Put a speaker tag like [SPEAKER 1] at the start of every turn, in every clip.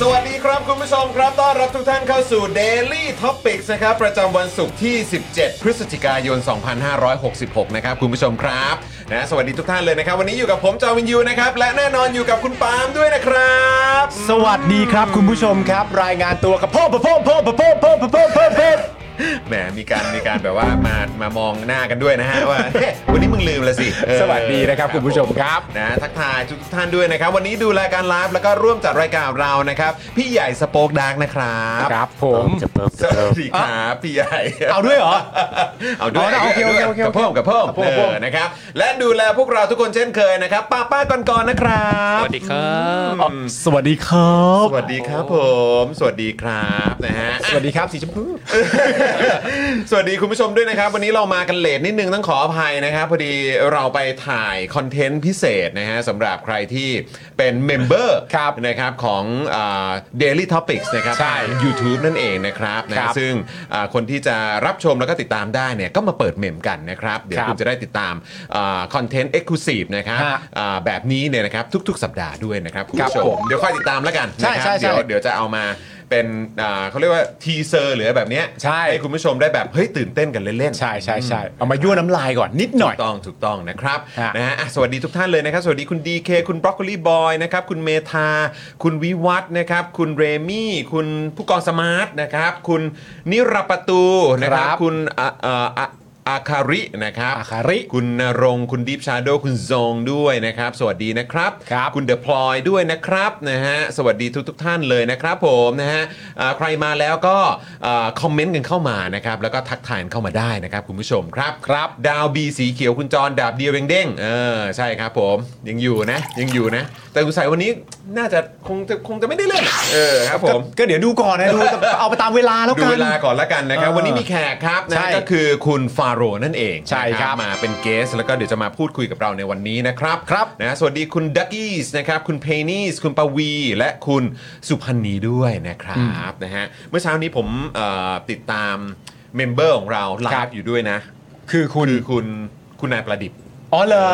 [SPEAKER 1] สวัสดีครับคุณผู้ชมครับต้อนรับทุกท่านเข้าสู่ Daily Topics นะครับ ประจำวันศุกร์ที่ 17 พฤศจิกายน 2566 นะครับ คุณผู้ชมครับนะสวัสดีทุกท่านเลยนะครับ วันนี้อยู่กับผมจอห์นวินยูนะครับ และแน่นอนอยู่กับคุณปาล์มด้วยนะครับ
[SPEAKER 2] สวัสดีครับคุณผู้ชมครับ รายงานตัวกับพ่อพ่อพ่อพ่อพ่อพ่อพ่อพ่อพ่อพ่อ
[SPEAKER 1] แหมมีการมีการแบบว่ามามามองหน้ากันด้วยนะฮะว่าเฮ้ยวันนี้มึงลืมละสิเออ
[SPEAKER 2] สวัสดีนะครับคุณผู้ชมครับ
[SPEAKER 1] นะทักทายทุกท่านด้วยนะครับ วันนี้ดูรายการไลฟ์แล้วก็ร่วมจัดรายการเรานะครับ พี่ใหญ่สโปกดักนะครับ
[SPEAKER 2] ครับผม
[SPEAKER 1] สวัสดีครับพี่ใหญ่
[SPEAKER 2] เอาด้วยเหรอ
[SPEAKER 1] เอาด้วยาด้วย
[SPEAKER 2] เอาด้วยโอเคโอเคโอเค
[SPEAKER 1] กับเพิ่มกับเพิ่ม
[SPEAKER 2] กับ
[SPEAKER 1] เอ
[SPEAKER 2] เพิ่ม
[SPEAKER 1] อนะครับ และดูแลพวกเราทุกคนเช่นเคยนะครับ ป้าป้าก่อนๆนะครับ
[SPEAKER 3] สวัสดีครับ
[SPEAKER 1] อืม
[SPEAKER 2] สวัสดีครับ
[SPEAKER 1] สวัสดีครับผม สวัสดีครับนะฮะ
[SPEAKER 2] สวัสดีครับสีชมพู
[SPEAKER 1] สวัสดีคุณผู้ชมด้วยนะครับ วันนี้เรามากันเลทนิดนึงต้องขออภัยนะครับ พอดีเราไปถ่ายคอนเทนต์พิเศษนะฮะสำหรับใครที่เป็นเมมเบอร์
[SPEAKER 2] ครับ
[SPEAKER 1] นะครับของเดลี่ท็อปิกส์นะครับ
[SPEAKER 2] ใช่
[SPEAKER 1] ทาง YouTube นั่นเองนะครับนะ
[SPEAKER 2] ค
[SPEAKER 1] ฮะ
[SPEAKER 2] รับ
[SPEAKER 1] ซึ่งอ่าคนที่จะรับชมแล้วก็ติดตามได้เนี่ยก็มาเปิดเมมกันนะครับ เดี๋ยว
[SPEAKER 2] ครับ
[SPEAKER 1] คุณจะได้ติดตามคอนเทนต์เอ็กซ์คลูซีฟนะครับ
[SPEAKER 2] ฮะ
[SPEAKER 1] อ่าแบบนี้เนี่ยนะครับทุก ๆ สัปดาห์ด้วยนะครับคุณ
[SPEAKER 2] ครับ
[SPEAKER 1] ผู้ช
[SPEAKER 2] ผม
[SPEAKER 1] มเดี๋ยวค่อยติดตามแล้วกัน
[SPEAKER 2] ใช่
[SPEAKER 1] นะครับ
[SPEAKER 2] ใช่ใช่
[SPEAKER 1] เดี๋ยวเดี๋ยวจะเอามาเป็นอ่าเขาเรียกว่าทีเซอร์หรืออะไรแบบเนี้ย
[SPEAKER 2] ใช่
[SPEAKER 1] ห้คุณ คุณผู้ชมได้แบบ เฮ้ย ตื่นเต้นกันเล่นๆ
[SPEAKER 2] ใช่ใช่ใช่เอามายั่วน้ำลายก่อนนิดหน่อย
[SPEAKER 1] ถูกต้องถูกต้องนะครับ
[SPEAKER 2] ฮะ
[SPEAKER 1] นะฮะอ่ะสวัสดีทุกท่านเลยนะครับ สวัสดีคุณ DK คุณบรอกโคลีบอยนะครับคุณเมธาคุณวิวัฒน์นะครับคุณเรมี่คุณผู้กองสมาร์ทนะครับคุณนิรประตูนะครับ
[SPEAKER 2] ครับ
[SPEAKER 1] คุณอ่ะอ่ะอ่ะอาคารินะครับ
[SPEAKER 2] อาคาริ
[SPEAKER 1] คุณนรงค์คุณดีฟชาโดคุณซงด้วยนะครับ สวัสดีนะครับ
[SPEAKER 2] ครับ
[SPEAKER 1] ณเดอะพลอยด้วยนะครับนะฮะสวัสดีทุกทท่านเลยนะครับผมนะฮะอ่าใครมาแล้วก็อ่าคอมเมนต์กันเข้ามานะครับแล้วก็ทักทายกันเข้ามาได้นะครับคุณผู้ชมครับ
[SPEAKER 2] ครับ
[SPEAKER 1] ดาวบีสีเขียวคุณจรดาบเดียวเองเด้งเออใช่ครับผมยังอยู่นะยังอยู่นะ แต่คุณใส่วันนี้น่าจะคงจะคงจะไม่ได้เล่นเออครับผม
[SPEAKER 2] ก็ก็เดี๋ยวดูก่อนนะดูเอาไปตามเวลาแล้ว
[SPEAKER 1] ดู
[SPEAKER 2] กัน
[SPEAKER 1] เวลาก่อนละกันนะครับ
[SPEAKER 2] เออ
[SPEAKER 1] วันนี้มีแขกครับนะ
[SPEAKER 2] ใช่
[SPEAKER 1] ก็คือคุณฟาโรห์นั่นเอง
[SPEAKER 2] ใช่ครับ
[SPEAKER 1] นะมาเป็นเกส แล้วก็เดี๋ยวจะมาพูดคุยกับเราในวันนี้นะครับ
[SPEAKER 2] ครับ
[SPEAKER 1] นะสวัสดีคุณดักกี้สนะครับ คุณเพนีสคุณปวี และคุณสุพันธ์นีด้วยนะครับนะฮะเมื่อเช้านี้ผมเอ่อติดตามเมมเบอร์ของเราไล
[SPEAKER 2] ครับ
[SPEAKER 1] ฟ์อยู่ด้วยนะ
[SPEAKER 2] คือคุณ
[SPEAKER 1] คือคุณคุณนายประดิษฐ์
[SPEAKER 2] อ๋อเหรอ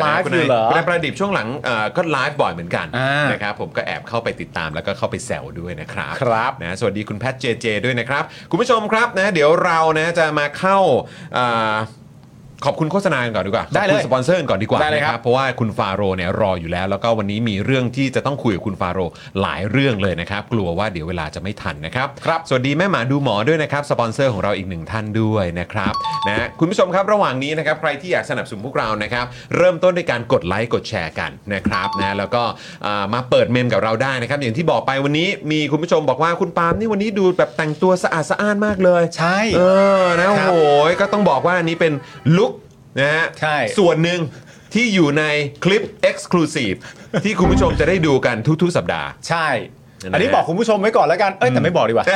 [SPEAKER 2] ไล
[SPEAKER 1] นะ
[SPEAKER 2] ฟ์
[SPEAKER 1] คุณ
[SPEAKER 2] คื
[SPEAKER 1] นา
[SPEAKER 2] อย เหรอ
[SPEAKER 1] คุณนายประดิษฐ์ช่วงหลังเอ่อก็ไลฟ์บ่อยเหมือนกัน
[SPEAKER 2] อ่าน
[SPEAKER 1] นะครับผมก็แอบเข้าไปติดตามแล้วก็เข้าไปแซวด้วยนะครับ
[SPEAKER 2] ครับ
[SPEAKER 1] นะสวัสดีคุณแพทเจเจด้วยนะครับ คุณผู้ชมครับนะเดี๋ยวเรานะจะมาเข้าเอ่อขอบคุณโฆษณากันก่อนดีกว่า
[SPEAKER 2] ได้
[SPEAKER 1] ขอบ
[SPEAKER 2] เลย
[SPEAKER 1] คุณสปอนเซอร์กันก่อนดีกว่า
[SPEAKER 2] ได้เลย
[SPEAKER 1] นะครับ เพราะว่าคุณฟาโรห์เนี่ยรออยู่แล้ว แล้วก็วันนี้มีเรื่องที่จะต้องคุยกับคุณฟาโรห์หลายเรื่องเลยนะครับ กลัวว่าเดี๋ยวเวลาจะไม่ทันนะครับครับสวัสดีแม่หมาดูหมอด้วยนะครับสปอนเซอร์ของเราอีกหนึ่งท่านด้วยนะครับนะคุณผู้ชมครับระหว่างนี้นะครับใครที่อยากสนับสนุนพวกเรานะครับเริ่มต้นด้วยการกดไลค์กดแชร์กันนะครับนะแล้วก็อ่ามาเปิดเมมกับเราได้นะครับอย่างที่บอกไปวันนี้มีคุณผู้ชมบอกว่าคุณปาล์มนี่วันนี้ดูแบบแต่งตัวสะอาดสะอ้านมากเลย
[SPEAKER 2] ใช่
[SPEAKER 1] เออ นะโอ้
[SPEAKER 2] ครับ
[SPEAKER 1] โหก็ต้องบอกว่าอันนี้เป็นลุกนะฮะ
[SPEAKER 2] ใช่
[SPEAKER 1] ส่วนหนึ่งที่อยู่ในคลิป Exclusive ที่คุณผู้ชมจะได้ดูกันทุก ๆ สัปดาห์
[SPEAKER 2] ใช่ อันนี้บอกคุณผู้ชมไว้ก่อนแล้วกัน เอ้ยแต่ไม่บอกดีกว่า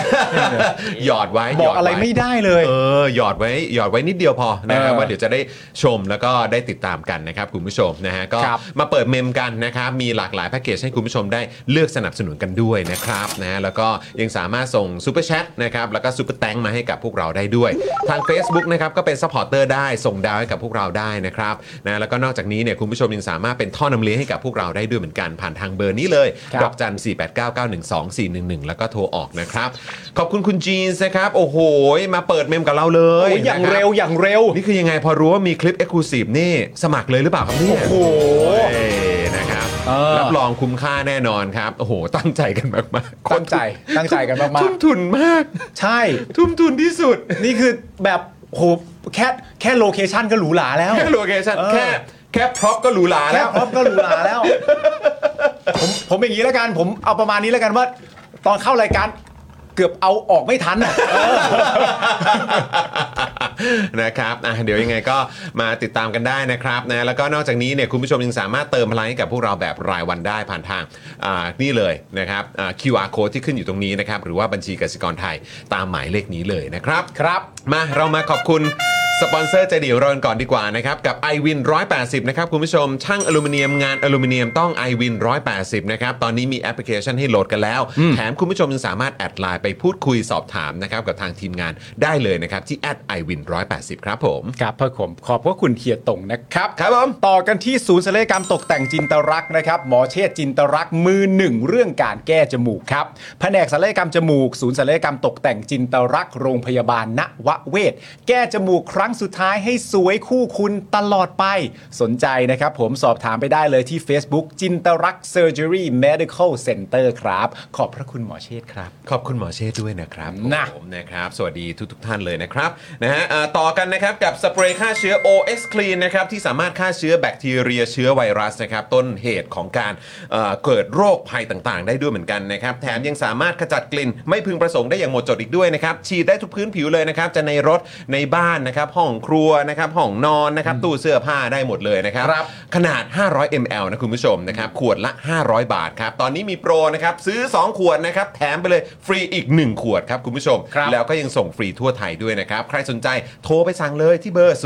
[SPEAKER 1] หยอดไว้
[SPEAKER 2] บอกอะไร
[SPEAKER 1] หยดว้
[SPEAKER 2] ไม่ได้เลย
[SPEAKER 1] เออหยอดไว้หยอดไว้นิดเดียวพอนะครับ
[SPEAKER 2] เออ
[SPEAKER 1] ว่าเดี๋ยวจะได้ชมแล้วก็ได้ติดตามกันนะครับคุณผู้ชมนะฮะก็
[SPEAKER 2] ครับ
[SPEAKER 1] มาเปิดเมมกันนะครับมีหลากหลายแพ็กเกจให้คุณผู้ชมได้เลือกสนับสนุนกันด้วยนะครับนะฮะแล้วก็ยังสามารถส่งซูเปอร์แชทนะครับแล้วก็ซูเปอร์แตงมาให้กับพวกเราได้ด้วย ทาง Facebook นะครับก็เป็นซัพพอร์เตอร์ได้ส่งดาวให้กับพวกเราได้นะครับนะแล้วก็นอกจากนี้เนี่ยคุณผู้ชมยังสามารถเป็นท่อนำเลี้ยงให้กับพวกเราได้ด้วยเหมือนกันผ่านทางเบอร์นี้เลย
[SPEAKER 2] ครับ
[SPEAKER 1] ดอก จัน4 8 9 9 1 2 4 1 1 แล้วก็โทรออกนะครับ ขอบคุณคุณจีนส์นะครับ โอ้โห มาเปิดเมมกับเราเลย
[SPEAKER 2] โอ้ยอย่าง
[SPEAKER 1] นะคบ
[SPEAKER 2] เร็วอย่างเร็ว
[SPEAKER 1] นี่คือยังไงพอรู้ว่ามีคลิป e x c l u s i v e นี่ สมัครเลยหรือเปล่าครับเนี่ย
[SPEAKER 2] โอ้โห
[SPEAKER 1] เอ้ยนะครับ
[SPEAKER 2] เออ
[SPEAKER 1] รับรองคุ้มค่าแน่นอนครับ โอ้โห ตั้งใจกันมากๆ
[SPEAKER 2] ตั้งใจตั้งใจกันมา
[SPEAKER 1] ทุ่
[SPEAKER 2] ก
[SPEAKER 1] มทุนมาก
[SPEAKER 2] ๆใช่
[SPEAKER 1] ทุ่มทุนที่สุด
[SPEAKER 2] นี่คือแบบโหแค่แค่โลเคชันก็หรูหราแล้ว
[SPEAKER 1] แค่โลเคชั่น
[SPEAKER 2] เออ
[SPEAKER 1] แค่แค่พร็อพก็หรูหรา
[SPEAKER 2] แล้
[SPEAKER 1] แล้ว ว
[SPEAKER 2] พร้อมก็หรูหราแล้ว ผมผมอย่างนี้แล้วกัน ผมเอาประมาณนี้แล้วกันว่า ตอนเข้ารายการเกือบเอาออกไม่ทันอ่ะ
[SPEAKER 1] นะครับอ่ะเดี๋ยวยังไงก็มาติดตามกันได้นะครับนะแล้วก็นอกจากนี้เนี่ยคุณผู้ชมยังสามารถเติมพลังให้กับพวกเราแบบรายวันได้ผ่านทางอ่านี่เลยนะครับอ่า QR code ที่ขึ้นอยู่ตรงนี้นะครับหรือว่าบัญชีกสิกรไทยตามหมายเลขนี้เลยนะครับครับมาเรามาขอบคุณสปอนเซอร์ใจเดียวเรากันก่อนดีกว่านะครับกับ i w วิน180 นะครับคุณผู้ชมช่างอลูมิเนียมงานอลูมิเนียมต้อง i w วิน180 นะครับตอนนี้มีแอปพลิเคชันให้โหลดกันแล้ว แถมคุณผู้ชมยังสามารถแอดไลน์ไปพูดคุยสอบถามนะครับกับทางทีมงานได้เลยนะครับที่แอด i w วิน180 ครับผม
[SPEAKER 2] ครับพ่อผมขอบพระคุณเฮียตงนะครับ
[SPEAKER 1] ครับผม
[SPEAKER 2] ต่อกันที่ศูนย์ศัลยกรรมตกแต่งจินตรักษณ์นะครับ หมอเชษฐ์จินตรักษณ์มือหนึ่งเรื่องการแก้จมูกครับแผนกศัลยกรรมจมูก ศูนย์ศัลยกรรมตกแต่งจินตรักษณ์โรงพยาบาลณวเวศแก้จมูกครั้งสุดท้ายให้สวยคู่คุณตลอดไป สนใจนะครับผมสอบถามไปได้เลยที่ Facebook จินตรักเซอร์เจอรี่เมดิคอลเซ็นเตอร์ครับ ขอบพระคุณหมอเชษฐ์ครับ
[SPEAKER 1] ขอบคุณหมอเชษฐ์ด้วยนะครับ
[SPEAKER 2] นะ
[SPEAKER 1] ผมนะครับ สวัสดีทุกทท่านเลยนะครับนะฮะเอ่อต่อกันนะครับกับสเปรย์ฆ่าเชื้อ OS Clean นะครับที่สามารถฆ่าเชื้อแบคทีเรียเชื้อไวรัสนะครับต้นเหตุของการเอ่อเกิดโรคภัยต่างๆ ได้ด้วยเหมือนกันนะครับ แถมยังสามารถขจัดกลิ่นไม่พึงประสงค์ได้อย่างหมดจดอีกด้วยนะครับ ฉีดได้ทุกพื้นผิวเลยนะครับ จะในรถในบ้านนะครับห้องครัวนะครับห้องนอนนะครับตู้เสื้อผ้าได้หมดเลยนะครับ
[SPEAKER 2] ครับ
[SPEAKER 1] ขนาด 500 ml นะคุณผู้ชมนะครับ ขวดละ 500 บาทครับ ตอนนี้มีโปรนะครับ ซื้อ 2 ขวดนะครับ แถมไปเลยฟรีอีก 1 ขวดครับคุณผู้ชม
[SPEAKER 2] ครับ
[SPEAKER 1] แล้วก็ยังส่งฟรีทั่วไทยด้วยนะครับ ใครสนใจโทรไปสั่งเลยที่เบอร์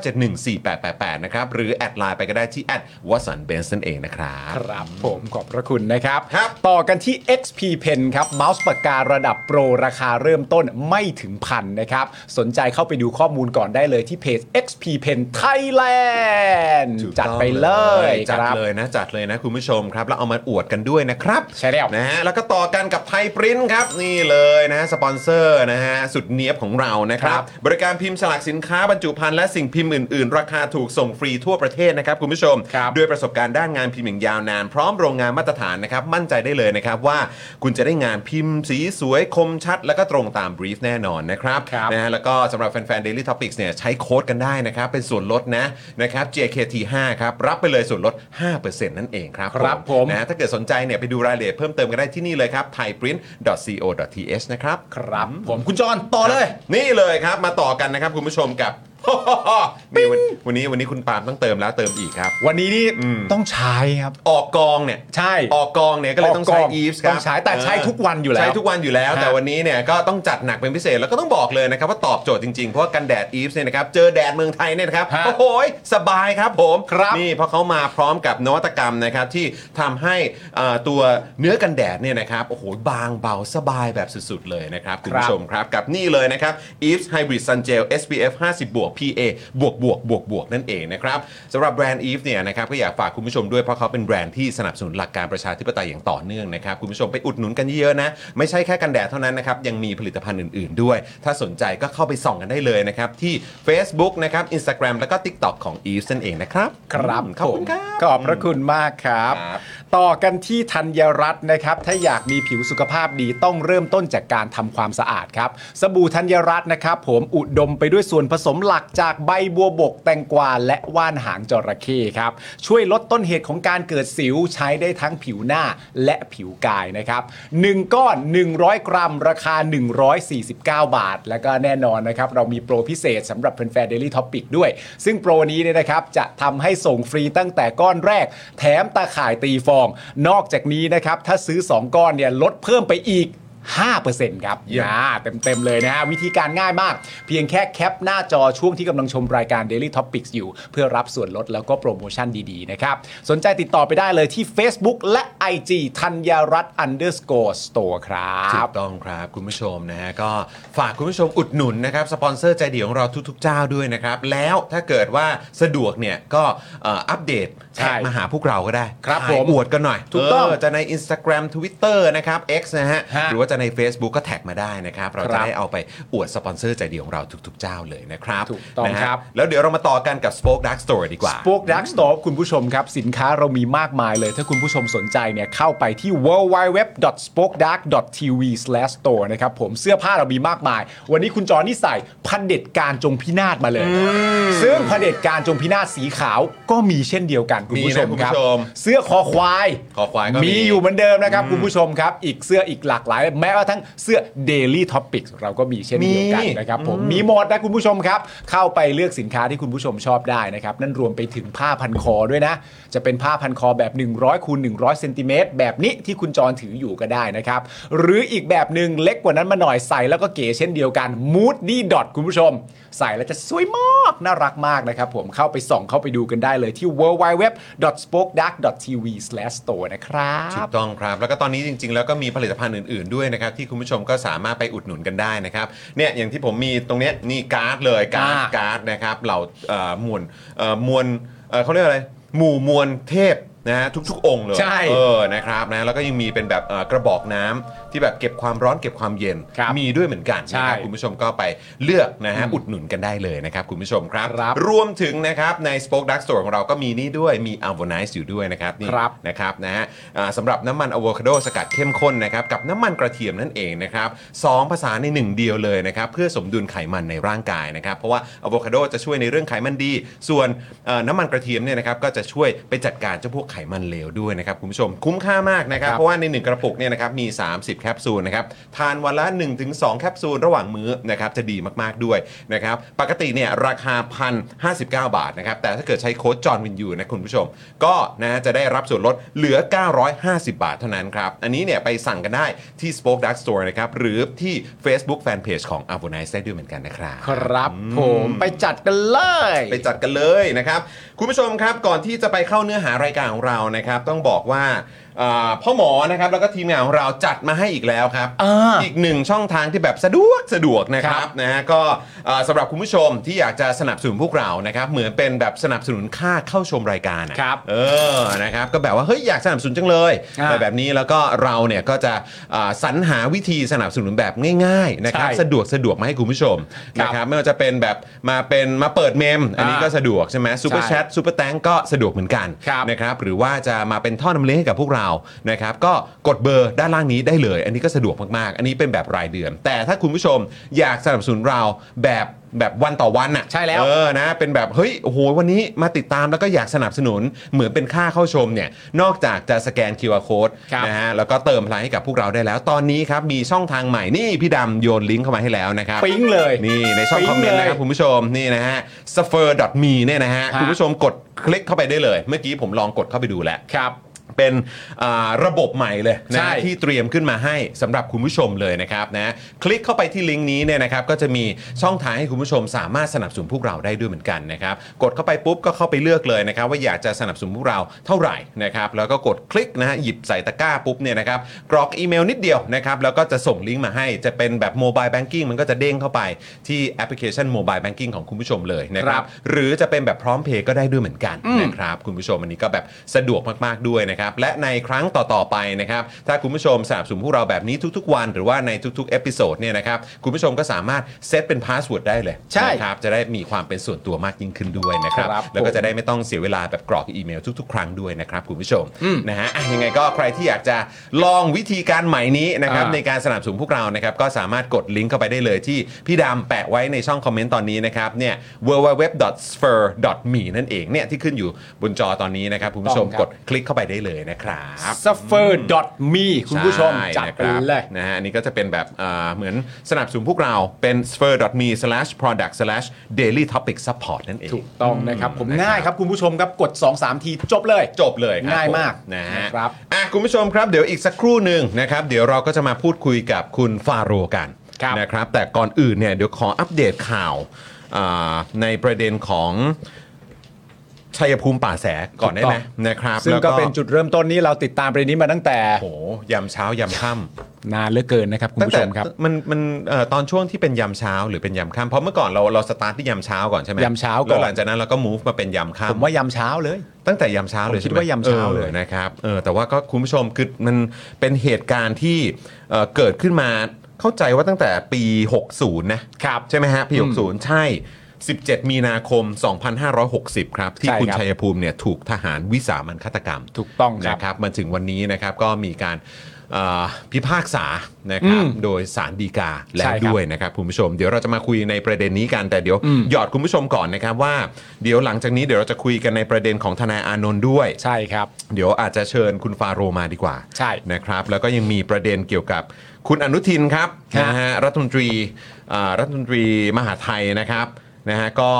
[SPEAKER 1] 0909714888 นะครับ หรือแอดไลน์ไปก็ได้ที่แอดวัสันเบนส์นั่นเองนะครับ
[SPEAKER 2] ครับผมขอบพระคุณนะครับ
[SPEAKER 1] ครับ
[SPEAKER 2] ต่อกันที่ XP Pen ครับเมาส์ปากการะดับโปร ราคาเริ่มต้นไม่ถึงพันนะครับ สนใจเข้าไปดูข้อมูลก่อนได้เลยที่เพจ XP Pen Thailand
[SPEAKER 1] ถูกต้อง
[SPEAKER 2] จัดไปเลย
[SPEAKER 1] จัด
[SPEAKER 2] ครับ
[SPEAKER 1] เลยนะจัดเลยนะคุณผู้ชมครับแล้วเอามาอวดกันด้วยนะครับ
[SPEAKER 2] ใช่แล้ว
[SPEAKER 1] นะฮะแล้วก็ต่อกันกับไทยปริ้นท์ครับนี่เลยนะฮะสปอนเซอร์นะฮะสุดเนี้ยบของเรานะครับ
[SPEAKER 2] ครับ
[SPEAKER 1] บริการพิมพ์สลากสินค้าบรรจุภัณฑ์และสิ่งพิมพ์อื่น ๆ ราคาถูกส่งฟรีทั่วประเทศนะครับคุณผู้ชม
[SPEAKER 2] ครับ
[SPEAKER 1] ด้วยประสบการณ์ด้านงานพิมพ์อย่างยาวนาน พร้อมโรงงานมาตรฐานนะครับมั่นใจได้เลยนะครับว่าคุณจะได้งานพิมพ์สีสวยคมชัด แล้วก็ตรงตามบรีฟแน่นอนนะครับ
[SPEAKER 2] ครับ
[SPEAKER 1] นะ นะฮะแล้วก็สำหรับแฟนๆ Daily Topics เนี่ยใช้โค้ดกันได้นะครับ เป็นส่วนลดนะนะครับ JKT5 ครับ รับไปเลยส่วนลด 5%นั่นเองครับ
[SPEAKER 2] ครับผม
[SPEAKER 1] นะฮะถ้าเกิดสนใจเนี่ยไปดูรายละเอียดเพิ่มเติมกันได้ที่นี่เลยครับ thaiprint.co.th นะครับ
[SPEAKER 2] ครับ ผมคุณจอห์นต่อเลย
[SPEAKER 1] นี่เลยครับมาต่อกันนะครับคุณผู้ชมกับ นี่วันวันนี้วันนี้คุณปาล์มต้องเติมแล้วเติมอีกครับ
[SPEAKER 2] วันนี้นี่
[SPEAKER 1] อืม
[SPEAKER 2] ต้องใช้ครับ
[SPEAKER 1] ออกกองเนี่ย
[SPEAKER 2] ใช่
[SPEAKER 1] ออกกองเนี่ยก็เลยต้อง
[SPEAKER 2] ออก
[SPEAKER 1] ใช้
[SPEAKER 2] กอง
[SPEAKER 1] Eves ครับ
[SPEAKER 2] ต้องใช้แต่ใช้ทุกวันอยู่แล้ว
[SPEAKER 1] ใช้ทุกวันอยู่แล้ว
[SPEAKER 2] ฮะ
[SPEAKER 1] แต่วันนี้เนี่ยก็ต้องจัดหนักเป็นพิเศษแล้วก็ต้องบอกเลยนะครับว่าตอบโจทย์จริงๆ เพราะว่ากันแดด Eves เนี่ยนะครับเจอแดดเมืองไทยเนี่ยนะครับ
[SPEAKER 2] ฮะ
[SPEAKER 1] โอ้โหยสบายครับผม
[SPEAKER 2] ครับ
[SPEAKER 1] นี่เพราะเขามาพร้อมกับนวัตกรรมนะครับที่ทำให้เอ่อตัวเนื้อกันแดดเนี่ยนะครับโอ้โหบางเบาสบายแบบสุดๆเลยนะครับคุณผู้ชมครับกับนี่เลยนะครับ Eves Hybrid Sun Gel SPF 50บวก PA บวกบวกบวกบวกนั่นเองนะครับสำหรับแบรนด์ Eves เนี่ยนะครับก็อยากฝากคุณผู้ชมด้วยเพราะเขาเป็นแบรนด์ที่สนับสนุนหลักการประชาธิปไตยอย่างต่อเนื่องนะครับคุณผู้ชมไปอุดหนุนกันเยอะๆนะ ไม่ใช่แค่กันแดดเท่านั้นนะครับ ยังมีผลิตภัณฑ์อื่นๆด้วย ถ้าสนใจก็เข้าไปส่องกันได้เลยนะครับ ที่ Facebook นะครับ Instagram แล้วก็ TikTok ของ Eves นั่นเองนะครับ
[SPEAKER 2] ครับ
[SPEAKER 1] ขอบ
[SPEAKER 2] ผ
[SPEAKER 1] คุ
[SPEAKER 2] ม
[SPEAKER 1] ณครับ
[SPEAKER 2] ขอบพระคุณมากครับ
[SPEAKER 1] ครับ
[SPEAKER 2] ต่อกันที่ธัญรัตน์นะครับ ถ้าอยากมีผิวสุขภาพดีต้องเริ่มต้นจากการทำความสะอาดครับ สบู่ธัญรัตน์นะครับ ผมอุดมไปด้วยส่วนผสมหลัก กจากใบบัวบกแตงกวาและว่านหางจระเข้ครับ ช่วยลดต้นเหตุของการเกิดสิวใช้ได้ทั้งผิวหน้าและผิวกายนะครับ1ก้อน 100 กรัม ราคา 149 บาท แล้วก็แน่นอนนะครับ เรามีโปรพิเศษสำหรับแฟนๆ Daily Topic ด้วย ซึ่งโปรนี้เนี่ยนะครับจะทำให้ส่งฟรีตั้งแต่ก้อนแรก แถมตาข่ายตีฟอง นอกจากนี้นะครับ ถ้าซื้อ 2 ก้อนเนี่ยลดเพิ่มไปอีก 5%ครับอ่าเต็ม ๆ เลยนะฮะ วิธีการง่ายมาก เพียงแค่แคปหน้าจอช่วงที่กำลังชมรายการ Daily Topics อยู่ เพื่อรับส่วนลดแล้วก็โปรโมชั่นดี ๆ นะครับ สนใจติดต่อไปได้เลยที่ Facebook และ IG ธัญญารัตน์ underscore store ครั
[SPEAKER 1] ถู
[SPEAKER 2] บ
[SPEAKER 1] กต้องครับคุณผู้ชมนะฮะก็ฝากคุณผู้ชมอุดหนุนนะครับสปอนเซอร์ใจเดียวของเราทุกๆเจ้าด้วยนะครับ แล้วถ้าเกิดว่าสะดวกเนี่ยก็เอ่ออัปเดต
[SPEAKER 2] ใช่
[SPEAKER 1] แท็กมาหาพวกเราก็ได้
[SPEAKER 2] ครับ
[SPEAKER 1] ถ่าย
[SPEAKER 2] ผม
[SPEAKER 1] อวดกันหน่อย
[SPEAKER 2] ถูกต้อง
[SPEAKER 1] เจะใน Instagram Twitter นะครับ X นะฮะ
[SPEAKER 2] ฮะ
[SPEAKER 1] หรือว่าจะใน Facebook ก็แท็กมาได้นะครับ เรา
[SPEAKER 2] ครั
[SPEAKER 1] จะ
[SPEAKER 2] บ
[SPEAKER 1] ได้เอาไปอวดสปอนเซอร์ใจเดียวของเราทุกๆเจ้าเลยนะครับ
[SPEAKER 2] ถูกต้อง
[SPEAKER 1] นะฮะ
[SPEAKER 2] ครับ
[SPEAKER 1] แล้วเดี๋ยวเรามาต่อกันกับ Spoke Dark Store ดีกว่า
[SPEAKER 2] พวกดักสตอร์คุณผู้ชมครับ สินค้าเรามีมากมายเลย ถ้าคุณผู้ชมสนใจเนี่ยเข้าไปที่ www.spokedark.tv/store นะครับผมเสื้อผ้าเรามีมากมาย วันนี้คุณจอนี่ใส่พันเด็จการจงพินาศมาเลย ซึ่งพันเด็จการจงพินาศสีขาวก็มีเช่นเดียวกัน คุณผู้ชม
[SPEAKER 1] มีนะคุณ
[SPEAKER 2] ค
[SPEAKER 1] ผู้
[SPEAKER 2] รับ
[SPEAKER 1] ชม
[SPEAKER 2] เสื้อคอควาย
[SPEAKER 1] คอควายก็มี
[SPEAKER 2] มีอยู่เหมือนเดิมนะครับคุณผู้ชมครับ อีกเสื้ออีกหลากหลาย แม้กระทั่งเสื้อ Daily Topics เราก็มีเช่นเดียวกัน
[SPEAKER 1] มี
[SPEAKER 2] นะครับ นะครับผมมีหมดนะคุณผู้ชมครับ เข้าไปเลือกสินค้าที่คุณผู้ชมชอบได้นะครับ นั่นรวมไปถึงผ้าพันคอด้วยนะ จะเป็นผ้าพันคอแบบ 100คูณ100เซนติเมตรแบบนี้ที่คุณจรถืออยู่ก็ได้นะครับ หรืออีกแบบหนึ่งเล็กกว่านั้นมาหน่อยใส่แล้วก็เก๋เช่นเดียวกัน moody dot คุณผู้ชม ใส่แล้วจะสวยมากน่ารักมากนะครับผมเข้าไปส่องเข้าไปดูกันได้เลยที่ www.spokedark.tv/store นะครับ
[SPEAKER 1] ถูกต้องครับ แล้วก็ตอนนี้จริง ๆ แล้วก็มีผลิตภัณฑ์อื่น ๆ ด้วยนะครับ ที่คุณผู้ชมก็สามารถไปอุดหนุนกันได้นะครับเนี่ยอย่างที่ผมมีตรงเนี้ยนี่การ์ดเลยการ์ด
[SPEAKER 2] อ่า
[SPEAKER 1] การ์ดนะครับเหล่าเอ่อมวลเอ่อมวลเอ่อเขาเรียกอะไรหมู่มวลเทพนะฮะทุกๆ องค์เลย
[SPEAKER 2] ใช่
[SPEAKER 1] เออนะครับนะแล้วก็ยังมีเป็นแบบเอ่อกระบอกน้ำที่แบบเก็บความร้อนเก็บความเย็น
[SPEAKER 2] ครับ
[SPEAKER 1] มีด้วยเหมือนกัน
[SPEAKER 2] ใช่
[SPEAKER 1] นะครับคุณผู้ชมก็ไปเลือกนะฮะอุดหนุนกันได้เลยนะครับคุณผู้ชมครับ
[SPEAKER 2] ครับ
[SPEAKER 1] รวมถึงนะครับใน Spoke Dark Store ของเราก็มีนี่ด้วยมี a l v o n i z e อยู่ด้วยนะครับนี่
[SPEAKER 2] ครับ
[SPEAKER 1] นะครับนะฮะอ่าสำหรับน้ำมันอะโวคาโดสกัดเข้มข้นนะครับกับน้ำมันกระเทียมนั่นเองนะครับสองภาษาในหนึ่งเดียวเลยนะครับเพื่อสมดุลไขมันในร่างกายนะครับเพราะว่าอะโวคาโดจะช่วยในเรื่องไขมันดี ส่วนเอ่อน้ำมันกระเทียมเนี่ยนะครับก็จะช่วยไปจัดการเจ้าพวกไขมันเลวด้วยนะครับคุณผู้ชมคุ้มค่ามากนะครับ
[SPEAKER 2] ครับ
[SPEAKER 1] เพราะว่าในหนึ่งกระปุกเนี่ยนะครับมี 30 แคปซูลนะครับทานวันละ 1-2 แคปซูลระหว่างมื้อนะครับจะดีมากๆด้วยนะครับปกติเนี่ยราคา 1,059 บาทนะครับแต่ถ้าเกิดใช้โค้ดจอห์นวินยูนะคุณผู้ชม ก็นะจะได้รับส่วนลดเหลือ 950 บาทเท่านั้นครับ อันนี้เนี่ยไปสั่งกันได้ที่ Spoke Dark Store นะครับ หรือที่ Facebook Fanpage ของ a v o n i z e ได้ด้วยเหมือนกันนะครับ
[SPEAKER 2] ครับผมไปจัดกันเลย
[SPEAKER 1] ไปจัดกันเลยนะครับ คุณผู้ชมครับก่อนที่จะไปเข้าเนื้อหารายการของเรานะครับ ต้องบอกว่าอ่าพ่อหมอนะครับแล้วก็ทีมงานของเราจัดมาให้อีกแล้วครับ
[SPEAKER 2] อ่า
[SPEAKER 1] อีกหนึ่งช่องทางที่แบบสะดวกสะดวกนะครั
[SPEAKER 2] ครับ บ
[SPEAKER 1] นะฮะก็อ่าสำหรับคุณผู้ชมที่อยากจะสนับสนุนพวกเรานะครับ เหมือนเป็นแบบสนับสนุนค่าเข้าชมรายการอะ
[SPEAKER 2] ครับ
[SPEAKER 1] เออนะครับก็แบบว่าเฮ้ยอยากสนับสนุนจังเลย
[SPEAKER 2] อ่า
[SPEAKER 1] แต่แบบนี้แล้วก็เราเนี่ยก็จะอ่าสรรหาวิธีสนับสนุนแบบง่ายๆนะครับ
[SPEAKER 2] ใช่
[SPEAKER 1] สะดวกสะดวกมาให้คุณผู้ชม
[SPEAKER 2] ครับ
[SPEAKER 1] นะครับไม่ว่าจะเป็นแบบมาเป็นมาเปิดเมม อันนี้ก็
[SPEAKER 2] อ่า
[SPEAKER 1] สะดวกใช่ไหมซูเปอร์
[SPEAKER 2] ใช่
[SPEAKER 1] แชทซูเปอร์แตงก็สะดวกเหมือนกัน
[SPEAKER 2] ครับ
[SPEAKER 1] นะครับหรือว่าจะมาเป็นท่อนำเลี้ยงให้กับพวกเรานะครับก็กดเบอร์ด้านล่างนี้ได้เลย อันนี้ก็สะดวกมากๆ อันนี้เป็นแบบรายเดือน แต่ถ้าคุณผู้ชมอยากสนับสนุนเราแบบแบบวันต่อวันอ่ะ
[SPEAKER 2] ใช่แล้ว
[SPEAKER 1] เออนะเป็นแบบเฮ้ยโอ้โหวันนี้มาติดตามแล้วก็อยากสนับสนุนเหมือนเป็นค่าเข้าชมเนี่ยนอกจากจะสแกน QR Code
[SPEAKER 2] ครับ
[SPEAKER 1] นะฮะแล้วก็เติมพลังให้กับพวกเราได้แล้ว ตอนนี้ครับมีช่องทางใหม่นี่พี่ดำโยนลิงก์เข้ามาให้แล้วนะครับ
[SPEAKER 2] ปิ๊งเลย
[SPEAKER 1] นี่ในช่อง
[SPEAKER 2] ปิ๊ง
[SPEAKER 1] คอมเมนต์นะครับ
[SPEAKER 2] เลย
[SPEAKER 1] คุณผู้ชมนี่นะฮะ s u f f e r m e เนี่ยนะฮะ
[SPEAKER 2] ฮะ
[SPEAKER 1] คุณผู้ชมกดคลิกเข้าไปได้เลย เมื่อกี้ผมลองกดเข้าไปดูแล้ว
[SPEAKER 2] ครับ
[SPEAKER 1] เป็นอ่าระบบใหม่เลย
[SPEAKER 2] ใช่
[SPEAKER 1] นะที่เตรียมขึ้นมาให้สำหรับคุณผู้ชมเลยนะครับนะคลิกเข้าไปที่ลิงก์นี้เนี่ยนะครับก็จะมีช่องทางให้คุณผู้ชมสามารถสนับสนุนพวกเราได้ด้วยเหมือนกันนะครับกดเข้าไปปุ๊บก็เข้าไปเลือกเลยนะครับว่าอยากจะสนับสนุนพวกเราเท่าไหร่นะครับแล้วก็กดคลิกนะฮะหยิบใส่ตะกร้าปุ๊บเนี่ยนะครับกรอกอีเมลนิดเดียวนะครับแล้วก็จะส่งลิงก์มาให้จะเป็นแบบโมบายแบงกิ้งมันก็จะเด้งเข้าไปที่แอปพลิเคชันโมบายแบงกิ้งของคุณผู้ชมเลยนะค
[SPEAKER 2] ครั
[SPEAKER 1] รับบ หรือจะเป็นแบบพร้อมเพย์ก็ได้ด้วยเหมือนกันนะครับคุณผู้ชมอันนี้ก็แบบสะดวกมากๆด้วยนะครับ นะครับและในครั้งต่อๆไปนะครับถ้าคุณผู้ชมสนับสนุนพวกเราแบบนี้ทุกๆวัน หรือว่าในทุกๆเอพิโซดเนี่ยนะครับคุณผู้ชมก็สามารถเซตเป็นพาสเวิร์ดได้เลย
[SPEAKER 2] ใช่
[SPEAKER 1] นะครับจะได้มีความเป็นส่วนตัวมากยิ่งขึ้นด้วยนะครับ
[SPEAKER 2] ครับ
[SPEAKER 1] แล้วก็
[SPEAKER 2] ผม
[SPEAKER 1] จะได้ไม่ต้องเสียเวลาแบบกรอกอีเมลทุก ๆ ครั้งด้วยนะครับคุณผู้ชมนะฮะอ่ะยังไงก็ใครที่อยากจะลองวิธีการใหม่นี้นะครับ
[SPEAKER 2] อ่า
[SPEAKER 1] ใน ในการสนับสนุนพวกเรานะครับก็สามารถกดลิงก์เข้าไปได้เลยที่พี่ดำแปะไว้ในช่องคอมเมนต์ตอนนี้นะครับเนี่ย www.sphere.me นั่นเองเนี่ยที่ขึ้นอยู่บนจอตอนนี้นะครับคุณผู้ชม
[SPEAKER 2] ต้องครับ
[SPEAKER 1] กดคลิกเข้าไปได้เลยนะครับ
[SPEAKER 2] suffer.me คุณผู้ชม
[SPEAKER 1] ใช่
[SPEAKER 2] จัดไป
[SPEAKER 1] นะครับ
[SPEAKER 2] เลย
[SPEAKER 1] นะฮะอันนี่ก็จะเป็นแบบเอ่อเหมือนสนับสนุนพวกเราเป็น sphere.me/product/dailytopic/support นั่นเอง
[SPEAKER 2] ถูกต้องนะครับ ผม
[SPEAKER 1] นะครับ
[SPEAKER 2] ง่ายครับคุณผู้ชมครับกด 2-3 ทีจบเลย
[SPEAKER 1] จบเลยครับ
[SPEAKER 2] ง่ายมาก
[SPEAKER 1] ผนะฮะ
[SPEAKER 2] ครับ
[SPEAKER 1] อ่ะคุณผู้ชมครับเดี๋ยวอีกสักครู่หนึ่งนะครับเดี๋ยวเราก็จะมาพูดคุยกับคุณฟาโรห์กัน
[SPEAKER 2] ครับ
[SPEAKER 1] นะครับ แต่ก่อนอื่นเนี่ยเดี๋ยวขออัปเดตข่าวอ่าในประเด็นของชัยภูมิป่าแสก่อนได้ไหม
[SPEAKER 2] ถูกต้อง
[SPEAKER 1] นะครับ
[SPEAKER 2] ซึ่ง
[SPEAKER 1] แล้ว
[SPEAKER 2] ก็เป็นจุดเริ่มต้นนี้เราติดตามประเด็นนี้มาตั้งแต่
[SPEAKER 1] โอ้โหยำเช้ายำค่ำ
[SPEAKER 2] นานเหลือเกินนะครับ คุณ
[SPEAKER 1] ตั้ง
[SPEAKER 2] ผู้
[SPEAKER 1] แต่
[SPEAKER 2] ชมครับ
[SPEAKER 1] มันมันเอ่อตอนช่วงที่เป็นยำเช้าหรือเป็นยำค่ำเพราะเมื่อก่อนเราเราสตาร์ทที่ยำเช้าก่อนใช่ไหม
[SPEAKER 2] ยำเช้าก่
[SPEAKER 1] แล้
[SPEAKER 2] อ
[SPEAKER 1] วหลั
[SPEAKER 2] น
[SPEAKER 1] งจากนั้นเราก็ move มาเป็นยำค่ำ
[SPEAKER 2] ผมว่ายำเช้าเลย
[SPEAKER 1] ตั้งแต่ยามเช้าเลย
[SPEAKER 2] ผม
[SPEAKER 1] ใช่
[SPEAKER 2] คิด
[SPEAKER 1] ไหม
[SPEAKER 2] ว่ายามเช้าเลย
[SPEAKER 1] ออนะครับเออแต่ว่าก็คุณผู้ชมคือมันเป็นเหตุการณ์ที่เอ่อเกิดขึ้นมาเข้าใจว่าตั้งแต่ปี 60 นะครับ ใช่ไหมฮะปี
[SPEAKER 2] อืม
[SPEAKER 1] 60 ใช่ 17 มีนาคม 2560 ครับ ที่
[SPEAKER 2] ใช่
[SPEAKER 1] คุณ
[SPEAKER 2] ครับ
[SPEAKER 1] ชัยภูมิเนี่ยถูกทหารวิสามันฆาตกรรม
[SPEAKER 2] ถูกต้องครับ
[SPEAKER 1] นะครับมาถึงวันนี้นะครับก็มีการเอ่อพิพากษานะครับ
[SPEAKER 2] อืม
[SPEAKER 1] โดยสารดีกาแล้ว
[SPEAKER 2] ใช่ครับ
[SPEAKER 1] ด้วยนะครับคุณผู้ชมเดี๋ยวเราจะมาคุยในประเด็นนี้กันแต่เดี๋ยวหยอดคุณผู้ชมก่อนนะครับว่า เดี๋ยวหลังจากนี้เดี๋ยวเราจะคุยกันในประเด็นของทนายอานนท์ด้วย
[SPEAKER 2] ใช่ครับ
[SPEAKER 1] เดี๋ยวอาจจะเชิญคุณฟาโรห์มาดีกว่า
[SPEAKER 2] ใช่
[SPEAKER 1] นะครับแล้วก็ยังมีประเด็นเกี่ยวกับคุณอนุทินครับ
[SPEAKER 2] ฮะ
[SPEAKER 1] นะฮะรัฐมนตรีอ่ารัฐมนตรีมหาไทยนะครับนะฮะก็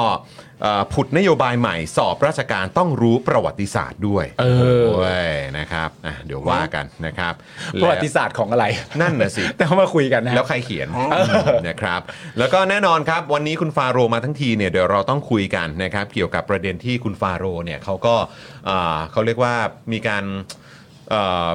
[SPEAKER 1] เอ่อผุดนโยบายใหม่สอบราชการต้องรู้ประวัติศาสตร์ด้วย
[SPEAKER 2] เออ
[SPEAKER 1] โอ้ยนะครับอ่ะเดี๋ยวว่ากันนะครับ
[SPEAKER 2] ประวัติศาสตร์ของอะไร
[SPEAKER 1] และนั่นน่ะสิ
[SPEAKER 2] แต่ว่ามาคุยกันนะฮะ
[SPEAKER 1] แล้วใครเขียนนะครับ แล้วก็แน่นอนครับ วันนี้คุณฟาโรห์มาทั้งทีเนี่ยเดี๋ยวเราต้องคุยกันนะครับ เกี่ยวกับประเด็นที่คุณฟาโรห์เนี่ยเขาก็เอ่อเขาเรียกว่ามีการเอ่อ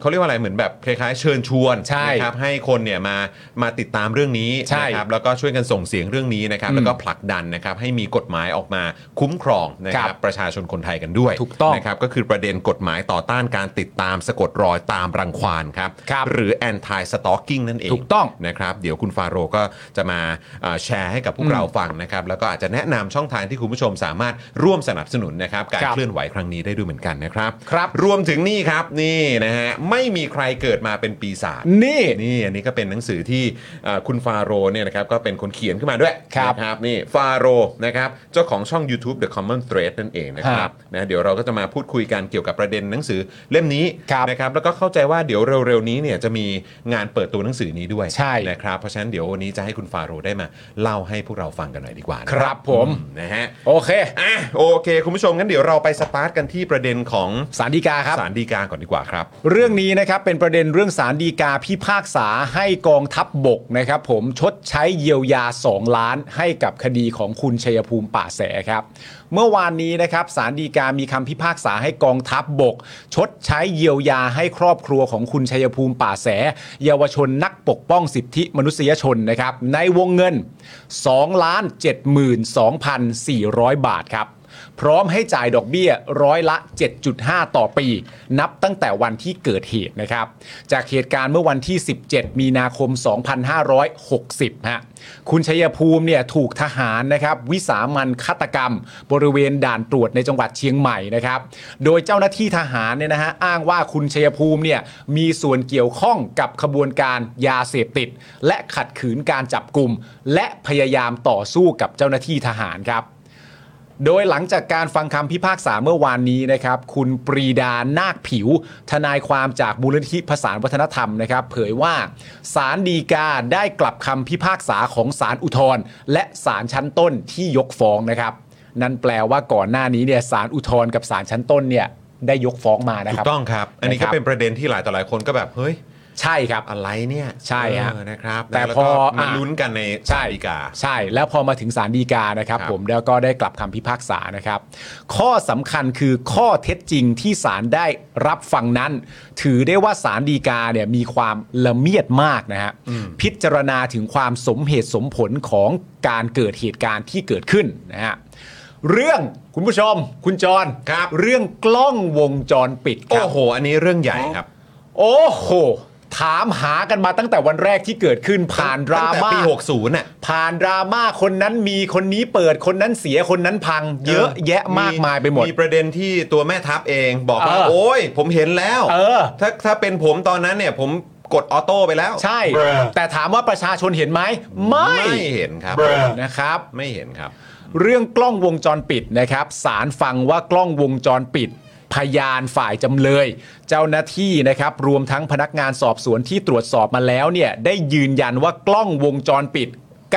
[SPEAKER 1] เขาเรียกว่าอะไรเหมือนแบบคล้ายๆเชิญชวน
[SPEAKER 2] ใช่
[SPEAKER 1] นะครับให้คนเนี่ยมามาติดตามเรื่องนี้
[SPEAKER 2] ใช่
[SPEAKER 1] นะครับแล้วก็ช่วยกันส่งเสียงเรื่องนี้นะครับ
[SPEAKER 2] อืม
[SPEAKER 1] แล้วก็ผลักดันนะครับให้มีกฎหมายออกมาคุ้มครองนะค
[SPEAKER 2] ค
[SPEAKER 1] รั
[SPEAKER 2] รั
[SPEAKER 1] บบ ประชาชนคนไทยกันด้วย
[SPEAKER 2] ถูกต้อง
[SPEAKER 1] นะครับก็คือประเด็นกฎหมายต่อต้านการติดตามสะกดรอยตามรังควานครับหรือ anti stalking นั่นเอง
[SPEAKER 2] ถูกต้อง
[SPEAKER 1] นะครับเดี๋ยวคุณฟาโรห์ก็จะมาเอ่อแชร์ให้กับพวกเราฟังนะครับ แล้วก็อาจจะแนะนำช่องทางที่คุณผู้ชมสามารถร่วมสนับสนุนนะครับ การ
[SPEAKER 2] ครับ
[SPEAKER 1] เคลื่อนไหวครั้งนี้ได้ด้วยเหมือนกันนะครับ
[SPEAKER 2] ครับ
[SPEAKER 1] รวมถึงนี่ครับนี่นะฮะไม่มีใครเกิดมาเป็นปีศาจ
[SPEAKER 2] นี่
[SPEAKER 1] นี่อันนี้ก็เป็นหนังสือที่เอ่อคุณฟาโรห์เนี่ยนะครับก็เป็นคนเขียนขึ้นมาด้วย
[SPEAKER 2] ครับ
[SPEAKER 1] นะครับนี่ฟาโรห์นะครับเจ้าของช่อง YouTube The Common Thread นั่นเองนะครับ
[SPEAKER 2] ฮะ
[SPEAKER 1] นะเดี๋ยวเราก็จะมาพูดคุยกันเกี่ยวกับประเด็นหนังสือเล่มนี้
[SPEAKER 2] ครับ
[SPEAKER 1] นะครับแล้วก็เข้าใจว่าเดี๋ยวเร็วๆนี้เนี่ยจะมีงานเปิดตัวหนังสือนี้ด้วย
[SPEAKER 2] ใช่
[SPEAKER 1] นะครับเพราะฉะนั้นเดี๋ยววันนี้จะให้คุณฟาโรห์ได้มาเล่าให้พวกเราฟังกันหน่อยดีกว่านะครับ
[SPEAKER 2] ผม
[SPEAKER 1] อืนะฮะ
[SPEAKER 2] โอเค
[SPEAKER 1] อ่ะโอเค คุณผู้ชมงั้นเดี๋ยวเราไปสตาร์ทกันที่ประเด็นของ
[SPEAKER 2] สารดีกาครับ
[SPEAKER 1] สารดีกาก่อนดีกว่าครับ
[SPEAKER 2] เรื่องนี้นะครับเป็นประเด็นเรื่องสารดีกาพิพากษาให้กองทัพบบกนะครับผมชดใช้เยียวยา 2 ล้านให้กับคดีของคุณชัยภูมิป่าแสครับ เมื่อวานนี้นะครับสารดีกามีคำพิพากษาให้กองทัพบบก ชดใช้เยียวยาให้ครอบครัวของคุณชัยภูมิป่าแส เยาวชนนักปกป้องสิทธิมนุษยชนนะครับในวงเงิน2ล้าน72,400 บาทครับ พร้อมให้จ่ายดอกเบี้ยร้อยละ 7.5 ต่อปี นับตั้งแต่วันที่เกิดเหตุนะครับ จากเหตุการณ์เมื่อวันที่ 17 มีนาคม 2560 ฮะ คุณชัยภูมิเนี่ยถูกทหารนะครับวิสามันฆาตกรรม บริเวณด่านตรวจในจังหวัดเชียงใหม่นะครับ โดยเจ้าหน้าที่ทหารเนี่ยนะฮะอ้างว่าคุณชัยภูมิเนี่ยมีส่วนเกี่ยวข้องกับขบวนการยาเสพติด และขัดขืนการจับกลุ่ม และพยายามต่อสู้กับเจ้าหน้าที่ทหารครับ โดยหลังจากการฟังคำพิพากษาเมื่อวานนี้นะครับ คุณปรีดานาคผิว ทนายความจากมูลนิธิภาษาวัฒนธรรมนะครับ เผยว่าศาลดีกาได้กลับคำพิพากษาของศาลอุทธรณ์และศาลชั้นต้นที่ยกฟ้องนะครับ นั่นแปลว่าก่อนหน้านี้เนี่ยศาลอุทธรณ์กับศาลชั้นต้นเนี่ยได้ยกฟ้องมานะค
[SPEAKER 1] ถู
[SPEAKER 2] รับ
[SPEAKER 1] กต้องครับ อันนี้ก็
[SPEAKER 2] นะครับ
[SPEAKER 1] เป็นประเด็นที่หลายต่อหลายคนก็แบบเฮ้ย
[SPEAKER 2] ใช่ครับ
[SPEAKER 1] อะไรเนี่ย
[SPEAKER 2] ใช่ฮะ
[SPEAKER 1] เออนะครับ
[SPEAKER 2] แต่
[SPEAKER 1] ล้ว
[SPEAKER 2] พอ
[SPEAKER 1] ก็
[SPEAKER 2] อ่ะ
[SPEAKER 1] มาลุ้นกันใน
[SPEAKER 2] ใช่
[SPEAKER 1] ศาลฎีกา
[SPEAKER 2] ใช่ แล้วพอมาถึงศาลฎีกานะครับ
[SPEAKER 1] ครับ
[SPEAKER 2] ผมแล้วก็ได้กลับคำพิพากษานะครับ ข้อสำคัญคือข้อเท็จจริงที่ศาลได้รับฟังนั้น ถือได้ว่าศาลฎีกาเนี่ยมีความละเมียดมากนะฮะพิจารณาถึงความสมเหตุสมผลของการเกิดเหตุการณ์ที่เกิดขึ้นนะฮะ เรื่องคุณผู้ชม คุณจร
[SPEAKER 1] ครับ
[SPEAKER 2] เรื่องกล้องวงจรปิดครั
[SPEAKER 1] โอ้
[SPEAKER 2] บ
[SPEAKER 1] โห อันนี้เรื่องใหญ่ครับ
[SPEAKER 2] โอ้โห ถามหากันมาตั้งแต่วันแรกที่เกิดขึ้นผ่านดรา
[SPEAKER 1] ตั้งแต่
[SPEAKER 2] ม่า
[SPEAKER 1] ปี 60น่ะ
[SPEAKER 2] ผ่านดราม่าคนนั้นมีคนนี้เปิดคนนั้นเสียคนนั้นพัง เยอะแยะมากมายไปหมด
[SPEAKER 1] มีประเด็นที่ตัวแม่ทัพเองบอกว่า
[SPEAKER 2] เออ
[SPEAKER 1] โอ้ย ผมเห็นแล้ว
[SPEAKER 2] เออ
[SPEAKER 1] ถ้าถ้าเป็นผมตอนนั้นเนี่ย ผมกดออโต้ไปแล้ว
[SPEAKER 2] ใช่ แต่ถามว่าประชาชนเห็นไหม ไม่
[SPEAKER 1] ไม่เห็นครับ
[SPEAKER 2] นะครับ
[SPEAKER 1] ไม่เห็นครับ
[SPEAKER 2] เรื่องกล้องวงจรปิดนะครับสารฟังว่ากล้องวงจรปิด พยานฝ่ายจำเลย เจ้าหน้าที่นะครับ รวมทั้งพนักงานสอบสวนที่ตรวจสอบมาแล้วเนี่ย ได้ยืนยันว่ากล้องวงจรปิด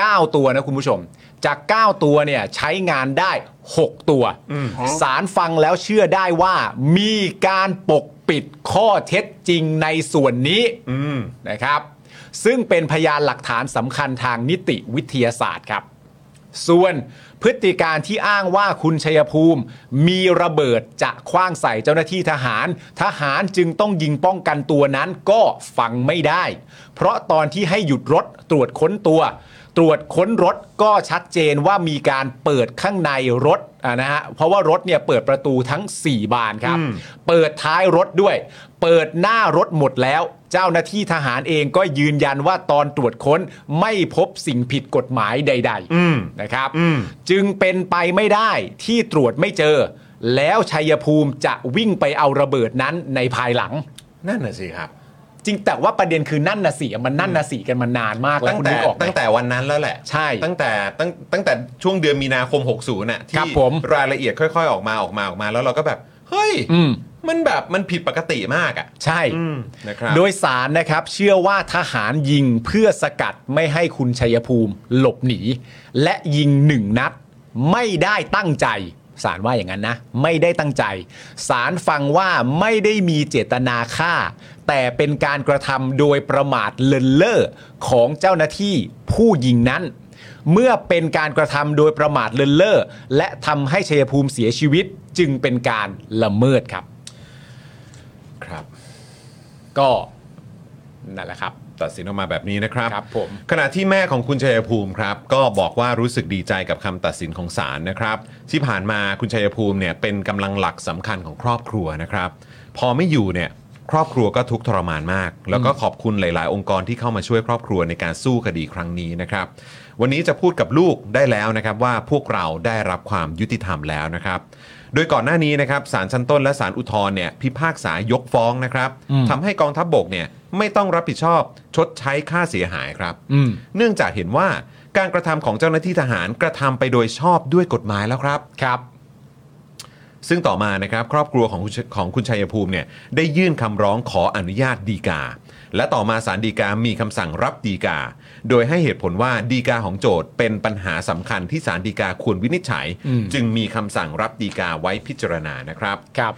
[SPEAKER 2] 9 ตัวนะคุณผู้ชม จาก 9 ตัวเนี่ยใช้งานได้ 6 ตัวสารฟังแล้วเชื่อได้ว่ามีการปกปิดข้อเท็จจริงในส่วนนี้
[SPEAKER 1] อืม
[SPEAKER 2] นะครับ ซึ่งเป็นพยานหลักฐานสำคัญทางนิติวิทยาศาสตร์ครับ ส่วนพฤติการที่อ้างว่าคุณชัยภูมิ มีระเบิดจะคว้างใส่เจ้าหน้าที่ทหาร ทหารจึงต้องยิงป้องกันตัวนั้นก็ฟังไม่ได้ เพราะตอนที่ให้หยุดรถตรวจค้นตัว ตรวจค้นรถก็ชัดเจนว่ามีการเปิดข้างในรถอ่ะนะฮะเพราะว่ารถเนี่ยเปิดประตูทั้ง 4 บานครับ เปิดท้ายรถด้วย เปิดหน้ารถหมดแล้ว เจ้าหน้าที่ทหารเองก็ยืนยันว่าตอนตรวจค้นไม่พบสิ่งผิดกฎหมายใด ๆ
[SPEAKER 1] อืม
[SPEAKER 2] นะครับ
[SPEAKER 1] อืม
[SPEAKER 2] จึงเป็นไปไม่ได้ที่ตรวจไม่เจอ แล้วชัยภูมิจะวิ่งไปเอาระเบิดนั้นในภายหลัง
[SPEAKER 1] นั่นน่ะสิครับ
[SPEAKER 2] จริงแต่ว่าประเด็นคือนั่นนะสีมันนั่นนะสีกันมานานมากแล้ว
[SPEAKER 1] ตั้ง
[SPEAKER 2] คุณ
[SPEAKER 1] แต่
[SPEAKER 2] นึกออกไหม
[SPEAKER 1] ตั้งแต่วันนั้นแล้วแหละ
[SPEAKER 2] ใช่
[SPEAKER 1] ตั้งแต่ตั้งตั้งแต่ช่วงเดือนมีนาคม 60น่ะ
[SPEAKER 2] ครั
[SPEAKER 1] ที่
[SPEAKER 2] บผม
[SPEAKER 1] รายละเอียดค่อยๆ ออกมาออกมาออกมาแล้วเราก็แบบ เฮ้ย
[SPEAKER 2] อืม
[SPEAKER 1] มันแบบมันผิดปกติมากอ่ะ
[SPEAKER 2] ใช่
[SPEAKER 1] อืมนะครับ
[SPEAKER 2] โดยสารนะครับเชื่อว่าทหารยิงเพื่อสกัดไม่ให้คุณชัยภูมิหลบหนี และยิงหนึ่งนัด ไม่ได้ตั้งใจสารว่าอย่างนั้นนะ ไม่ได้ตั้งใจสารฟังว่าไม่ได้มีเจตนาฆ่า แต่เป็นการกระทำโดยประมาทเลินเล่อของเจ้าหน้าที่ผู้ยิงนั้น เมื่อเป็นการกระทำโดยประมาทเลินเล่อและทำให้ชัยภูมิเสียชีวิตจึงเป็นการละเมิดครับ
[SPEAKER 1] ครับ
[SPEAKER 2] ก็ นั่นแหละครับ
[SPEAKER 1] ตัดสินออกมาแบบนี้นะครับ
[SPEAKER 2] ครับผม
[SPEAKER 1] ขณะที่แม่ของคุณชัยภูมิครับ ก็บอกว่ารู้สึกดีใจกับคำตัดสินของศาลนะครับ ที่ผ่านมาคุณชัยภูมิเนี่ยเป็นกำลังหลักสำคัญของครอบครัวนะครับ พอไม่อยู่เนี่ยครอบครัวก็ทุกข์ทรมานมาก แล้วก็ขอบคุณหลาย ๆ องค์กรที่เข้ามาช่วยครอบครัวในการสู้คดีครั้งนี้นะครับ วันนี้จะพูดกับลูกได้แล้วนะครับว่าพวกเราได้รับความยุติธรรมแล้วนะครับ โดยก่อนหน้านี้นะครับศาลชั้นต้นและศาลอุทธรณ์เนี่ยพิพากษายกฟ้องนะครับ
[SPEAKER 2] อืม
[SPEAKER 1] ทำให้กองทัพบบกเนี่ยไม่ต้องรับผิดชอบชดใช้ค่าเสียหายครับ
[SPEAKER 2] อืม
[SPEAKER 1] เนื่องจากเห็นว่าการกระทำของเจ้าหน้าที่ทหารกระทำไปโดยชอบด้วยกฎหมายแล้วครับ
[SPEAKER 2] ครับ
[SPEAKER 1] ซึ่งต่อมานะครับครอบครัวของคุณของคุณชัยภูมิเนี่ยได้ยื่นคำร้องขออนุญาตดีกา และต่อมาศาลฎีกามีคำสั่งรับดีกา โดยให้เหตุผลว่าดีกาของโจทย์เป็นปัญหาสำคัญที่ศาลฎีกาควรวินิจฉัย
[SPEAKER 2] อืม
[SPEAKER 1] จึงมีคำสั่งรับดีกาไว้พิจารณานะครับ
[SPEAKER 2] ครับ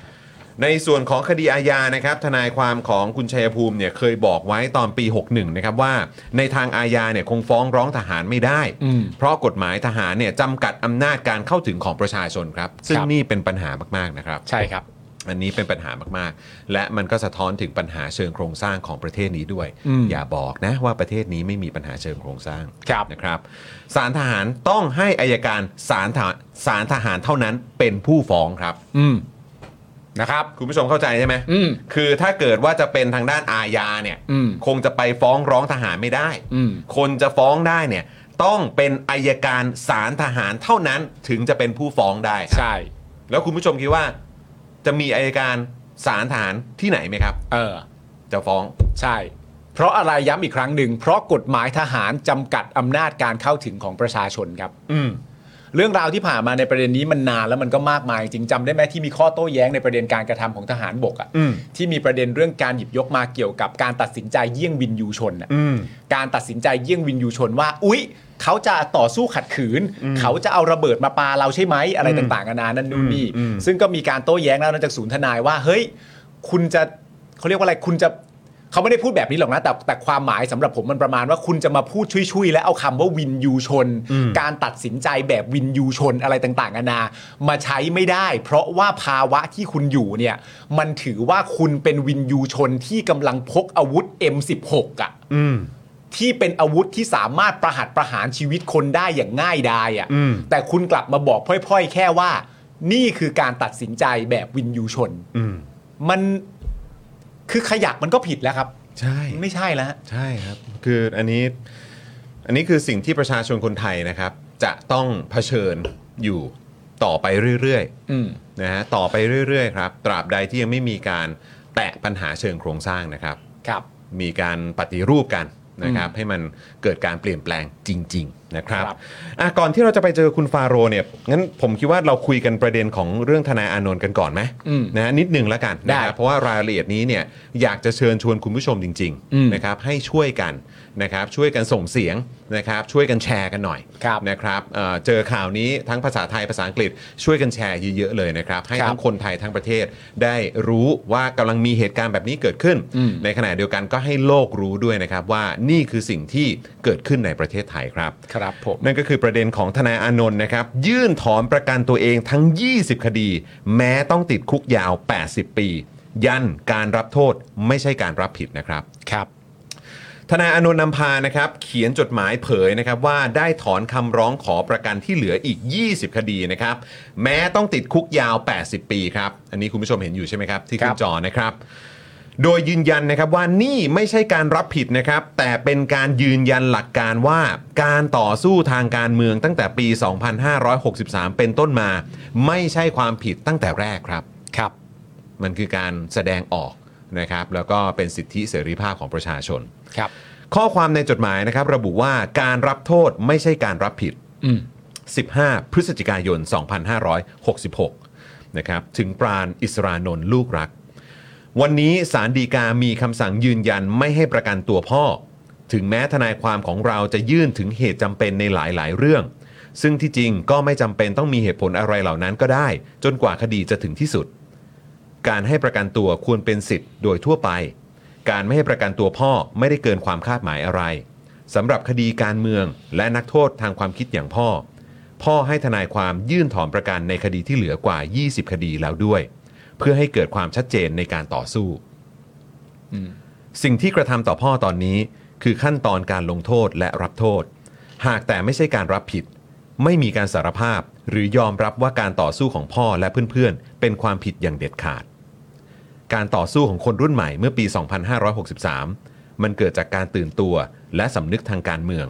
[SPEAKER 1] ในส่วนของคดีอาญานะครับทนายความของคุณชัยภูมิเนี่ยเคยบอกไว้ตอนปี 61 นะครับว่า ในทางอาญาเนี่ยคงฟ้องร้องทหารไม่ได้
[SPEAKER 2] อืม
[SPEAKER 1] เพราะกฎหมายทหารเนี่ยจำกัดอำนาจการเข้าถึงของประชาชนครับ ซึ่ง
[SPEAKER 2] ครับ
[SPEAKER 1] นี่เป็นปัญหามาก ๆ นะครับ
[SPEAKER 2] ใช่ครับ
[SPEAKER 1] อันนี้เป็นปัญหามากๆ และมันก็สะท้อนถึงปัญหาเชิงโครงสร้างของประเทศนี้ด้วย
[SPEAKER 2] อืม
[SPEAKER 1] อย่าบอกนะว่าประเทศนี้ไม่มีปัญหาเชิงโครงสร้าง
[SPEAKER 2] ครับ
[SPEAKER 1] นะครับศาลทหารต้องให้อายการศาลทหารศาลทหารเท่านั้นเป็นผู้ฟ้องครับ
[SPEAKER 2] อืม
[SPEAKER 1] นะครับคุณผู้ชมเข้าใจใช่ไหม
[SPEAKER 2] อืม
[SPEAKER 1] คือถ้าเกิดว่าจะเป็นทางด้านอาญาเนี่ย
[SPEAKER 2] อืม
[SPEAKER 1] คงจะไปฟ้องร้องทหารไม่ได้
[SPEAKER 2] อืม
[SPEAKER 1] คนจะฟ้องได้เนี่ยต้องเป็นอายการศาลทหารเท่านั้นถึงจะเป็นผู้ฟ้องได้ครับ
[SPEAKER 2] ใช่
[SPEAKER 1] แล้วคุณผู้ชมคิดว่า จะมีอายการศาลทหารที่ไหนไหมครับ
[SPEAKER 2] เออ
[SPEAKER 1] จะฟ้อง
[SPEAKER 2] ใช่ เพราะอะไรย้ำอีกครั้งหนึ่ง เพราะกฎหมายทหารจำกัดอำนาจการเข้าถึงของประชาชนครับ
[SPEAKER 1] อืม
[SPEAKER 2] เรื่องราวที่ผ่านมาในประเด็นนี้มันนานแล้วมันก็มากมายจริงจำได้ไหมที่มีข้อโต้แย้งในประเด็นการกระทำของทหารบกอะ
[SPEAKER 1] อืม
[SPEAKER 2] ที่มีประเด็นเรื่องการหยิบยกมาเกี่ยวกับการตัดสินใจเยี่ยงวินยูชนน่ะ
[SPEAKER 1] อืม
[SPEAKER 2] การตัดสินใจเยี่ยงวินยูชนว่า อุ๊ย เขาจะต่อสู้ขัดขืน เขาจะเอาระเบิดมาปาเราใช่ไหมอะไรต่างๆนานานั่นนู่นนี่
[SPEAKER 1] อืม
[SPEAKER 2] ซึ่งก็มีการโต้แย้งแล้วนะจากศูนย์ทนายว่า เฮ้ย คุณจะเขาเรียกว่าอะไรคุณจะเขาไม่ได้พูดแบบนี้หรอกนะ แต่แต่ความหมายสำหรับผมมันประมาณว่าคุณจะมาพูดชุยๆ และเอาคำว่าวินยูชน การตัดสินใจแบบวินยูชนอะไรต่างๆนานา มาใช้ไม่ได้ เพราะว่าภาวะที่คุณอยู่เนี่ยมันถือว่าคุณเป็นวินยูชนที่กำลังพกอาวุธ M16 อ่ะ
[SPEAKER 1] อืม
[SPEAKER 2] ที่เป็นอาวุธที่สามารถประหัตประหารชีวิตคนได้อย่างง่ายดาย
[SPEAKER 1] อืม
[SPEAKER 2] อะ่ะแต่คุณกลับมาบอกพร่อยๆ แค่ว่า นี่คือการตัดสินใจแบบวินยูชน
[SPEAKER 1] อืม
[SPEAKER 2] มันคือขยักมันก็ผิดแล้วครับ
[SPEAKER 1] ใช่
[SPEAKER 2] ไม่ใช่แล้วฮะ
[SPEAKER 1] ใช่ครับ คืออันนี้อันนี้คือสิ่งที่ประชาชนคนไทยนะครับ จะต้องเผชิญอยู่ต่อไปเรื่อย
[SPEAKER 2] อืม
[SPEAKER 1] ๆนะฮะต่อไปเรื่อยๆครับ ตราบใดที่ยังไม่มีการแตะปัญหาเชิงโครงสร้างนะครับ
[SPEAKER 2] ครับ
[SPEAKER 1] มีการปฏิรูปกันนะครับ ให้มันเกิดการเปลี่ยนแปลงจริง ๆ นะครับ
[SPEAKER 2] ครับ
[SPEAKER 1] อ่ะก่อนที่เราจะไปเจอคุณฟาโรห์เนี่ยงั้นผมคิดว่าเราคุยกันประเด็นของเรื่องทนายอานนท์กันก่อนไหม
[SPEAKER 2] อืม
[SPEAKER 1] นะฮะนิดหนึ่งแล้วกัน
[SPEAKER 2] ได้
[SPEAKER 1] นะครับเพราะว่ารายละเอียดนี้เนี่ยอยากจะเชิญชวนคุณผู้ชมจริง
[SPEAKER 2] อืม
[SPEAKER 1] ๆนะครับให้ช่วยกันนะครับช่วยกันส่งเสียงนะครับช่วยกันแชร์กันหน่อย
[SPEAKER 2] ครับ
[SPEAKER 1] นะครับเอ่อเจอข่าวนี้ทั้งภาษาไทยภาษาอังกฤษช่วยกันแชร์เยอะๆเลยนะครับให้
[SPEAKER 2] ครับ
[SPEAKER 1] ทั้ง คนไทยทั้งประเทศได้รู้ว่ากำลังมีเหตุการณ์แบบนี้เกิดขึ้น
[SPEAKER 2] อืม
[SPEAKER 1] ในขณะเดียวกันก็ให้โลกรู้ด้วยนะครับว่านี่คือสิ่งที่เกิดขึ้นในประเทศไทยครับ
[SPEAKER 2] ครับผม
[SPEAKER 1] นั่นก็คือประเด็นของทนายอานนท์นะครับ ยื่นถอนประกันตัวเองทั้ง 20 คดี แม้ต้องติดคุกยาว 80 ปี ยันการรับโทษไม่ใช่การรับผิดนะครับ
[SPEAKER 2] ครับ
[SPEAKER 1] ทนายอานนท์นำพานะครับเขียนจดหมายเผยนะครับว่าได้ถอนคำร้องขอประกันที่เหลืออีก 20 คดีนะครับแม้ต้องติดคุกยาว 80 ปีครับ อันนี้คุณผู้ชมเห็นอยู่ใช่ไหมครับ ที่ขึ้
[SPEAKER 2] ครั
[SPEAKER 1] น
[SPEAKER 2] บ
[SPEAKER 1] จอนะครับ โดยยืนยันนะครับว่านี่ไม่ใช่การรับผิดนะครับ แต่เป็นการยืนยันหลักการว่าการต่อสู้ทางการเมืองตั้งแต่ปี 2563 เป็นต้นมา ไม่ใช่ความผิดตั้งแต่แรกครับ
[SPEAKER 2] ครับ
[SPEAKER 1] มันคือการแสดงออกนะครับ แล้วก็เป็นสิทธิเสรีภาพของประชาชน
[SPEAKER 2] ครับ
[SPEAKER 1] ข้อความในจดหมายนะครับ ระบุว่าการรับโทษไม่ใช่การรับผิด
[SPEAKER 2] อืม
[SPEAKER 1] 15 พฤศจิกายน 2566 นะครับ ถึงปราณอิสรานนท์ลูกรัก วันนี้สารดีกามีคำสั่งยืนยันไม่ให้ประกันตัวพ่อ ถึงแม้ทนายความของเราจะยื่นถึงเหตุจำเป็นในหลายๆ เรื่อง ซึ่งที่จริงก็ไม่จำเป็นต้องมีเหตุผลอะไรเหล่านั้นก็ได้ จนกว่าคดีจะถึงที่สุด การให้ประกันตัวควรเป็นสิทธิ์โดยทั่วไป การไม่ให้ประกันตัวพ่อไม่ได้เกินความคาดหมายอะไรสำหรับคดีการเมืองและนักโทษทางความคิดอย่างพ่อ พ่อให้ทนายความยื่นถอนประกันในคดีที่เหลือกว่า 20 คดีแล้วด้วย เพื่อให้เกิดความชัดเจนในการต่อสู้
[SPEAKER 2] อืม
[SPEAKER 1] สิ่งที่กระทำต่อพ่อตอนนี้ คือขั้นตอนการลงโทษและรับโทษ หากแต่ไม่ใช่การรับผิด ไม่มีการสารภาพหรือยอมรับว่าการต่อสู้ของพ่อและเพื่อนๆ เป็นความผิดอย่างเด็ดขาด การต่อสู้ของคนรุ่นใหม่เมื่อปี 2563 มันเกิดจากการตื่นตัวและสำนึกทางการเมือง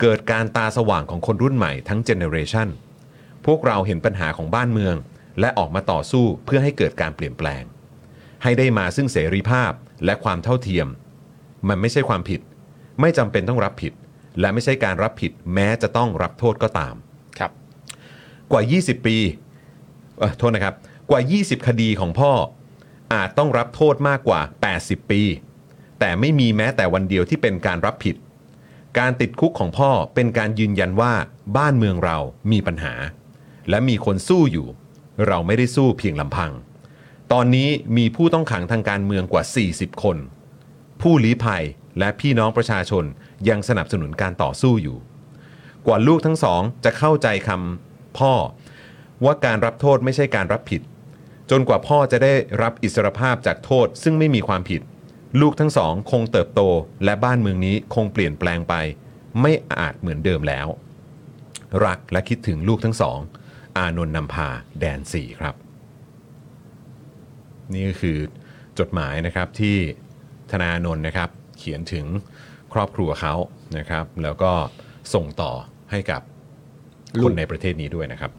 [SPEAKER 1] เกิดการตาสว่างของคนรุ่นใหม่ทั้งเจเนอเรชันพวกเราเห็นปัญหาของบ้านเมือง และออกมาต่อสู้เพื่อให้เกิดการเปลี่ยนแปลง ให้ได้มาซึ่งเสรีภาพและความเท่าเทียม มันไม่ใช่ความผิด ไม่จำเป็นต้องรับผิด และไม่ใช่การรับผิดแม้จะต้องรับโทษก็ตาม
[SPEAKER 2] ครับ
[SPEAKER 1] กว่า 20 ปีเอ่อโทษนะครับ กว่า 20 คดีของพ่อ อาจต้องรับโทษมากกว่า 80 ปี แต่ไม่มีแม้แต่วันเดียวที่เป็นการรับผิด การติดคุกของพ่อเป็นการยืนยันว่าบ้านเมืองเรามีปัญหา และมีคนสู้อยู่ เราไม่ได้สู้เพียงลำพัง ตอนนี้มีผู้ต้องขังทางการเมืองกว่า 40 คน ผู้ลี้ภัยและพี่น้องประชาชนยังสนับสนุนการต่อสู้อยู่ กว่าลูกทั้งสองจะเข้าใจคำพ่อ ว่าการรับโทษไม่ใช่การรับผิด จนกว่าพ่อจะได้รับอิสรภาพจากโทษซึ่งไม่มีความผิด ลูกทั้งสองคงเติบโต และบ้านเมืองนี้คงเปลี่ยนแปลงไป ไม่อาจเหมือนเดิมแล้ว รักและคิดถึงลูกทั้งสอง อานนท์นำพาแดนสี่ครับ นี่ก็คือจดหมายนะครับที่ธนาโนนท์นะครับ เขียนถึงครอบครัวเขานะครับ แล้วก็ส่งต่อให้กับ
[SPEAKER 2] ลู
[SPEAKER 1] ค
[SPEAKER 2] ก
[SPEAKER 1] นในประเทศนี้ด้วยนะครับ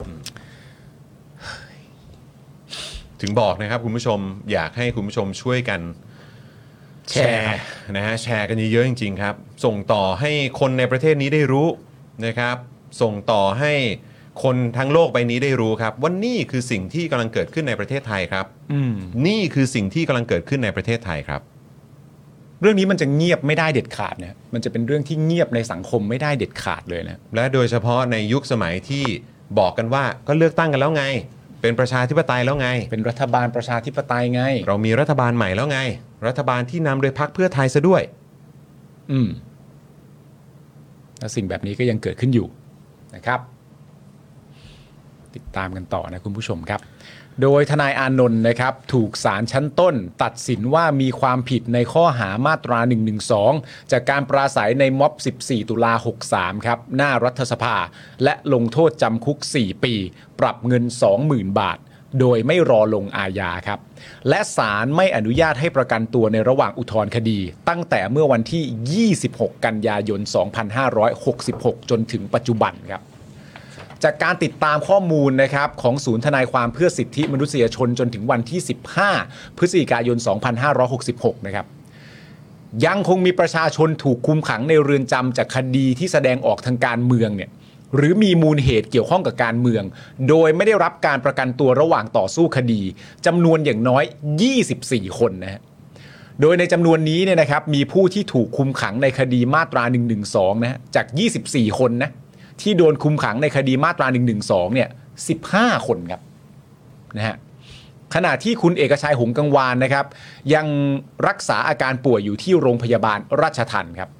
[SPEAKER 1] อืมถึงบอกนะครับคุณผู้ชมอยากให้คุณผู้ชมช่วยกัน แชร์นะฮะแชร์กันเยอะๆจริง ๆ ครับ ส่งต่อให้คนในประเทศนี้ได้รู้นะครับ ส่งต่อให้คนทั้งโลกใบนี้ได้รู้ครับว่านี่คือสิ่งที่กำลังเกิดขึ้นในประเทศไทยครับ
[SPEAKER 2] อืม
[SPEAKER 1] นี่คือสิ่งที่กำลังเกิดขึ้นในประเทศไทยครับ
[SPEAKER 2] เรื่องนี้มันจะเงียบไม่ได้เด็ดขาดนะมันจะเป็นเรื่องที่เงียบในสังคมไม่ได้เด็ดขาดเลยนะ
[SPEAKER 1] และโดยเฉพาะในยุคสมัยที่บอกกันว่าก็เลือกตั้งกันแล้วไง เป็นประชาธิปไตยแล้วไง
[SPEAKER 2] เป็นรัฐบาลประชาธิปไตยไง
[SPEAKER 1] เรามีรัฐบาลใหม่แล้วไง รัฐบาลที่นำโดยพรรคเพื่อไทยซะด้วย
[SPEAKER 2] อืม แล้วสิ่งแบบนี้ก็ยังเกิดขึ้นอยู่นะครับ ติดตามกันต่อนะคุณผู้ชมครับ โดยทนายอานนท์นะครับถูกศาลชั้นต้น ตัดสินว่ามีความผิดในข้อหามาตรา 112 จากการปราศัยในม็อบ 14 ตุลา 63 ครับ หน้ารัฐสภา และลงโทษจำคุก 4 ปี ปรับเงิน 20,000 บาท โดยไม่รอลงอาญาครับ และศาลไม่อนุญาตให้ประกันตัวในระหว่างอุทธรณ์คดี ตั้งแต่เมื่อวันที่ 26 กันยายน 2566 จนถึงปัจจุบันครับ จากการติดตามข้อมูลนะครับของศูนย์ทนายความเพื่อสิทธิมนุษยชนจนถึงวันที่ 15 พฤศจิกายน 2566 นะครับ ยังคงมีประชาชนถูกคุมขังในเรือนจำจากคดีที่แสดงออกทางการเมืองเนี่ยหรือมีมูลเหตุเกี่ยวข้องกับการเมือง โดยไม่ได้รับการประกันตัวระหว่างต่อสู้คดีจำนวนอย่างน้อย 24 คนนะฮะ โดยในจำนวนนี้เนี่ยนะครับมีผู้ที่ถูกคุมขังในคดีมาตรา 1 1 2 นะฮะจาก 24 คนนะที่โดนคุมขังในคดีมาตรา 1 1 2 เนี่ย 15 คนครับนะฮะขณะที่คุณเอกชัยหงส์กังวานนะครับ ยังรักษาอาการป่วยอยู่ที่โรงพยาบาลราชทันครับ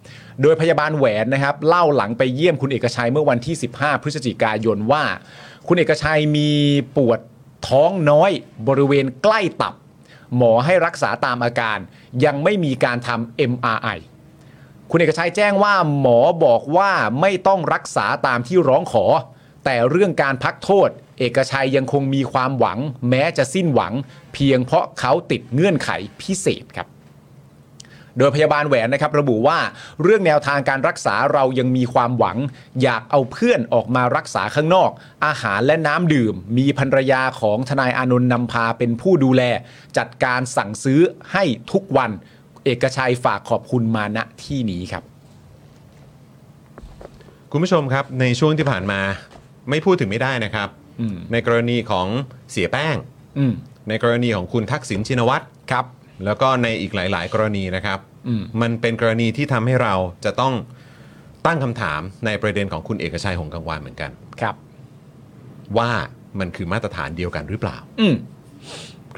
[SPEAKER 2] โดยพยาบาลแหวนนะครับ เล่าหลังไปเยี่ยมคุณเอกชัยเมื่อวันที่ 15 พฤศจิกายนว่า คุณเอกชัยมีปวดท้องน้อยบริเวณใกล้ตับ หมอให้รักษาตามอาการยังไม่มีการทำ MRI คุณเอกชัยแจ้งว่าหมอบอกว่าไม่ต้องรักษาตามที่ร้องขอ แต่เรื่องการพักโทษ เอกชัยยังคงมีความหวัง แม้จะสิ้นหวัง เพียงเพราะเขาติดเงื่อนไขพิเศษครับ โดยพยาบาลแหวนนะครับระบุว่าเรื่องแนวทางการรักษาเรายังมีความหวัง อยากเอาเพื่อนออกมารักษาข้างนอก อาหารและน้ำดื่ม มีภรรยาของทนายอานนท์นำพาเป็นผู้ดูแล จัดการสั่งซื้อให้ทุกวัน เอกชัยฝากขอบคุณมาณที่นี้ครับ
[SPEAKER 1] คุณผู้ชมครับในช่วงที่ผ่านมาไม่พูดถึงไม่ได้นะครับ
[SPEAKER 2] อืม
[SPEAKER 1] ในกรณีของเสียแป้ง
[SPEAKER 2] อืม
[SPEAKER 1] ในกรณีของคุณทักษิณชินวัตรครับ แล้วก็ในอีกหลาย ๆ กรณีนะครับ
[SPEAKER 2] อืม
[SPEAKER 1] มันเป็นกรณีที่ทำให้เราจะต้องตั้งคำถามในประเด็นของคุณเอกชัยหงส์กังวานเหมือนกัน
[SPEAKER 2] ครับ
[SPEAKER 1] ว่ามันคือมาตรฐานเดียวกันหรือเปล่า
[SPEAKER 2] อืม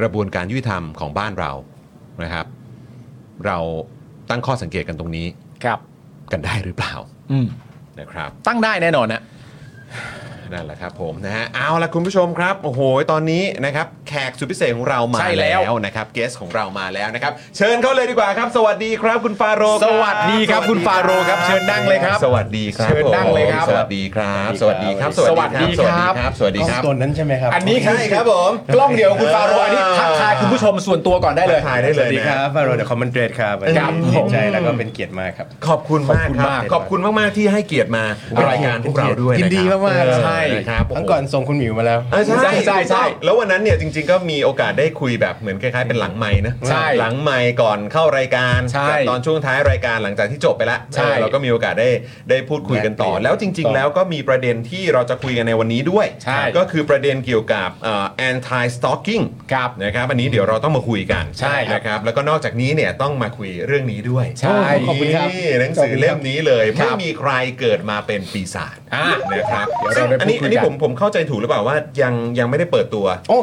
[SPEAKER 1] กระบวนการยุติธรรมของบ้านเรานะครับ เราตั้งข้อสังเกตกันตรงนี้
[SPEAKER 2] ครับ
[SPEAKER 1] กันได้หรือเปล่า
[SPEAKER 2] อืม
[SPEAKER 1] นะครับ
[SPEAKER 2] ตั้งได้แน่นอนนะ
[SPEAKER 1] นั่นแหละครับผมนะฮะเอาละคุณผู้ชมครับโอ้โหตอนนี้นะครับแขกสุดพิเศษของเรามา
[SPEAKER 2] ใช่แล้ว
[SPEAKER 1] นะครับเกสของเรามาแล้วนะครับ เชิญเขาเลยดีกว่าครับ สวัสดีครับคุณฟาโรห์
[SPEAKER 2] สวัสดีครับ
[SPEAKER 1] สวัส
[SPEAKER 2] คุณฟาโรห์ครับ เชิญนั่งเลยครับ
[SPEAKER 1] สวัสดีครับ
[SPEAKER 2] เชิญนั่งเลยครั
[SPEAKER 1] ผ
[SPEAKER 2] บ
[SPEAKER 1] มสวัสดีครับ สวัสดีครับ
[SPEAKER 2] สวัสดีครับ
[SPEAKER 1] สวัสดีครับ
[SPEAKER 3] ตัวนั้นใช่ไหมครับ
[SPEAKER 2] อันนี้
[SPEAKER 1] ใช่
[SPEAKER 2] คือ
[SPEAKER 1] ครับผม
[SPEAKER 2] กล้องเดียวคุณฟาโรห์อันนี้ทักทายคุณผู้ชมส่วนตัวก่อนได้เลย
[SPEAKER 1] ถ่ายได้เล
[SPEAKER 3] สวั
[SPEAKER 1] ย
[SPEAKER 3] สดี
[SPEAKER 1] นะครับ
[SPEAKER 3] ฟาโรเดอะคอมเมนเตรดครับอันนี้
[SPEAKER 2] ครับ
[SPEAKER 3] ดี
[SPEAKER 2] ผม
[SPEAKER 3] ใจแล้วก็เป็นเกียรติมากครับ
[SPEAKER 1] ขอบคุณมากครับ ขอบคุณมากๆที่ให้เกียรติมารายการพวกเราด้วย
[SPEAKER 3] ยินดี
[SPEAKER 1] ะครับ
[SPEAKER 3] มากๆ
[SPEAKER 1] ใช่ครับ
[SPEAKER 3] ทั้งก่อนส่งคุณหมิวมาแล้ว
[SPEAKER 1] อ่ะ
[SPEAKER 2] ใช่
[SPEAKER 1] ใช่
[SPEAKER 2] ใช่ใช่
[SPEAKER 1] แล้ววันนั้นเนี่ยจริง ๆ ก็มีโอกาสได้คุยแบบเหมือนคล้ายๆเป็นหลังไม้นะ
[SPEAKER 2] ใช่
[SPEAKER 1] หลังไม้ก่อนเข้ารายการ
[SPEAKER 2] ใช่
[SPEAKER 1] กับตอนช่วงท้ายรายการหลังจากที่จบไปแล้ว
[SPEAKER 2] ใช่
[SPEAKER 1] เออเราก็มีโอกาสได้ได้พูดคุยกันต่อ
[SPEAKER 3] ได้คุยกัน
[SPEAKER 1] แล้วจริง
[SPEAKER 3] ต่
[SPEAKER 1] ๆ
[SPEAKER 3] อ
[SPEAKER 1] แล้วก็มีประเด็นที่เราจะคุยกันในวันนี้ด้วย
[SPEAKER 2] ใช่
[SPEAKER 1] ก็คือประเด็นเกี่ยวกับเอ่อ anti stalking
[SPEAKER 2] ครับ
[SPEAKER 1] นะครับอันนี้เดี๋ยวเราต้องมาคุยกัน
[SPEAKER 2] ใช่ครับ
[SPEAKER 1] นะครับ แล้วก็นอกจากนี้เนี่ยต้องมาคุยเรื่องนี้ด้วย
[SPEAKER 2] ใช่
[SPEAKER 1] ขอบคุณครับหนังสือเล่มนี้เลย
[SPEAKER 2] ครั
[SPEAKER 1] ไม่
[SPEAKER 2] บ
[SPEAKER 1] มีใครเกิดมาเป็นปีศาจ
[SPEAKER 2] อ่ะ
[SPEAKER 1] นะครับ
[SPEAKER 2] เดี๋ยว
[SPEAKER 1] ซึ่ง
[SPEAKER 2] เราไป
[SPEAKER 1] อันนี้
[SPEAKER 2] พูดคุยกัน
[SPEAKER 1] อันนี้ผมผมเข้าใจถูกหรือเปล่าว่ายังยังไม่ได้เปิดตัว
[SPEAKER 3] โอ้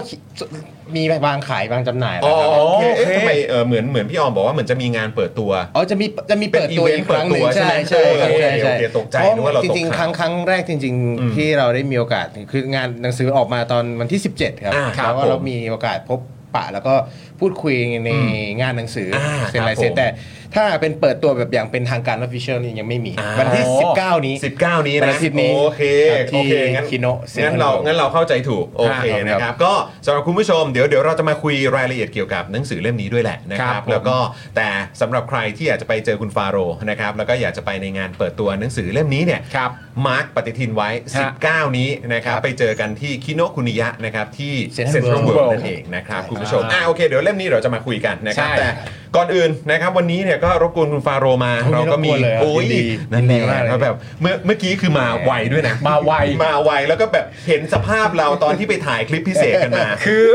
[SPEAKER 3] มีวางขาย วางจำหน่ายแล้วครับ
[SPEAKER 1] โอเค
[SPEAKER 2] โอเค
[SPEAKER 1] เอ๊ะทำไมเออเหมือนเหมือนพี่ออมบอกว่าเหมือนจะมีงานเปิดตัว
[SPEAKER 3] อ๋อจะมีจะมีเปิดตัว
[SPEAKER 1] เป็น
[SPEAKER 3] อีกครั้งหนึ่ง
[SPEAKER 1] event เปิดตัวใช่
[SPEAKER 3] ใช่
[SPEAKER 1] ไหม
[SPEAKER 3] ใช่ครับ
[SPEAKER 1] โอเค
[SPEAKER 3] ใช่ใช่
[SPEAKER 1] โอเคตกใจ
[SPEAKER 3] เพราะ
[SPEAKER 1] นึกว่าเรา
[SPEAKER 3] จ
[SPEAKER 1] ตก
[SPEAKER 3] ริง ๆ ค
[SPEAKER 1] ข่า
[SPEAKER 3] รั้
[SPEAKER 1] ว
[SPEAKER 3] งครั้งแรกจริง
[SPEAKER 1] อืม
[SPEAKER 3] ๆ ที่เราได้มีโอกาสคืองานหนังสือออกมาตอนวันที่ 17 ครับ
[SPEAKER 1] อ่าครับ
[SPEAKER 3] แล้วก็
[SPEAKER 1] ผม
[SPEAKER 3] เรามีโอกาสพบปะแล้วก็พูดคุยใน
[SPEAKER 1] อืม
[SPEAKER 3] งานหนังสืออา เซ็นลาย
[SPEAKER 1] ครับผม
[SPEAKER 3] เซ็นแต่ถ้าเป็นเปิดตัวแบบอย่างเป็นทางการ official นี่ยังไม่มี
[SPEAKER 1] อ่า
[SPEAKER 3] วันที่ 19 นี้
[SPEAKER 1] 19 นี้
[SPEAKER 3] วัน
[SPEAKER 1] นะ
[SPEAKER 3] อาทิตย์นี้
[SPEAKER 1] โอเค
[SPEAKER 3] ครับที่
[SPEAKER 1] โอเคงั้น
[SPEAKER 3] คิโนะเซ็นท
[SPEAKER 1] งั้
[SPEAKER 3] รัล
[SPEAKER 1] นเรางั้นเราเข้าใจถูกโอเค
[SPEAKER 3] ครับ
[SPEAKER 1] นะครับก็สำหรับคุณผู้ชมเดี๋ยวเดี๋ยวเราจะมาคุยรายละเอียดเกี่ยวกับหนังสือเล่มนี้ด้วยแหละนะค
[SPEAKER 2] ค
[SPEAKER 1] รั
[SPEAKER 2] รั
[SPEAKER 1] บบ
[SPEAKER 2] ผม
[SPEAKER 1] แล้วก็แต่สำหรับใครที่อยากจะไปเจอคุณฟาโรห์นะครับแล้วก็อยากจะไปในงานเปิดตัวหนังสือเล่มนี้เนี่ย
[SPEAKER 2] ครับ
[SPEAKER 1] มาร์คปฏิทินไว้
[SPEAKER 2] ฮะ
[SPEAKER 1] 19 นี้นะครับ
[SPEAKER 3] ครับ
[SPEAKER 1] ไปเจอกันที่คิโนะคุนิยะนะครับที่
[SPEAKER 3] Central
[SPEAKER 1] เซ็นทรัลเวิล
[SPEAKER 3] World
[SPEAKER 1] ด์นั่นเองนะครับคุณผู้ชมอ่าโอเคเดี๋ยวเล่มนี้เราจะมาคุยกันนะครับ
[SPEAKER 2] ใช่
[SPEAKER 1] แต่ก่อนอื่นนะครับวันนี้เนี่ยก็รบกวนคุณฟาโรห์มา
[SPEAKER 3] โอ้ย
[SPEAKER 1] เราก็มี
[SPEAKER 3] ไม่รบกวนเลยครับ
[SPEAKER 1] โอ้ย
[SPEAKER 3] ยินดี
[SPEAKER 1] นั่น
[SPEAKER 3] ยินดี
[SPEAKER 1] เอง
[SPEAKER 3] มากเลย
[SPEAKER 1] ครับแบบ แบบเมื่อเมื่อกี้คือมาไวด้วยนะ
[SPEAKER 2] มาไว
[SPEAKER 1] มาไวแล้วก็แบบเห็นสภาพเราตอนที่ไปถ่ายคลิปพิเศษกันมา
[SPEAKER 2] คือ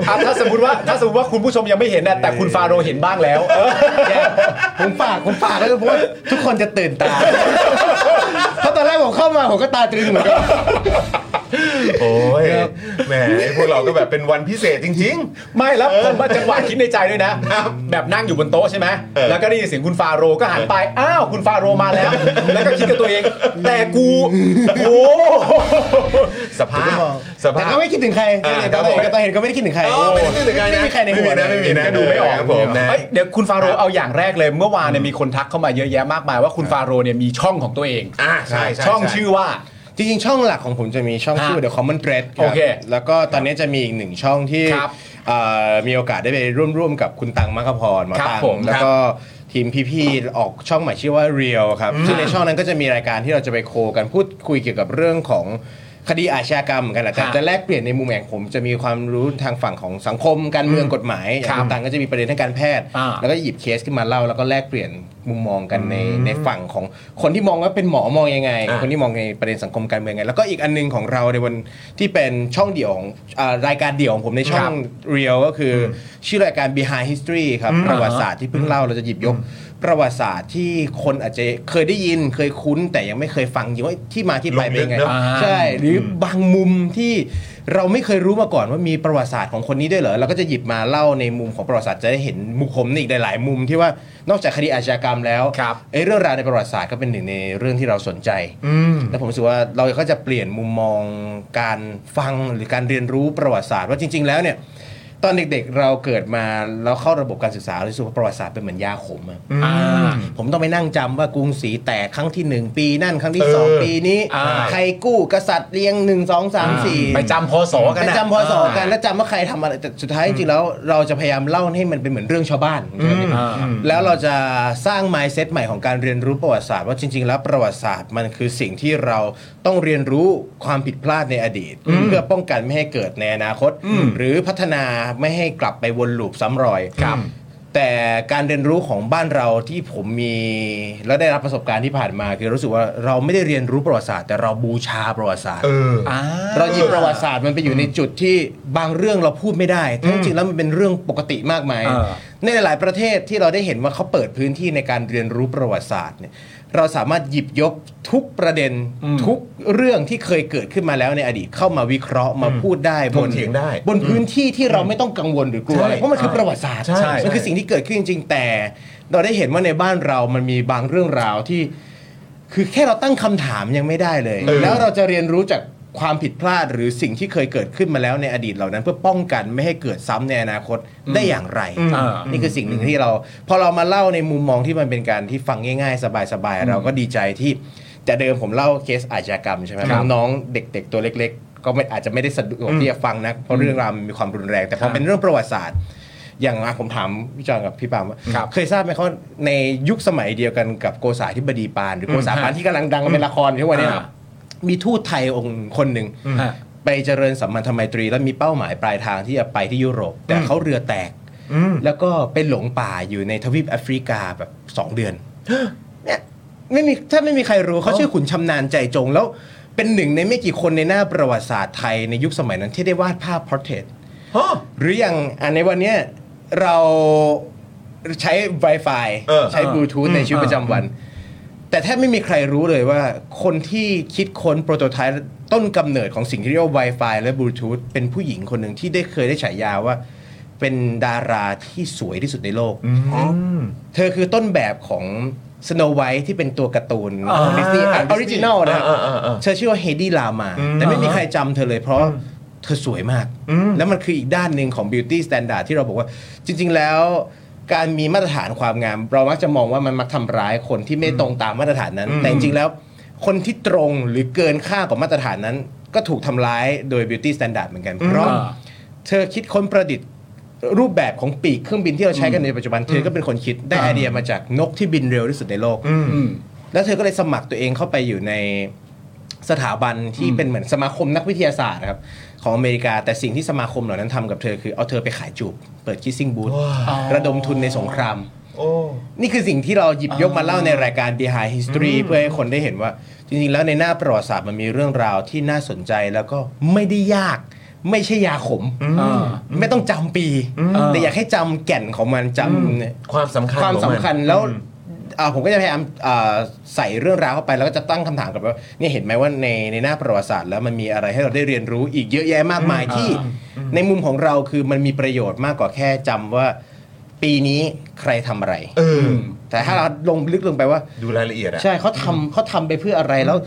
[SPEAKER 2] อ่ะถ้าสมมติว่าถ้าสมมติว่าคุณผู้ชมยังไม่เห็นนะแต่คุณฟาโรห์เห็นบ้างแล้ว
[SPEAKER 3] ผมฝากผมฝากก็คือเพราะว่าทุกคนจะตื่นตา เพราะตอนแรกผมเข้ามาผมก็ตาตรึงเหมือนกัน
[SPEAKER 1] โอ้ยแหมพวกเราก็แบบเป็นวันพิเศษจริง
[SPEAKER 2] ไม่แล้วผมว่าจังหวะคิดในใจด้วยนะ แบบนั่งอยู่บนโต๊ะใช่ไหม
[SPEAKER 1] เออ
[SPEAKER 2] แล้วก็ได้ยินเสียงคุณฟาโรห์ก็หันไป อ้าว คุณฟาโรห์มาแล้ว แล้วก็คิดกับตัวเอง แต่กูโอ้
[SPEAKER 1] ๆ สภาพส
[SPEAKER 3] แต่
[SPEAKER 1] ภาพ
[SPEAKER 3] ก็ไม่คิดถึงใคร
[SPEAKER 1] อ่า
[SPEAKER 3] ตอนเห็น
[SPEAKER 1] ครับผม
[SPEAKER 3] ตอนเห็นก็ไม่ได้คิดถึงใคร
[SPEAKER 1] โอ้ไม่ได้คิดถึงใครนะ
[SPEAKER 3] ไม่มีใครในหัว
[SPEAKER 1] ไม่มีนะไม่มีนะ
[SPEAKER 2] ก็ดูไม่ออก
[SPEAKER 1] ครับผมนะ
[SPEAKER 2] เอ้ยเดี๋ยวคุณฟาโรห์เอาอย่างแรกเลย เมื่อวานเนี่ยมีคนทักเข้ามาเยอะแยะมากมายว่าคุณฟาโรห์เนี่ยมีช่องของตัวเอง
[SPEAKER 1] อ่าใช่ใช่
[SPEAKER 2] ช่อง
[SPEAKER 1] ใช่
[SPEAKER 2] ชื่อว่า
[SPEAKER 3] จริงๆ ช่องหลักของผมจะมีช่อง
[SPEAKER 2] ฮะ
[SPEAKER 3] ชื่อ The Common Thread รับ
[SPEAKER 2] โอเค
[SPEAKER 3] แล้วก็ตอนนี้จะมีอีกหนึ่งช่องที่
[SPEAKER 2] ครับ
[SPEAKER 3] เอ่อมีโอกาสได้ไปร่วมร่วมกับคุณตังมากพรหมอ
[SPEAKER 2] ครับ
[SPEAKER 3] ตัง
[SPEAKER 2] ผม
[SPEAKER 3] แล้วก็ทีมพี่ๆออกช่องใหม่ชื่อว่า Real ครับซึ่งในช่องนั้นก็จะมีรายการที่เราจะไปโคกันพูดคุยเกี่ยวกับเรื่องของคดีอาชญากรรมเหมือนกันแหละแต่
[SPEAKER 2] ฮะ
[SPEAKER 3] จะแลกเปลี่ยนในมุมแห่งผมจะมีความรู้ทางฝั่งของสังคมการเมืองกฎหมายอย่าง
[SPEAKER 2] ครับ
[SPEAKER 3] คุณตังก็จะมีประเด็นทางการแพทย์
[SPEAKER 2] อ่า
[SPEAKER 3] แล้วก็หยิบเคสขึ้นมาเล่าแล้วก็แลกเปลี่ยนมุมมองกันในในฝั่งของคนที่มองว่าเป็นหมอมองยังไง
[SPEAKER 1] อ่า
[SPEAKER 3] คนที่มองในประเด็นสังคมการเมืองไง แล้วก็อีกอันหนึงของเราในวันที่เป็นช่องเดี่ยวของอ่ารายการเดี่ยวของผมในช่องเรียลก็คืออชื่อรายการ Behind History ครับ ประวัติศาสตร์ที่เพิ่งเล่าเราจะหยิบยกประวัติศาสตร์ที่คนอาจจะเคยได้ยินเคยคุ้น แต่ยังไม่เคยฟังจริงว่าที่มาที่ไปเป็นยังไง
[SPEAKER 1] ลงลึกเนอะ
[SPEAKER 3] ใช่หรือบางมุมที่เราไม่เคยรู้มาก่อนว่ามีประวัติศาสตร์ของคนนี้ด้วยเหรอเราก็จะหยิบมาเล่าในมุมของประวัติศาสตร์จะได้เห็นมุมผมในอีกหลาย ๆ มุมที่ว่านอกจากคดีอาชญากรรมแล้ว
[SPEAKER 2] ครับ
[SPEAKER 3] เอ้ยเรื่องราวในประวัติศาสตร์ก็เป็นหนึ่งในเรื่องที่เราสนใจ แล้วผมรู้สึกว่าเราก็จะเปลี่ยนมุมมองการฟังหรือการเรียนรู้ประวัติศาสตร์ว่าจริง ๆ แล้วเนี่ย ตอนเด็กๆเราเกิดมาแล้วเข้าระบบการศึกษาเรารู้สึกว่าประวัติศาสตร์เป็นเหมือนยาขมอะ
[SPEAKER 2] อ่า
[SPEAKER 3] ผมต้องไปนั่งจำว่ากรุงศรีแตกครั้งที่หนึ่งปีนั่นครั้งที่สอง
[SPEAKER 1] เออ
[SPEAKER 3] ปีนี้
[SPEAKER 2] อ่า
[SPEAKER 3] ใครกู้กษัตริย์เรียงหนึ่งสองสามสี่
[SPEAKER 2] ไปจำพศกัน
[SPEAKER 3] ไป
[SPEAKER 2] นะ
[SPEAKER 3] จำพอสอกันแล้วจำว่าใครทำอะไรแต่สุดท้ายจริงๆแล้วเราจะพยายามเล่าให้มันเป็นเหมือนเรื่องชาวบ้าน
[SPEAKER 2] อ่า
[SPEAKER 3] แล้วเราจะสร้าง mindset ใหม่ของการเรียนรู้ประวัติศาสตร์ว่าจริง ๆ แล้วประวัติศาสตร์มันคือสิ่งที่เราต้องเรียนรู้ความผิดพลาดในอดีต เพื่อป้องกันไม่ให้เกิดในอนาคต หรือพัฒนาไม่ให้กลับไปวนลูปซ้ำรอย
[SPEAKER 2] ครับ
[SPEAKER 3] แต่การเรียนรู้ของบ้านเราที่ผมมีและได้รับประสบการณ์ที่ผ่านมา คือรู้สึกว่าเราไม่ได้เรียนรู้ประวัติศาสตร์ แต่เราบูชาประวัติศาสตร์
[SPEAKER 1] เออ
[SPEAKER 2] อ่
[SPEAKER 3] เราหยิบประวัติศาสตร์มันไปอยู่ในจุดที่บางเรื่องเราพูดไม่ได้ทั้งจริงแล้วมันเป็นเรื่องปกติมากมาย
[SPEAKER 2] เออ
[SPEAKER 3] ในหลายๆประเทศที่เราได้เห็นว่าเขาเปิดพื้นที่ในการเรียนรู้ประวัติศาสตร์เนี่ยเราสามารถหยิบยกทุกประเด็นทุกเรื่องที่เคยเกิดขึ้นมาแล้วในอดีตเข้ามาวิเคราะห์มาพูดได้
[SPEAKER 1] ถกเถียงได้
[SPEAKER 3] บนพื้นที่ที่เราไม่ต้องกังวลหรือกลัวอะไร
[SPEAKER 1] ใช่
[SPEAKER 3] เพราะมันคือประวัติศาสตร์
[SPEAKER 1] ใช่ใช่
[SPEAKER 3] มันคือสิ่งที่เกิดขึ้นจริงๆแต่ เราได้เห็นว่าในบ้านเรามันมีบางเรื่องราวที่ คือแค่เราตั้งคำถามยังไม่ได้เลย
[SPEAKER 1] เออ
[SPEAKER 3] แล้วเราจะเรียนรู้จากความผิดพลาดหรือสิ่งที่เคยเกิดขึ้นมาแล้วในอดีตเหล่านั้น เพื่อป้องกันไม่ให้เกิดซ้ำในอนาคตได้อย่างไร
[SPEAKER 2] อ่า
[SPEAKER 3] นี่คือสิ่งหนึ่งที่เราพอเรามาเล่าในมุมมองที่มันเป็นการที่ฟังง่ายๆ สบายๆ เราก็ดีใจที่แต่เดิมผมเล่าเคสอาชญากรรมใช่ไหม
[SPEAKER 2] ครับ
[SPEAKER 3] น้องๆเด็กๆตัวเล็ก ๆ ก็ไม่อาจจะไม่ได้สะดวกที่จะฟังนะเพราะเรื่องราวมันมีความรุนแรง แต่พ
[SPEAKER 2] ครั
[SPEAKER 3] อบ เป็นเรื่องประวัติศาสตร์ อย่างอ่ะผมถามพี่จอนกับพี่ปามว่า
[SPEAKER 2] ครับ
[SPEAKER 3] เคยทราบไหมเขาในยุคสมัยเดียวกันกับโกษาธิบดีปานหรือโกษาปานที่กำลังดังเป็นละครทุกวันเนี้
[SPEAKER 2] อ่า
[SPEAKER 3] มีทูตไทยองค์คนหนึ่ง
[SPEAKER 2] ฮะ
[SPEAKER 3] ไปเจริญสัมพันธไมตรีแล้วมีเป้าหมายปลายทางที่จะไปที่ยุโรป แต่เขาเรือแตก แล้วก็ไปหลงป่าอยู่ในทวีปแอฟริกาแบบสองเดือนเนี่ยไม่มีถ้าไม่มีใครรู้เขาชื่อขุนชำนาญใจจง แล้วเป็นหนึ่งในไม่กี่คนในหน้าประวัติศาสตร์ไทยในยุคสมัยนั้นที่ได้วาดภาพพอร์เทรต
[SPEAKER 1] ฮะ
[SPEAKER 3] หรืออย่างอันในวันเนี้ยเราใช้ Wi-Fi
[SPEAKER 1] เออ
[SPEAKER 3] ใช้บลูทูธในชีวิตประจำวัน แต่แทบไม่มีใครรู้เลยว่า คนที่คิดค้นโปรโตไทป์ต้นกำเนิดของสิ่งที่เรียกว่า Wi-Fi และบลูทูธเป็นผู้หญิงคนหนึ่งที่ได้เคยได้ฉายาว่า เป็นดาราที่สวยที่สุดในโลก เธอคือต้นแบบของสโนไวท์ที่เป็นตัวการ์ตูน
[SPEAKER 2] อ่า
[SPEAKER 3] ดิสนีย์ออริจินอลนะครับ
[SPEAKER 1] อ่าอ่าอ่า
[SPEAKER 3] เธอชื่อว่าเฮดี้ลามา แต่ไม่มีใครจำเธอเลยเพราะเธอสวยมาก แล้วมันคืออีกด้านหนึ่งของ beauty standard ที่เราบอกว่าจริง ๆ แล้ว การมีมาตรฐานความงาม เรามักจะมองว่ามันมักทำร้ายคนที่ไม่ตรงตามมาตรฐานนั้น แต่จริง ๆ แล้ว คนที่ตรงหรือเกินค่ากว่ามาตรฐานนั้น ก็ถูกทำร้ายโดย beauty standard เหมือนกัน เพราะ
[SPEAKER 2] อ่า
[SPEAKER 3] เธอคิดค้นประดิษฐ์รูปแบบของปีกเครื่องบินที่เราใช้กันในปัจจุบันเธอก็เป็นคนคิดได้ไอเดียมาจากนกที่บินเร็วที่สุดในโลก
[SPEAKER 2] อืม
[SPEAKER 3] แล้วเธอก็เลยสมัครตัวเองเข้าไปอยู่ในสถาบันที่เป็นเหมือนสมาคมนักวิทยาศาสตร์นะครับของอเมริกาแต่สิ่งที่สมาคมเหล่านั้นทำกับเธอคือเอาเธอไปขายจูบ เปิดคิสซิ่งบูธ
[SPEAKER 2] ว้าว
[SPEAKER 3] ระดมทุนในสงคราม
[SPEAKER 1] โอ้
[SPEAKER 3] นี่คือสิ่งที่เราหยิบยกมาเล่าในรายการ Behind History เพื่อให้คนได้เห็นว่า จริงๆ แล้วในหน้าประวัติศาสตร์มันมีเรื่องราวที่น่าสนใจแล้วก็ไม่ได้ยาก ไม่ใช่ยาขม
[SPEAKER 2] อ่า
[SPEAKER 3] ไม่ต้องจำปี แต่อยากให้จำแก่นของมันจำ
[SPEAKER 1] ความสำคัญ
[SPEAKER 3] ความ
[SPEAKER 1] ของ
[SPEAKER 3] สำ
[SPEAKER 1] น
[SPEAKER 3] คัญแล้ว อ่าผมก็จะพยายามอ่าใส่เรื่องราวเข้าไปแล้วก็จะตั้งคำถามกลับว่าเนี่ยเห็นไหมว่าในในหน้าประวัติศาสตร์แล้วมันมีอะไรให้เราได้เรียนรู้อีกเยอะแยะมากมายที่ ในมุมของเราคือมันมีประโยชน์มากกว่าแค่จำว่า ปีนี้ใครทำอะไรแต่ถ้าเราลงลึกลงไปว่า
[SPEAKER 1] ดูรายละเอียดอะ
[SPEAKER 3] ใช่เขาทำเขาทำไปเพื่ออะไรแล้ว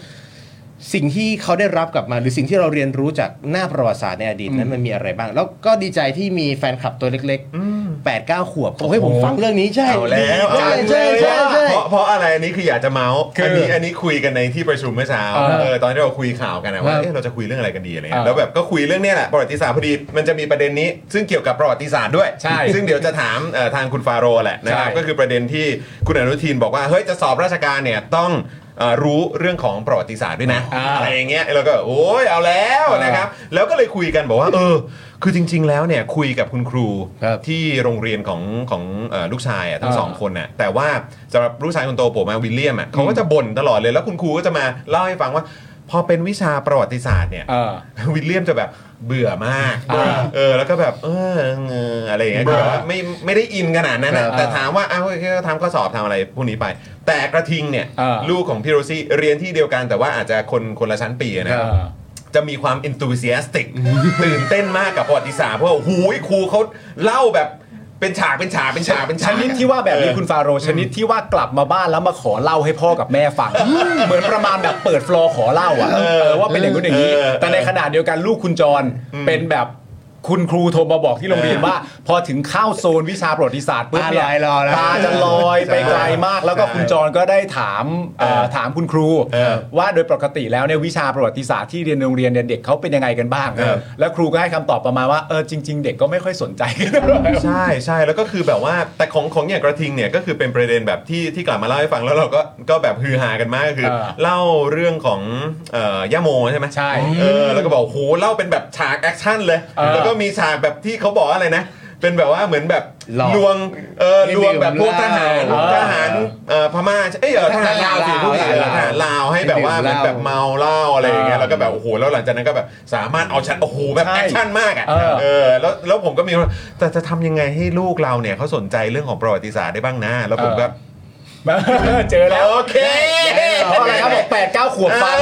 [SPEAKER 3] สิ่งที่เขาได้รับกลับมา หรือสิ่งที่เราเรียนรู้จากหน้าประวัติศาสตร์ในอดีตนั้นมันมีอะไรบ้าง แล้วก็ดีใจที่มีแฟนคลับตัวเล็กๆแปดเก้าขวบบอกเฮ้ยผมฟังเรื่องนี้ใช่
[SPEAKER 1] เอาแล้ว
[SPEAKER 3] ใช่ใช่ใช่ใช่
[SPEAKER 1] เพราะเพราะอะไรอันนี้คืออยากจะเมาส์
[SPEAKER 2] คือ
[SPEAKER 1] อั
[SPEAKER 2] อั
[SPEAKER 1] นนี้อันนี้คุยกันในที่ประชุมเมื่อเช้า
[SPEAKER 2] เออ
[SPEAKER 1] เออตอนที่เราคุยข่าวกันนะว่า
[SPEAKER 2] ครับ
[SPEAKER 1] เอ๊ะเราจะคุยเรื่องอะไรกันดีอะไร
[SPEAKER 2] เอ
[SPEAKER 1] เงี้ย
[SPEAKER 2] อ
[SPEAKER 1] แล้วแบบก็คุยเรื่องเนี้ยแหละประวัติศาสตร์พอดีมันจะมีประเด็นนี้ ซึ่งเกี่ยวกับประวัติศาสตร์ด้วย
[SPEAKER 2] ใช่
[SPEAKER 1] ซึ่งเดี๋ยวจะถามเอ่อทางคุณฟาโรห์แหละนะครับ
[SPEAKER 2] ใช่
[SPEAKER 1] ก็คือประเด็นที่คุณอนุทินบอกว่าเฮ้ยจะสอบราชการเนี่ยต้องเอ่อรู้เรื่องของประวัติศาสตร์ด้วยนะ
[SPEAKER 2] อ่า
[SPEAKER 1] อะไรอย่างเงี้ยแล้วก็โอ้ยเอาแล้ว
[SPEAKER 2] เออ
[SPEAKER 1] นะครับ แล้วก็เลยคุยกันบอกว่า เออ คือจริง ๆ แล้วเนี่ยคุยกับคุณครู
[SPEAKER 3] ครับ
[SPEAKER 1] ที่โรงเรียนของของเอ่อลูกชายอะทั้ง
[SPEAKER 2] เออ
[SPEAKER 1] สองคนน่ะแต่ว่าสำหรับลูกชายคนโตผมอะวิลเลียมอะเขาก็จะบ่นตลอดเลยแล้วคุณครูก็จะมาเล่าให้ฟังว่า พอเป็นวิชาประวัติศาสตร์เนี่ย
[SPEAKER 2] เออ
[SPEAKER 1] วิลเลียมจะแบบเบื่อมาก
[SPEAKER 2] เออ
[SPEAKER 1] เออแล้วก็แบบเออเอออะไรอย่างเงี้ยคือแบบว่าไม่ไม่ได้อินขนาดนั้นนะ
[SPEAKER 2] เออ
[SPEAKER 1] แต่ถามว่าอ้าวแค่ทำข้อสอบทำอะไรพวกนี้ไป แต่กระทิงเนี่ย
[SPEAKER 2] เออ
[SPEAKER 1] ลูกของพี่โรซี่เรียนที่เดียวกันแต่ว่าอาจจะคนคนละชั้นปีอะนะ
[SPEAKER 2] เออ
[SPEAKER 1] จะมีความ enthusiastic ตื่นเต้นมากกับประวัติศาสตร์เพราะว่าหูยครูเขาเล่าแบบเป็นฉากเป็นฉากเป็นฉากเป็น
[SPEAKER 2] ช
[SPEAKER 1] ฉาก
[SPEAKER 2] นิดที่ว่าแบบนี้คุณฟาโรห์ชนิดที่ว่ากลับมาบ้านแล้วมาขอเล่าให้พ่อกับแม่ฟัง เหมือนประมาณแบบเปิดฟลอร์ขอเล่าอ่ะเออว่าเป็นอย่างนู้นอย่างนี้ แต่ในขณะเดียวกันลูกคุณจรเป็นแบบคุณครูโทรมาบอกที่โรงเรียนว่า พพอถึงเข้าโซนวิชาประวัติศาสตร์ปุ๊บเนี่ย
[SPEAKER 3] ตาลอยรอแล้ว
[SPEAKER 2] ตาจะลอยไปไกลมาก แล้วก็คุณจรก็ได้ถามเอ่อถามคุณครู ว่าโดยปกติแล้วเนี่ยวิชาประวัติศาสตร์ที่เรียนโรงเรียนเนี่ยเด็กเขาเป็นยังไงกันบ้าง แล้วครูก็ให้คำตอบประมาณว่าเออจริง ๆ เด็กก็ไม่ค่อยสนใจ กันเท่าไหร่
[SPEAKER 1] ใช่ใช่แล้วก็คือแบบว่าแต่ของของอย่างกระทิงเนี่ยก็คือเป็นประเด็นแบบที่ที่กลับมาเล่าให้ฟังแล้วเราก็ก็แบบฮือฮากันมากก็คือ
[SPEAKER 2] เออ
[SPEAKER 1] เล่าเรื่องของเอ่อย่าโมใช่ไหม
[SPEAKER 2] ใช่
[SPEAKER 1] เออแล้วก็บอกโหเล่าเป็นแบบฉากแอคชั่นเลย
[SPEAKER 2] เออ
[SPEAKER 1] แล้วก็มีฉากแบบที่เขาบอกอะไรนะ เป็นแบบว่าเหมือนแบบ
[SPEAKER 3] หลอก
[SPEAKER 1] ลวงเออ
[SPEAKER 3] ไม่
[SPEAKER 1] ลวงแบบ
[SPEAKER 3] ดื่ม
[SPEAKER 1] พวกทหาร
[SPEAKER 3] เหล้า
[SPEAKER 1] ทหารเอ่อพม่าเอ้ยเออทหารลาวสิ
[SPEAKER 3] ท
[SPEAKER 1] พวก
[SPEAKER 3] หารลาว
[SPEAKER 1] นี้เออ
[SPEAKER 3] ลาว
[SPEAKER 1] ทหารลาวให้แบบว่า
[SPEAKER 3] ไม่
[SPEAKER 1] เหมื
[SPEAKER 3] ดื่
[SPEAKER 1] อนแบบ
[SPEAKER 3] มเหล้า
[SPEAKER 1] เมาเหล้าอะไรอย่างเงี้ยแล้วก็แบบโอ้โหแล้วหลังจากนั้นก็แบบสามารถเอาชนะโอ้โหแบบ
[SPEAKER 2] ใช่
[SPEAKER 1] แอคชั่นมากอ่ะ
[SPEAKER 2] เออ
[SPEAKER 1] เออแล้วแล้วผมก็มีว่าแต่จะทำยังไงให้ลูกเราเนี่ยเขาสนใจเรื่องของประวัติศาสตร์ได้บ้างนะ แล้วผมก็
[SPEAKER 2] เจอแล้ว
[SPEAKER 1] โอเค
[SPEAKER 2] เพราะอะไรครับบอกแปดเก้าขวบฟัง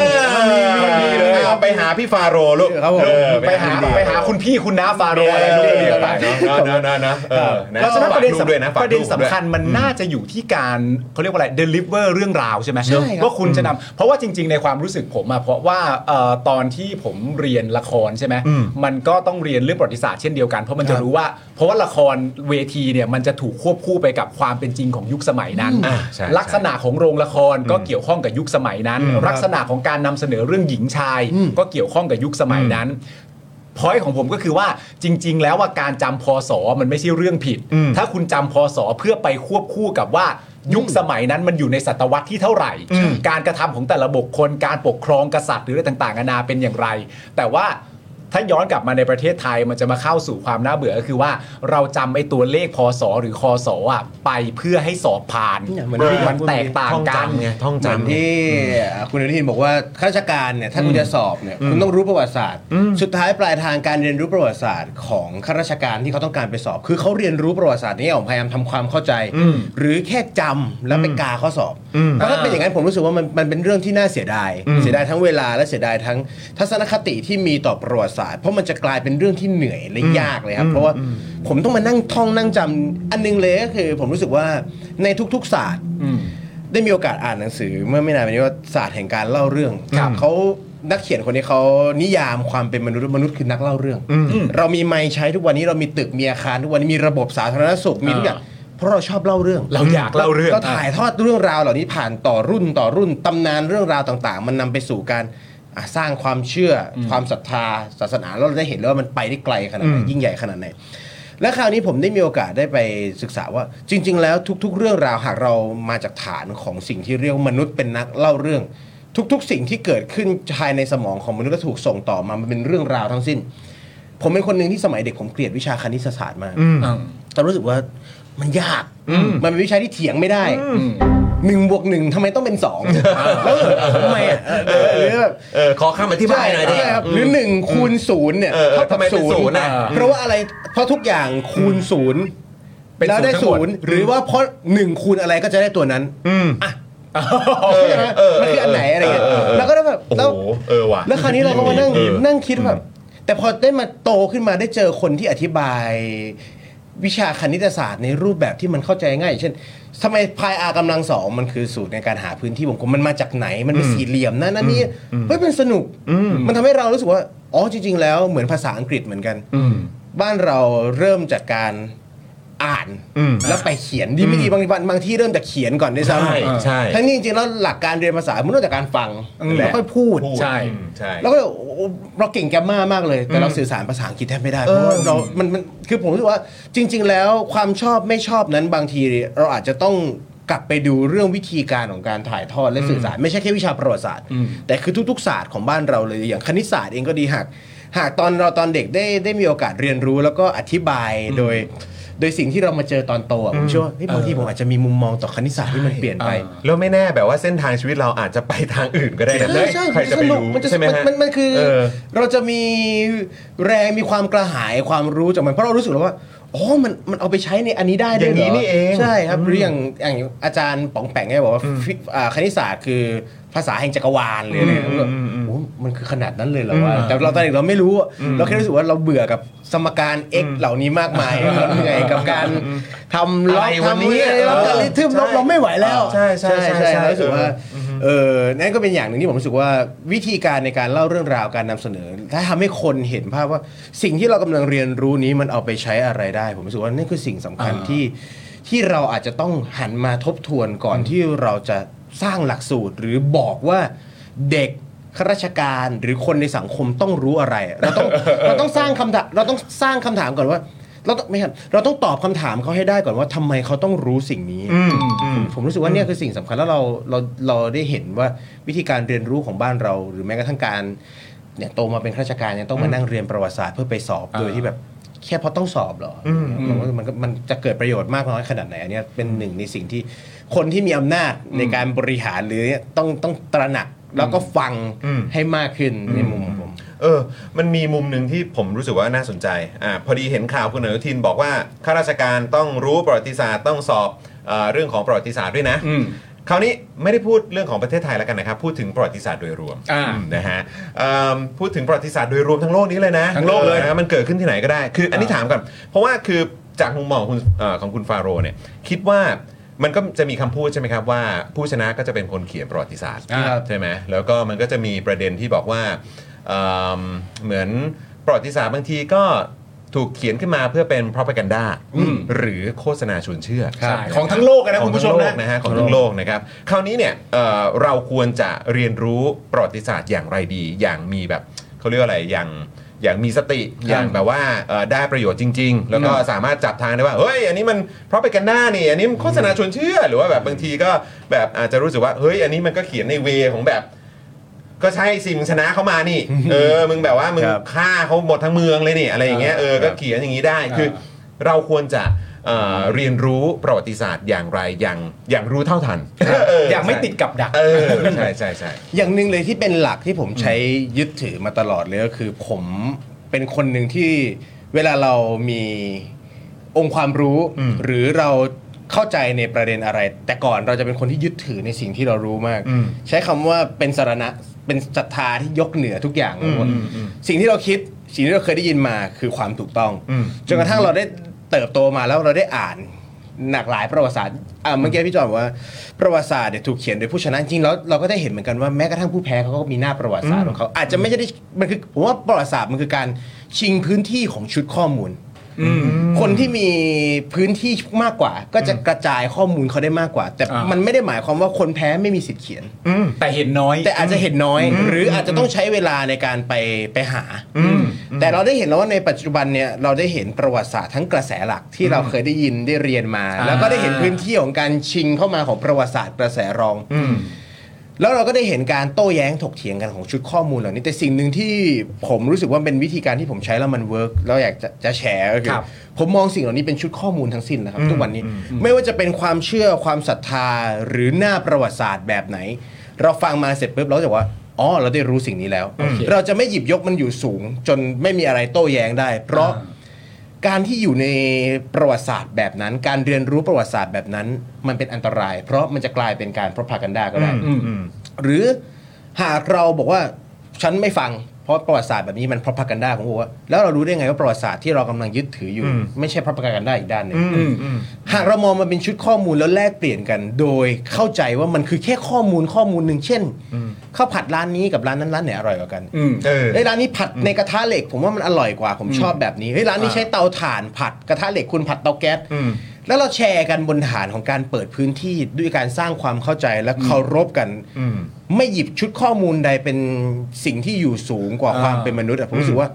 [SPEAKER 1] มีมีเลยเอาไปหาพี่ฟาโรห์ลูก
[SPEAKER 3] ครับผม
[SPEAKER 1] เออ
[SPEAKER 2] ไปหา
[SPEAKER 1] ดีๆ
[SPEAKER 2] ไปหาคุณพี่คุณน้าฟาโรห์อะไรลูกเรียนไป
[SPEAKER 1] เออเนอะเนอะเนอะเออ
[SPEAKER 2] เพราะฉะนั้นประเด็น
[SPEAKER 1] ฝากด้วยนะ
[SPEAKER 2] สำ
[SPEAKER 1] ฝาก
[SPEAKER 2] ประเด็
[SPEAKER 1] ลูกด้ว
[SPEAKER 2] น
[SPEAKER 1] ย
[SPEAKER 2] สำคัญมันน่าจะอยู่ที่การเขาเรียกว่าอะไร deliver เรื่องราวใช่ไหม
[SPEAKER 3] ใช่ครับ
[SPEAKER 2] ว่าคุณจะนำเพราะว่าจริง ๆ ในความรู้สึกผมอะเพราะว่าเอ่อตอนที่ผมเรียนละครใช่ไหม
[SPEAKER 1] อืม
[SPEAKER 2] มันก็ต้องเรียนเรื่องประวัติศาสตร์เช่นเดียวกันเพราะมันจะรู้ว่า เพราะว่าละครเวทีเนี่ยมันจะถูกควบคู่ไปกับความเป็นจริงของยุคสมัยนั้น
[SPEAKER 1] อ่ะใช่
[SPEAKER 2] ลักษณะของโรงละครก็เกี่ยวข้องกับยุคสมัยนั้น ลักษณะของการนำเสนอเรื่องหญิงชาย ก็เกี่ยวข้องกับยุคสมัยนั้นพอยของผมก็คือว่าจริง ๆ แล้วว่าการจำพศมันไม่ใช่เรื่องผิด
[SPEAKER 1] อืม
[SPEAKER 2] ถ้าคุณจำพศเพื่อไปควบคู่กับว่ายุคสมัยนั้นมันอยู่ในศตวรรษที่เท่าไหร่
[SPEAKER 1] อืม
[SPEAKER 2] การกระทำของแต่ละบุคคลการปกครองกษัตริย์หรืออะไรต่างๆนานาเป็นอย่างไร แต่ว่าถ้าย้อนกลับมาในประเทศไทยมันจะมาเข้าสู่ความน่าเบื่อก็คือว่าเราจำไอ้ตัวเลขพศหรือคศอ่ะไปเพื่อให้สอบผ่าน
[SPEAKER 3] เนี่ยเหมือน
[SPEAKER 2] มันแตกต่าง
[SPEAKER 1] ท่อง
[SPEAKER 2] กัน
[SPEAKER 1] จำไงท่อง
[SPEAKER 3] เหมือน
[SPEAKER 1] จำ
[SPEAKER 3] ที่คุณอนุทินบอกว่าข้าราชการเนี่ยถ้าคุณจะสอบเนี่ยคุณต้องรู้ประวัติศาสตร์ สุดท้ายปลายทางการเรียนรู้ประวัติศาสตร์ของข้าราชการที่เขาต้องการไปสอบ คือเขาเรียนรู้ประวัติศาสตร์นี้ของพยายามทำความเข้าใจ หรือแค่จำแล้วไปกาข้อสอบเพราะถ้าเป็นอย่างนั้นผมรู้สึกว่ามันมันเป็นเรื่องที่น่าเสียดาย เสียดายทั้งเวลาและเสียดายทั้งทัศนคติที่มีต่อประวัติศาสตร์ เพราะมันจะกลายเป็นเรื่องที่เหนื่อยและยากเลยครับเพราะว่าผมต้องมานั่งท่องนั่งจำอันนึงเลยก็คือ ผมรู้สึกว่าในทุก ๆศาสตร์ ได้มีโอกาสอ่านหนังสือเมื่อไม่นานมานี้ว่าศาสตร์แห่งการเล่าเรื่องเขานักเขียนคนนี้เขานิยามความเป็นมนุษย์มนุษย์คือนักเล่าเรื่อง เรามีไม้ใช้ทุกวันนี้เรามีตึกมีอาคารทุกวันนี้มีระบบสาธารณสุขมีทุกอย่างเพราะเราชอบเล่าเรื่อง
[SPEAKER 2] เราอยากเล่าเรื่อง
[SPEAKER 3] ก็ถ่ายทอดเรื่องราวเหล่านี้ผ่านต่อรุ่นต่อรุ่นตำนานเรื่องราวต่าง ๆ มันนำไปสู่การอ่ะสร้างความเชื่ออความศรัทธาศาสนาแล้วเราได้เห็นเลยว่ามันไปได้ไกลขนาดไหนยิ่งใหญ่ขนาดไหน และคราวนี้ผมได้มีโอกาสได้ไปศึกษาว่าจริง ๆ แล้วทุก ๆ เรื่องราวหากเรามาจากฐานของสิ่งที่เรียกว่ามนุษย์เป็นนักเล่าเรื่อง ทุก ๆ สิ่งที่เกิดขึ้นภายในสมองของมนุษย์และถูกส่งต่อมามันเป็นเรื่องราวทั้งสิ้น ผมเป็นคนหนึ่งที่สมัยเด็กผมเกลียดวิชาคณิตศาสตร์มากแต่รู้สึกว่ามันยากมันเป็นวิชาที่เถียงไม่ได้หนึ่งบวกหนึ่งทำไมต้องเป็นสองแล้วเออทำไมอ่ะเออหรือแบบ
[SPEAKER 1] เออขอคำอธิบายหน่อยดิ
[SPEAKER 3] ใช่ครับหรือหนึ่งคูณศูนย์เนี่ย
[SPEAKER 1] เออเออ
[SPEAKER 3] เท่ากั
[SPEAKER 1] ทำ
[SPEAKER 3] บ
[SPEAKER 1] ไมเป็น
[SPEAKER 3] ศู
[SPEAKER 1] ศู
[SPEAKER 3] น
[SPEAKER 1] นย์
[SPEAKER 3] ย์
[SPEAKER 1] น่ะ
[SPEAKER 3] เพราะว่าอะไรเพราะทุกอย่างคูณศูนย์
[SPEAKER 1] เป็น
[SPEAKER 3] แล้วได้
[SPEAKER 1] ศู
[SPEAKER 3] ศู
[SPEAKER 1] น
[SPEAKER 3] น
[SPEAKER 1] ย์
[SPEAKER 3] ย์
[SPEAKER 1] ทั้งหมด
[SPEAKER 3] หรือว่าเพราะหนึ่งคูณอะไรก็จะได้ตัวนั้น
[SPEAKER 1] อืม
[SPEAKER 3] เข้าใจไหม
[SPEAKER 1] เออเออ
[SPEAKER 3] มันคืออันไหนอะไรเงี้ย
[SPEAKER 1] เออเออเออ
[SPEAKER 3] แล้วก็ได้แบบ
[SPEAKER 1] โอ้
[SPEAKER 3] แล้ว
[SPEAKER 1] โหเออว่ะ
[SPEAKER 3] แล้วคราวนี้เราก็มานั่ง
[SPEAKER 1] เออ
[SPEAKER 3] นั่งคิดแบบแต่พอได้มาโตขึ้นมาได้เจอคนที่อธิบาย วิชาคณิตศาสตร์ในรูปแบบที่มันเข้าใจง่ายอย่างเช่นทำไมพายอากำลังสองมันคือสูตรในการหาพื้นที่วงกลมมันมาจากไหนมันเป็นสี่เหลี่ยมนะนั่นนี่เฮ้ยมันสนุกมันทำให้เรารู้สึกว่าอ๋อจริง ๆ แล้วเหมือนภาษาอังกฤษเหมือนกันบ้านเราเริ่มจากการอ่านแล้วไปเขียนดีไม่ดีบางทีบางบางที่เริ่มจากเขียนก่อนด้วยซ้ำ
[SPEAKER 1] ใช่ใช่
[SPEAKER 3] ทั้งนี้จริงๆแล้วหลักการเรียนภาษามันเริ่มจากการฟังแล้วค่อยพูด
[SPEAKER 1] ใช่ใช่
[SPEAKER 3] แล้วก็เลยโอ้โหเราเก่งแกมมามากเลย แต่เราสื่อสารภาษาอังกฤษแทบไม่ได้ เพราะว่าเรามันมันคือผมรู้สึกว่าจริง ๆ แล้วความชอบไม่ชอบนั้นบางทีเราอาจจะต้องกลับไปดูเรื่องวิธีการของการถ่ายทอดและสื่อสาร ไม่ใช่แค่วิชาประวัติศาสตร์ แต่คือทุก ๆ ศาสตร์ของบ้านเราเลยอย่างคณิตศาสตร์เองก็ดีหาก หากตอนเราตอนเด็กได้ได้มีโอกาสเรียนรู้แล้วก็อธิบายโดย โดยสิ่งที่เรามาเจอตอนโตอะผมเชื่อว่าเฮ้ยบางทีผมอาจจะมีมุมมองต่อคณิตศาสตร์ที่มันเปลี่ยนไป
[SPEAKER 1] แล้วไม่แน่แบบว่าเส้นทางชีวิตเราอาจจะไปทางอื่นก็ได้นะ
[SPEAKER 3] ใช่ใช่
[SPEAKER 1] ใครจะไป
[SPEAKER 3] สนุก
[SPEAKER 1] รู้
[SPEAKER 3] มันจะ
[SPEAKER 1] ใช่ไหมฮะ
[SPEAKER 3] มันมันคือ
[SPEAKER 1] เออ
[SPEAKER 3] เราจะมีแรงมีความกระหายความรู้จากมันเพราะเรารู้สึกแล้วว่าอ๋อมันมันเอาไปใช้ในอันนี้ได้ด้วยเหร
[SPEAKER 1] อย่างนี้นี่เอง
[SPEAKER 3] ใช่ครับหรืออย่างอย่างอาจารย์ป๋องแปงเนี่ยบอกว่าฟิอ่าคณิตศาสตร์คือภาษาแห่งจักรวาลเลยเนี่ย
[SPEAKER 1] อืม
[SPEAKER 3] แบบ
[SPEAKER 1] อืมอืม
[SPEAKER 3] โอ้มันคือขนาดนั้นเลยเหรอวะ
[SPEAKER 1] อืม
[SPEAKER 3] แต่เราตอนเด็กเราไม่รู้อะเราแค่รู้สึกว่าเราเบื่อกับสมการ x เหล่านี้มากมายเราเหนื่อยกับการทำล็อก
[SPEAKER 1] อะไรวะ
[SPEAKER 3] ทำ
[SPEAKER 1] เนี่
[SPEAKER 3] เรื่
[SPEAKER 1] ย
[SPEAKER 3] อยล็อกการลิทึม
[SPEAKER 1] ใช่
[SPEAKER 3] เราเราไม่ไหวแล้ว
[SPEAKER 1] ใช่ใช่ใช่ใช่
[SPEAKER 3] เรารู้สึกว่า
[SPEAKER 1] เออ
[SPEAKER 3] เออนั่นก็เป็นอย่างหนึ่งที่ผมรู้สึกว่าวิธีการในการเล่าเรื่องราวการนำเสนอ ถ้าทำให้คนเห็นภาพว่าสิ่งที่เรากำลังเรียนรู้นี้มันเอาไปใช้อะไรได้ ผมรู้สึกว่านี่คือสิ่งสำคัญที่ที่เราอาจจะต้องหันมาทบทวนก่อนที่เราจะสร้างหลักสูตร หรือบอกว่าเด็กข้าราชการหรือคนในสังคมต้องรู้อะไร เราต้อง เราต้องสร้างคำถามเราต้องสร้างคำถามก่อนว่า เราต้องไม่ใช่เราต้องตอบคำถามเขาให้ได้ก่อนว่าทำไมเขาต้องรู้สิ่งนี้ ผมผมรู้สึกว่าเนี่ยคือสิ่งสำคัญแล้วเราเราเราได้เห็นว่าวิธีการเรียนรู้ของบ้านเรา หรือแม้กระทั่งการเนี่ยโตมาเป็นข้าราชการยังต้องมานั่งเรียนประวัติศาสตร์เพื่อไปสอบโดยที่แบบแค่เพราะต้องสอบเหรออผมว่ามันก็มันจะเกิดประโยชน์มากน้อยขนาดไหนอันเนี้ยเป็นหนึ่งในสิ่งที่คนที่มีอำนาจในการบริหารหรือเนี่ยต้องต้องตระหนักแล้วก็ฟังให้มากขึ้นในมุมของผม
[SPEAKER 1] เออ มันมีมุมหนึ่งที่ผมรู้สึกว่าน่าสนใจ อ่า พอดีเห็นข่าวคุณอนุทินบอกว่าข้าราชการต้องรู้ประวัติศาสตร์ต้องสอบเออเรื่องของประวัติศาสตร์ด้วยนะ คราวนี้ไม่ได้พูดเรื่องของประเทศไทยแล้วกันนะครับ พูดถึงประวัติศาสตร์โดยรวม
[SPEAKER 2] อ่า
[SPEAKER 1] อืมนะฮะเอิ่มพูดถึงประวัติศาสตร์โดยรวมทั้งโลกนี้เลยนะ
[SPEAKER 2] ทั้งโลกเลย
[SPEAKER 1] ออนะมันเกิดขึ้นที่ไหนก็ได้ คืออันนี้ถามก่อนเพราะว่าคือจากมุมมองของคุณเอ่อของคุณฟาโรห์เนี่ยคิดว่ามันก็จะมีคำพูดใช่ไหมครับว่า ผู้ชนะก็จะเป็นคนเขียนประวัติศาสตร์
[SPEAKER 2] อ่า
[SPEAKER 1] ใช่ไหมแล้วก็มันก็จะมีประเด็นที่บอกว่าเอิ่มเหมือนประวัติศาสตร์บางทีก็ถูกเขียนขึ้นมาเพื่อเป็น propaganda หรือโฆษณาชวนเชื่อ
[SPEAKER 2] ใช่ของทั้งโลกอะนะคุณผู้ชมนะ
[SPEAKER 1] นะฮะของทั้งโลกนะครับ คราวนี้เนี่ยเอ่อเราควรจะเรียนรู้ประวัติศาสตร์อย่างไรดี อย่างมีแบบเขาเรียกว่าอะไรอย่างอย่างมีสติอย่างแบบว่าเอ่อได้ประโยชน์จริง ๆ แล้วก็สามารถจับทางได้ว่าเฮ้ยอันนี้มันเพราะไปกันหน้านี่อันนี้มันโฆษณาชวนเชื่อ หรือว่าแบบบางทีก็แบบอาจจะรู้สึกว่าเฮ้ยอันนี้มันก็เขียนในเวของแบบ ก็ใช่สิมึงชนะเขามานี่ เออมึงแบบว่ามึง
[SPEAKER 3] ครับ
[SPEAKER 1] ฆ่าเขาหมดทั้งเมืองเลยนี่อะไรอย่างเงี้ยเออก็เขียนอย่างนี้ได้คือ เราควรจะเอ่อเรียนรู้ประวัติศาสตร์อย่างไรอย่างอย่างรู้เท่าทันเ
[SPEAKER 2] อยากไม่ติดกับดัก
[SPEAKER 1] เออใช่ใช่ใช่
[SPEAKER 3] อย่างหนึ่งเลยที่เป็นหลักที่ผมใช้ยึดถือมาตลอดเลยก็คือผมเป็นคนหนึ่งที่เวลาเรามีองค์ความรู้ หรือเราเข้าใจในประเด็นอะไร แต่ก่อนเราจะเป็นคนที่ยึดถือในสิ่งที่เรารู้มาก ใช้คำว่าเป็นสารณะเป็นศรัทธาที่ยกเหนือทุกอย่างเลยว่าสิ่งที่เราคิดสิ่งที่เราเคยได้ยินมาคือความถูกต้องจนกระทั่งเราได้เติบโตมาแล้วเราได้อ่าน หลากหลายประวัติศาสตร์อ่ะเมื่อกี้พี่จอมบอกว่าประวัติศาสตร์เนี่ยถูกเขียนโดยผู้ชนะจริงๆแล้วเราก็ได้เห็นเหมือนกันว่าแม้กระทั่งผู้แพ้เขาก็มีหน้าประวัติศาสตร์ของเขาอาจจะไม่ใช่ได้มันคือผมว่าประวัติศาสตร์มันคือการชิงพื้นที่ของชุดข้อมูล คนที่มีพื้นที่มากกว่า ก็จะกระจายข้อมูลเขาได้มากกว่า แต่
[SPEAKER 2] อ่ามั
[SPEAKER 3] มันไม่ได้หมายความว่าคนแพ้ไม่มีสิทธิ์เขียน
[SPEAKER 2] แต่เห็นน้อย
[SPEAKER 3] แต่อาจจะเห็นน้อย หรืออาจจะต้องใช้เวลาในการไปไปหา แต่เราได้เห็นแล้วว่าในปัจจุบันเนี่ยเราได้เห็นประวัติศาสตร์ทั้งกระแสหลักที่เราเคยได้ยินได้เรียนมา
[SPEAKER 2] อ่า
[SPEAKER 3] แล้วก็ได้เห็นพื้นที่ของการชิงเข้ามาของประวัติศาสตร์กระแสรอง แล้วเราก็ได้เห็นการโต้แย้งถกเถียงกันของชุดข้อมูลเหล่านี้แต่สิ่งหนึ่งที่ผมรู้สึกว่าเป็นวิธีการที่ผมใช้แล้วมันเวิร์กแล้วอยากจะจะแชร์ก็คื
[SPEAKER 2] ค
[SPEAKER 3] อ
[SPEAKER 2] รับ
[SPEAKER 3] ผมมองสิ่งเหล่านี้เป็นชุดข้อมูลทั้งสิ้นนะครับ ทุกวันนี้ไม่ว่าจะเป็นความเชื่อความศรัทธาหรือหน้าประวัติศาสตร์แบบไหน เราฟังมาเสร็จปุ๊บเราจะว่าอ๋อเราได้รู้สิ่งนี้แล้ว
[SPEAKER 2] โอเค
[SPEAKER 3] เราจะไม่หยิบยกมันอยู่สูง จนไม่มีอะไรโต้แย้งได้ เพราะ การที่อยู่ในประวัติศาสตร์แบบนั้น การเรียนรู้ประวัติศาสตร์แบบนั้น มันเป็นอันตราย เพราะมันจะกลายเป็นการ propaganda ก็ได้
[SPEAKER 2] อืมอืม
[SPEAKER 3] หรือหากเราบอกว่าฉันไม่ฟังเพราะประวัติศาสตร์แบบนี้มันพร o พักันดาผมบอกว่าแล้วเรารู้ได้ไงว่าประวัติศาสตร์ที่เรากำลังยึดถืออยู่
[SPEAKER 2] อืม
[SPEAKER 3] ไม่ใช่พร o พักันดาอีกด้านหนึ่ง
[SPEAKER 2] อืมอืมอืม
[SPEAKER 3] หากเรามองมันเป็นชุดข้อมูลแล้วแลกเปลี่ยนกัน โดยเข้าใจว่ามันคือแค่ข้อมูลข้อมูลหนึ่งเช่นข้าวผัดร้านนี้กับร้านนั้นร้านไหนอร่อยกว่ากัน
[SPEAKER 2] อืม
[SPEAKER 1] เออ
[SPEAKER 3] เฮ้ยร้านนี้ผัดในกระทะเหล็ก ผมว่ามันอร่อยกว่า ผมชอบแบบนี้เฮ้ยร้านนี้ใช้เตาถ่านผัดกระทะเหล็กคุณผัดเตาแก๊ส
[SPEAKER 2] อืม
[SPEAKER 3] แล้วเราแชร์กันบนฐานของการเปิดพื้นที่ด้วยการสร้างความเข้าใจและเคารพกัน
[SPEAKER 2] อืม
[SPEAKER 3] ไม่หยิบชุดข้อมูลใดเป็นสิ่งที่อยู่สูงกว่า
[SPEAKER 2] อ่า
[SPEAKER 3] ความเป็นมนุษย์อะผมรู้สึกว่า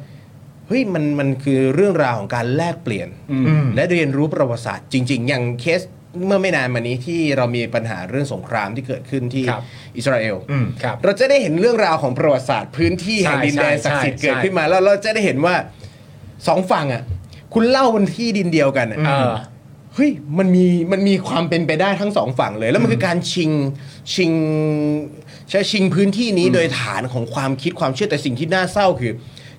[SPEAKER 3] เฮ้ยมันมันคือเรื่องราวของการแลกเปลี่ยน
[SPEAKER 2] อืม
[SPEAKER 3] และเรียนรู้ประวัติศาสตร์จริง ๆ อย่างเคสเมื่อไม่นานมานี้ที่เรามีปัญหาเรื่องสงครามที่เกิดขึ้นที่
[SPEAKER 2] ครับ
[SPEAKER 3] อิสราเอล
[SPEAKER 2] อืมครับ
[SPEAKER 3] เราจะได้เห็นเรื่องราวของประวัติศาสตร์พื้นที่
[SPEAKER 2] ใช่
[SPEAKER 3] แห่งดินแดน
[SPEAKER 2] ใช่
[SPEAKER 3] ศักดิ์สิทธิ์
[SPEAKER 2] ใช่
[SPEAKER 3] เกิดขึ้นมาแล้วเราจะได้เห็นว่าสองฝั่งอ่ะ คุณเล่าบนที่ดินเดียวกันอะ
[SPEAKER 2] เออ
[SPEAKER 3] เฮ้ยมันมีมันมีความเป็นไปได้ทั้งสองฝั่งเลย แล้วมันคือการชิงชิงใช้ชิงพื้นที่นี้โดยฐานของความคิดความเชื่อแต่สิ่งที่น่าเศร้าคือ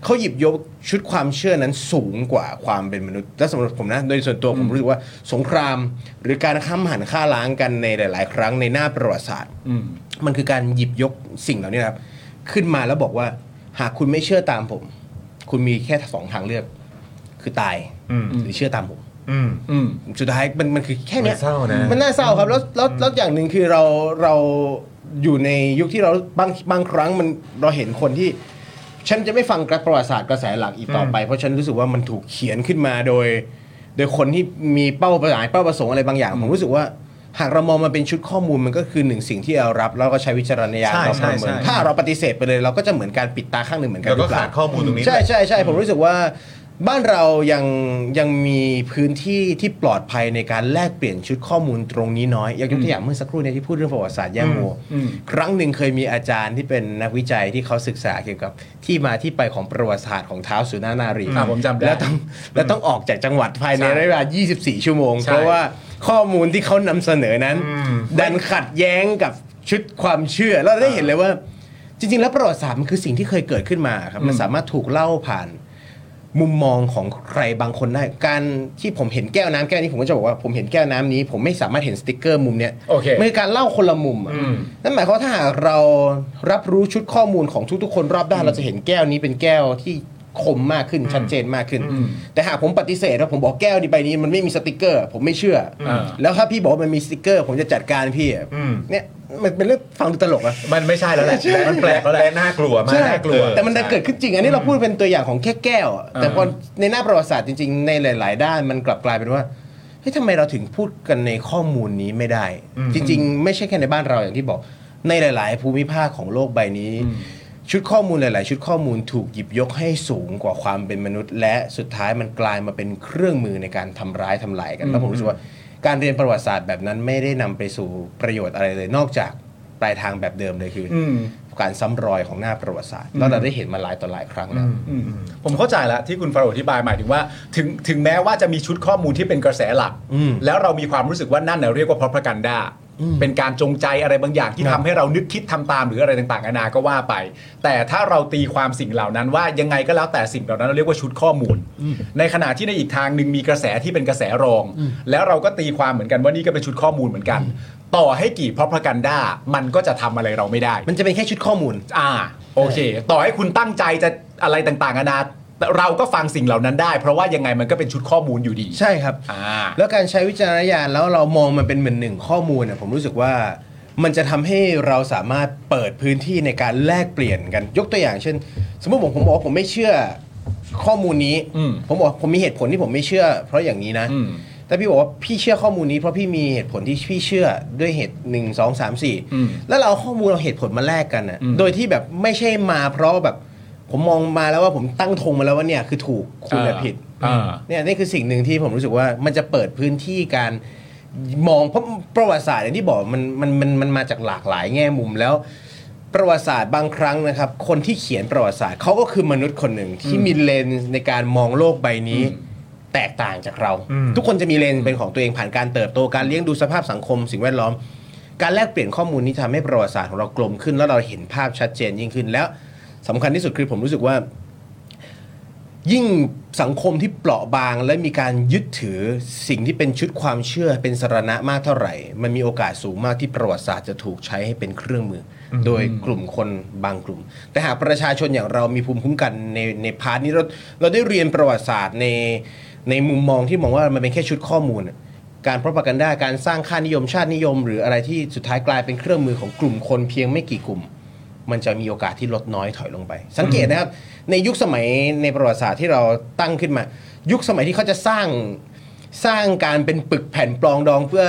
[SPEAKER 3] เขาหยิบยกชุดความเชื่อนั้นสูงกว่าความเป็นมนุษย์และสำหรับผมนะโดยส่วนตัวผมรู้สึกว่าสงคราม หรือการข้ามหันฆ่าล้างกันในหลาย ๆ ครั้งในหน้าประวัติศาสตร์
[SPEAKER 2] อืม
[SPEAKER 3] มันคือการหยิบยกสิ่งเหล่านี้นะครับ ขึ้นมาแล้วบอกว่า หากคุณไม่เชื่อตามผม คุณมีแค่สองทางเลือก คือตาย
[SPEAKER 1] อืม
[SPEAKER 3] หรือเชื่อตามผม
[SPEAKER 1] อืม
[SPEAKER 2] อืม
[SPEAKER 3] สุดท้ายมันมันคือแค่เนี้
[SPEAKER 1] มั
[SPEAKER 3] ย
[SPEAKER 1] นเศร้านะ
[SPEAKER 3] มันน่าเศร้าครับแล้วแล้วแล้วอย่างหนึ่งคือเราเราอยู่ในยุคที่เราบางบางครั้งมันเราเห็นคนที่ ฉันจะไม่ฟังกระประวัติศาสตร์กระแสหลักอีกต่อไป เพราะฉันรู้สึกว่ามันถูกเขียนขึ้นมาโดย โดยคนที่มีเป้าประหมายเป้าประสงค์อะไรบางอย่าง ผมรู้สึกว่า หากเรามองมันเป็นชุดข้อมูลมันก็คือหนึ่งสิ่งที่เรารับ แล้วก็ใช้วิจารณญาณ
[SPEAKER 2] ใช่
[SPEAKER 3] เรา
[SPEAKER 2] ใช่
[SPEAKER 3] ประเมิน
[SPEAKER 2] ใช่
[SPEAKER 3] ถ้าเราปฏิเสธไปเลย เราก็จะเหมือนการปิดตาข้างหนึ่งเหมือนกัน
[SPEAKER 1] แล้วก็
[SPEAKER 3] หรือเป
[SPEAKER 1] ขา
[SPEAKER 3] ล่า
[SPEAKER 1] ดข้อมูลตรงนี้
[SPEAKER 3] ใช่ใช่ใช่ผมรู้สึกว่าบ้านเรายังยังมีพื้นที่ที่ปลอดภัยในการแลกเปลี่ยนชุดข้อมูลตรงนี้น้อยอย่างยกตัวอย่างเมื่อสักครู่เนี่ยที่พูดเรื่องประวัติศาสตร์ย่าโม
[SPEAKER 2] อืม
[SPEAKER 3] ครั้งหนึ่งเคยมีอาจารย์ที่เป็นนักวิจัยที่เขาศึกษาเกี่ยวกับที่มาที่ไปของประวัติศาสตร์ของเท้าวสุนานารี
[SPEAKER 2] อ่าผมจำได้
[SPEAKER 3] แล้วต้องแล้วต้องออกจากจังหวัดภายในระยะเวลา 24 ชั่วโมง
[SPEAKER 2] ใช่
[SPEAKER 3] เพราะว่าข้อมูลที่เขานำเสนอนั้น
[SPEAKER 2] อืม
[SPEAKER 3] ดันขัดแย้งกับชุดความเชื่อแล้วเราได้เห็นเลยว่า จริงๆ แล้วประวัติศาสตร์มันคือสิ่งที่เคยเกิดขึ้นมาครับ มันสามารถถูกเล่าผ่านมุมมองของใครบางคนได้ การที่ผมเห็นแก้วน้ำแก้วนี้ผมก็จะบอกว่าผมเห็นแก้วน้ำนี้ ผมไม่สามารถเห็นสติกเกอร์มุมเนี้ย
[SPEAKER 2] โอเค
[SPEAKER 3] มันคือการเล่าคนละมุมอะ
[SPEAKER 2] อืม
[SPEAKER 3] นั่นหมายความว่าถ้าหากเรารับรู้ชุดข้อมูลของทุกๆ คนรอบด้านเราจะเห็นแก้วนี้เป็นแก้วที่คมมากขึ้นชัดเจนมากขึ้น แต่หากผมปฏิเสธว่าผมบอกแก้วนี้ใบนี้มันไม่มีสติกเกอร์ ผมไม่เชื่ออ
[SPEAKER 2] ม
[SPEAKER 3] แล้วถ้าพี่บอกว่ามันมีสติกเกอร์ ผมจะจัดการพี่อะเนี่ยมันเป็นเรื่องฟังดูตลกอะ
[SPEAKER 2] มันไม่ใช่แล้วแหละมันแปลกแล้วแหละ
[SPEAKER 1] และน่ากลัวมาก
[SPEAKER 3] ใช่
[SPEAKER 1] น่ากลัว
[SPEAKER 3] แต่มันได้เกิดขึ้นจริง อันนี้เราพูดเป็นตัวอย่างของแค่แก้วอะแต่
[SPEAKER 2] อ่า
[SPEAKER 3] พอในหน้าประวัติศาสตร์จริงๆ ในหลาย ๆ ด้านมันกลับกลายเป็นว่าเฮ้ยทำไมเราถึงพูดกันในข้อมูลนี้ไม่ได้ จริง ๆ ไม่ใช่แค่ในบ้านเราอย่างที่บอก ในหลาย ๆ ภูมิภาคของโลกใบนี้ ชุดข้อมูลหลาย ๆ ชุดข้อมูลถูกหยิบยกให้สูงกว่าความเป็นมนุษย์ และสุดท้ายมันกลายมาเป็นเครื่องมือในการทำร้ายทำลายกันแล้วผมรู้สึกว่าการเรียนประวัติศาสตร์แบบนั้นไม่ได้นำไปสู่ประโยชน์อะไรเลยนอกจากปลายทางแบบเดิมเลยคืออ
[SPEAKER 2] อืม
[SPEAKER 3] การซ้ำรอยของหน้าประวัติศาสตร์แล้วเราได้เห็นมาหลายต่อหลายครั้งแล้ว
[SPEAKER 2] อืมผมเข้าใจแล้วที่คุณฟาโรห์อธิบายหมายถึงว่าถึงถึงแม้ว่าจะมีชุดข้อมูลที่เป็นกระแสหลัก
[SPEAKER 3] อืม
[SPEAKER 2] แล้วเรามีความรู้สึกว่านั่นน่ะเรียกว่าพร o พกันดาเป็นการจงใจอะไรบางอย่างที่
[SPEAKER 3] ครั
[SPEAKER 2] ทำ
[SPEAKER 3] บ
[SPEAKER 2] ให้เรานึกคิดทำตามหรืออะไรต่างๆนานาก็ว่าไป แต่ถ้าเราตีความสิ่งเหล่านั้นว่ายังไงก็แล้วแต่สิ่งเหล่านั้นเราเรียกว่าชุดข้อมูล ในขณะที่ในอีกทางหนึ่งมีกระแสที่เป็นกระแสรอง แล้วเราก็ตีความเหมือนกันว่านี่ก็เป็นชุดข้อมูลเหมือนกัน ต่อให้กี่พร o พกันดามันก็จะทำอะไรเราไม่ได้
[SPEAKER 3] มันจะเป็นแค่ชุดข้อมูล
[SPEAKER 2] อ่าโอเค ต่อให้คุณตั้งใจจะอะไรต่างๆนานาเราก็ฟังสิ่งเหล่านั้นได้ เพราะว่ายังไงมันก็เป็นชุดข้อมูลอยู่ดี
[SPEAKER 3] ใช่ครับ
[SPEAKER 2] อ่า
[SPEAKER 3] แล้วการใช้วิจารณญาณแล้วเรามองมันเป็นเหมือนหนึ่งข้อมูลเนี่ยผมรู้สึกว่า มันจะทำให้เราสามารถเปิดพื้นที่ในการแลกเปลี่ยนกันยกตัวอย่างเช่น สมมติผมผมบอกว่าผมไม่เชื่อข้อมูลนี้
[SPEAKER 2] อืม
[SPEAKER 3] ผมบอกผมมีเหตุผลที่ผมไม่เชื่อ เพราะอย่างนี้นะ
[SPEAKER 2] อืม
[SPEAKER 3] แต่พี่บอกว่าพี่เชื่อข้อมูลนี้เพราะพี่มีเหตุผลที่พี่เชื่อด้วยเหตุหนึ่งสองสามสี่
[SPEAKER 2] อืม
[SPEAKER 3] แล้วเราเอาข้อมูลเอาเหตุผลมาแลกกันน่ะ
[SPEAKER 2] อืม
[SPEAKER 3] โดยที่แบบไม่ใช่มาเพราะแบบ ผมมองมาแล้วว่าผมตั้งธงมาแล้วว่าเนี่ยคือถูกคุณน่ะ
[SPEAKER 2] อ่า
[SPEAKER 3] ผิด
[SPEAKER 2] อ่า
[SPEAKER 3] เนี่ยนี่คือสิ่งหนึ่งที่ผมรู้สึกว่ามันจะเปิดพื้นที่การมองเพราะประวัติศาสตร์อย่างที่บอกมันมันมันมันมาจากหลากหลายแง่มุมแล้ว ประวัติศาสตร์บางครั้งนะครับ คนที่เขียนประวัติศาสตร์เขาก็คือมนุษย์คนหนึ่งที่มีเลนส์ในการมองโลกใบนี้ แตกต่างจากเรา ทุกคนจะมีเลนส์เป็นของตัวเองผ่านการเติบโตการเลี้ยงดูสภาพสังคม สิ่งแวดล้อม การแลกเปลี่ยนข้อมูลนี้ทำให้ประวัติศาสตร์ของเรากลมขึ้น แล้วเราเห็นภาพชัดเจนยิ่งขึ้นแล้วสำคัญที่สุดคือผมรู้สึกว่า ยิ่งสังคมที่เปราะบาง และมีการยึดถือสิ่งที่เป็นชุดความเชื่อเป็นสรณะมากเท่าไหร่ มันมีโอกาสสูงมากที่ประวัติศาสตร์จะถูกใช้ให้เป็นเครื่องมืออโดยกลุ่มคนบางกลุ่ม แต่หากประชาชนอย่างเรามีภูมิคุ้มกันในในพาร์ทนี้เราเราได้เรียนประวัติศาสตร์ในในมุมมองที่มองว่ามันเป็นแค่ชุดข้อมูลอะ การพร o ป a กันดาการสร้างค่านิยมชาตินิยม หรืออะไรที่สุดท้ายกลายเป็นเครื่องมือของกลุ่มคนเพียงไม่กี่กลุ่ม มันจะมีโอกาสที่ลดน้อยถอยลงไป สังเกตนะครับ ในยุคสมัยในประวัติศาสตร์ที่เราตั้งขึ้นมา ยุคสมัยที่เขาจะสร้างสร้างการเป็นปึกแผ่นปลองดองเพื่อ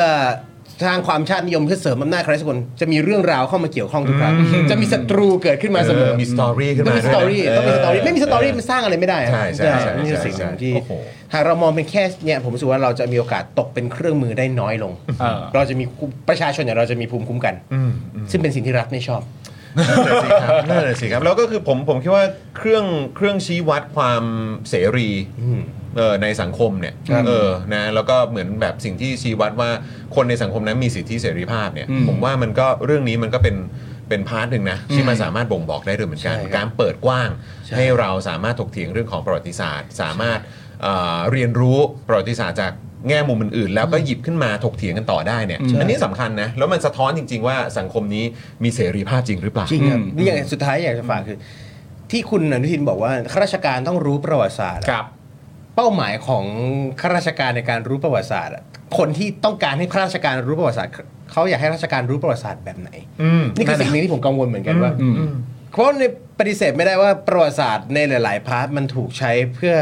[SPEAKER 3] สร้างความชาตินิยมเพื่อเสริมอำนาจใครสักคนจะมีเรื่องราวเข้ามาเกี่ยวข้องทุกครั้งจะมีศัตรูเกิดขึ้นมาเสมอ
[SPEAKER 1] มีสตอรี่ขึ้น
[SPEAKER 3] ต้อ
[SPEAKER 1] มาง
[SPEAKER 3] มีสตอรี่ต้องมีสตอ
[SPEAKER 1] เ
[SPEAKER 3] รี่ไม่มีสตอรี่มันสร้างอะไรไม่ได้อะ
[SPEAKER 1] ใช่ใช่ใช่
[SPEAKER 3] นี่คือ
[SPEAKER 1] ใช่
[SPEAKER 3] สิ่งหนึ่งที่
[SPEAKER 1] โอ้โห
[SPEAKER 3] หากเรามองเป็นแค่เนี่ยผมรู้สึกว่าเราจะมีโอกาสตกเป็นเครื่องมือได้น้อยลง
[SPEAKER 2] เออ
[SPEAKER 3] เราจะมีประชาชนอย่างเราจะมีภูมิคุ้มกัน ซึ่งเป็นสิ่งที่รัฐไม่ชอบ
[SPEAKER 1] นั่นแหละสิครับนั่นแหละสิครับแล้วก็คือผมผมคิดว่าเครื่องเครื่องชี้วัดความเสรีเออในสังคมเนี่ย
[SPEAKER 3] ครับ
[SPEAKER 1] เออนะแล้วก็เหมือนแบบสิ่งที่ชี้วัดว่าคนในสังคมนั้นมีสิทธิเสรีภาพเนี่ย
[SPEAKER 3] อืม
[SPEAKER 1] ผมว่ามันก็เรื่องนี้มันก็เป็นเป็นพาร์ทหนึ่งนะที่มันสามารถบ่งบอกได้ด้วยเหมือนกัน
[SPEAKER 3] ใช่ครับ
[SPEAKER 1] การเปิดกว้าง
[SPEAKER 3] ใช่
[SPEAKER 1] ให้เราสามารถถกเถียงเรื่องของประวัติศาสตร์ สามารถเอ่อเรียนรู้ประวัติศาสตร์จากแง่มุมอื่นๆ แล้วก็หยิบขึ้นมาถกเถียงกันต่อได้เนี่ยอันนี้สำคัญนะแล้วมันสะท้อนจริง ๆ ว่าสังคมนี้มีเสรีภาพจริงหรือเปล่า
[SPEAKER 3] จริงครับ
[SPEAKER 2] อืม
[SPEAKER 3] นี่อย่างสุดท้ายอยากจะฝากคือ ที่คุณอนุทินบอกว่าข้าราชการต้องรู้ประวัติศาสตร์อะ
[SPEAKER 2] ครับ
[SPEAKER 3] เป้าหมายของข้าราชการในการรู้ประวัติศาสตร์อะคนที่ต้องการให้ข้าราชการรู้ประวัติศาสตร์เขาอยากให้ราชการรู้ประวัติศาสตร์แบบไหน นี่คือสิ่งหนึงที่ผมกังวลเหมือนกันว่า
[SPEAKER 2] อืม
[SPEAKER 3] เพราะในปฏิเสธไม่ได้ว่าประวัติศาสตร์ในหลาย ๆ พาร์ทมันถูกใช้เพื่อ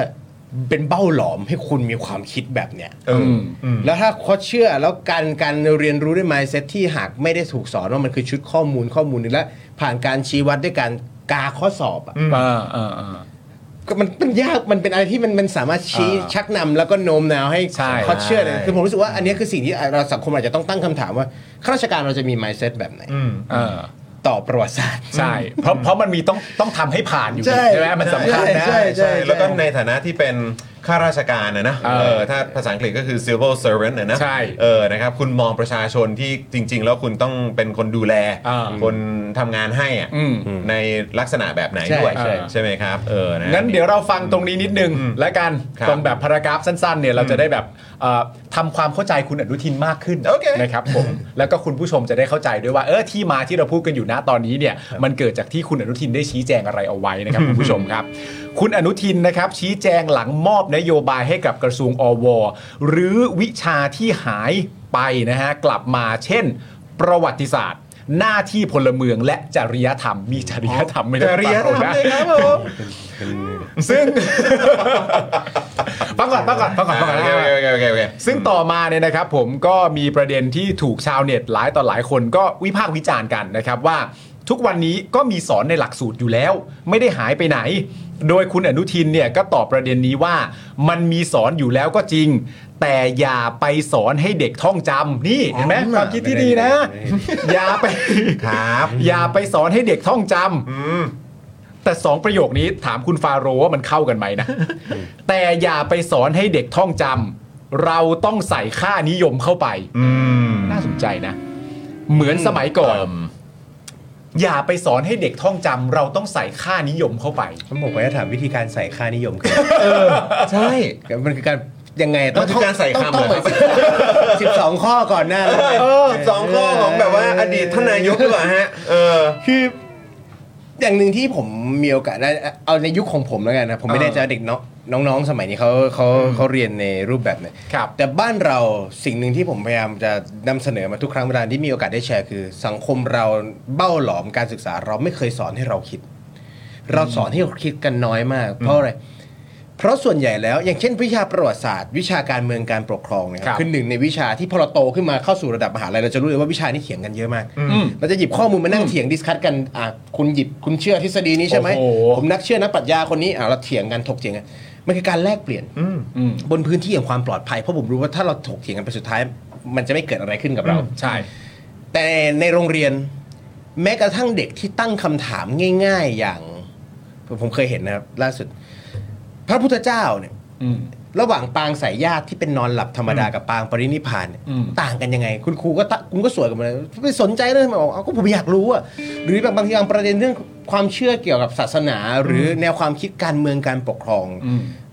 [SPEAKER 3] เป็นเบ้าหลอมให้คุณมีความคิดแบบเนี้ย
[SPEAKER 1] เอออ
[SPEAKER 3] แล้วถ้าเขาเชื่อแล้วการการเรียนรู้ด้วย mindset ที่หากไม่ได้ถูกสอนว่ามันคือชุดข้อมูลข้อมูลหนึงและผ่านการชี้วัดด้วยการกาข้อสอบอ่ะ
[SPEAKER 2] เออเออเออ
[SPEAKER 3] ก็มันเป็นยากมันเป็นอะไรที่มันมันสามารถชี้
[SPEAKER 2] อ่า
[SPEAKER 3] ชักนำแล้วก็โน้มน้าวให้
[SPEAKER 2] ใช่
[SPEAKER 3] เขาเชื่อเลยคือผมรู้สึกว่าอันเนี้ยคือสิ่งที่เราสังคมอาจจะต้องตั้งคำถามว่าข้าราชการเราจะมี mindset แบบไหน
[SPEAKER 2] เออ
[SPEAKER 3] ต่อประวัติศาสตร์
[SPEAKER 2] ใช่ เพราะเพราะมันมีต้องต้องทำให้ผ่านอยู่
[SPEAKER 3] ใช่
[SPEAKER 2] ใช่ไหมมันสำคัญนะ
[SPEAKER 3] ใช่
[SPEAKER 1] แล้วก็ในฐานะที่เป็นข้าราชการนะนะ
[SPEAKER 2] เออ
[SPEAKER 1] เออถ้าภาษาอังกฤษก็คือ civil servant นะนะ
[SPEAKER 2] ใช่
[SPEAKER 1] เออนะครับคุณมองประชาชนที่จริง ๆ แล้วคุณต้องเป็นคนดูแล
[SPEAKER 2] อ่า
[SPEAKER 1] คนทำงานให้อะ
[SPEAKER 2] อืม
[SPEAKER 1] ในลักษณะแบบไหน
[SPEAKER 3] ใช่
[SPEAKER 1] ด้วย
[SPEAKER 3] ใช่
[SPEAKER 1] ใช่ไหมครับเออนะ
[SPEAKER 2] งั้นเดี๋ยวเราฟังตรงนี้นิดนึงและกัน
[SPEAKER 1] ครับ
[SPEAKER 2] ตรงแบบพารากราฟสั้นๆเนี่ยเราจะได้แบบเอ่อทำความเข้าใจคุณอนุทินมากขึ้น
[SPEAKER 1] โอเค
[SPEAKER 2] นะครับผม แล้วก็คุณผู้ชมจะได้เข้าใจด้วยว่าเออที่มาที่เราพูดกันอยู่นะตอนนี้เนี่ยมันเกิดจากที่คุณอนุทินได้ชี้แจงอะไรเอาไว้ นะครับ คุณผู้ชมครับ คุณอนุทินนะครับชี้แจงหลังมอบนโยบายให้กับกระทรวงอว หรือวิชาที่หายไปนะฮะกลับมาเช่น ประวัติศาสตร์ หน้าที่พลเมืองและจริยธรรมมีจริยธรรมไหมนะ
[SPEAKER 1] จริยธรรมด้วยครับผม
[SPEAKER 2] ซึ่ง ฟังก่อนฟังก่อนฟังก่อนฟังก่อน
[SPEAKER 1] โอเคโอเคโอเคโอเคโอเค
[SPEAKER 2] ซึ่งต่อมาเนี่ยนะครับผมก็มีประเด็นที่ถูกชาวเน็ตหลายต่อหลายคนก็วิพากษ์วิจารณ์กันนะครับว่าทุกวันนี้ก็มีสอนในหลักสูตรอยู่แล้ว ไม่ได้หายไปไหน โดยคุณอนุทินเนี่ยก็ตอบประเด็นนี้ว่า มันมีสอนอยู่แล้วก็จริง แต่อย่าไปสอนให้เด็กท่องจำนี่เห็นไหมความคิดที่ดีนะ อย่าไป
[SPEAKER 1] ครับ
[SPEAKER 2] อย่าไปสอนให้เด็กท่องจำแต่สองประโยคนี้ถามคุณฟาโรห์ว่ามันเข้ากันไหมนะ แต่อย่าไปสอนให้เด็กท่องจำเราต้องใส่ค่านิยมเข้าไป
[SPEAKER 1] อืม
[SPEAKER 2] น่าสนใจนะ เหมือนสมัยก่อน อย่าไปสอนให้เด็กท่องจำเราต้องใส่ค่านิยมเข้าไป
[SPEAKER 3] ผมบอกว่าจะถามวิธีการใส่ค่านิยมคือ
[SPEAKER 1] ใช่
[SPEAKER 3] มันคือการยังไง
[SPEAKER 1] มันคือการใส่คำ
[SPEAKER 3] ต้อง
[SPEAKER 1] เหรอ
[SPEAKER 3] สิบสองข้อก่อนหน้าแล้วไง
[SPEAKER 1] สองข้อของแบบว่าอดีตท่านนายกหรือเปล่าฮะ เออ
[SPEAKER 3] คืออย่างหนึ่งที่ผมมีโอกาสได้เอาในยุคของผมแล้วกันนะผมไม่แน่ใจว่าเด็กน้องน้องๆ สมัยนี้เขาเขาเขาเรียนในรูปแบบไหน
[SPEAKER 2] ครับ
[SPEAKER 3] แต่บ้านเราสิ่งหนึ่งที่ผมพยายามจะนำเสนอมาทุกครั้งเวลาที่มีโอกาสได้แชร์คือ สังคมเราเบ้าหลอมการศึกษาเราไม่เคยสอนให้เราคิด เราสอนให้เราคิดกันน้อยมาก เพราะอะไร เพราะส่วนใหญ่แล้วอย่างเช่น วิชาประวัติศาสตร์ วิชาการเมืองการปกครองเนี่ย
[SPEAKER 2] ครับ
[SPEAKER 3] คือหนึ่งในวิชาที่พอเราโตขึ้นมาเข้าสู่ระดับมหาลัยเราจะรู้เลยว่าวิชานี้เถียงกันเยอะมากเราจะหยิบข้อมูลมานั่งเถียงดิสคัตกันอ่ะคุณหยิบคุณเชื่อทฤษฎีนี้ใช่ไหม
[SPEAKER 2] โอ้โห
[SPEAKER 3] ผมนักเชื่อนักปรัชญาคนนี้อ่ะเราเถียงกันถกเถียงกันมันคือการแลกเปลี่ยน
[SPEAKER 2] อืม
[SPEAKER 3] บนพื้นที่แห่งความปลอดภัยเพราะผมรู้ว่าถ้าเราถกเถียงกันไปสุดท้าย มันจะไม่เกิดอะไรขึ้นกับเรา
[SPEAKER 2] ใช่
[SPEAKER 3] แต่ในโรงเรียนแม้กระทั่งเด็กที่ตั้งคำถามง่าย ๆอย่าง ผมผมเคยเห็นนะครับล่าสุด พระพุทธเจ้าเนี่ย
[SPEAKER 2] อืม
[SPEAKER 3] ระหว่างปางสายญาติที่เป็นนอนหลับธรรมดากับปางปรินิพพานเนี่ยต่างกันยังไง คุณครูก็ตะคุณก็สวยกับมันเลยไม่สนใจเลยทำไมบอกเอาก็ผมอยากรู้อะหรือแบบบางทีบางประเด็นเรื่องความเชื่อเกี่ยวกับศาสนา หรือแนวความคิดการเมืองการปกครอง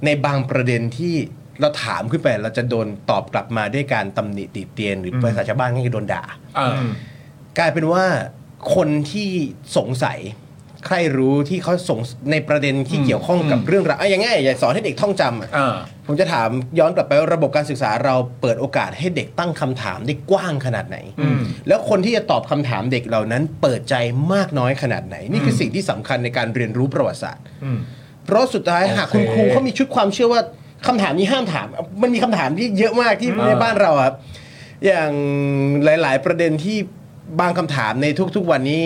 [SPEAKER 3] ในบางประเด็นที่เราถามขึ้นไปเราจะโดนตอบกลับมาด้วยการตำหนิติเตียน หรือภาษาชาวบ้านก็คือโดนด่า
[SPEAKER 2] เออ
[SPEAKER 3] กลายเป็นว่าคนที่สงสัยใครรู้ที่เขาสงสในประเด็นที่เกี่ยวข้องกับเรื่องราวอ่ะอย่างง่ายอย่างสอนให้เด็กท่องจำอ่ะ
[SPEAKER 2] เออ
[SPEAKER 3] ผมจะถามย้อนกลับไปว่าระบบการศึกษาเราเปิดโอกาสให้เด็กตั้งคำถามได้กว้างขนาดไหน แล้วคนที่จะตอบคำถามเด็กเหล่านั้นเปิดใจมากน้อยขนาดไหน นี่คือสิ่งที่สำคัญในการเรียนรู้ประวัติศาสตร์ เพราะสุดท้ายหากคุณครูเขามีชุดความเชื่อว่าคำถามนี้ห้ามถาม มันมีคำถามที่เยอะมากที่ในบ้านเราอะครับ อย่างหลาย ๆ ประเด็นที่บางคำถามในทุก ๆ วันนี้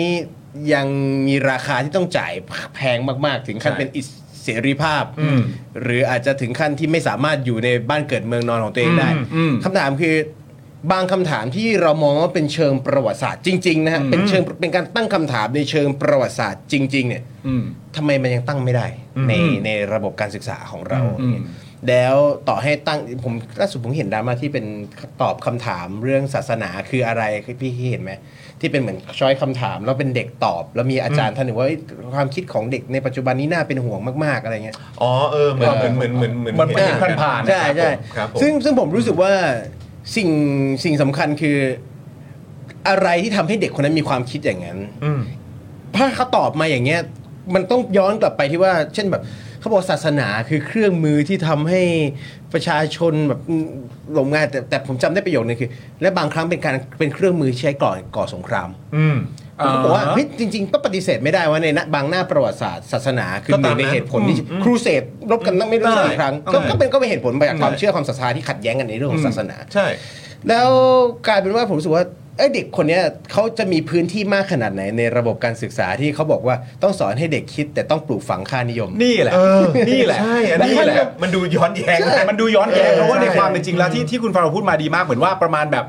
[SPEAKER 3] ยังมีราคาที่ต้องจ่ายแพงมาก ๆ ถึงขั้น
[SPEAKER 2] ใช่
[SPEAKER 3] เป็นอิเสรีภาพ หรืออาจจะถึงขั้นที่ไม่สามารถอยู่ในบ้านเกิดเมืองนอนของตัวเองได้
[SPEAKER 2] อืมอืม
[SPEAKER 3] คำถามคือบางคำถามที่เรามองว่าเป็นเชิงประวัติศาสตร์จริง ๆ นะฮะเป็นเชิงเป็นการตั้งคำถามในเชิงประวัติศาสตร์จริง ๆ เนี่ย
[SPEAKER 2] อืม
[SPEAKER 3] ทำไมมันยังตั้งไม่ได้ในในระบบการศึกษาของเราเนี่ยแล้วต่อให้ตั้งผมล่าสุดผมเห็นดราม่าที่เป็นตอบคำถามเรื่องศาสนาคืออะไรคือพี่เห็นไหมที่เป็นเหมือนช้อยคำถามแล้วเป็นเด็กตอบ แล้วมีอาจารย์ท่านหนึ่งว่าเอ้ยความคิดของเด็กในปัจจุบันนี้น่าเป็นห่วงมากๆอะไรเงี้ย
[SPEAKER 1] อ๋อเออเหมือนเหมือนเหมือนเหมือน
[SPEAKER 2] มันเป็น
[SPEAKER 1] เหตุกรณ์
[SPEAKER 2] ผ่านๆ
[SPEAKER 3] ใช่ใช่
[SPEAKER 1] ครับผม
[SPEAKER 3] ซึ่งซึ่งผมรู้สึกว่าสิ่งสิ่งสำคัญคืออะไรที่ทำให้เด็กคนนั้นมีความคิดอย่างนั้น
[SPEAKER 1] อืม
[SPEAKER 3] ถ้าเขาตอบมาอย่างเงี้ยมันต้องย้อนกลับไปที่ว่า เช่นแบบเขาบอกศาสนาคือเครื่องมือที่ทำให้ประชาชนแบบหลงง่ายแต่แต่ผมจำได้ประโยคนึงคือ และบางครั้งเป็นการเป็นเครื่องมือที่ใช้ก่อก่อสงคราม
[SPEAKER 1] อืม
[SPEAKER 3] ผมก็บอกว่า
[SPEAKER 2] อ่าฮะ
[SPEAKER 3] เฮ้ยจริง ๆ ก็ปฏิเสธไม่ได้ว่าในณบางหน้าประวัติศาสตร์ศาสนาคือ
[SPEAKER 1] ก็
[SPEAKER 3] หนึ่
[SPEAKER 1] ตาม
[SPEAKER 3] งใน
[SPEAKER 1] นั้น
[SPEAKER 3] เหตุผลที่
[SPEAKER 1] อืม
[SPEAKER 3] ครูเสดรบกันไม่รู้
[SPEAKER 1] ใช่
[SPEAKER 3] กี่ครั้งก็
[SPEAKER 1] ใช่
[SPEAKER 3] ก็เป็นก็เป็นเหตุผลมาจากความเชื่อความศรัทธาที่ขัดแย้งกันในเรื่องของศาสนา
[SPEAKER 1] ใช่
[SPEAKER 3] แล้วกลายเป็นว่าผมรู้สึกว่าเอ้ยเด็กคนเนี้ยเขาจะมีพื้นที่มากขนาดไหนในระบบการศึกษาที่เขาบอกว่าต้องสอนให้เด็กคิดแต่ต้องปลูกฝังค่านิยม
[SPEAKER 2] นี่แหละ
[SPEAKER 1] เออ
[SPEAKER 2] นี่แหละ
[SPEAKER 1] ใช่อันนี้แหละ มันดูย้อนแย้ง
[SPEAKER 2] มันดูย้อนแย้ง
[SPEAKER 1] เออ
[SPEAKER 2] เพราะว่าใน
[SPEAKER 1] ใช่
[SPEAKER 2] ความเป็นจริงแล้วที่ที่คุณฟาโรห์พูดมาดีมากเหมือนว่าประมาณแบบ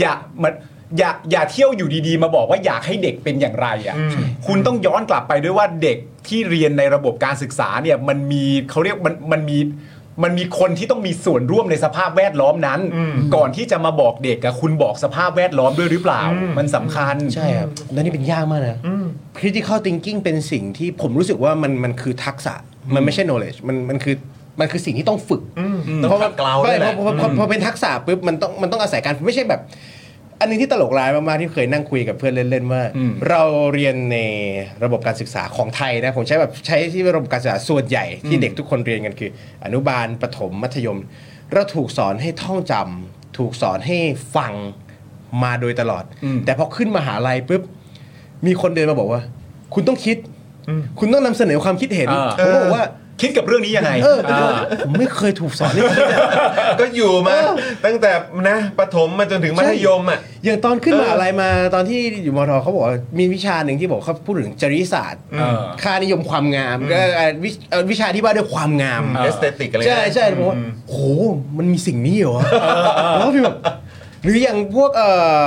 [SPEAKER 2] อย่าเหมือนอย่าอย่าเที่ยวอยู่ดีๆ มาบอกว่าอยากให้เด็กเป็นอย่างไรอ่ะ
[SPEAKER 1] อืม
[SPEAKER 2] คุณต้องย้อนกลับไปด้วยว่าเด็กที่เรียนในระบบการศึกษาเนี่ยมันมีเขาเรียกมันมันมีมันมีคนที่ต้องมีส่วนร่วมในสภาพแวดล้อมนั้น ก่อนที่จะมาบอกเด็กอะคุณบอกสภาพแวดล้อมด้วยหรือเปล่า มันสำคัญ
[SPEAKER 3] ใช่ครับแล้วนี่เป็นยากมากนะ critical thinking เป็นสิ่งที่ผมรู้สึกว่ามันมันคือทักษะมันไม่ใช่ knowledge มันมันคือมันคือสิ่งที่ต้องฝึก
[SPEAKER 1] ต้องขัดเกลาด้วยแหละ
[SPEAKER 3] พอพอพอพอเป็นทักษะปุ๊บมันต้องมันต้องอาศัยการไม่ใช่แบบ อันนึงที่ตลกร้ายมากๆที่เคยนั่งคุยกับเพื่อนเล่น ๆ ว่า เราเรียนในระบบการศึกษาของไทยนะผมใช้แบบใช้ที่ระบบการศึกษาส่วนใหญ่ที่เด็กทุกคนเรียนกันคือ อนุบาลประถมมัธยม เราถูกสอนให้ท่องจำถูกสอนให้ฟังมาโดยตลอด แต่พอขึ้นมหาลัยปุ๊บมีคนเดินมาบอกว่า คุณต้องคิด คุณต้องนำเสนอความคิดเห็น
[SPEAKER 2] อ่า
[SPEAKER 3] ผมก็บอกว่า
[SPEAKER 2] คิดกับเรื่องนี้ยังไง
[SPEAKER 3] เออแต่
[SPEAKER 2] อ่า
[SPEAKER 3] ผมไม่เคยถูกสอนให้คิดอะ
[SPEAKER 1] ก็อยู่มา
[SPEAKER 3] เออ
[SPEAKER 1] ตั้งแต่นะประถมมาจนถึงมัธยมอ่ะ
[SPEAKER 3] อย่างตอนขึ้น
[SPEAKER 1] เออ
[SPEAKER 3] มหาอะไรมาตอนที่อยู่มอทอเขาบอกว่ามีวิชาหนึ่งที่บอกเขาพูดถึงจริยศาสตร์
[SPEAKER 2] เออ
[SPEAKER 3] ค่านิยมความงามก็เอ่อวิชเอ่อวิชาที่ว่าด้วยความงาม
[SPEAKER 2] เอ
[SPEAKER 1] เอสเตติกอะไร
[SPEAKER 3] ใช่ใช่ผมว่าโหมันมีสิ่งนี้เหรอวะแล้วพี่แบบหรืออย่างพวกเอ่อ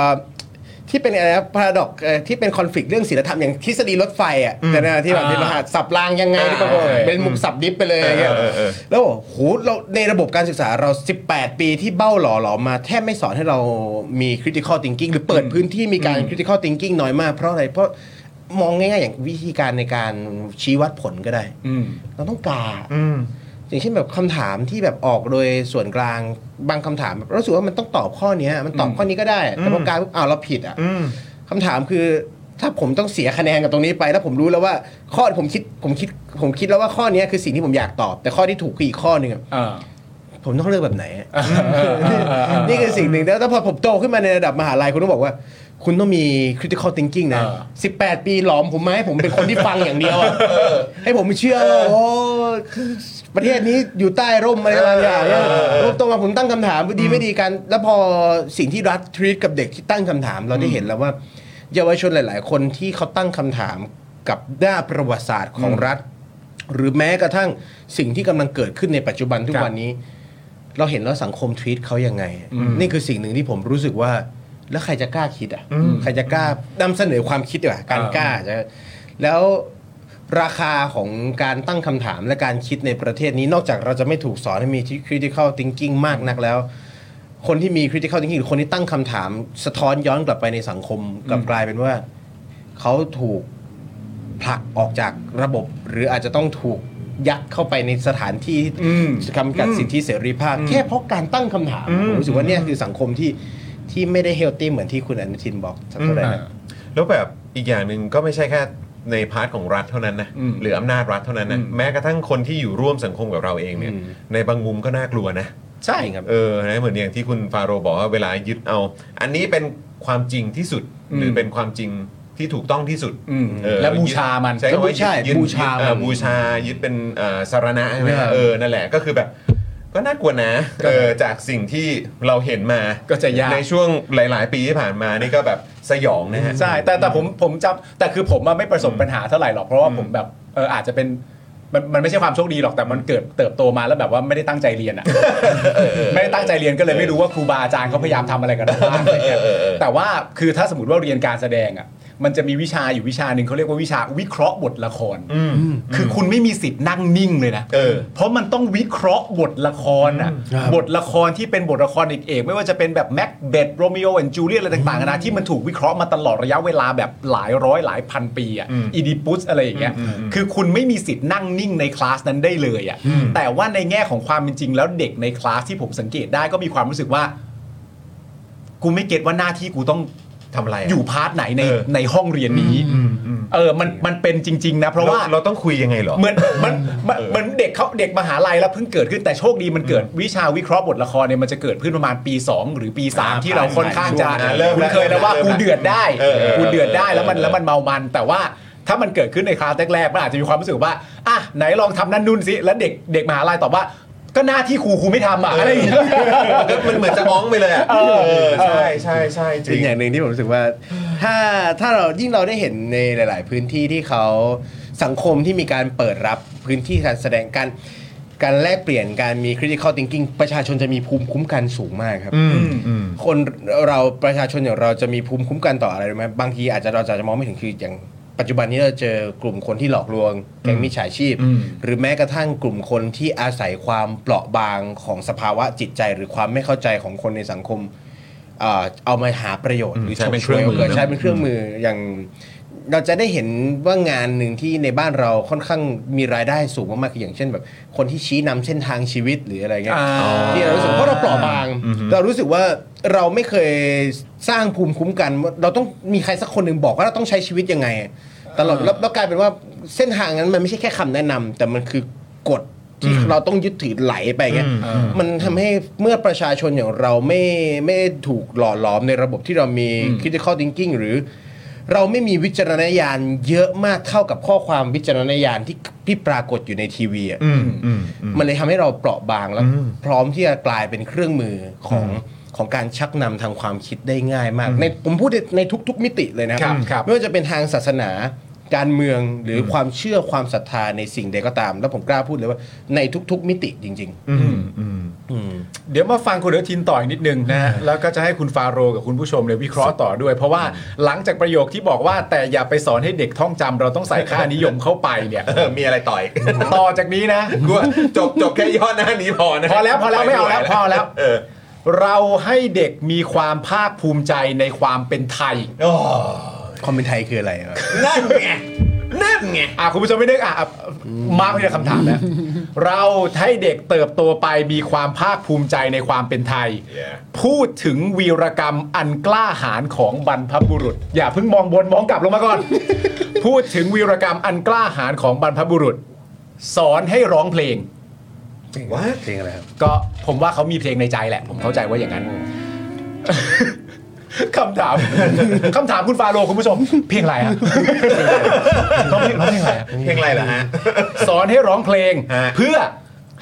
[SPEAKER 3] ที่เป็นอะไรพาราดอกที่เป็นคอน FLICT เรื่องศิลธรรมอย่างทฤษฎีรถไฟอ่ะแต่นะที่แบบ
[SPEAKER 2] อ่า
[SPEAKER 3] เป็นรหัสสับรางยังไงที่เขาบอกเป็นมุกสับดิฟไปเลยอย่างเงี้ย แล้วบอกโหเราในระบบการศึกษาเรา 18 ปีที่เบ้าหล่อหลอมมาแทบไม่สอนให้เรามี critical thinking หรือเปิดพื้นที่มีการ critical thinking น้อยมาก เพราะอะไร เพราะมองง่ายๆ อย่างวิธีการในการชี้วัดผลก็ได้
[SPEAKER 2] อืม
[SPEAKER 3] เราต้องกา
[SPEAKER 1] อืม
[SPEAKER 3] อย่างเช่นแบบคำถามที่แบบออกโดยส่วนกลางบางคำถามแบบรู้สึกว่ามันต้องตอบข้อเนี้ยมันตอบข้อนี้ก็ได้ แต่พอกลายปุ๊บอ้าวเราผิดอ่ะ
[SPEAKER 1] อืม
[SPEAKER 3] คำถามคือถ้าผมต้องเสียคะแนนกับตรงนี้ไป แล้วผมรู้แล้วว่าข้อผมคิดผมคิดผมคิดแล้วว่าข้อเนี้ยคือสิ่งที่ผมอยากตอบ แต่ข้อที่ถูกคืออีกข้อหนึ่งอะ
[SPEAKER 2] อ่า
[SPEAKER 3] ผมต้องเลือกแบบไหนอะ
[SPEAKER 2] เออเออ
[SPEAKER 3] นี่คือสิ่งหนึ่งแล้วถ้าพอผมโตขึ้นมาในระดับมหาลัยคุณต้องบอกว่า คุณต้องมี critical thinking นะ
[SPEAKER 2] เออ
[SPEAKER 3] 18 ปีหลอมผมมาให้ผมเป็นคนที่ฟังอย่างเดียวอะให้ผมเชื่อว่าโอ้ประเทศนี้อยู่ใต้ร่มอะไรบางอย่างเนี่ย
[SPEAKER 1] เออเออ
[SPEAKER 3] ร่มตรงมาผมตั้งคำถามดีไม่ดีกัน แล้วพอสิ่งที่รัฐทรีตกับเด็กที่ตั้งคำถามเราได้เห็นแล้วว่า เยาวชนหลาย ๆ คนที่เขาตั้งคำถามกับด้านประวัติศาสตร์ของรัฐ หรือแม้กระทั่งสิ่งที่กำลังเกิดขึ้นในปัจจุบันทุก
[SPEAKER 2] ครับ
[SPEAKER 3] วันนี้ เราเห็นแล้วสังคมทวีตเขายังไง นี่คือสิ่งหนึ่งที่ผมรู้สึกว่า แล้วใครจะกล้าคิดอ่ะ ใครจะกล้านำเสนอความคิดอ่ะการกล้าจะแล้ว ราคาของการตั้งคำถามและการคิดในประเทศนี้ นอกจากเราจะไม่ถูกสอนให้มี critical thinking มากนักแล้ว คนที่มี critical thinking หรือคนที่ตั้งคำถาม สะท้อนย้อนกลับไปในสังคมกลับกลายเป็นว่า เขาถูกผลักออกจากระบบ หรืออาจจะต้องถูกยัดเข้าไปในสถานที่
[SPEAKER 2] อืม
[SPEAKER 3] จำกัดสิทธิเสรีภาพ แค่เพราะการตั้งคำถาม
[SPEAKER 2] อืม
[SPEAKER 3] ผมรู้สึกว่าเนี่ยคือสังคมที่ที่ไม่ได้เฮลตี้เหมือนที่คุณอนุทินบอกสักเท่าไหร่นะ
[SPEAKER 1] แล้วแบบอีกอย่างหนึ่งก็ไม่ใช่แค่ในพาร์ทของรัฐเท่านั้นนะ
[SPEAKER 2] อืม
[SPEAKER 1] หรืออำนาจรัฐเท่านั้นนะ
[SPEAKER 2] อืม
[SPEAKER 1] แม้กระทั่งคนที่อยู่ร่วมสังคมกับเราเองเนี่ย
[SPEAKER 3] อืม
[SPEAKER 1] ในบางมุมก็น่ากลัวนะ
[SPEAKER 3] ใช่ครับ
[SPEAKER 1] เออนะเหมือนอย่างที่คุณฟาโรห์บอกว่าเวลายึดเอา อันนี้เป็นความจริงที่สุด
[SPEAKER 2] อืม
[SPEAKER 1] หรือเป็นความจริงที่ถูกต้องที่สุด
[SPEAKER 2] อืม
[SPEAKER 1] เออ
[SPEAKER 2] และบูชามัน
[SPEAKER 1] ใช้คำว่า
[SPEAKER 3] ใช่
[SPEAKER 1] ยึด
[SPEAKER 3] บูชามัน
[SPEAKER 1] เออบูชายึดเป็นเอ่อสารณะใช่ไหม
[SPEAKER 2] เนี่ย
[SPEAKER 1] เออนั่นแหละก็คือแบบก็น่ากลัวนะเออจากสิ่งที่เราเห็นมา
[SPEAKER 2] ก็จะยาก
[SPEAKER 1] ในช่วงหลาย ๆ ปีที่ผ่านมานี่ก็แบบสยองนะฮะ
[SPEAKER 2] ใช่แต่แต่ผมผมจำแต่คือผมอะไม่ประสบปัญหาเท่าไหร่หรอกเพราะว่าผมแบบเอออาจจะเป็นมันมันไม่ใช่ความโชคดีหรอกแต่มันเกิดเติบโตมาแล้วแบบว่าไม่ได้ตั้งใจเรียนอ่ะ ไม่ได้ตั้งใจเรียนก็เลยไม่รู้ว่าครูบาอาจารย์เขาพยายามทำอะไรกันบ้างอะไรเงี้ย แต่ว่าคือถ้าสมมติว่าเรียนการแสดงอ่ะมันจะมีวิชาอยู่วิชาหนึ่งเขาเรียกว่าวิชาวิเคราะห์บทละคร คือคุณไม่มีสิทธิ์นั่งนิ่งเลยนะ
[SPEAKER 1] เออ
[SPEAKER 2] เพราะมันต้องวิเคราะห์บทละครอ่ะ
[SPEAKER 3] ครับ
[SPEAKER 2] บทละครที่เป็นบทละครเอกเอกๆไม่ว่าจะเป็นแบบแม็กเบดโรมิโอแอนจูเลียอะไรต่างๆนะที่มันถูกวิเคราะห์มาตลอดระยะเวลาแบบหลายร้อยหลายพันปีอ่ะอีดิปุสอะไรอย่างเงี้ยคือคุณไม่มีสิทธิ์นั่งนิ่งในคลาสนั้นได้เลยอ่ะแต่ว่าในแง่ของความเป็นจริงแล้วเด็กในคลาสที่ผมสังเกตได้ก็มีความรู้สึกว่า กูไม่เก็ตว่าหน้าที่กูต้อง
[SPEAKER 1] ทำอะไระ
[SPEAKER 2] อยู่พาร์ทไหนใน
[SPEAKER 1] เออ
[SPEAKER 2] ในห้องเรียนนี้เออมันมันเป็นจริง ๆ นะเพราะว่า
[SPEAKER 1] เราต้องคุยยังไงเหรอ
[SPEAKER 2] เหมือนมันมันเหมือนเด็กเขาเด็กมหาลัยแล้วเพิ่งเกิดขึ้นแต่โชคดีมันเกิดวิชาวิเคราะห์บทละครเนี่ยมันจะเกิดขึ้นประมาณปี 2 หรือปี 3 ที่เราค่อนข้างจะ
[SPEAKER 1] อ่าเริ่ม
[SPEAKER 2] คุ้นเคยแล้วว่า
[SPEAKER 1] เริ่ม
[SPEAKER 2] กูเดือดได้
[SPEAKER 1] เออเออ
[SPEAKER 2] กูเดือดได้แล้วมัน
[SPEAKER 1] เออเออ
[SPEAKER 2] แล้วมันเมามัน แต่ว่าถ้ามันเกิดขึ้นในคลาสแรกๆมันอาจจะมีความรู้สึกว่าอ่ะไหนลองทำนั่นนู่นสิแล้วเด็กเด็กมหาลัยตอบว่า ก็หน้าที่ครูครูไม่ทำอ่ะอะไรอย่างเงี้ย
[SPEAKER 1] มันเหมือนจะมองไปเลยอะเออใช่ใช่ใช่จ
[SPEAKER 3] อี
[SPEAKER 1] ริ
[SPEAKER 3] ก
[SPEAKER 1] ง
[SPEAKER 3] อย่างหนึ่งที่ผมรู้สึกว่า ถ้าถ้าเรายิ่งเราได้เห็นในหลาย ๆ พื้นที่ที่เขาสังคมที่มีการเปิดรับพื้นที่การแสดงการการแลกเปลี่ยนการมี critical thinking ประชาชนจะมีภูมิคุ้มกันสูงมากครับ คนเราประชาชนอย่างเราจะมีภูมิคุ้มกันต่ออะไรรู้ไหมบางทีอาจจะเราอาจจะมองไม่ถึงคืออย่างปัจจุบันนี้เราเจอกลุ่มคนที่หลอกลวงแก๊งมิจฉาชีพ หรือแม้กระทั่งกลุ่มคนที่อาศัยความเปราะบางของสภาวะจิตใจ หรือความไม่เข้าใจของคนในสังคม เอ่อเอามาหาประโยชน์
[SPEAKER 1] อืม
[SPEAKER 3] หรือ
[SPEAKER 1] ใช้เป็นเครื่องมือ
[SPEAKER 3] ฉวยโกาส
[SPEAKER 1] นะ
[SPEAKER 3] ใช้เป็นเครื่องมืออย่างเราจะได้เห็นว่างานหนึ่งที่ในบ้านเราค่อนข้างมีรายได้สูงมากๆคืออย่างเช่นแบบ คนที่ชี้นำเส้นทางชีวิตหรืออะไรเงี้ย
[SPEAKER 2] อ่า
[SPEAKER 3] ที่เรารู้สึกเพราะเราเปราะบาง เรารู้สึกว่าเราไม่เคยสร้างภูมิคุ้มกันว่าเราต้องมีใครสักคนหนึ่งบอกว่าเราต้องใช้ชีวิตยังไง ตลอดแล้วแล้วกลายเป็นว่าเส้นทางนั้นมันไม่ใช่แค่คำแนะนำแต่มันคือกฎที่เราต้องยึดถือไหลไปเงี้ย
[SPEAKER 2] อืม
[SPEAKER 3] มันทำให้เมื่อประชาชนอย่างเราไม่ไม่ถูกหล่อหลอมในระบบที่เรามี critical thinking หรือ เราไม่มีวิจารณญาณเยอะมากเท่ากับข้อความวิจารณญาณที่ที่ปรากฏอยู่ในทีวีอ่ะมันเลยทำให้เราเปราะบางแล้ว พร้อมที่จะกลายเป็นเครื่องมือของของการชักนำทางความคิดได้ง่ายมาก ในผมพูดในในทุก ๆ มิติเลยนะครับ
[SPEAKER 2] ครับ
[SPEAKER 3] ไม่ว่าจะเป็นทางศาสนา การเมืองหรือความเชื่อความศรัทธาในสิ่งใดก็ตาม แล้วผมกล้าพูดเลยว่าในทุก ๆ มิติจริง ๆ
[SPEAKER 2] เดี๋ยวมาฟังคุณอนุทินต่ออีกนิดนึงนะฮะแล้วก็จะให้คุณฟาโรห์กับคุณผู้ชมเลยวิเคราะห์ต่อด้วย เพราะว่าหลังจากประโยคที่บอกว่าแต่อย่าไปสอนให้เด็กท่องจำเราต้องใส่ค่านิยมเข้าไปเนี่ย
[SPEAKER 1] เออมีอะไรต่อย
[SPEAKER 2] ต่อจากนี้นะ
[SPEAKER 1] กูว่า จบจบแค่ย่อหน้านี้พอนะ
[SPEAKER 2] พอแล้วพอแล้วไม่เอาแล้วพอแล้ว
[SPEAKER 1] เออ
[SPEAKER 2] เราให้เด็กมีความภาคภูมิใจในความเป็นไทย
[SPEAKER 1] โอ้
[SPEAKER 3] ความเป็นไทยคืออะไรวะ
[SPEAKER 1] นั่นไงนั่นไง
[SPEAKER 2] อ่ะคุณผู้ชมไม่นึกอ่ะอ่ะมาคุณคำถามแล้วเราให้เด็กเติบโตไปมีความภาคภูมิใจในความเป็นไทย
[SPEAKER 1] Yeah
[SPEAKER 2] พูดถึงวีรกรรมอันกล้าหาญของบรรพบุรุษ อย่าเพิ่งมองบนมองกลับลงมาก่อน พูดถึงวีรกรรมอันกล้าหาญของบรรพบุรุษ สอนให้ร้องเพลง
[SPEAKER 1] วะ
[SPEAKER 3] เพลงอะไรครับ
[SPEAKER 2] ก็ผมว่าเขามีเพลงในใจแหละ ผมเข้าใจว่าอย่างนั้น คำถาม คำถามคุณฟาโรห์คุณผู้ชม เพลงอะไรฮะร้องเพลงร้องเพลงอะไรฮะ
[SPEAKER 1] เพลงอะไรเหรอฮะ
[SPEAKER 2] สอนให้ร้องเพลง
[SPEAKER 1] ฮะ
[SPEAKER 2] เพื่อ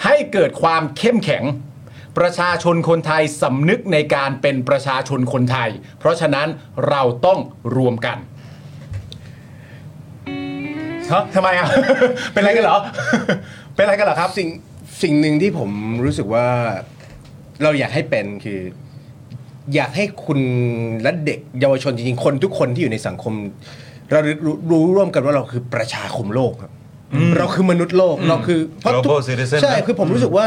[SPEAKER 2] ให้เกิดความเข้มแข็ง ประชาชนคนไทยสำนึกในการเป็นประชาชนคนไทย เพราะฉะนั้นเราต้องรวมกันฮะทำไมอ่ะ เป็นอะไรกันเหรอ เป็นอะไรกันเหรอครับ
[SPEAKER 3] สิ่งสิ่งหนึ่งที่ผมรู้สึกว่าเราอยากให้เป็นคือ อยากให้คุณและเด็กเยาวชนจริงๆ คนทุกคนที่อยู่ในสังคม เรารู้รู้ร่วมกันว่าเราคือประชาคมโลกครับเราคือมนุษย์โลกเราคือเพราะทุก
[SPEAKER 1] Global citizen
[SPEAKER 3] ใช่
[SPEAKER 1] นะ
[SPEAKER 3] คือผมรู้สึกว่า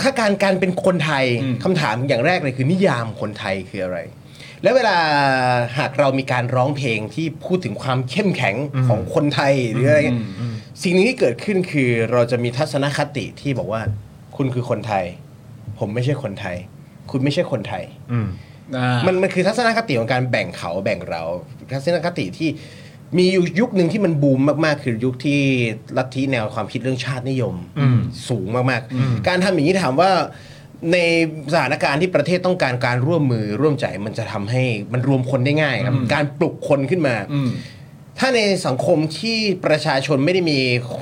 [SPEAKER 3] ถ้าการการเป็นคนไทยคำถามอย่างแรกเลยคือนิยามคนไทยคืออะไร และเวลาหากเรามีการร้องเพลงที่พูดถึงความเข้มแข็งของคนไทยหรืออะไรเงี้ยสิ่งหนี้ที่เกิดขึ้นคือเราจะมีทัศนคติที่บอกว่า คุณคือคนไทย ผมไม่ใช่คนไทย คุณไม่ใช่คนไทย มันมันคือทัศนคติของการแบ่งเขาแบ่งเรา ทัศนคติที่มีอยู่ยุคหนึ่งที่มันบูมมากๆ คือยุคที่ลัทธิแนวความคิดเรื่องชาตินิยมสูงมากๆ การทำอย่างนี้ถามว่าในสถานการณ์ที่ประเทศต้องการการร่วมมือร่วมใจมันจะทำให้มันรวมคนได้ง่ายครับการปลุกคนขึ้นมา ถ้าในสังคมที่ประชาชนไม่ได้มี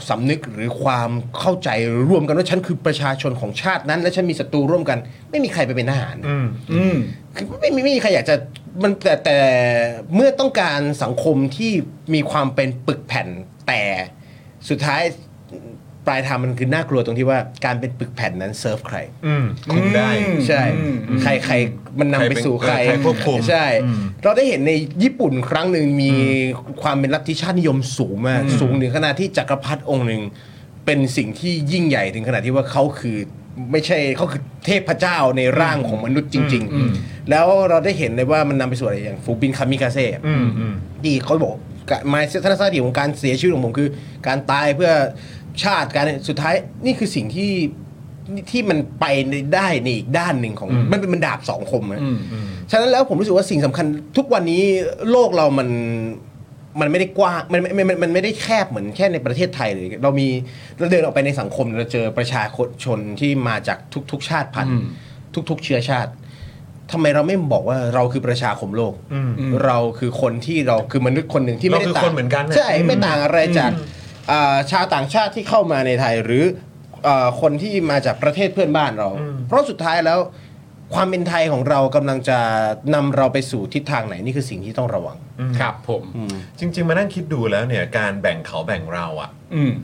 [SPEAKER 3] สำนึกหรือความเข้าใจร่วมกันว่าฉันคือประชาชนของชาตินั้น และฉันมีศัตรูร่วมกัน ไม่มีใครไปเป็นทหาร คือไม่มีไม่มีใครอยากจะมันแต่แต่เมื่อต้องการสังคมที่มีความเป็นปึกแผ่นแต่สุดท้ายปลายทางมันคือน่ากลัวตรงที่ว่าการเป็นปึกแผ่นนั้นเซิร์ฟใคร
[SPEAKER 1] คุมได้
[SPEAKER 3] ใช่ ใครใครมันนำ
[SPEAKER 1] ใครเป็
[SPEAKER 3] ไป
[SPEAKER 1] น
[SPEAKER 3] สู่ใคร
[SPEAKER 1] ใครควบคุม
[SPEAKER 3] ใช่ เราได้เห็นในญี่ปุ่นครั้งหนึ่งมีความเป็นลัทธิชาตินิยมสูงมาก สูงถึงขนาดที่จักรพรรดิองค์หนึ่งเป็นสิ่งที่ยิ่งใหญ่ถึงขนาดที่ว่าเขาคือไม่ใช่เขาคือเทพเจ้าในร่างของมนุษย์จริง ๆ แล้วเราได้เห็นเลยว่ามันนำไปสู่อะไรอย่างฟูบินคามิกาเซ่ดีเขาบอกมายทัศนคติของการเสียชีวิตของผมคือ การตายเพื่อชาติการสุดท้ายนี่คือสิ่งที่ ที่มันไปในได้ในอีกด้านหนึ่งของมันเป็นมันดาบสองคมอะฉะนั้นแล้วผมรู้สึกว่าสิ่งสำคัญทุกวันนี้โลกเรามันมันไม่ได้กว้างมันมันมันมันไม่ได้แคบเหมือนแค่ในประเทศไทยเลยเรามีเราเดินออกไปในสังคมเราเจอประชาชนที่มาจากทุก ๆ ชาติพันธุ์ทุก ๆ เชื้อชาติทำไมเราไม่บอกว่าเราคือประชาคมโลกเราคือคนที่เราคือมนุษย์คนหนึ่งที่ไม่ได้
[SPEAKER 1] เราคือ
[SPEAKER 3] ต่าง
[SPEAKER 1] คนเหมือนกันน่ะ
[SPEAKER 3] ใช่ ไม่ต่างอะไรจากอ่าชาวต่างชาติที่เข้ามาในไทยหรืออาคนที่มาจากประเทศเพื่อนบ้านเรา เพราะสุดท้ายแล้วความเป็นไทยของเรากำลังจะนำเราไปสู่ทิศทางไหนนี่คือสิ่งที่ต้องระวัง
[SPEAKER 2] ครับผม
[SPEAKER 1] จริง ๆ มานั่งคิดดูแล้วเนี่ยการแบ่งเขาแบ่งเราอะ
[SPEAKER 2] อืม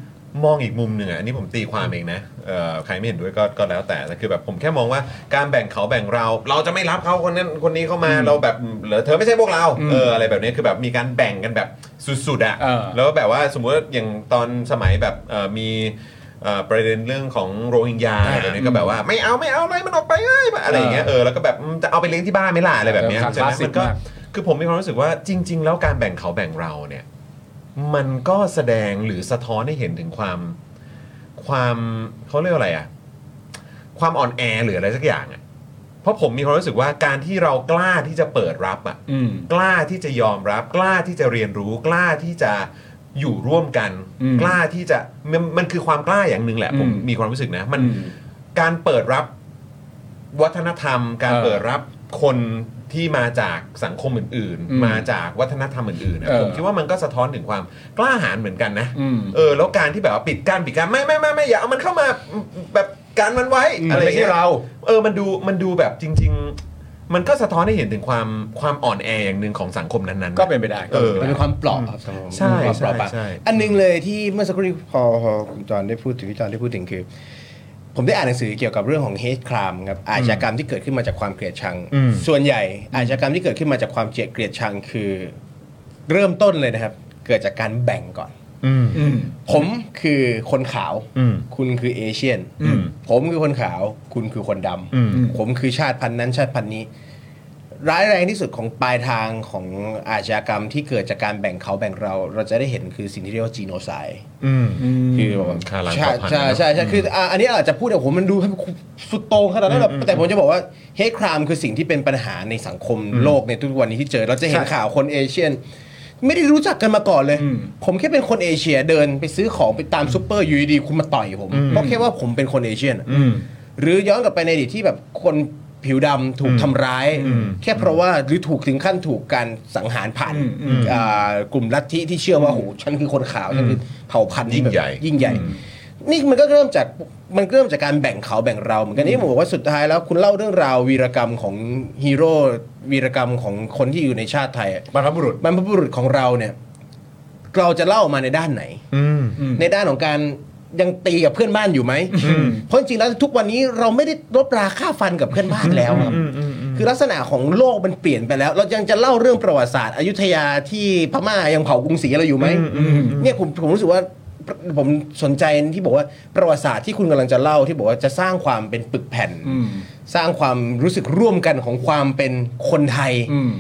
[SPEAKER 1] มองอีกมุมหนึ่งอะอันนี้ผมตีความเองนะเอ่อใครไม่เห็นด้วยก็ก็แล้วแต่แต่คือแบบผมแค่มองว่าการแบ่งเขาแบ่งเรา เราจะไม่รับเขาคนนั้นคนนี้เข้ามาเราแบบเหรือเธอไม่ใช่พวกเราเอออะไรแบบนี้คือแบบมีการแบ่งกันแบบสุดๆอะ
[SPEAKER 2] เออ
[SPEAKER 1] แล้วแบบว่าสมมติว่าอย่างตอนสมัยแบบเอ่อมีเอ่อประเด็นเรื่องของโรฮิงญาอะไรแบบนี้ก็แบบว่าไม่เอาไม่เอาอะไรมันออกไปเอ้ยอะไรอย่างเงี้ยเออแล้วก็แบบอืมจะเอาไปเลี้ยงที่บ้านไหม่ล่ะอะไรแบบเนี้ย
[SPEAKER 2] เออครับ
[SPEAKER 1] ใช่ไหม
[SPEAKER 2] classic
[SPEAKER 1] มันก็
[SPEAKER 2] มาก
[SPEAKER 1] คือผมมีความรู้สึกว่าจริง ๆ แล้วการแบ่งเขาแบ่งเราเนี่ย มันก็แสดงหรือสะท้อนให้เห็นถึงความความเขาเรียกว่าอะไรอะความอ่อนแอหรืออะไรสักอย่างอะเพราะผมมีความรู้สึกว่าการที่เรากล้าที่จะเปิดรับอะ
[SPEAKER 2] อืม
[SPEAKER 1] กล้าที่จะยอมรับ กล้าที่จะเรียนรู้ กล้าที่จะอยู่ร่วมกัน
[SPEAKER 2] อืม
[SPEAKER 1] กล้าที่จะมันมันคือความกล้าอย่างหนึ่งแหละ ผม
[SPEAKER 2] อืม
[SPEAKER 1] มีความรู้สึกนะ มัน
[SPEAKER 2] อืม
[SPEAKER 1] การเปิดรับวัฒนธรรม การ
[SPEAKER 2] เออ
[SPEAKER 1] เปิดรับคนที่มาจากสังคมอื่น
[SPEAKER 2] อืม
[SPEAKER 1] ๆ มาจากวัฒนธรรมอื่นๆนะ
[SPEAKER 2] เออ
[SPEAKER 1] ผมคิดว่ามันก็สะท้อนถึงความกล้าหาญเหมือนกันนะ
[SPEAKER 2] อืม
[SPEAKER 1] เออแล้วการที่แบบว่าปิดกั้นปิดกั้นไม่ไม่ไม่ไม่อย่าเอามันเข้ามาแบบการมันไว้
[SPEAKER 2] อืม
[SPEAKER 1] อะไรอย่งงี้ย
[SPEAKER 2] ไม่ใช่เรา
[SPEAKER 1] เออมันดูมันดูแบบจริง ๆ มันก็สะท้อนให้เห็นถึงความความอ่อนแออย่างหนึ่งของสังคมนั้นๆ
[SPEAKER 2] ก็เป็นไปได้
[SPEAKER 1] เออ
[SPEAKER 3] มันเป็นความเปลอบครับสำหรับผม
[SPEAKER 1] ใช่
[SPEAKER 3] มันเป็นความเปลอบอะ
[SPEAKER 1] ใช่ใช่
[SPEAKER 3] อันหนึงเลยที่เมื่อสักครู่นี้พอพอคุณจอนได้พูดถึงพี่จอนได้พูดถึงคือ ผมได้อ่านหนังสือเกี่ยวกับเรื่องของ hate crime ครับอาชญากรรมที่เกิดขึ้นมาจากความเกลียดชัง ส่วนใหญ่อาชญากรรมที่เกิดขึ้นมาจากความเกลียดเกลียดชังคือ เริ่มต้นเลยนะครับ เกิดจากการแบ่งก่อน
[SPEAKER 2] อืม
[SPEAKER 3] ผมคือคนขาว คุณคือเอเชียน ผมคือคนขาว คุณคือคนดำ ผมคือชาติพันธุ์นั้นชาติพันธุ์นี้ ร้ายแรงที่สุดของปลายทางของอาชญากรรมที่เกิดจากการแบ่งเขาแบ่งเรา เราจะได้เห็นคือสิ่งที่เรียกว่าจีโนไซด์คือแบบว่า
[SPEAKER 1] ฆ่าล้าง
[SPEAKER 3] ใช่
[SPEAKER 1] เผ่าพันธุ์
[SPEAKER 3] ใช่ใช่ใช่คืออ่ะอันนี้อาจจะพูดแต่ผมมันดูสุดโต่งขนาดนั้นแบบแต่ผมจะบอกว่าเฮครามคือสิ่งที่เป็นปัญหาในสังคมโลกในทุกวันนี้ที่เจอ เราจะเห็น
[SPEAKER 1] ใช่
[SPEAKER 3] ข่าวคนเอเชียน ไม่ได้รู้จักกันมาก่อนเลย
[SPEAKER 2] อืม
[SPEAKER 3] ผมแค่เป็นคนเอเชียเดินไปซื้อของไปตามซูเปอร์อยู่ดีๆคุณมาต่อยผม เพราะแค่ว่าผมเป็นคนเอเชียนอะหรือย้อนกลับไปในอดีตที่แบบคนผิวดำถูกทำร้าย แค่เพราะว่าหรือถูกถึงขั้นถูกการสังหารผ่านอ่ากลุ่มลัทธิที่เชื่อว่าโหฉันคือคนขาวฉันคือเผ่าพันธุ์ที่
[SPEAKER 1] ยิ่งใหญ่
[SPEAKER 3] แบบยิ่งใหญ่ นี่มันก็เริ่มจากมันเริ่มจากการแบ่งเขาแบ่งเราเหมือนกันนี่ผมบอกว่าสุดท้ายแล้วคุณเล่าเรื่องราววีรกรรมของฮีโร่วีรกรรมของคนที่อยู่ในชาติไทยอะ
[SPEAKER 2] บรรพบุรุษ
[SPEAKER 3] บรรพบุรุษของเราเนี่ย เราจะเล่ามาในด้านไหน ในด้านของการยังตีกับเพื่อนบ้านอยู่ไหมเพราะจริงๆแล้วทุกวันนี้เราไม่ได้ลบราค่าฟันกับเพื่อนบ้านแล้วครับ คือลักษณะของโลกมันเปลี่ยนไปแล้ว เรายังจะเล่าเรื่องประวัติศาสตร์อยุธยาที่พม่ายังเผากรุงศรีเราอยู่ไหมเนี่ยผมผมรู้สึกว่าผมสนใจที่บอกว่าประวัติศาสตร์ที่คุณกำลังจะเล่าที่บอกว่าจะสร้างความเป็นปึกแผ่น
[SPEAKER 2] อืม
[SPEAKER 3] สร้างความรู้สึกร่วมกันของความเป็นคนไทย
[SPEAKER 2] อืม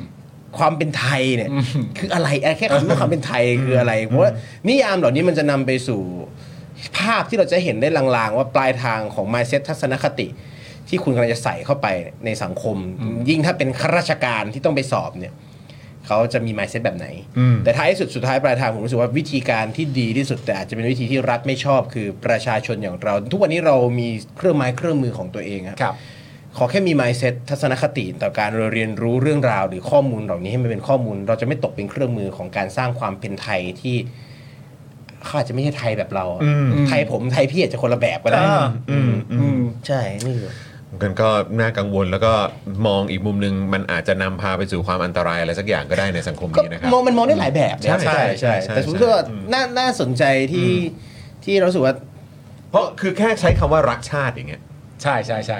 [SPEAKER 3] ความเป็นไทยเนี่ย
[SPEAKER 2] อืม
[SPEAKER 3] คืออะไรเอ่อแค่คำว่าความเป็นไทยคืออะไร เพราะว่านิยามเหล่านี้มันจะนำไปสู่ ภาพที่เราจะเห็นได้ลางๆ ว่าปลายทางของ mindset ทัศนคติ ที่คุณกำลังจะใส่เข้าไปในสังคม ยิ่งถ้าเป็นข้าราชการที่ต้องไปสอบเนี่ยเขาจะมี mindset แบบไหน แต่ท้ายที่สุดสุดท้ายปลายทางผมรู้สึกว่าวิธีการที่ดีที่สุดแต่อาจจะเป็นวิธีที่รัฐไม่ชอบคือประชาชนอย่างเรา ทุกวันนี้เรามีเครื่องไม้เครื่องมือของตัวเองอะ
[SPEAKER 2] ครับ
[SPEAKER 3] ขอแค่มี mindset ทัศนคติต่อการเรียนรู้เรื่องราว หรือข้อมูลเหล่านี้ให้มันเป็นข้อมูล เราจะไม่ตกเป็นเครื่องมือของการสร้างความเป็นไทยที่เขาอาจจะไม่ใช่ไทยแบบเราอะไทยผมไทยพี่อาจจะคนละแบบก็ได้
[SPEAKER 1] อืมอืม
[SPEAKER 3] ใช่นี่คือ
[SPEAKER 1] กันก็น่ากังวลแล้วก็มองอีกมุมหนึ่งมันอาจจะนำพาไปสู่ความอันตรายอะไรสักอย่างก็ได้ในสังคม
[SPEAKER 3] ก็
[SPEAKER 1] นี้นะครับ
[SPEAKER 3] มองมันมองได้หลายแบบนะครับ
[SPEAKER 1] ใช่ใช่ใช่
[SPEAKER 3] แต่ผมก็
[SPEAKER 1] ใช่
[SPEAKER 3] น่าน่าสนใจที่ที่เรารู้สึกว่า
[SPEAKER 1] เพราะคือแค่ใช้คำว่ารักชาติอย่างเงี้ย
[SPEAKER 2] ใช่ใช่ใช่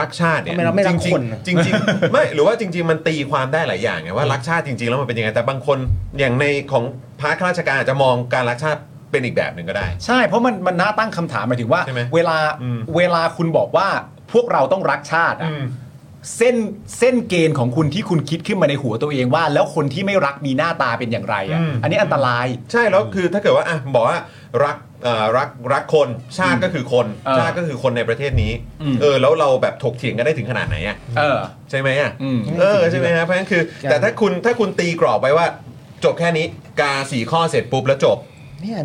[SPEAKER 1] รักชาติเนี่ย
[SPEAKER 3] ทำไมเราไม่รัก
[SPEAKER 1] จงๆ
[SPEAKER 3] คนอะ
[SPEAKER 1] จริงๆ ไม่หรือว่าจริง ๆ มันตีความได้หลายอย่างไงว่ารักชาติจริง ๆ แล้วมันเป็นยังไงแต่บางคนอย่างในของพาร์ทข้าราชการอาจจะมองการรักชาติเป็นอีกแบบหนึ่งก็ได้
[SPEAKER 2] ใช่ เพราะมันมันน่าตั้งคำถามหมายถึงว่า
[SPEAKER 1] ใช่ไหม
[SPEAKER 2] เวลา
[SPEAKER 1] อืม
[SPEAKER 2] เวลาคุณบอกว่าพวกเราต้องรักชาติอะ
[SPEAKER 1] อืม
[SPEAKER 2] เส้นเส้นเกณฑ์ของคุณที่คุณคิดขึ้นมาในหัวตัวเองว่า แล้วคนที่ไม่รักมีหน้าตาเป็นอย่างไรอะ
[SPEAKER 1] อืม
[SPEAKER 2] อันนี้อันตราย
[SPEAKER 1] ใช่แล้วคือถ้าเกิดว่าอ่ะบอกว่ารักเอ่อรักรักคนชาติก็คือคน
[SPEAKER 2] เออ
[SPEAKER 1] ชาติก็คือคนในประเทศนี้
[SPEAKER 2] อืม
[SPEAKER 1] เออแล้วเราแบบถกเถียงกันได้ถึงขนาดไหนอ่ะ
[SPEAKER 2] เออ
[SPEAKER 1] ใช่ไหมอ่ะ
[SPEAKER 2] อืม
[SPEAKER 1] เออใช่ไหมฮะเพราะฉะนั้นคือ
[SPEAKER 3] ใช่
[SPEAKER 1] แต่ถ้าคุณถ้าคุณตีกรอบไปว่า จบแค่นี้กาสี่ข้อเสร็จปุ๊บแล้วจบ
[SPEAKER 3] เนี่ย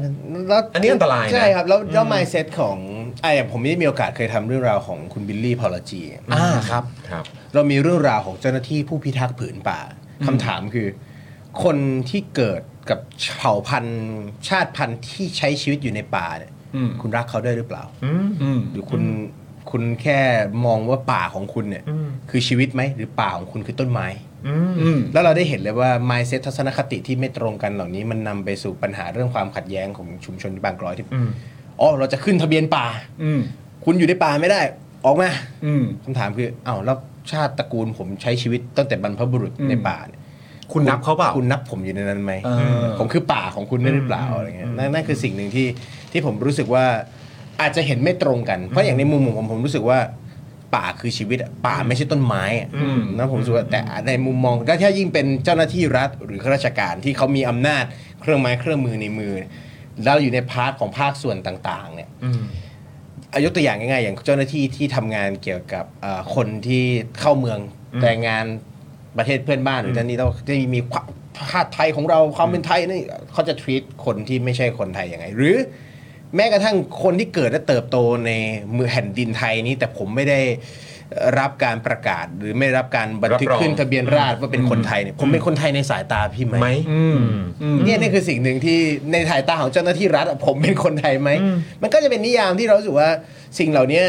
[SPEAKER 3] แล้ว
[SPEAKER 1] อันนี้อันตรายนะ
[SPEAKER 3] ใช่ครับ แล้วแล้ว mindset ของไอ้อย่างผมได้มีโอกาสเคยทำเรื่องราวของคุณบิลลี่พอลจี
[SPEAKER 2] อ่าครับ
[SPEAKER 1] ครับ
[SPEAKER 3] เรามีเรื่องราวของเจ้าหน้าที่ผู้พิทักษ์ผืนป่าคำถามคือ คนที่เกิดกับเผ่าพันธุ์ชาติพันธุ์ที่ใช้ชีวิตอยู่ในป่าเนี่ย
[SPEAKER 2] อืม
[SPEAKER 3] คุณรักเขาได้วยหรือเปล่า
[SPEAKER 2] อืม
[SPEAKER 3] หรือคุณคุณแค่มองว่าป่าของคุณเนี่ยคือชีวิตไหมหรือป่าของคุณคือต้นไม้
[SPEAKER 2] อืม
[SPEAKER 3] แล้วเราได้เห็นเลยว่า mindset ทัศนคติที่ไม่ตรงกันเหล่านี้มันนำไปสู่ปัญหาเรื่องความขัดแย้งของชุมชนบางกลอยที่อ๋อเราจะขึ้นทะเบียนป่า
[SPEAKER 2] อืม
[SPEAKER 3] คุณอยู่ในป่าไม่ได้ ออกมา
[SPEAKER 2] อืม
[SPEAKER 3] คำถามคืออ้าวแล้วชาติตระกูลผมใช้ชีวิตตั้งแต่บรรพบุรุษ
[SPEAKER 2] อืม
[SPEAKER 3] ในป่าเนี่ย
[SPEAKER 2] คุณนับเขาเปล่า
[SPEAKER 3] คุณนับผมอยู่ในนั้นไหม
[SPEAKER 2] เออ
[SPEAKER 3] ผมคือป่าของคุณได้หรือเปล่าอะไรเงี้ยนั่นนั่นคือสิ่งหนึ่งที่ที่ผมรู้สึกว่าอาจจะเห็นไม่ตรงกัน เพราะอย่างในมุมของผมผมรู้สึกว่า ป่าคือชีวิตอะป่าไม่ใช่ต้นไม้อะ
[SPEAKER 2] อืม
[SPEAKER 3] นะผมรู้สึกว่าแต่ในมุมมองก็ถ้ายิ่งเป็นเจ้าหน้าที่รัฐหรือข้าราชการที่เขามีอำนาจเครื่องไม้เครื่องมือในมือ แล้วอยู่ในพาร์ทของภาคส่วนต่าง ๆ เนี่ย อายกตัวอย่างง่ายๆ อย่างเจ้าหน้าที่ที่ทำงานเกี่ยวกับเอ่อคนที่เข้าเมืองแรงงานประเทศเพื่อนบ้านหรือท่านนี้เราจะมีความชาติไทยของเราความเป็นไทยนี่เขาจะทวีตคนที่ไม่ใช่คนไทยยังไง หรือ แม้กระทั่งคนที่เกิดและเติบโตในมือแผ่นดินไทยนี้ แต่ผมไม่ได้รับการประกาศ หรือไม่รับการบันทึก
[SPEAKER 1] รับรอง
[SPEAKER 3] ขึ้นทะเบียนราษฎร์ว่าเป็นคนไทยเนี่ยผมเป็นคนไทยในสายตาพี่ไหม
[SPEAKER 1] ไหม
[SPEAKER 2] อืม
[SPEAKER 3] เนี่ยนี่คือสิ่งหนึ่งที่ในสายตาของเจ้าหน้าที่รัฐอะผมเป็นคนไทยไหม มันก็จะเป็นนิยามที่เรารู้สึกว่าสิ่งเหล่าเนี้ย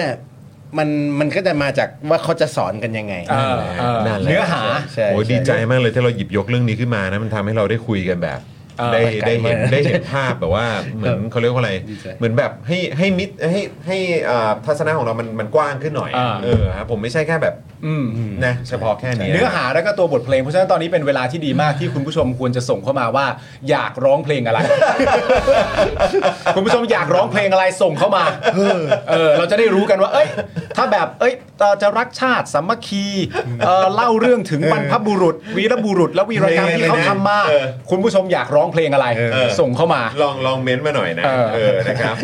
[SPEAKER 3] มันมันก็จะมาจากว่าเขาจะสอนกันยังไง
[SPEAKER 2] เออเออ
[SPEAKER 1] นั่นแหละ
[SPEAKER 2] เนื้อหา
[SPEAKER 3] ใช่
[SPEAKER 1] โอ้ย
[SPEAKER 3] ช่
[SPEAKER 1] ดีใจมากเลยที่เราหยิบยกเรื่องนี้ขึ้นมานะมันทำให้เราได้คุยกันแบบ
[SPEAKER 2] เออ
[SPEAKER 1] ได้ได้เห็น
[SPEAKER 3] ไปไกลมาก
[SPEAKER 1] ได้เห็นภาพแบบว่าเหมือนเขาเรียกว่าอะไร
[SPEAKER 3] ดีใจ
[SPEAKER 1] เหมือนแบบให้ให้มิดให้ให้เอ่อทัศนะของเรามันมันกว้างขึ้นหน่อยอะเออครับผมไม่ใช่แค่แบบ
[SPEAKER 2] อืม
[SPEAKER 1] นะเฉพาะแค่นี้
[SPEAKER 2] เนื้อหาแล้วก็ตัวบทเพลง เพราะฉะนั้นตอนนี้เป็นเวลาที่ดี มากที่คุณผู้ชมควรจะส่งเข้ามาว่า อยากร้องเพลงอะไร คุณผู้ชมอยากร้องเพลงอะไรส่งเข้ามาเออเราจะได้รู้กันว่า เอ้ย ถ้าแบบเอ้ยเอ่อจะรักชาติสามัคคีเอ่อเล่าเรื่องถึงบรรพบุรุษ วีรบุรุษ และวีรกรรมที่เขาทำมา
[SPEAKER 1] เออ
[SPEAKER 2] คุณผู้ชมอยากร้องเพลงอะไร
[SPEAKER 1] เออ
[SPEAKER 2] ส่งเข้ามา
[SPEAKER 1] ลองลองเม้นต์มาหน่อยนะ
[SPEAKER 2] เออ
[SPEAKER 1] เออ นะครับ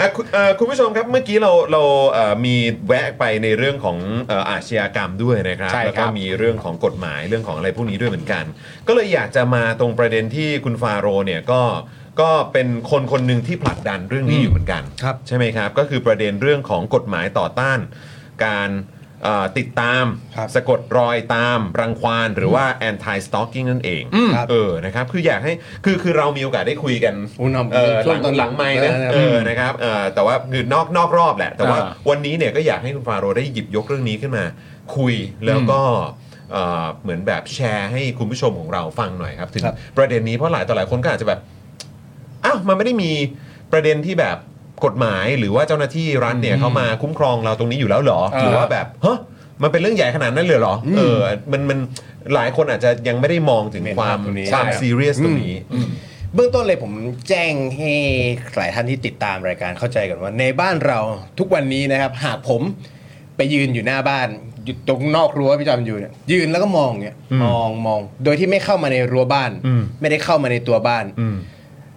[SPEAKER 1] อ่ะคุณเอ่อคุณผู้ชมครับเมื่อกี้เราเราเอ่อมีแวะไปในเรื่องของเอ่ออาชญากรรมด้วยนะครับ
[SPEAKER 2] ใช่ครับ
[SPEAKER 1] แล้วก็มีเรื่องของกฎหมายเรื่องของอะไรพวกนี้ด้วยเหมือนกัน ก็เลยอยากจะมาตรงประเด็นที่คุณฟาโรห์เนี่ยก็ก็เป็นคนคนหนึ่งที่ผลักดันเรื่องนี้อยู่เหมือนกัน
[SPEAKER 3] ครับ
[SPEAKER 1] ใช่ไหมครับ ก็คือประเด็นเรื่องของกฎหมายต่อต้าน การเอ่อติดตาม
[SPEAKER 3] ครับ
[SPEAKER 1] สะกดรอยตามรังควานหรือว่า anti stalking นั่นเอง
[SPEAKER 3] ครับ
[SPEAKER 1] เออนะครับคืออยากให้คือคือเรามีโอกาสได้คุยกัน
[SPEAKER 3] อุ้ยนำ
[SPEAKER 1] เออ
[SPEAKER 3] ช่
[SPEAKER 1] ห
[SPEAKER 3] ว
[SPEAKER 1] ลั
[SPEAKER 3] ง
[SPEAKER 1] ง
[SPEAKER 3] ตอน
[SPEAKER 1] หลังไม่นะ
[SPEAKER 3] เออ
[SPEAKER 1] เออนะครับเออแต่ว่าคือนอกนอกรอบแหละ แต่ว่า
[SPEAKER 2] อ่า
[SPEAKER 1] วันนี้เนี่ยก็อยากให้คุณฟาโรห์ได้หยิบยกเรื่องนี้ขึ้นมา คุยแล้วก็เอ่อเหมือนแบบแชร์ให้คุณผู้ชมของเราฟังหน่อยครับ ถึง
[SPEAKER 3] ครับ
[SPEAKER 1] ประเด็นนี้เพราะหลายต่อหลายคนก็อาจจะแบบอ้าวมันไม่ได้มีประเด็นที่แบบกฎหมายหรือว่าเจ้าหน้าที่รัฐเนี่ยเขามาคุ้มครองเราตรงนี้อยู่แล้วเหรอ
[SPEAKER 2] เออ
[SPEAKER 1] หรือว่าแบบเฮ้ มันเป็นเรื่องใหญ่ขนาดนั้นเลยเหรออเออมันมันหลายคนอาจจะยังไม่ได้มองถึง
[SPEAKER 3] เห็น
[SPEAKER 1] คา
[SPEAKER 3] ภาวพ
[SPEAKER 1] ม
[SPEAKER 3] ตรงนี้
[SPEAKER 1] ความ
[SPEAKER 3] ใช่
[SPEAKER 1] ซีเรียสตรงนี้
[SPEAKER 3] เบื้องต้นเลยผมแจ้งให้หลายท่านที่ติดตามรายการเข้าใจก่อนว่า ในบ้านเราทุกวันนี้นะครับ หากผมไปยืนอยู่หน้าบ้านอยู่ตรงนอกรั้วพี่จอมอยู่เนี่ยยืนแล้วก็มองเนี่ยมองมอง โดยที่ไม่เข้ามาในรั้วบ้าน
[SPEAKER 1] อืม
[SPEAKER 3] ไม่ได้เข้ามาในตัวบ้าน
[SPEAKER 1] อืม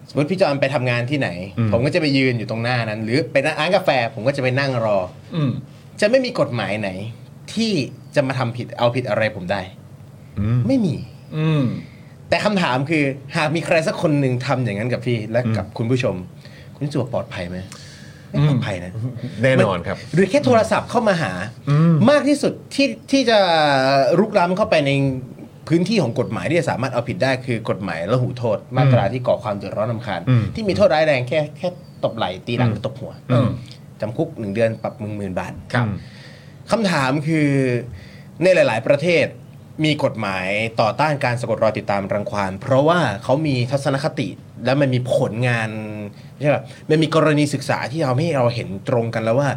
[SPEAKER 3] สมมติพี่จอมไปทำงานที่ไหน
[SPEAKER 1] อืม
[SPEAKER 3] ผมก็จะไปยืนอยู่ตรงหน้านั้น หรือไปร้านกาแฟผมก็จะไปนั่งรอ
[SPEAKER 2] อืม
[SPEAKER 3] จะไม่มีกฎหมายไหน ที่จะมาทำผิดเอาผิดอะไรผมได้
[SPEAKER 1] อืม
[SPEAKER 3] ไม่มี
[SPEAKER 2] อืม
[SPEAKER 3] แต่คำถามคือหากมีใครสักคนหนึ่งทำอย่างนั้นกับพี่และกับคุณผู้ชม คุณรู้สึกว่าปลอดภัยไหมไม่ปลอดภัยนะ
[SPEAKER 1] แน่นอนครับ
[SPEAKER 3] หรือแค่โทรศัพท์เข้ามาหา มากที่สุดที่ที่จะรุกล้ำเข้าไปในพื้นที่ของกฎหมายที่จะสามารถเอาผิดได้คือกฎหมายละหูโทษ มาตราที่ก่อความเดือดร้อนรำคาญ
[SPEAKER 1] อืม
[SPEAKER 3] ที่มีโทษร้ายแรงแค่แค่ตบไหล่ตีหลัง
[SPEAKER 1] อืม
[SPEAKER 3] หรือตบหัว
[SPEAKER 2] อืม
[SPEAKER 3] จำคุกหนึ่งเดือนปรับมึงหมื่นบาท
[SPEAKER 2] ครับ
[SPEAKER 3] คำถามคือในหลาย ๆ ประเทศมีกฎหมายต่อต้านการสะกดรอยติดตามรังควานเพราะว่าเขามีทัศนคติและมันมีผลงานใช่ไหมมันมีกรณีศึกษาที่ทำให้เราเห็นตรงกันแล้วว่า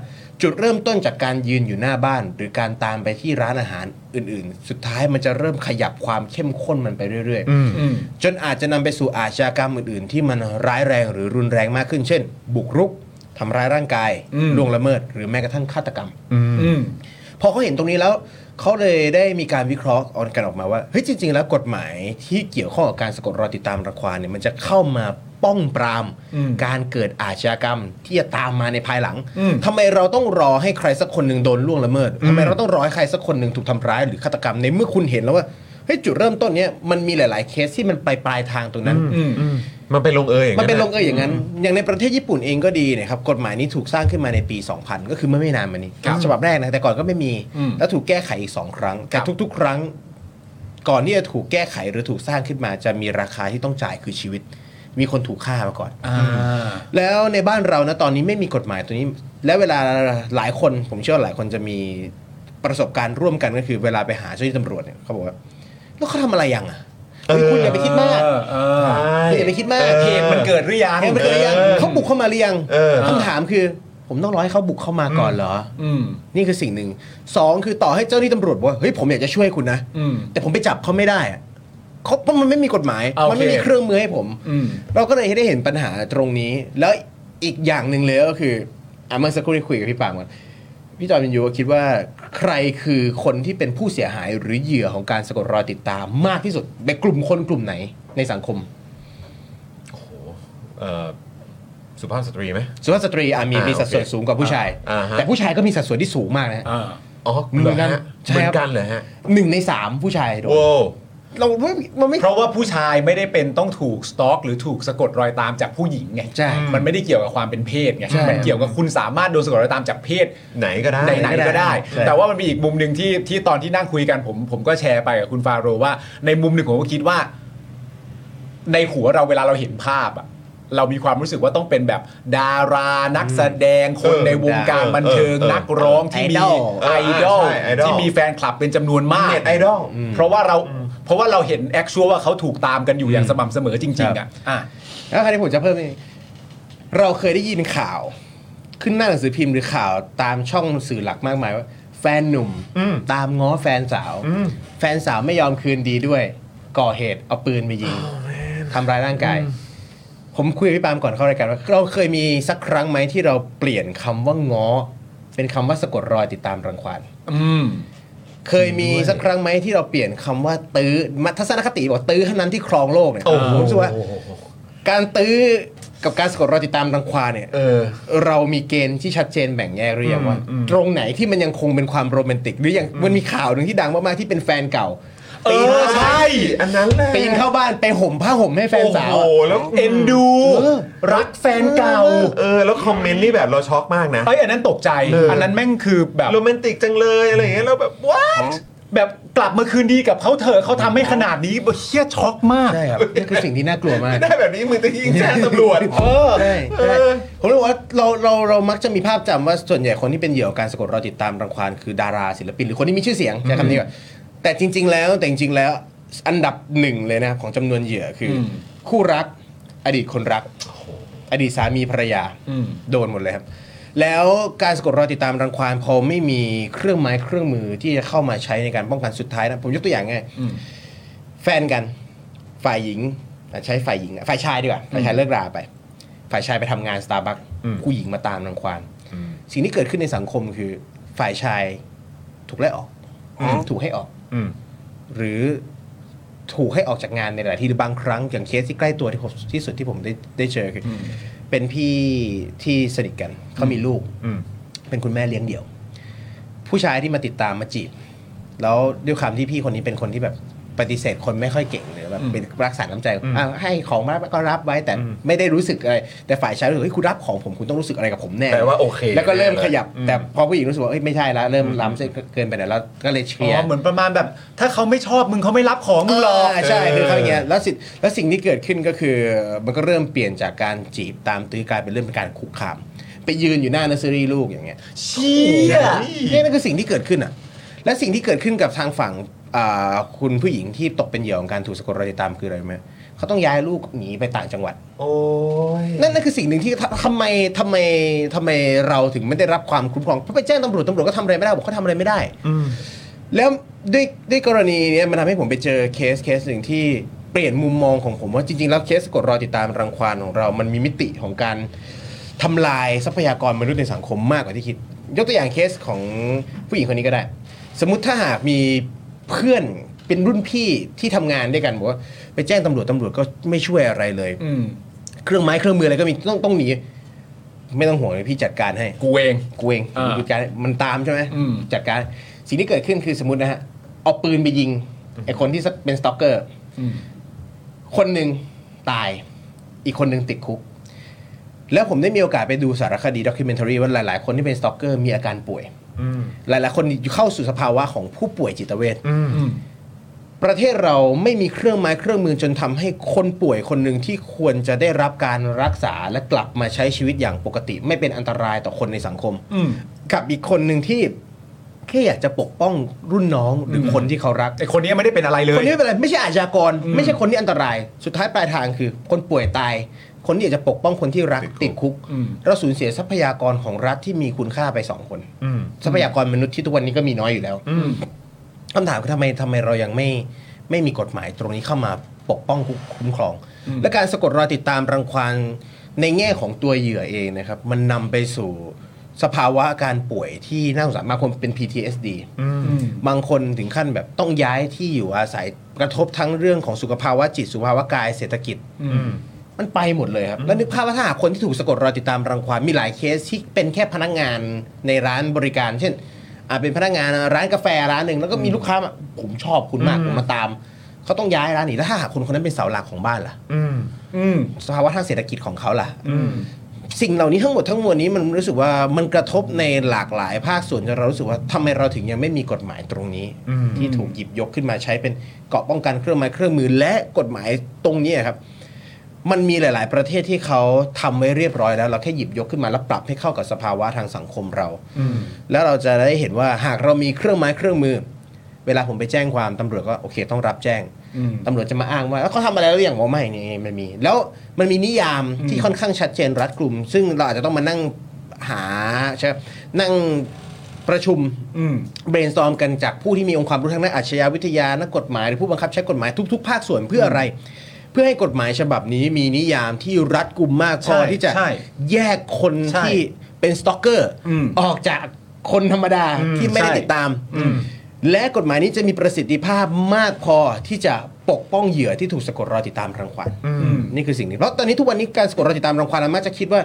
[SPEAKER 3] จุดเริ่มต้นจากการยืนอยู่หน้าบ้าน หรือการตามไปที่ร้านอาหารอื่น ๆ สุดท้ายมันจะเริ่มขยับความเข้มข้นมันไปเรื่อย ๆ
[SPEAKER 1] อืม
[SPEAKER 2] อืม
[SPEAKER 3] จนอาจจะนำไปสู่อาชญากรรมอื่น ๆ ที่มันร้ายแรงหรือรุนแรงมากขึ้น เช่น บุกรุกทำร้ายร่างกาย
[SPEAKER 2] อืม
[SPEAKER 3] ล่วงละเมิด หรือแม้กระทั่งฆาตกรรม
[SPEAKER 2] อืม
[SPEAKER 3] พอเขาเห็นตรงนี้แล้วเขาเลยได้มีการวิเคราะห์ออนกันออกมาว่าเฮ้ยจริง ๆ แล้วกฎหมายที่เกี่ยวข้องกับการสะกดรอยติดตามรังควานเนี่ยมันจะเข้ามาป้องปราม
[SPEAKER 2] อืม
[SPEAKER 3] การเกิดอาชญากรรมที่จะตามมาในภายหลัง
[SPEAKER 2] อืม
[SPEAKER 3] ทำไมเราต้องรอให้ใครสักคนหนึ่งโดนล่วงละเมิดทำไมเราต้องรอให้ใครสักคนหนึ่งถูกทำร้ายหรือฆาตกรรมในเมื่อคุณเห็นแล้วว่าเฮ้ยจุดเริ่มต้นเนี่ยมันมีหลาย ๆ เคสที่มันไปปลายทางตรงนั้น
[SPEAKER 2] อืม
[SPEAKER 1] มันไปลงเอยอย่าง
[SPEAKER 3] มันเป็นลง
[SPEAKER 1] ะ
[SPEAKER 3] เอยอย่างนั้น อย่างในประเทศญี่ปุ่นเองก็ดีนะครับ กฎหมายนี้ถูกสร้างขึ้นมาในปี 2000 ก็คือเมื่อไม่นานมานี้
[SPEAKER 2] ครับ
[SPEAKER 3] ฉบับแรกนะแต่ก่อนก็ไม่มี
[SPEAKER 2] อืม
[SPEAKER 3] แล้วถูกแก้ไขอีก 2 ครั้ง แต่
[SPEAKER 2] ครับ
[SPEAKER 3] ทุก ๆ ครั้ง ก่อนที่จะถูกแก้ไขหรือถูกสร้างขึ้นมา จะมีราคาที่ต้องจ่ายคือชีวิต มีคนถูกฆ่ามาก่อน
[SPEAKER 2] อ่า
[SPEAKER 3] แล้วในบ้านเรานะตอนนี้ไม่มีกฎหมายตัวนี้ และเวลาหลายคนผมเชื่อว่าหลายคนจะมีประสบการณ์ร่วมกันก็คือ เวลาไปหาเจ้าหน้าที่ตำรวจเนี่ยเขาบอกว่าแล้วเขาทำอะไรยังอ่ะเฮ้ยคุณอย่าไปคิดมาก
[SPEAKER 2] เออเออ
[SPEAKER 3] คุณอย่าไปคิดมาก
[SPEAKER 2] เหตุมันเกิดหรือยัง
[SPEAKER 3] เขาเป็นตัวอย่างเขาบุกเข้ามาหรือยัง
[SPEAKER 1] เออ
[SPEAKER 3] คำถามคือ ผมต้องรอให้เขาบุกเข้ามาก่อนเหรอ
[SPEAKER 2] อืม
[SPEAKER 3] นี่คือสิ่งหนึ่งสองคือต่อให้เจ้าหน้าที่ตำรวจบอกว่าเฮ้ยผมอยากจะช่วยคุณนะ
[SPEAKER 2] อืม
[SPEAKER 3] แต่ผมไปจับเขาไม่ได้อะเขาเพราะมันไม่มีกฎหมาย
[SPEAKER 2] โอเค
[SPEAKER 3] มัไม่มีเครื่องมือให้ผม
[SPEAKER 2] อืม
[SPEAKER 3] เราก็เลยได้เห็นปัญหาตรงนี้ แล้วอีกอย่างหนึ่งเลยก็คืออ่ะเมื่อสักครู่ที่คุยกับพี่ปามก่อนพี่จอมินยูคิดว่าใครคือคนที่เป็นผู้เสียหายหรือเหยื่อของการสะกดรอยติดตามมากที่สุดในกลุ่มคนกลุ่มไหนในสังคม
[SPEAKER 1] เอ่อสุภาพสตรีไหม
[SPEAKER 3] สุภาพสตรีอ่ะมี
[SPEAKER 1] อ่า
[SPEAKER 3] มีสัดส่วน
[SPEAKER 1] โอเค
[SPEAKER 3] สูงกว่าผู้ชาย
[SPEAKER 1] อ่าฮะ
[SPEAKER 3] แต่ผู้ชายก็มีสัดส่วนที่สูงมากนะฮะ
[SPEAKER 2] อ่า
[SPEAKER 1] อ๋อ
[SPEAKER 3] เหมือนกัน
[SPEAKER 1] รฮะ
[SPEAKER 3] ใช่
[SPEAKER 1] เหมือ
[SPEAKER 3] ครับ
[SPEAKER 1] นกันเหรอฮะ
[SPEAKER 3] หนึ่งในสามผู้ชายโดน
[SPEAKER 1] โว้
[SPEAKER 3] เราไม่มันไม่
[SPEAKER 2] เพราะว่าผู้ชายไม่ได้เป็นต้องถูกสต็อก หรือถูกสะกดรอยตามจากผู้หญิงไง
[SPEAKER 3] ใช่
[SPEAKER 2] มันไม่ได้เกี่ยวกับความเป็นเพศไง
[SPEAKER 3] ใช่
[SPEAKER 2] มันเกี่ยวกับคุณสามารถโดนสะกดรอยตามจากเพศ
[SPEAKER 1] ไหนก็ได้
[SPEAKER 2] ไหนๆก็ได้
[SPEAKER 3] ใช่
[SPEAKER 2] แต่ว่ามันมีอีกมุมหนึ่งที่ที่ตอนที่นั่งคุยกันผมผมก็แชร์ไปกับคุณฟาโรห์ว่า ในมุมหนึ่งผมก็คิดว่า ในหัวเราเวลาเราเห็นภาพอะเรามีความรู้สึกว่าต้องเป็นแบบดารานักแสดงคน
[SPEAKER 1] เออ
[SPEAKER 2] ในวงการ
[SPEAKER 1] เออ
[SPEAKER 2] บันเทิ
[SPEAKER 1] เอ
[SPEAKER 2] ง
[SPEAKER 1] อเออ
[SPEAKER 2] นักร้องที่มี
[SPEAKER 3] ไอดอล
[SPEAKER 2] ไอดอล
[SPEAKER 1] ใช่ไอดอล
[SPEAKER 2] ที่มีแฟนคลับเป็นจำนวนมาก
[SPEAKER 1] เน็ตไอดอล
[SPEAKER 2] เพราะว่าเราเพราะว่าเราเห็นแอคชัวว่าเขาถูกตามกันอยู่อย่างสม่ำเสมอจริง ๆ อ่ะอ่ะ
[SPEAKER 3] แล้วคราวนี้ผมจะเพิ่มอีกเราเคยได้ยินข่าว ขึ้นหน้าหนังสือพิมพ์หรือข่าวตามช่องสื่อหลักมากมายว่า แฟนหนุ่มตามง้อแฟนสาว แฟนสาวไม่ยอมคืนดีด้วย ก่อเหตุเอาปืนไปยิงทำร้ายร่างกาย ผมคุยกับพี่ปาล์มก่อนเข้ารายการว่าเราเคยมีสักครั้งไหมที่เราเปลี่ยนคำว่าง้อ เป็นคำว่าสะกดรอยติดตามรังควาน
[SPEAKER 2] อืม
[SPEAKER 3] เคยมีสักครั้งไหมที่เราเปลี่ยนคำว่าตื้อมาทัศนคติบอกตื้อเท่านั้นที่ครองโลกเนี่ย
[SPEAKER 1] โอ้โห
[SPEAKER 3] ผมรู้สึกว่าการตื้อกับการสะกดรอยติดตามรังควานเนี่ย
[SPEAKER 1] เออ
[SPEAKER 3] เรามีเกณฑ์ที่ชัดเจนแบ่งแยกหรือยังว่า ตรงไหนที่มันยังคงเป็นความโรแมนติก หรือยังมันมีข่าวหนึ่งที่ดังมากๆที่เป็นแฟนเก่า
[SPEAKER 1] เอ
[SPEAKER 3] ปีน
[SPEAKER 1] อ
[SPEAKER 3] เข้าบ้าน
[SPEAKER 1] ใช่ อันนั้นแหละ
[SPEAKER 3] ปีนเข้าบ้านไปห่มผ้าห่มให้แฟนสาว
[SPEAKER 1] โอ้
[SPEAKER 3] อะ
[SPEAKER 1] โหแล้วเอ็นดู
[SPEAKER 3] เออ
[SPEAKER 1] รักแฟนเก่า เออ แล้วคอมเมนต์นี่แบบเราช็อกมากนะ
[SPEAKER 2] เอ้ยอันนั้นตกใจ
[SPEAKER 1] เอออั
[SPEAKER 2] อันนั้นแม่งคือแบบ
[SPEAKER 1] โรแมนติกจังเลยอะไรอย่างเงี้ยแล้วแบบ what
[SPEAKER 2] แบบกลับมาคืนดีกับเขาเถอะเขาทำให้ขนาดนี้เฮี้ยช็อกมาก
[SPEAKER 3] ใช่ครับนี่คือสิ่งที่น่ากลัวมาก
[SPEAKER 1] ได้แบบนี้มึงจะยิงแจ้งตำรวจ เออ
[SPEAKER 3] ใช่
[SPEAKER 1] เอ
[SPEAKER 3] ใช่
[SPEAKER 1] อ
[SPEAKER 3] ผมรู้ว่าเราเราเรามักจะมีภาพจำว่าส่วนใหญ่คนที่เป็นเหยื่อของการสะกดรอยติดตามรังควานคือดาราศิลปินหรือคนที่มีชื่อเสียงใช้คำนี้ก่อนแต่จริง ๆ แล้วแต่จริงๆแล้วอันดับหนึ่งเลยนะครับของจำนวนเหยื่อคืออ
[SPEAKER 2] ม
[SPEAKER 3] คู่รัก อดีตคนรัก อดีตสามีภรรยา
[SPEAKER 2] อืม
[SPEAKER 3] โดนหมดเลยครับ แล้วการสะกดรอยติดตามรังควานพอไม่มีเครื่องไม้เครื่องมือที่จะเข้ามาใช้ในการป้องกันสุดท้ายนะผมยกตัวอย่างง่ายแฟนกัน ฝ่ายหญิงอ่ะใช้ฝ่ายหญิงอ่ะฝ่ายชายดีกว่าฝ่ายชายเลิกราไป ฝ่ายชายไปทำงานสตาร์บัคผู้หญิงมาตามรังควานสิ่งที่เกิดขึ้นในสังคมคือ ฝ่ายชายถูกไล่ออกถูกให้ออก
[SPEAKER 1] อืม
[SPEAKER 3] หรือถูกให้ออกจากงานในหลายที่หรือบางครั้งอย่างเคสที่ใกล้ตัวที่ผมที่สุดที่ผมได้ได้เจอคืออเป็นพี่ที่สนิทกันเขามีลูก
[SPEAKER 1] อืม
[SPEAKER 3] เป็นคุณแม่เลี้ยงเดี่ยว ผู้ชายที่มาติดตามมาจีบ แล้วด้วยความที่พี่คนนี้เป็นคนที่แบบปฏิเสธคนไม่ค่อยเก่งหรือแบบเป็นรักษาน้ำใจอ่ะให้ของมาก็รับไว้แต่ไม่ได้รู้สึกอะไรแต่ฝ่ายชายรู้สึกเฮ้ยคุณรับของผมคุณต้องรู้สึกอะไรกับผมแน่
[SPEAKER 4] แปลว่าโอเค
[SPEAKER 3] แล้วก็เริ่มขยับ
[SPEAKER 1] อืม
[SPEAKER 3] แต่พอผู้หญิงรู้สึกว่าเอ้ยไม่ใช่ละเริ่มล้ำเส้นเกินไปแล้วก็เลย
[SPEAKER 2] อ๋
[SPEAKER 3] เชีย
[SPEAKER 2] อ
[SPEAKER 3] ร์
[SPEAKER 2] เหมือนประมาณแบบ ถ้าเขาไม่ชอบมึงเขาไม่รับของมึงหรอก
[SPEAKER 3] าใช่คือเขาอย่างเงี้ยแล้วสิแล้วสิ่งที่เกิดขึ้นก็คือ มันก็เริ่มเปลี่ยนจากการจีบตามตื้อกลายเป็นเรื่องเป็นการคุกคาม ไปยืนอยู่หน้าเนอร์เซอรี่ลูกอย่างเงี้ย
[SPEAKER 2] เชี่ย
[SPEAKER 3] เนี่ยนั่นคือสิ่งที่เกิดขึ้นอ่ะและสิ่งที่เกิดขึ้นกับทางฝั่งอ่าคุณผู้หญิงที่ตกเป็นเหยื่อของการถูกสะกดรอยติดตามคืออะไรรู้ไหมเขาต้องย้ายลูกหนีไปต่างจังหวัด
[SPEAKER 4] โอ้ย
[SPEAKER 3] นั่นนั่นคือสิ่งหนึ่งที่ททำไมทำไมทำไมเราถึงไม่ได้รับความคุ้มครองเพราะไปแจ้งตำรวจตำรวจก็ทำอะไรไม่ได้บอกเขาทำอะไรไม่ได้แล้วด้วยด้วยกรณีเนี้ยมันทำให้ผมไปเจอเคสเคสหนึ่งที่เปลี่ยนมุมมองของผมว่าจริง ๆ แล้วเคสกดรอติดตามรังควานของเรา มันมีมิติของการทำลายทรัพยากรมนุษย์ในสังคมมากกว่าที่คิด ยกตัวอย่างเคสของผู้หญิงคนนี้ก็ได้ สมมุติถ้าหากมีเพื่อนเป็นรุ่นพี่ที่ทำงานด้วยกันบอกว่าไปแจ้งตำรวจตำรวจก็ไม่ช่วยอะไรเลย
[SPEAKER 2] อืม
[SPEAKER 3] เครื่องไม้เครื่องมืออะไรก็มีต้องต้องหนีไม่ต้องห่วงเลยพี่จัดการให้
[SPEAKER 2] กูเอง
[SPEAKER 3] กูเอง
[SPEAKER 2] อ่า
[SPEAKER 3] จัดการมันตามใช่ไหม
[SPEAKER 2] อืม
[SPEAKER 3] จัดการสิ่งที่เกิดขึ้นคือสมมตินะฮะเอาปืนไปยิงไอคนที่เป็นสตอกเกอร์
[SPEAKER 2] อืม
[SPEAKER 3] คนหนึ่งตายอีกคนหนึ่งติดคุก แล้วผมได้มีโอกาสไปดูสารคดีด็อกิเมนทารีว่าหลาย ๆ คนที่เป็นสตอกเกอร์มีอาการป่วยหลาย ๆ คนเข้าสู่สภาวะของผู้ป่วยจิตเวช
[SPEAKER 2] อืม
[SPEAKER 3] ประเทศเราไม่มีเครื่องไม้เครื่องมือจนทำให้คนป่วยคนหนึ่งที่ควรจะได้รับการรักษาและกลับมาใช้ชีวิตอย่างปกติ ไม่เป็นอันตรายต่อคนในสังคม
[SPEAKER 2] อืม
[SPEAKER 3] กับอีกคนหนึ่งที่แค่อยากจะปกป้องรุ่นน้องหรืออคนที่เขารัก
[SPEAKER 2] ไอคนนี้ไม่ได้เป็นอะไรเล
[SPEAKER 3] ค
[SPEAKER 2] ย
[SPEAKER 3] นนี้ไม่เป็นไรไม่ใช่อาชญากร ไม่ใช่คนที่อันตราย สุดท้ายปลายทางคือ คนป่วยตาย คนที่อยากจะปกป้องคนที่รักติดคุก
[SPEAKER 2] อืม
[SPEAKER 3] เราสูญเสียทรัพยากรของรัฐที่มีคุณค่าไปสองคนทรัพยากรมนุษย์ที่ทุกวันนี้ก็มีน้อยอยู่แล้ว
[SPEAKER 2] อืม
[SPEAKER 3] คำถามคือทำไมทำไมเรายังไม่ไม่มีกฎหมายตรงนี้เข้ามาปกป้องคุ้มครอง
[SPEAKER 2] อืม
[SPEAKER 3] และการสะกดรอยติดตามรังควานในแง่ของตัวเหยื่อเองนะครับ มันนำไปสู่สภาวะอาการป่วยที่น่าสงสารมากคนเป็น PTSD
[SPEAKER 2] อืม
[SPEAKER 3] บางคนถึงขั้นแบบต้องย้ายที่อยู่อาศัยกระทบทั้งเรื่องของสุขภาวะจิตสุขภาวะกายเศรษฐกิจ มันไปหมดเลยครับ แล้วนึกภาพว่าถ้าหากคนที่ถูกสะกดรอยติดตามรังควานมีหลายเคสที่เป็นแค่พนักงานในร้านบริการ เช่นอ่าเป็นพนักงานร้านกาแฟร้านหนึ่งแล้วก็มีลูกค้ามาผมชอบคุณมากผมมาตาม เขาต้องย้ายร้านหนีแล้วถ้าหากคนคนนั้นเป็นเสาหลักของบ้านล่ะ
[SPEAKER 2] อืม
[SPEAKER 3] สภาวะทางเศรษฐกิจของเขาล่ะสิ่งเหล่านี้ทั้งหมดทั้งมวลนี้มันรู้สึกว่ามันกระทบในหลากหลายภาคส่วนจนเรารู้สึกว่าทำไมเราถึงยังไม่มีกฎหมายตรงนี้ ที่ถูกหยิบยกขึ้นมาใช้เป็นเกราะป้องกันเครื่องไม้เครื่องมือและกฎหมายตรงนี้ครับ มันมีหลาย ๆ ประเทศที่เขาทำไว้เรียบร้อยแล้ว เราแค่หยิบยกขึ้นมาแล้วปรับให้เข้ากับสภาวะทางสังคมเรา แล้วเราจะได้เห็นว่าหากเรามีเครื่องไม้เครื่องมือ เวลาผมไปแจ้งความตำรวจก็โอเคต้องรับแจ้ง
[SPEAKER 2] อืม
[SPEAKER 3] ตำรวจจะมาอ้างว่าเอ้าเขาทำอะไรแล้วหรือยังว่าไม่นี่มันมี แล้วมันมีนิยามที่ค่อนข้างชัดเจนรัดกลุ่ม ซึ่งเราอาจจะต้องมานั่งหาใช่ไหมนั่งประชุม
[SPEAKER 2] อืม
[SPEAKER 3] เบรน s t อ r m กันจากผู้ที่มีองค์ความรู้ทางด้านอาชญาวิทยานักกฎหมาย หรือผู้บังคับใช้กฎหมายทุก ๆ ภาคส่วนเพื่ออะไร เพื่อให้กฎหมายฉบับนี้มีนิยามที่รัดกุมมากพอ
[SPEAKER 2] ใช่
[SPEAKER 3] ที่จะ
[SPEAKER 2] ใช่
[SPEAKER 3] แยกคน
[SPEAKER 2] ใช่
[SPEAKER 3] ที่เป็นสตอกเกอร์
[SPEAKER 2] อืม
[SPEAKER 3] ออกจากคนธรรมดาที่ไม่ได้
[SPEAKER 2] ใช่
[SPEAKER 3] ติดตาม
[SPEAKER 2] อืม
[SPEAKER 3] และกฎหมายนี้จะมีประสิทธิภาพมากพอที่จะปกป้องเหยื่อที่ถูกสะกดรอยติดตามรังควาน
[SPEAKER 2] อืม
[SPEAKER 3] นี่คือสิ่งนี้เพราะตอนนี้ทุกวันนี้การสะกดรอยติดตามรังควานเรามักจะคิดว่า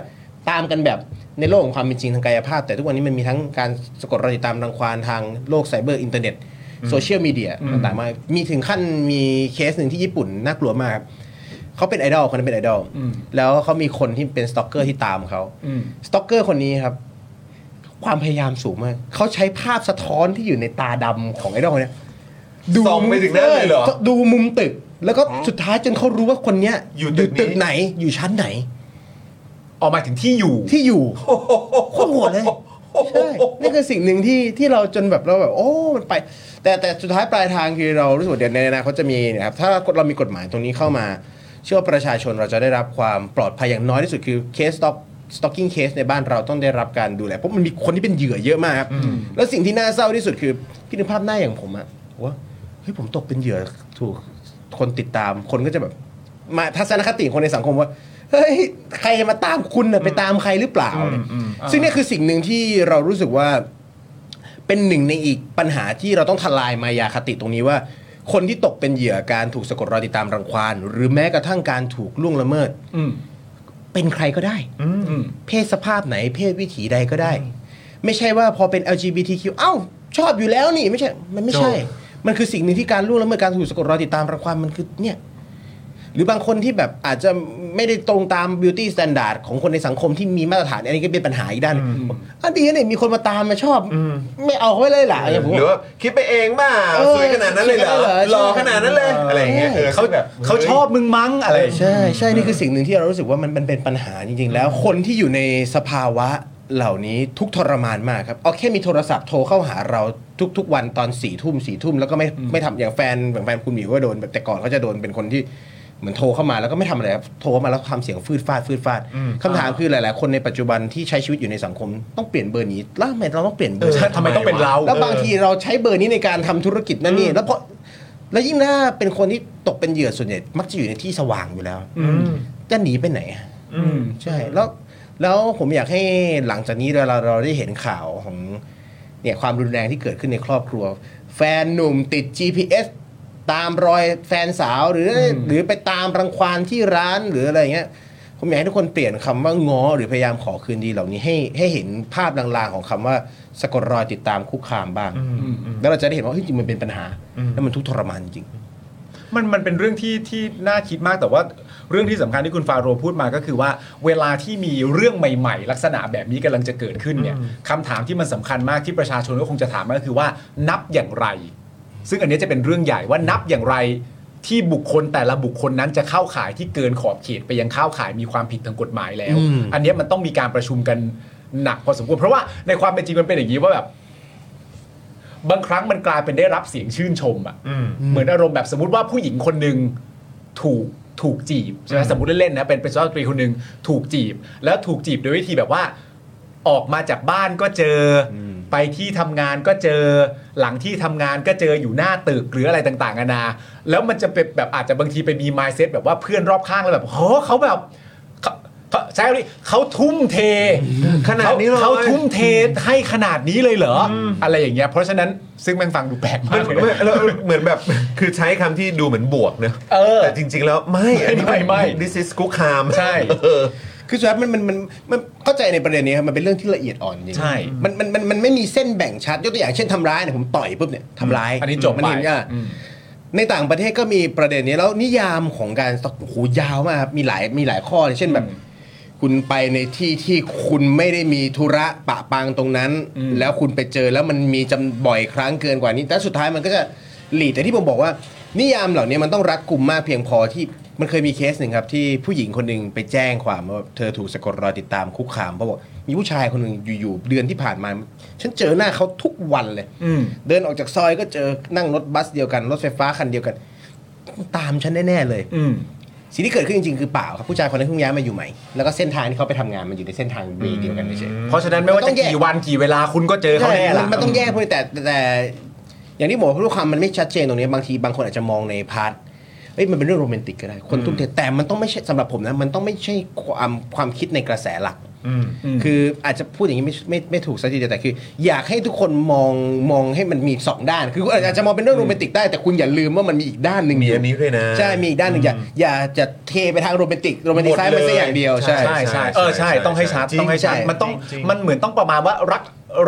[SPEAKER 3] ตามกันแบบในโลกของความเป็นจริงทางกายภาพ แต่ทุกวันนี้มันมีทั้งการสะกดรอยติดตามรังควานทางโลกไซเบอร์อินเทอร์เน็ตโซเชียลมีเดียต่างๆมากมีถึงขั้นมีเคสหนึ่งที่ญี่ปุ่นน่ากลัวมากครับเขาเป็นไอดอลคนนั้นเป็นไอดอล
[SPEAKER 2] อืม
[SPEAKER 3] แล้วเขามีคนที่เป็นสตอกเกอร์ที่ตามเขา
[SPEAKER 2] อืม
[SPEAKER 3] สตอกเกอร์คนนี้ครับ ความพยายามสูงมากเขาใช้ภาพสะท้อนที่อยู่ในตาดำของไอดอลคนเนี้ย
[SPEAKER 4] ส่องไปถึงนั่นเลยเหรอ
[SPEAKER 3] ดูมุมตึก แล้วก็สุดท้ายจนเขารู้ว่าคนเนี้ย
[SPEAKER 4] อยู่ตึกนี้
[SPEAKER 3] ไหน อยู่ชั้นไหน
[SPEAKER 2] ออกมาถึงที่อยู่
[SPEAKER 3] ที่อยู่โคตรโหดเลยใช่นี่คือสิ่งหนึ่งที่ที่เราจนแบบเราแบบ โอ้ มันไป แต่แต่สุดท้ายปลายทางคือเรารู้สึกว่าเดี๋ยวในอนาคตจะมีนะครับ ถ้าเรามีกฎหมายตรงนี้เข้ามา เชื่อว่าประชาชนเราจะได้รับความปลอดภัยอย่างน้อยที่สุดคือเคสต็อก สต็อกกิ้งเคสในบ้านเราต้องได้รับการดูแลเพราะมันมีคนที่เป็นเหยื่อเยอะมากครับแล้วสิ่งที่น่าเศร้าที่สุดคือพี่นึกภาพหน้าอย่างผมอะว่าเฮ้ยผมตกเป็นเหยื่อถูกคนติดตามคนก็จะแบบ มาทัศนคติของคนในสังคมว่าเฮ้ยใครจะมาตามคุณน่ะไปตามใครหรือเปล่าเนี่ยซึ่งเนี่ยคือสิ่งหนึ่งที่เรารู้สึกว่า เป็นหนึ่งในอีกปัญหาที่เราต้องทลายมายาคติตรงนี้ว่า คนที่ตกเป็นเหยื่อการถูกสะกดรอยติดตามรังควานหรือแม้กระทั่งการถูกล่วงละเมิดเป็นใครก็ได้ เพศสภาพไหน เพศวิถีใดก็ได้ ไม่ใช่ว่าพอเป็น LGBTQ เอ้า ชอบอยู่แล้วนี่ไม่ใช่ มันไม่ใช่ มันคือสิ่งหนึ่งที่การล่วงละเมิดการถูกสะกดรอยติดตามรังควานมันคือเนี่ย หรือบางคนที่แบบอาจจะไม่ได้ตรงตาม beauty standard ของคนในสังคมที่มีมาตรฐานอันนี้ก็เป็นปัญหาอีกด้านหนึ่งอันนี้เนี่ยมีคนมาตามมาชอบ ไม่เอาเขาไว้เลยล่ะอะไรอย่างเงี้
[SPEAKER 1] ห
[SPEAKER 3] ยผม
[SPEAKER 1] รือ
[SPEAKER 3] ว่า
[SPEAKER 1] ว่าคิดไปเองบ้า
[SPEAKER 3] เออ
[SPEAKER 1] สวยขนาดนั้นเลยเหรอ
[SPEAKER 3] สวยขนาดนั้นเลยเหรอ
[SPEAKER 1] หล่อขนาดนั้นเลยอะไรอย่างเงี้ยออ
[SPEAKER 2] เขา
[SPEAKER 1] ซึ่งแบบ
[SPEAKER 2] เขาชอบมึงมั้งอะไร
[SPEAKER 3] ใช่ใช่นี่คือสิ่งหนึ่งที่เรารู้สึกว่ามันมันเป็นปัญหาจริง ๆ แล้ว คนที่อยู่ในสภาวะเหล่านี้ทุกข์ทรมานมากครับเอาแค่มีโทรศัพท์โทรเข้าหาเราทุก ๆ วันตอนสี่ทุ่มสี่ทุ่มแล้วก็ไม่ไม่ทำอย่างแฟนอย่างแฟนคุณหมิวก็โดนแบบแต่ก่อนเขาจะโดนเป็นคนที่เหมือนโทรเข้ามาแล้วก็ไม่ทำอะไรครับโทรเข้ามาแล้วทำเสียงฟืดฟาดฟืดฟาดคำถามคือหลาย ๆ คนในปัจจุบันที่ใช้ชีวิตอยู่ในสังคมต้องเปลี่ยนเบอร์นี้แล้วทำไมเราต้องเปลี่ยนเบอร์
[SPEAKER 2] ใช่ทำไมต้องเป็นเรา
[SPEAKER 3] แล้วบางทีเราใช้เบอร์นี้ในการทำธุรกิจนั่นนี่แล้วพอแล้วยิ่งถ้าเป็นคนที่ตกเป็นเหยื่อส่วนใหญ่มักจะอยู่ในที่สว่างอยู่แล้ว จะหนีไปไหนอะใช่แล้วแล้วผมอยากให้หลังจากนี้เราเราเราได้เห็นข่าวของเนี่ยความรุนแรงที่เกิดขึ้นในครอบครัว แฟนหนุ่มติด GPS ตามรอยแฟนสาวหรืออหรือไปตามรังควานที่ร้านหรืออะไรอย่างเงี้ย ผมอยากให้ทุกคนเปลี่ยนคำว่าง้อหรือพยายามขอคืนดีเหล่านี้ให้ให้เห็นภาพลางๆของคำว่าสะกดรอยติดตามคุกคามบ้าง แล้วเราจะได้เห็นว่าเฮ้ยจริงๆมันเป็นปัญหา แล้วมันทุกข์ทรมานจริง
[SPEAKER 2] มันมันเป็นเรื่องที่ที่น่าคิดมากแต่ว่าเรื่องที่สำคัญที่คุณฟาโรห์พูดมาก็คือว่า เวลาที่มีเรื่องใหม่ ๆ ลักษณะแบบนี้กำลังจะเกิดขึ้นเนี่ยคำถามที่มันสำคัญมากที่ประชาชนก็คงจะถามก็คือว่านับอย่างไร ซึ่งอันเนี้ยจะเป็นเรื่องใหญ่ว่านับอย่างไรที่บุคคลแต่ละบุคคลนั้นจะเข้าข่ายที่เกินขอบเขตไปยังเข้าข่ายมีความผิดทางกฎหมายแล้ว
[SPEAKER 3] อืม
[SPEAKER 2] อันเนี้ยมันต้องมีการประชุมกันหนักพอสมควรเพราะว่าในความเป็นจริงมันเป็นอย่างนี้ว่าแบบ บางครั้งมันกลายเป็นได้รับเสียงชื่นชมอะ
[SPEAKER 4] อืม
[SPEAKER 2] เหมือนอารมณ์แบบสมมติว่าผู้หญิงคนหนึ่งถูกถูกจีบใช่ไหมสมมติเล่นๆนะเป็นเป็นสุภาพสตรีคนหนึ่งถูกจีบ แล้วถูกจีบโดยวิธีแบบว่า ออกมาจากบ้านก็เจออไปที่ทำงานก็เจอ หลังที่ทำงานก็เจออยู่หน้าตึกหรืออะไรต่างๆนานาแล้วมันจะเป็นแบบอาจจะบางทีไปมีมายเซ็ตแบบว่าเพื่อนรอบข้างแล้วแบบโหเขาแบบเขาเขาใช่ไหมเขาทุ่มเท
[SPEAKER 1] ขนาดนี้เลย
[SPEAKER 2] เขาทุ่มเทให้ขนาดนี้เลยเหรอออะไรอย่างเงี้ยเพราะฉะนั้นซึ่งแม่งฟังดูแปลกมาก
[SPEAKER 1] มัน
[SPEAKER 2] เลย
[SPEAKER 1] ไม่
[SPEAKER 2] นะ
[SPEAKER 1] เราเหมือนแบบ คือใช้คำที่ดูเหมือนบวกเนอะ
[SPEAKER 2] เออ
[SPEAKER 1] แต่จริง ๆ แล้วไม่อันนี้
[SPEAKER 2] ไม่ไม่ไม่
[SPEAKER 1] น this is คุกคาม
[SPEAKER 2] ใช่
[SPEAKER 3] ๆ คือสุดท้ายมันมันมันมันเข้าใจในประเด็นนี้ครับมันเป็นเรื่องที่ละเอียดอ่อนจริง
[SPEAKER 2] ใช่
[SPEAKER 3] มันมันมันมันไม่มีเส้นแบ่งชัดยกตัวอย่างเช่นทำร้ายเนี่ยผมต่อยปุ๊บเนี่ยทำร้าย
[SPEAKER 2] อันนี้จบไป
[SPEAKER 3] มัเห็นอ่ะ
[SPEAKER 2] อืม
[SPEAKER 3] ในต่างประเทศก็มีประเด็นนี้แล้วนิยามของการสต็อกโอ้โหยาวมากครับมีหลายมีหลายข้อเลยเช่นแบบ คุณไปในที่ที่คุณไม่ได้มีธุระปะปางตรงนั้น แล้วคุณไปเจอแล้วมันมีจำบ่อยครั้งเกินกว่านี้ แต่สุดท้ายมันก็จะหลีดแต่ที่ผมบอกว่า นิยามเหล่านี้มันต้องรัดกุมมากเพียงพอที่มันเคยมีเคสหนึ่งครับ ที่ผู้หญิงคนหนึ่งไปแจ้งความว่าเธอถูกสะกดรอยติดตามคุกคามเพราะบอกมีผู้ชายคนหนึ่งอยู่ๆเดือนที่ผ่านมา ฉันเจอหน้าเขาทุกวันเลย เดินออกจากซอยก็เจอนั่งรถบัสเดียวกันรถไฟฟ้าคันเดียวกัน ตามฉันแน่ๆเลย
[SPEAKER 2] อืม
[SPEAKER 3] สิ่งที่เกิดขึ้นจริงๆคือเปล่าครับผู้ชายคนนั้นเพิ่งย้ายมาอยู่ใหม่ แล้วก็เส้นทางที่เขาไปทำงานมันอยู่ในเส้นทางเวย์เดียวกันเฉย
[SPEAKER 2] เพราะฉะนั้นไม่ว่าจะ
[SPEAKER 3] ต้องแยก
[SPEAKER 2] กี่วันกี่เวลาคุณก็เจอ
[SPEAKER 3] ๆ
[SPEAKER 2] เขาแน่
[SPEAKER 3] ใช่มั
[SPEAKER 2] ละ
[SPEAKER 3] นมันต้องแยกพวกนี้แต่แต่แต่ อย่างที่บอกว่าความมันไม่ชัดเจนตรงนี้บางทีบางคนอาจจะมองในพาร์ทเอ้ยมันเป็นเรื่องโรแมนติกก็ได้คนทุ่มเทแต่มันต้องไม่ใช่สำหรับผมนะมันต้องไม่ใช่ความความคิดในกระแสหลัก คืออาจจะพูดอย่างนี้ไม่ไม่ไม่ถูกซะทีเดียวแต่คือ อยากให้ทุกคนมองมองให้มันมีสองด้าน คืออาจจะมองเป็นเรื่องโรแมนติกได้แต่คุณอย่าลืมว่ามันมีอีกด้านหนึ่ง
[SPEAKER 1] มี
[SPEAKER 3] ยู่
[SPEAKER 1] อันนี้ด้วยนะ
[SPEAKER 3] ใช่ มีอีกด้านหนึ่งอย่าอย่าจะเทไปทางโรแมนติก โรแมนติ
[SPEAKER 1] ห
[SPEAKER 3] ก
[SPEAKER 1] มด
[SPEAKER 3] ซ้ายมัน
[SPEAKER 1] เล
[SPEAKER 3] ซะ
[SPEAKER 1] ย
[SPEAKER 3] อย่างเดียว
[SPEAKER 1] ใช่
[SPEAKER 3] ใช่
[SPEAKER 2] ใช่ใช่เออใช่
[SPEAKER 1] ใช่
[SPEAKER 2] ต้องให้ชัด
[SPEAKER 1] จริง
[SPEAKER 2] ต้องให้ชัด
[SPEAKER 3] ใช่
[SPEAKER 2] มันต้อง
[SPEAKER 4] จริง
[SPEAKER 2] มันเหมือนต้องประมาณว่ารัก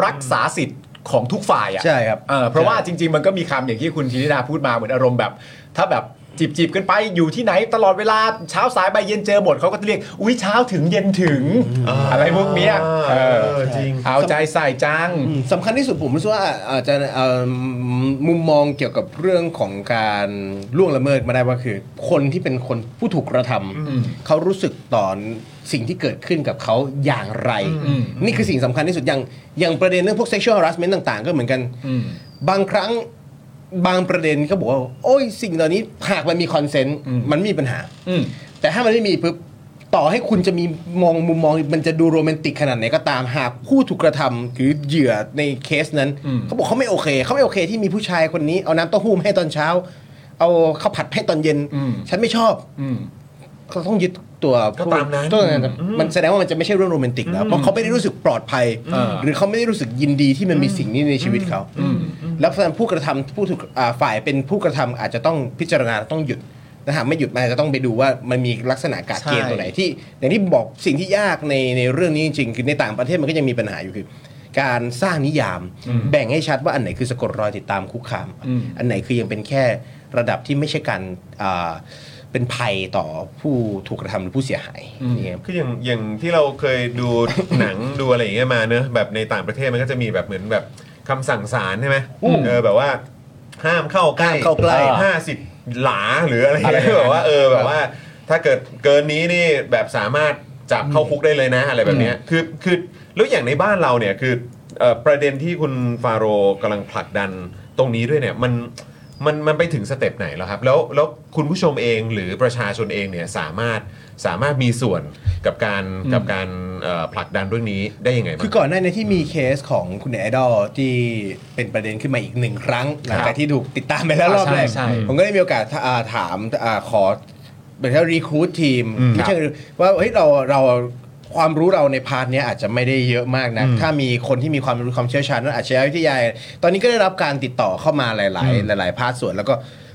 [SPEAKER 2] รักษาสิทธิ์ของทุกฝ่ายอ่ะ
[SPEAKER 3] ใช่ครับ
[SPEAKER 2] เออเพราะว่าจริง ๆ มันก็มีคำอย่างที่คุณธีนิดาพูดมาเหมือนอารมณ์แบบ ถ้าแบบจีบจีบๆกันไปอยู่ที่ไหนตลอดเวลาเช้าสายบ่ายเย็นเจอหมดเขาก็จะเรียกอุ้ยเช้าถึงเย็นถึง อะไรพวกเนี้ยเอ
[SPEAKER 1] เอ
[SPEAKER 2] อ
[SPEAKER 1] อจริง
[SPEAKER 2] เอาใจใส่จัง
[SPEAKER 3] อืมสำคัญที่สุดผมรู้สึกว่าอาจจะเอ่อมุมมองเกี่ยวกับเรื่องของการล่วงละเมิดมาได้ว่าคือ คนที่เป็นคนผู้ถูกกระทำเขารู้สึกต่อสิ่งที่เกิดขึ้นกับเขาอย่างไร นี่คือสิ่งสำคัญที่สุดอย่างอย่างประเด็นเรื่องพวก sexual harassment ต่างๆ ก็เหมือนกันบางครั้งบางประเด็นก็บอกว่า โอ้ยสิ่งเหล่านี้หากมันมีคอนเซนต์มันไม่มีปัญหาแต่ถ้ามันไม่มีปุ๊บ ต่อให้คุณจะมีมองมุมมองมันจะดูโรแมนติกขนาดไหนก็ตามหากผู้ถูกกระทำหรือเหยื่อในเคสนั้น เขาบอกเขาไม่โอเค เขาไม่โอเคที่มีผู้ชายคนนี้เอาน้ำเต้าหู้มาให้ตอนเช้า เอาข้าวผัดให้ตอนเย็น ฉันไม่ชอบ เขาต้องยึดตัว
[SPEAKER 1] ก็ตามนั้น
[SPEAKER 3] ตัวนั้นมันแสดงว่ามันจะไม่ใช่เรื่องโรแมนติกแล้ว เพราะเขาไม่ได้รู้สึกปลอดภัย หรือเขาไม่ได้รู้สึกยินดีที่มันมีสิ่งนี้ในชีวิตเขา แล้วผู้กระทำผู้ถูกอ่าฝ่ายเป็นผู้กระทำอาจจะต้องพิจารณาต้องหยุดนะฮะไม่หยุดมันอาจจะต้องไปดูว่ามันมีลักษณะการเกณฑ์ตัวไหนที่อย่างที่บอกสิ่งที่ยากในในเรื่องนี้จริงๆคือในต่างประเทศมันก็ยังมีปัญหาอยู่คือ การสร้างนิยาม แบ่งให้ชัดว่าอันไหนคือสะกดรอยติดตามคุกคาม อันไหนคือยังเป็นแค่ระดับที่ไม่ใช่การอ่า เป็นภัยต่อผู้ถูกกระทำหรือผู้เสียหายนี่ครับ
[SPEAKER 1] คืออย่างอย่างที่เราเคยดู หนังดูอะไรอย่างเงี้ยมาเนอะแบบในต่างประเทศมันก็จะมีแบบเหมือนแบบคำสั่งศาลใช่ไหมเออแบบว่าห้ามเข้าใกล้
[SPEAKER 3] ห้ามเข้าใกล้
[SPEAKER 1] ห้าสิบหลาหรืออะไรอย่างเงี้ยแบบว่าเออแบบว่า ถ้าเกิดเกินนี้นี่แบบสามารถจับเข้าคุกได้เลยนะอะไรแบบเนี้ยคือคือแล้วอย่างในบ้านเราเนี่ยคือเอ่อประเด็นที่คุณฟาโรกำลังผลักดันตรงนี้ด้วยเนี่ยมันมันมันไปถึงสเต็ปไหนแล้วครับแล้วแล้วคุณผู้ชมเองหรือประชาชนเองเนี่ยสามารถสามารถมีส่วนกับการกับการเอ่อผลักดันเรื่องนี้ได้ยังไงบ้าง
[SPEAKER 3] คือก่อนหน้านี้ที่มีเคสของคุณไอดอลที่เป็นประเด็นขึ้นมาอีกหนึ่งครั้ง หลังจากที่ถูกติดตามไปแล้วรอบแรก
[SPEAKER 2] ใช่ใช่
[SPEAKER 3] ผมก็ได้มีโอกาสอ่าถามอ่าขอเหมือนที่รีคูดทีมไม่ใช่ recruit ว่าเฮ้ยเราเราความรู้เราในพาร์ทเนี้ยอาจจะไม่ได้เยอะมากนะถ้ามีคนที่มีความรู้ความเชี่ยวชาญด้านอาชญาวิทยา ตอนนี้ก็ได้รับการติดต่อเข้ามาหลาย ๆ หลาย ๆ พาร์ทส่วนแล้วก็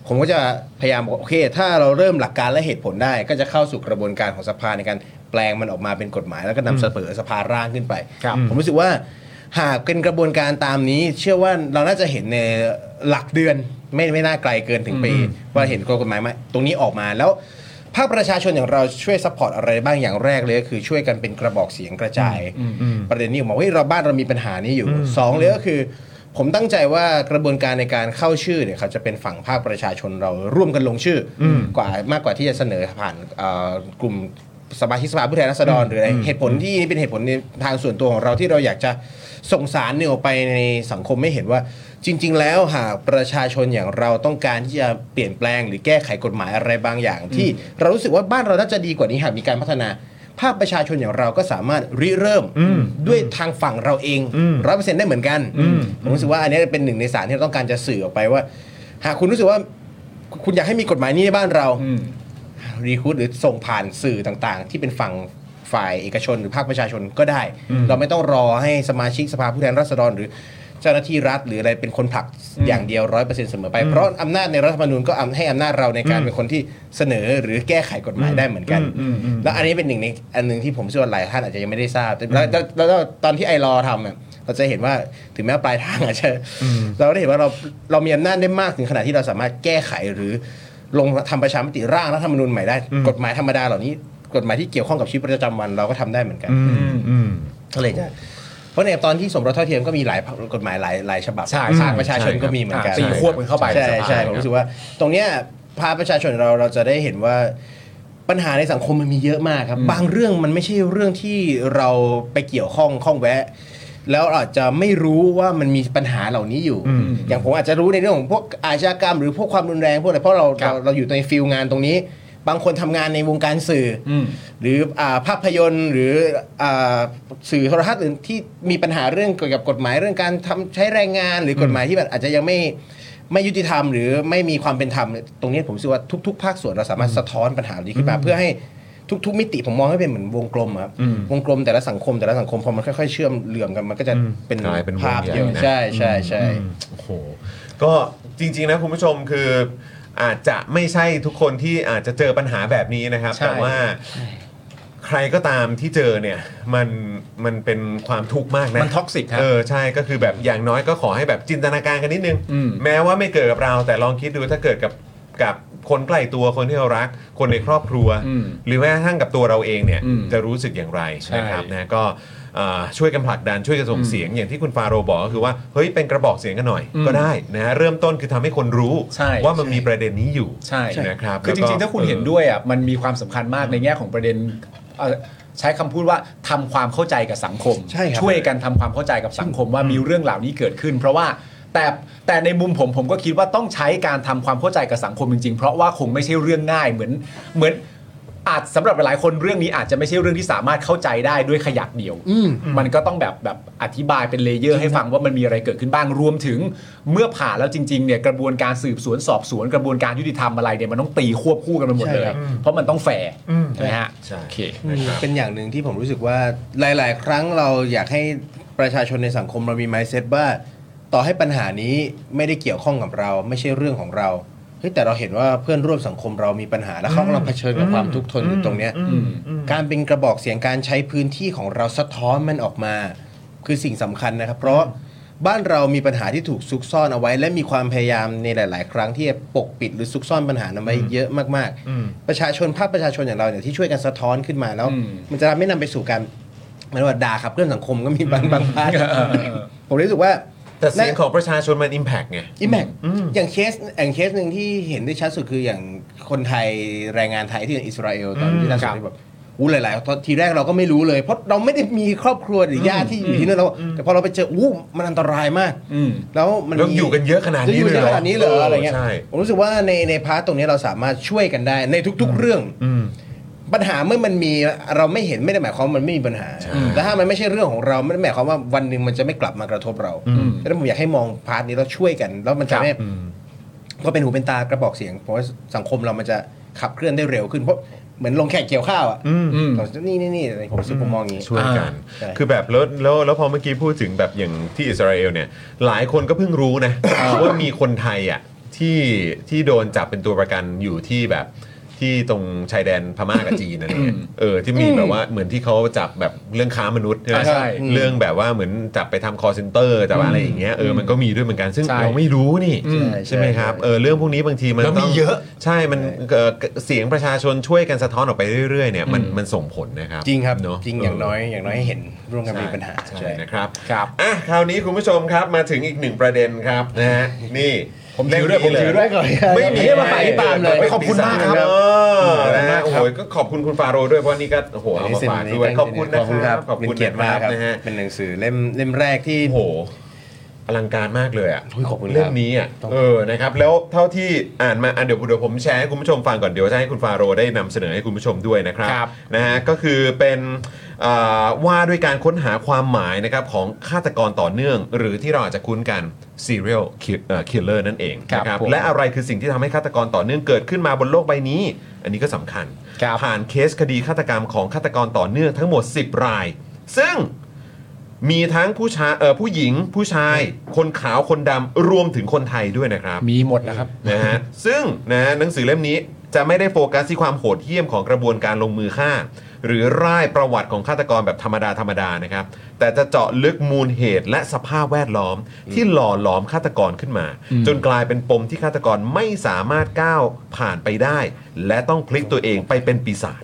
[SPEAKER 3] ผมก็จะพยายามบอกว่าโอเค ถ้าเราเริ่มหลักการและเหตุผลได้ ก็จะเข้าสู่กระบวนการของสภาในการแปลงมันออกมาเป็นกฎหมาย แล้วก็นำเสนอสภาร่างขึ้นไป ผมรู้สึกว่าหากเป็นกระบวนการตามนี้ เชื่อว่าเราน่าจะเห็นในหลักเดือนไม่ไม่น่าไกลเกินถึงปีว่าเห็นกฎหมายไหมตรงนี้ออกมาแล้ว ภาคประชาชนอย่างเราช่วยซัพพอร์ตอะไรบ้างอย่างแรกเลยก็คือช่วยกันเป็นกระบอกเสียงกระจาย ประเด็นนี้ออกมาเฮ้ยเราบ้านเรามีปัญหานี้อยู่สองเลยก็คือ ผมตั้งใจว่ากระบวนการในการเข้าชื่อเนี่ยเขาจะเป็นฝั่งภาคประชาชนเราร่วมกันลงชื่ออกว่ามากกว่าที่จะเสนอผ่านเอ่อกลุ่มสมาชิกสภาผู้แทนราษฎรหรืออะไรเหตุผลที่นี่เป็นเหตุผลในทางส่วนตัวของเราที่เราอยากจะส่งสารเนี่ยออกไปในสังคมไม่เห็นว่า จริง ๆ แล้วหากประชาชนอย่างเราต้องการที่จะเปลี่ยนแปลงหรือแก้ไขกฎหมายอะไรบางอย่าง ที่เรารู้สึกว่าบ้านเราน่าจะดีกว่านี้หากมีการพัฒนา ภาคประชาชนอย่างเราก็สามารถริเริ่มด้วยทางฝั่งเราเองร้อยเปอร์เซ็นต์ได้เหมือนกันผมรู้สึกว่าอันนี้เป็นหนึ่งในสารที่เราต้องการจะสื่อออกไปว่า หากคุณรู้สึกว่าคุณอยากให้มีกฎหมายนี้ในบ้านเรา รีคูดหรือส่งผ่านสื่อต่างๆ ที่เป็นฝั่งฝ่ายเอกชนหรือภาคประชาชนก็ได้ เราไม่ต้องรอให้สมาชิกสภาผู้แทนราษฎร หรือเจ้าหน้าที่รัฐหรืออะไรเป็นคนผลักอย่างเดียวร้อยเปอร์เซ็นต์เสมอไป เพราะอำนาจในรัฐธรรมนูญก็อำให้อำนาจเราในการเป็นคนที่เสนอหรือแก้ไขกฎหมายได้เหมือนกัน แล้วอันนี้เป็นหนึ่งในอันหนึ่งที่ผมเชื่อว่าหลายท่านอาจจะยังไม่ได้ทราบแต่แล้วแล้วแล้วแล้วตอนที่ไอรอทำอะเราจะเห็นว่าถึงแม้ปลายทางอาจจะเราได้เห็นว่าเราเรามีอำนาจได้มากถึงขนาดที่เราสามารถแก้ไขหรือ ลงทำประชามติร่างรัฐธรรมนูญใหม่ได้ กฎหมายธรรมดาเหล่านี้ กฎหมายที่เกี่ยวข้องกับชีวิตประจำวันเราก็ทำได้เหมือนกันก็เลยจะเพราะในตอนที่สมรสเท่าเทียมก็มีหลายกฎหมายหลายหลายฉบับ
[SPEAKER 2] ใช่
[SPEAKER 3] ภาคประชาชน
[SPEAKER 1] ใช่ครับ
[SPEAKER 3] ก็มีเหมือนกัน
[SPEAKER 2] ตีควบกันเข้าไป
[SPEAKER 3] ใช่
[SPEAKER 2] ในสภา
[SPEAKER 3] ใช่ผมรู้สึกว่า ตรงเนี้ยภาคประชาชนเราเราจะได้เห็นว่า ปัญหาในสังคมมันมีเยอะมากครับ บางเรื่องมันไม่ใช่เรื่องที่เราไปเกี่ยวข้องข้องแวะ แล้วอาจจะไม่รู้ว่ามันมีปัญหาเหล่านี้อยู่ อย่างผมอาจจะรู้ในเรื่องของพวกอาชญากรรม หรือพวกความรุนแรงพวกอะไรเพราะเราเราเราอยู่ในฟิลงานตรงนี้ บางคนทำงานในวงการสื่ออหรืออาภาพยนตร์หรืออาสื่อโทรทัศน์อื่นที่มีปัญหาเรื่องเกี่ยวกับกฎหมายเรื่องการทำใช้แรงงาน หรือกฎหมายที่แบบอาจจะยังไม่ ไม่ยุติธรรมหรือไม่มีความเป็นธรรมตรงนี้ผมเชื่อว่าทุก ๆ ภาคส่วนเราสามารถสะท้อนปัญหาเหล่านี้ขึ้นมาเพื่อให้ทุก ๆ มิติผมมองให้เป็นเหมือนวงกลมอะครับวงกลมแต่ละสังคมแต่ละสังคมพอมันค่อยๆเชื่อมเหลื่อมกันมันก็จะเป็น
[SPEAKER 1] กลายเป็นวง
[SPEAKER 3] ภาพ
[SPEAKER 1] ใหญ่
[SPEAKER 3] เดียว
[SPEAKER 1] นะ
[SPEAKER 3] ใช่ใช่ใช่
[SPEAKER 1] โอ้โหก็จริงๆนะคุณผู้ชมคืออาจจะไม่ใช่ทุกคนที่อาจจะเจอปัญหาแบบนี้นะครับ
[SPEAKER 3] ใช่
[SPEAKER 1] แต่ว่าใครก็ตามที่เจอเนี่ยมันมันเป็นความทุกข์มากนะ
[SPEAKER 2] มัน toxic ครับ
[SPEAKER 1] เออใช่ก็คือแบบอย่างน้อยก็ขอให้แบบจินตนาการกันนิดนึง แม้ว่าไม่เกิดกับเรา แต่ลองคิดดูถ้าเกิดกับกับคนใกล้ตัวคนที่เรารัก คนในครอบครัว หรือแม้กระทั่งกับตัวเราเองเนี่ยจะรู้สึกอย่างไรนะครับ นะก็เอ่อช่วยกันผลักดันช่วยกันส่งเสียงอย่างที่คุณฟาโรบอกก็คือว่าเฮ้ยเป็นกระบอกเสียงกันหน่อย ก็ได้นะเริ่มต้นคือทำให้คนรู้
[SPEAKER 2] ใช่
[SPEAKER 1] ว่ามันมีประเด็นนี้อยู่
[SPEAKER 2] ใช่
[SPEAKER 1] นะครับ
[SPEAKER 2] คือจริงๆ ถ้าคุณเห็นด้วยอ่ะมันมีความสำคัญมากในแง่ของประเด็นเอ่อใช้คำพูดว่าทำความเข้าใจกับสังคม
[SPEAKER 3] ใช่ครับ
[SPEAKER 2] ช่วยกันทำความเข้าใจกับสังคมว่ามีเรื่องเหล่านี้เกิดขึ้น เพราะว่าแต่แต่ในมุมผมผมก็คิดว่าต้องใช้การทำความเข้าใจกับสังคมจริงๆ เพราะว่าคงไม่ใช่เรื่องง่ายเหมือนเหมือน อาจสำหรับหลายๆคนเรื่องนี้อาจจะไม่ใช่เรื่องที่สามารถเข้าใจได้ด้วยขยักเดียว
[SPEAKER 3] อืม
[SPEAKER 2] มันก็ต้องแบบแบบอธิบายเป็นเลเยอร์ให้ฟังว่ามันมีอะไรเกิดขึ้นบ้างรวมถึง เมื่อผ่านแล้วจริงๆเนี่ยกระบวนการสืบสวนสอบสวนกระบวนการยุติธรรมอะไรเนี่ยมันต้องตีควบคู่กันไปหมดเลย
[SPEAKER 3] ใช่ครับ
[SPEAKER 2] เพราะมันต้องแฟร์
[SPEAKER 4] อืม
[SPEAKER 2] ใช่ไหมฮะ
[SPEAKER 3] ใช่
[SPEAKER 2] โอเค
[SPEAKER 3] เป็นอย่างหนึ่งที่ผมรู้สึกว่าหลาย ๆ ครั้งเราอยากให้ประชาชนในสังคมเรามี mindset ว่า ต่อให้ปัญหานี้ไม่ได้เกี่ยวข้องกับเรา ไม่ใช่เรื่องของเราเฮ้ยแต่เราเห็นว่าเพื่อนร่วมสังคมเรามีปัญหาและเขากำลังเผชิญกับความทุกข์ทนอยู่ตรงเนี้ย
[SPEAKER 4] อืมอืม
[SPEAKER 3] การเป็นกระบอกเสียงการใช้พื้นที่ของเราสะท้อนมันออกมา คือสิ่งสำคัญนะครับ เพราะบ้านเรามีปัญหาที่ถูกซุกซ่อนเอาไว้ และมีความพยายามในหลาย ๆ ครั้งที่จะปกปิดหรือซุกซ่อนปัญหานั้นไว้เยอะมาก
[SPEAKER 4] อืม
[SPEAKER 3] ๆ ประชาชนภาคประชาชนอย่างเราเนี่ยที่ช่วยกันสะท้อนขึ้นมาแล้ว
[SPEAKER 2] อืม
[SPEAKER 3] มันจะทำให้นำไปสู่การไม่ว่าด่าครับเรื่องสังคมก็มีบางบางพาร์ทผมรู้สึกว่า
[SPEAKER 1] แต่เสียงของประชาชนมันอิมแพกไง
[SPEAKER 3] อิมแพกอย่างเคสอย่างเคสหนึ่งที่เห็นได้ชัดสุดคืออย่างคนไทยแรงงานไทยที่อยู่อิสราเอลตอนที่ล่าสุดที่แบบอู้หลายๆตอนทีแรกเราก็ไม่รู้เลย เพราะเราไม่ได้มีครอบครัวหรือญาติที่อยู่ที่นั่นเราแต่พอเราไปเจออู้มันอันตรายมาก
[SPEAKER 2] อืม
[SPEAKER 3] แล้วมัน
[SPEAKER 1] แล้วอยู่กันเยอะขนาดนี้
[SPEAKER 3] จะอยู่
[SPEAKER 1] เลย
[SPEAKER 3] ขนาดนี้เหรออะไรเงี้ย
[SPEAKER 1] ใช่
[SPEAKER 3] ผมรู้สึกว่าในในพาร์ทตรงนี้เราสามารถช่วยกันได้ในทุก ๆ เรื่อง
[SPEAKER 4] อืม
[SPEAKER 3] ปัญหาเมื่อมันมีเราไม่เห็นไม่ได้หมายความว่ามันไม่มีปัญหาและถ้ามันไม่ใช่เรื่องของเราไม่ได้หมายความว่าวันหนึ่งมันจะไม่กลับมากระทบเราดังนั้นผมอยากให้มองพาร์ทนี้เราช่วยกัน แล้วมันจะไม่ก็เป็นหูเป็นตากระบอกเสียงเพราะว่าสังคมเรามันจะขับเคลื่อนได้เร็วขึ้นเพราะเหมือนลงแขกเกี่ยวข้าวอ่ะเราจะนี่นี่นี่อะไรผมซึ่งผมมองอย่างนี้
[SPEAKER 1] ช่วยกัน
[SPEAKER 3] ใช่
[SPEAKER 1] คือแบบแล้วแล้วแล้วพอเมื่อกี้พูดถึงแบบอย่างที่อิสราเอลเนี่ย หลายคนก็เพิ่งรู้นะ ว่ามีคนไทยอ่ะที่ที่โดนจับเป็นตัวประกันอยู่ที่แบบที่ตรงชายแดนพม่ากับจีนนั่นเองเออที่มีแบบว่าเหมือนที่เขาจับแบบเรื่องค้ามนุษย์ใช่ไหม
[SPEAKER 2] ใช่
[SPEAKER 1] เรื่องแบบว่าเหมือนจับไปทำคอร์เซนเตอร์จับอะไรอย่างเงี้ยเออมันก็มีด้วยเหมือนกันซึ่ง
[SPEAKER 2] ใช่
[SPEAKER 1] เราไม่รู้นี่
[SPEAKER 3] ใช่
[SPEAKER 1] ใช่ไหมครับเออเรื่องพวกนี้บางทีมัน
[SPEAKER 4] แล้วมี
[SPEAKER 1] ต้ง
[SPEAKER 4] เยอะ
[SPEAKER 1] ใช่มันเอ่อเสียงประชาชนช่วยกันสะท้อนออกไปเรื่อยๆเนี่ยมันมันส่งผลนะครับ
[SPEAKER 3] จริงครับ
[SPEAKER 1] เนอะ
[SPEAKER 3] จริงอย่างน้อยอย่างน้อยให้เห็นร่วมกันมีปัญหา
[SPEAKER 1] ใช่นะครับ
[SPEAKER 2] ครับ
[SPEAKER 1] อ่ะคราวนี้คุณผู้ชมครับมาถึงอีกหนึ่งประเด็นครับนะฮะนี่
[SPEAKER 2] ผมถือด้วยผมถือด้วยก่อน
[SPEAKER 1] ไม่มี
[SPEAKER 3] เรียกมาฝ่ายที่ตามเลย
[SPEAKER 1] ขอบคุณมากครับ
[SPEAKER 3] ขอบคุณครับ
[SPEAKER 1] เออนะฮะโอ้โหก็ขอบคุณคุณฟาโรห์ด้วยเพราะนี่ก็โอ้โหเอามาฝากด้วยขอบคุณนะ
[SPEAKER 3] ขอบคุณ
[SPEAKER 1] ค
[SPEAKER 3] ค
[SPEAKER 1] รั
[SPEAKER 3] รั
[SPEAKER 1] บบขอบ
[SPEAKER 3] เป็น
[SPEAKER 1] คุณ
[SPEAKER 3] เกียรติมากครับ
[SPEAKER 1] นะฮะ
[SPEAKER 3] เป็นหนังสือเล่มเล่มแรกที่
[SPEAKER 1] โอ้โหอลังการมากเลยอ่ะ
[SPEAKER 3] ขอบคุณค
[SPEAKER 1] เรื่
[SPEAKER 3] รั
[SPEAKER 1] อบ งนี้อ่ะเออนะครับแล้วเท่าที่อ่านมาอ่ะเดี๋ยวเดี๋ยวผมแชร์ให้คุณผู้ชมฟังก่อนเดี๋ยวจะให้คุณฟาโรห์ได้นำเสนอให้คุณผู้ชมด้วยนะครับ
[SPEAKER 2] ครับ
[SPEAKER 1] นะฮะก็คือเป็นอ่าว่าด้วยการค้นหาความหมายนะครับของฆาตกรต่อเนื่อง หรือที่เราอาจจะคุ้นกัน serial kill- เอ่อ killer นั่นเองนะและอะไรคือสิ่งที่ทำให้ฆาตกรต่อเนื่องเกิดขึ้นมาบนโลกใบนี้ อันนี้ก็สำคัญ ผ่านเคสคดีฆาตกรรมของฆาตกรต่อเนื่องทั้งหมด 10 ราย ซึ่ง มีทั้งผู้ชายเอ่อผู้หญิงผู้ชาย คนขาวคนดำรวมถึงคนไทยด้วยนะครับ
[SPEAKER 2] มีหมดนะครับ
[SPEAKER 1] นะฮะซึ่งนะฮะหนังสือเล่มนี้จะไม่ได้โฟกัสที่ความโหดเหี้ยมของกระบวนการลงมือฆ่า หรือร่ายประวัติของฆาตกรแบบธรรมดาธรรมดานะครับ แต่จะเจาะลึกมูลเหตุและสภาพแวดล้อมที่หล่อหลอมฆาตกรขึ้นมา จนกลายเป็นปมที่ฆาตกรไม่สามารถก้าวผ่านไปได้ และต้องพลิกตัวเองไปเป็นปีศาจ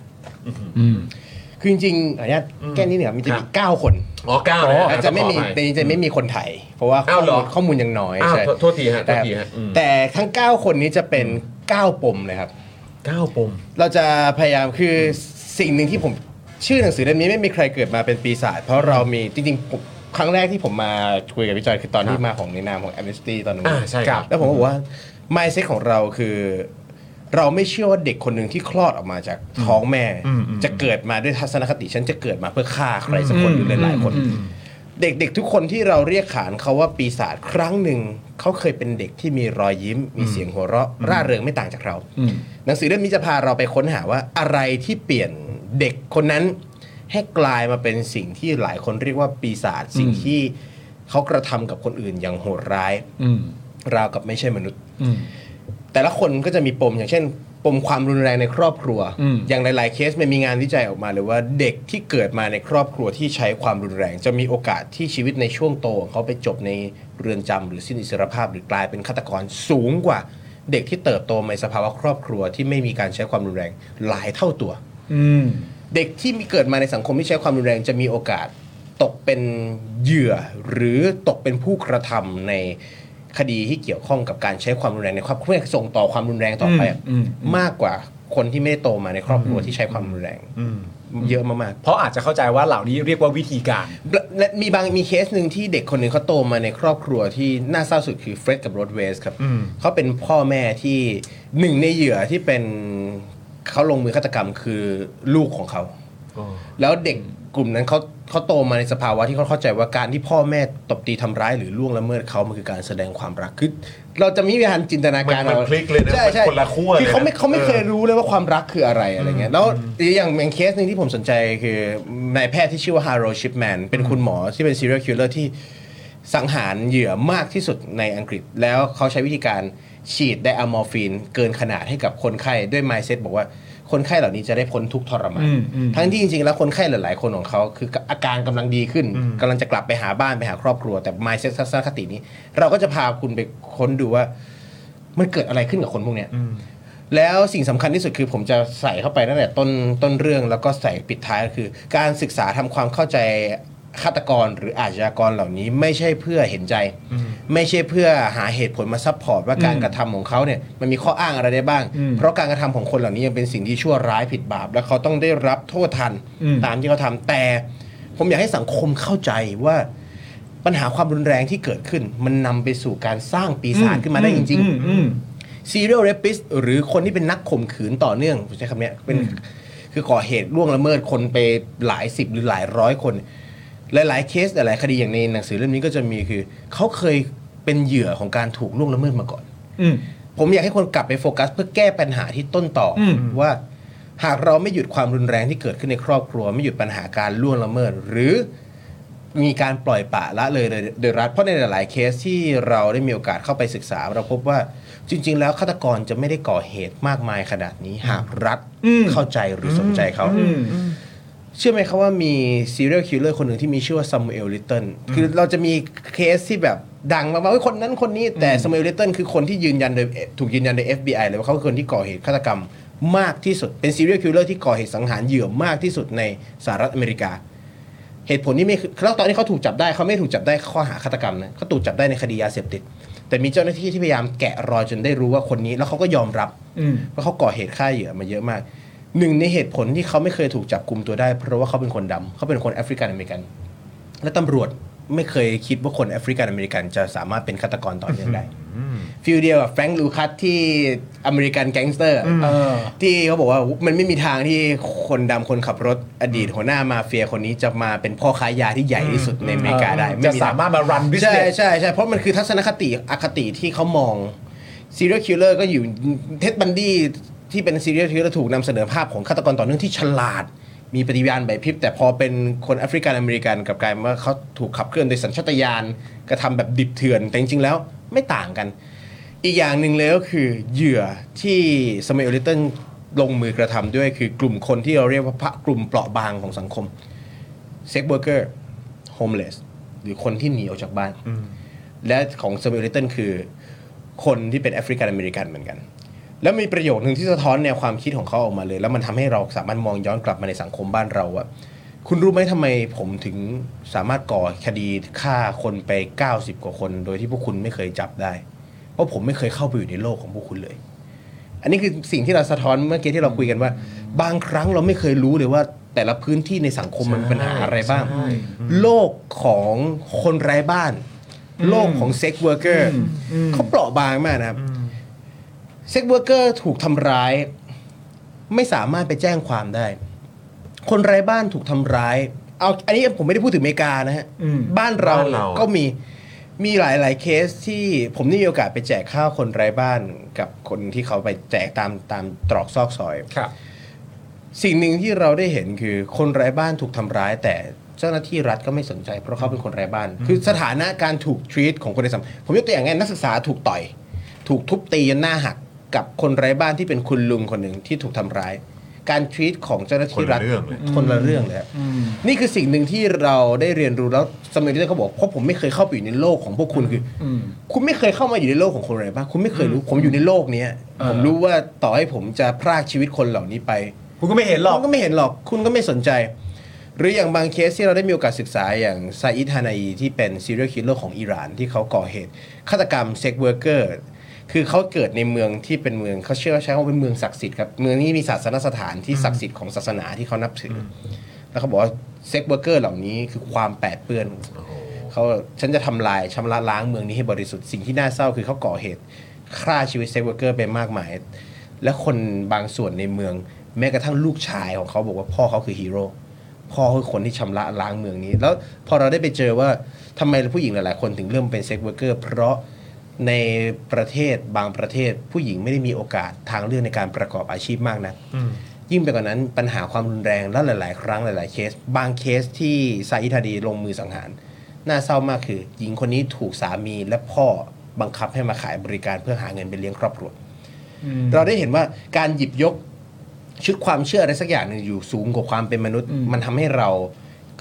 [SPEAKER 3] คือจริงๆขออนุญาตแก้นิดหนึ่งครับมันจะ
[SPEAKER 1] ครั
[SPEAKER 3] มี
[SPEAKER 1] บ
[SPEAKER 3] เก้าคน
[SPEAKER 1] อ๋อก้าว
[SPEAKER 3] อ๋อ
[SPEAKER 1] นะ
[SPEAKER 3] อาจจะไม่มี
[SPEAKER 1] ขออภัย
[SPEAKER 3] จะไม่มีคนไทย เพราะว่าข้
[SPEAKER 1] อ้า
[SPEAKER 3] อ
[SPEAKER 1] วเหร
[SPEAKER 3] มู
[SPEAKER 1] อ
[SPEAKER 3] ลข้อมูลยังน้อย
[SPEAKER 1] อ้าว
[SPEAKER 3] ใช่
[SPEAKER 1] โทษโทษทีฮะโทษ
[SPEAKER 3] แต่
[SPEAKER 1] ทีฮะอืม
[SPEAKER 3] แต่ทั้ง 9 คนนี้จะเป็น 9 ปมเลยครับ
[SPEAKER 1] ก้าวปม
[SPEAKER 3] เราจะพยายามคือสิ่งหนึ่งที่ผมชื่อหนังสือเล่มนี้ไม่มีใครเกิดมาเป็นปีศาจเพราะเรามีจริงๆผมครั้งแรกที่ผมมาคุยกับพี่จอยคือตอนที่มาของในนามของ Amnesty ตอนนั้น
[SPEAKER 1] อ่าใช่ครับ
[SPEAKER 3] แล้วผมก็บอกว่า mindset ของเราคือ เราไม่เชื่อว่าเด็กคนหนึ่งที่คลอดออกมาจากท้องแม่ จะเกิดมาด้วยทัศนคติฉันจะเกิดมาเพื่อฆ่าใครสักคนหรือหลายๆคน เด็กๆทุกคนที่เราเรียกขานเขาว่าปีศาจครั้งหนึ่งเขาเคยเป็นเด็กที่มีรอยยิ้ม มีเสียงหัวเราะ ร่าเริงไม่ต่างจากเรา หนังสือเล่มนี้จะพาเราไปค้นหาว่าอะไรที่เปลี่ยนเด็กคนนั้น ให้กลายมาเป็นสิ่งที่หลายคนเรียกว่าปีศาจสิ่งที่เขากระทำกับคนอื่นอย่างโหดร้าย ราวกับไม่ใช่มนุษย์ แต่ละคนก็จะมีปมอย่างเช่น ปมความรุนแรงในครอบครัว อย่างหลาย ๆ เคสมันมีงานวิจัยออกมาเลยว่าเด็กที่เกิดมาในครอบครัวที่ใช้ความรุนแรง จะมีโอกาสที่ชีวิตในช่วงโตของเขาไปจบในเรือนจำหรือสิ้นอิสรภาพ หรือกลายเป็นฆาตกรสูงกว่า เด็กที่เติบโตในสภาวะครอบครัวที่ไม่มีการใช้ความรุนแรงหลายเท่าตัว เด็กที่มีเกิดมาในสังคมที่ใช้ความรุนแรงจะมีโอกาสตกเป็นเหยื่อ หรือตกเป็นผู้กระทำในคดีที่เกี่ยวข้องกับการใช้ความรุนแรงในครอบครัวส่งต่อความรุนแรงต่อไปอะมากกว่าคนที่ไม่ได้โตมาในครอบครัวที่ใช้ความรุนแรงเยอะมาก
[SPEAKER 2] เพราะอาจจะเข้าใจว่าเหล่านี้เรียกว่าวิธีการ
[SPEAKER 3] ๆและและมีบางมีเคสหนึ่งที่เด็กคนหนึ่งเขาโตมาในครอบครัวที่น่าเศร้าสุดคือเฟร็ดกับโรดเวสครับเขาเป็นพ่อแม่ที่หนึ่งในเหยื่อที่เป็น เขาลงมือฆาตกรรมคือลูกของเขา แล้วเด็กกลุ่มนั้นเขาเขาโตมาในสภาวะที่เขาเข้าใจว่าการที่พ่อแม่ตบตีทำร้ายหรือล่วงละเมิดเขามันคือการแสดงความรักคือเราจะไม่มีทางจินตนาการ
[SPEAKER 4] มันมัน
[SPEAKER 3] อา
[SPEAKER 4] พลิกเลยนะ
[SPEAKER 3] ใช่ใช่
[SPEAKER 4] มันคนละขั้วเลยนะ
[SPEAKER 3] คือเขาไม่เขาไม่
[SPEAKER 4] เออ
[SPEAKER 3] เคยรู้เลยว่าความรักคืออะไรอะไรเงี้ยแล้วอย่างอย่างเคสหนึ่งที่ผมสนใจคือนายแพทย์ที่ชื่อว่าฮาร์โรชิปแมนเป็นคุณหมอที่เป็น serial killer ที่ สังหารเหยื่อมากที่สุดในอังกฤษ แล้วเขาใช้วิธีการฉีดไดอะมอร์ฟีนเกินขนาดให้กับคนไข้ด้วยไมเซ็ตบอกว่าคนไข้เหล่านี้จะได้พ้นทุกข์ทรมานทั้งที่จริงๆ แล้วคนไข้หลายๆ คนของเขาคืออาการกำลังดีขึ้นกำลังจะกลับไปหาบ้านไปหาครอบครัวแต่ไมเซ็ตทัศนคตินี้ เราก็จะพาคุณไปค้นดูว่ามันเกิดอะไรขึ้นกับคนพวกเนี้ย แล้วสิ่งสำคัญที่สุดคือผมจะใส่เข้าไปตั้งแต่ต้นต้นเรื่องแล้วก็ใส่ปิดท้ายก็คือ การศึกษาทำความเข้าใจฆาตกรหรืออาชญากรเหล่านี้ไม่ใช่เพื่อเห็นใจ ไม่ใช่เพื่อหาเหตุผลมาซัพพอร์ตว่าการกระทำของเขาเนี่ยมันมีข้ออ้างอะไรได้บ้าง เพราะการกระทำของคนเหล่านี้ยังเป็นสิ่งที่ชั่วร้ายผิดบาป และเขาต้องได้รับโทษทันตามที่เขาทำแต่ ผมอยากให้สังคมเข้าใจว่า ปัญหาความรุนแรงที่เกิดขึ้น มันนำไปสู่การสร้างปีศาจขึ้นมาได้จริง ๆ ซีเรียลเรปิสหรือคนที่เป็นนักข่มขืนต่อเนื่องผมใช้คำเนี้ยเป็นคือก่อเหตุล่วงละเมิดคนไปหลายสิบหรือหลายร้อยคน หลายๆเคสหลายๆคดีอย่างในหนังสือเล่มนี้ก็จะมีคือ เขาเคยเป็นเหยื่อของการถูกล่วงละเมิดมาก่อน ผมอยากให้คนกลับไปโฟกัสเพื่อแก้ปัญหาที่ต้นต่ออว่า หากเราไม่หยุดความรุนแรงที่เกิดขึ้นในครอบครัว ไม่หยุดปัญหาการล่วงละเมิด หรือมีการปล่อยปละละเลยโดยรัฐเพราะในหลาย ๆ เคสที่เราได้มีโอกาสเข้าไปศึกษา เราพบว่าจริง ๆ แล้วฆาตกรจะไม่ได้ก่อเหตุมากมายขนาดนี้ หากรัฐเข้าใจหรือสนใจเขา เชื่อไหมครับว่ามี serial killer คนหนึ่งที่มีชื่อว่าซามูเอลลิตเติลคือเราจะมีเคสที่แบบดังมากๆว่าเฮ้ยคนนั้นคนนี้แต่ซามูเอลลิตเติลคือคนที่ยืนยันโดยถูกยืนยันโดย FBI เลยว่าเขาคือคนที่ก่อเหตุฆาตกรรมมากที่สุด เป็น serial killer ที่ก่อเหตุสังหารเหยื่อมากที่สุดในสหรัฐอเมริกา เหตุผลนี่ไม่คือแล้วตอนที่เขาถูกจับได้เขาไม่ถูกจับได้ข้อหาฆาตกรรมนะเขาถูกจับได้ในคดียาเสพติด แต่มีเจ้าหน้าที่ที่พยายามแกะรอยจนได้รู้ว่าคนนี้ แล้วเขาก็ยอมรับว่าเขาก่อเหตุฆ่าเหยื่อมาเยอะมาก หนึ่งในเหตุผลที่เขาไม่เคยถูกจับกลุมตัวได้ เพราะว่าเขาเป็นคนดำเขาเป็นคนแอฟริกันอเมริกัน และตำรวจไม่เคยคิดว่าคนแอฟริกันอเมริกันจะสามารถเป็นฆาตกรต่อเนื่องได้ฟิลเดียวกับแฟรงค์ลูคัสที่อเมริกันแก๊งสเตอร์ ที่เขาบอกว่ามันไม่มีทางที่คนดำคนขับรถอดีตหัวหน้ามาเฟียคนนี้จะมาเป็นพ่อค้ายาที่ใหญ่ที่สุดในอเมริกาได้
[SPEAKER 2] จะ
[SPEAKER 3] ไทง
[SPEAKER 2] สามารถมา run
[SPEAKER 3] ใช่
[SPEAKER 2] business
[SPEAKER 3] ใช่ใช่เพราะมันคือทัศนคติอคติที่เขามองซีเรียลคิลเลอร์ก็อยู่เท็ดบันดี้ที่เป็นซีเรียลคิลเลอร์ถูกนำเสนอภาพของฆาตกรต่อเนื่องที่ฉลาด มีปฏิญาณใบพริบ แต่พอเป็นคนแอฟริกันอเมริกันกลับกลายเป็นว่าเขาถูกขับเคลื่อนโดยสัญชาตญาณกระทำแบบดิบเถื่อน แต่จริงๆแล้วไม่ต่างกัน อีกอย่างหนึ่งเลยก็คือเหยื่อที่สมัยอลิตเติลลงมือกระทำด้วยคือกลุ่มคนที่เราเรียกว่าพระกลุ่มเปราะบางของสังคม เซ็กเบอร์เกอร์โฮมเลสหรือคนที่หนีออกจากบ้าน และของสมิลลิตันคือคนที่เป็นแอฟริกันอเมริกันเหมือนกัน แล้วมีประโยคหนึ่งที่สะท้อนแนวความคิดของเขาออกมาเลย แล้วมันทำให้เราสามารถมองย้อนกลับมาในสังคมบ้านเราว่าคุณรู้ไหมทำไมผมถึงสามารถก่อคดีฆ่าคนไป 90 กว่าคน โดยที่พวกคุณไม่เคยจับได้ เพราะผมไม่เคยเข้าไปอยู่ในโลกของพวกคุณเลย อันนี้คือสิ่งที่เราสะท้อนเมื่อกี้ที่เราคุยกันว่า บางครั้งเราไม่เคยรู้เลยว่า แต่ละพื้นที่ในสังคมมันมีปัญหาอะไรบ้าง โลกของคนไร้บ้าน โลกของเซ็กเวอร์เกอร์เขาเปราะบางมากนะครับเซ็กเวอร์เกอร์ถูกทำร้าย ไม่สามารถไปแจ้งความได้ คนไร้บ้านถูกทำร้าย เอาอันนี้ผมไม่ได้พูดถึงอเมริกานะฮะ บ้านเรา
[SPEAKER 4] บ้านเรา
[SPEAKER 3] ก็มีมีหลาย ๆ เคสที่ผมได้มีโอกาสไปแจกข้าวคนไร้บ้านกับคนที่เขาไปแจกตามตามตรอกซอกซอย
[SPEAKER 2] ครับ
[SPEAKER 3] สิ่งหนึ่งที่เราได้เห็นคือคนไร้บ้านถูกทำร้าย แต่เจ้าหน้าที่รัฐก็ไม่สนใจ เพราะเขาเป็นคนไร้บ้าน คือสถานะการถูกทรีตของคนในสังคมผมยกตัวอย่างง่ายนักศึกษาถูกต่อย ถูกทุบตีจนหน้าหักกับคนไร้บ้านที่เป็นคุณลุงคนหนึ่งที่ถูกทำร้าย การทรีตของเจ้าหน้าที่รัฐ
[SPEAKER 4] คนละเรื่องเลย
[SPEAKER 3] คนละเรื่องเลยครับนี่คือสิ่งหนึ่งที่เราได้เรียนรู้แล้วสมัยที่เขาบอกเพราะผมไม่เคยเข้าไปอยู่ในโลกของพวกคุณคืออคุณไม่เคยเข้ามาอยู่ในโลกของคนไร้บ้านคุณไม่เคยรู้ผมอยู่ในโลกเนี้ยผมรู้ว่าต่อให้ผมจะพรากชีวิตคนเหล่านี้ไป
[SPEAKER 2] คุณก็ไม่เห็นหรอก
[SPEAKER 3] คุณก็ไม่เห็นหรอก คุณก็ไม่สนใจ หรืออย่างบางเคสที่เราได้มีโอกาสศึกษาอย่างซาอิดฮานาอีที่เป็น serial killer ของอิหร่านที่เขาก่อเหตุฆาตกรรมเซ็กเวอร์เกอร์ คือเขาเกิดในเมืองที่เป็นเมืองเขาเชื่อว่าใช้คำว่าเป็นเมืองศักดิ์สิทธิ์ครับ เมืองนี้มีศาสนสถานที่ศักดิ์สิทธิ์ของศาสนาที่เขานับถืออแล้วเขาบอกว่าเซ็กเวอร์เกอร์เหล่านี้คือความแปดเปื้อน เขาฉันจะทำลายชำระล้างเมืองนี้ให้บริสุทธิ์สิ่งที่น่าเศร้าคือเขาก่อเหตุฆ่าชีวิตเซ็กเวอร์เกอร์ไปมากมาย และคนบางส่วนในเมือง แม้กระทั่งลูกชายของเขาบอกว่าพ่อเขาคือฮีโร่พ่อคือคนที่ชำระล้างเมืองนี้ แล้วพอเราได้ไปเจอว่าทำไมผู้หญิงหลาย ๆ คนถึงเริ่มเป็นเซ็กเวอร์เกอร์ เพราะในประเทศบางประเทศ ผู้หญิงไม่ได้มีโอกาสทางเลือกในการประกอบอาชีพมากนะัก ยิ่งไปกว่านั้นปัญหาความรุนแรงและหลาย ๆ ครั้งหลาย ๆ เคส บางเคสที่ซาอิทาดีลงมือสังหาร น่าเศร้ามากคือ หญิงคนนี้ถูกสามีและพ่อบังคับให้มาขายบริการเพื่อหาเงินไปเลี้ยงครอบครัว เราได้เห็นว่าการหยิบยกชุดความเชื่ออะไรสักอย่างหนึ่งอยู่สูงกว่าความเป็นมนุษย์ มันทำให้เรา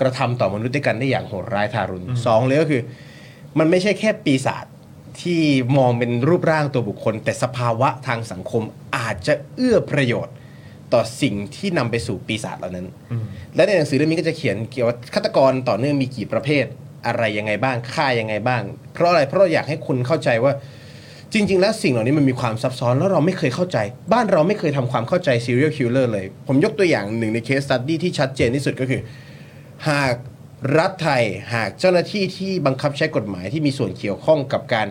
[SPEAKER 3] กระทำต่อมนุษย์ด้วยกันได้อย่างโหดร้ายทารุณสองเลยก็คือ มันไม่ใช่แค่ปีศาจที่มองเป็นรูปร่างตัวบุคคล แต่สภาวะทางสังคมอาจจะเอื้อประโยชน์ ต่อสิ่งที่นำไปสู่ปีศาจเหล่านั้น และในหนังสือเล่มนี้ก็จะเขียนเกี่ยวกับฆาตกรต่อเนื่องมีกี่ประเภท อะไรยังไงบ้างฆ่ายังไงบ้าง เพราะอะไรเพราะเราอยากให้คุณเข้าใจว่า จริง ๆ แล้วสิ่งเหล่านี้มันมีความซับซ้อนแล้วเราไม่เคยเข้าใจ บ้านเราไม่เคยทำความเข้าใจ serial killer เลย ผมยกตัวอย่างหนึ่งในเคส e ตั u ดี้ที่ชัดเจนที่สุดก็คือ หากรัฐไทยหากเจ้าหน้าที่ที่บังคับใช้กฎหมายที่มีส่วนเกี่ยวข้องกับการ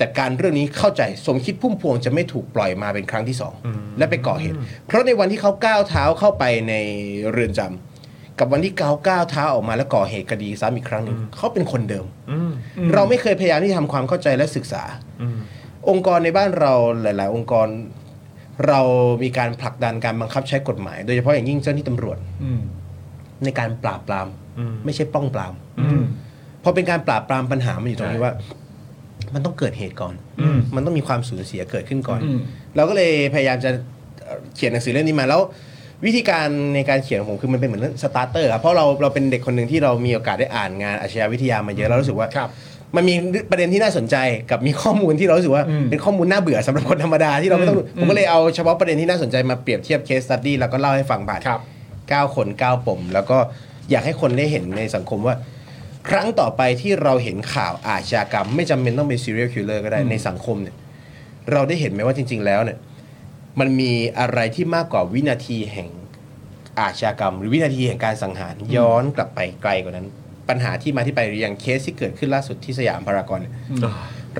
[SPEAKER 3] จัดการเรื่องนี้เข้าใจสมคิดพุ่มพวงจะไม่ถูกปล่อยมาเป็นครั้งที่สองและไปก่อเหตุ เพราะในวันที่เขาก้าวเท้าเข้าไปในเรือนจำกับวันที่เขาก้าวเท้าออกมาแล้วก่อเหตุคดีซ้ำอีกครั้งหนึ่งเขาเป็นคนเดิม เราไม่เคยพยายามที่จะทำความเข้าใจและศึกษา องค์กรในบ้านเราหลาย ๆ องค์กร เรามีการผลักดันการบังคับใช้กฎหมาย โดยเฉพาะอย่างยิ่งเจ้าหน้าที่ตำรวจ ในการปราบปราม ไม่ใช่ป้องปรามพอเป็นการปราบปรามปัญหามันอยู่ตรงที่ว่า มันต้องเกิดเหตุก่อน มันต้องมีความสูญเสียเกิดขึ้นก่อน เราก็เลยพยายามจะเอ่อเขียนหนังสือเรื่องนี้มาแล้ว วิธีการในการเขียนของผมคือมันเป็นเหมือนสตาร์เตอร์ครับเพราะเราเราเป็นเด็กคนหนึ่งที่เรามีโอกาสได้อ่านงานอาชญาวิทยามาเยอะแล้วรู้สึกว่ามันมีประเด็นที่น่าสนใจกับมีข้อมูลที่เรารู้สึกว่าเป็นข้อมูลน่าเบื่อสำหรับคนธรรมดาที่เราไม่ต้องรู้ผมก็เลยเอาเฉพาะประเด็นที่น่าสนใจมาเปรียบเทียบเคสตัดดี้แล้วก็เล่าให้ฟังผ่าน
[SPEAKER 2] ครับ
[SPEAKER 3] 9 คน 9 ปม แล้วก็อยากให้คนได้เห็นในสังคมว่า ครั้งต่อไปที่เราเห็นข่าวอาชญากรรม ไม่จำเป็นต้องเป็น serial killer ก็ได้ในสังคมเนี่ยเราได้เห็นไหมว่าจริง ๆ แล้วเนี่ยมันมีอะไรที่มากกว่าวินาทีแห่งอาชญากรรม หรือวินาทีแห่งการสังหารย้อนกลับไปไกลกว่านั้น ปัญหาที่มาที่ไปหรืออย่างเคสที่เกิดขึ้นล่าสุดที่สยามพารากอนเนี่ย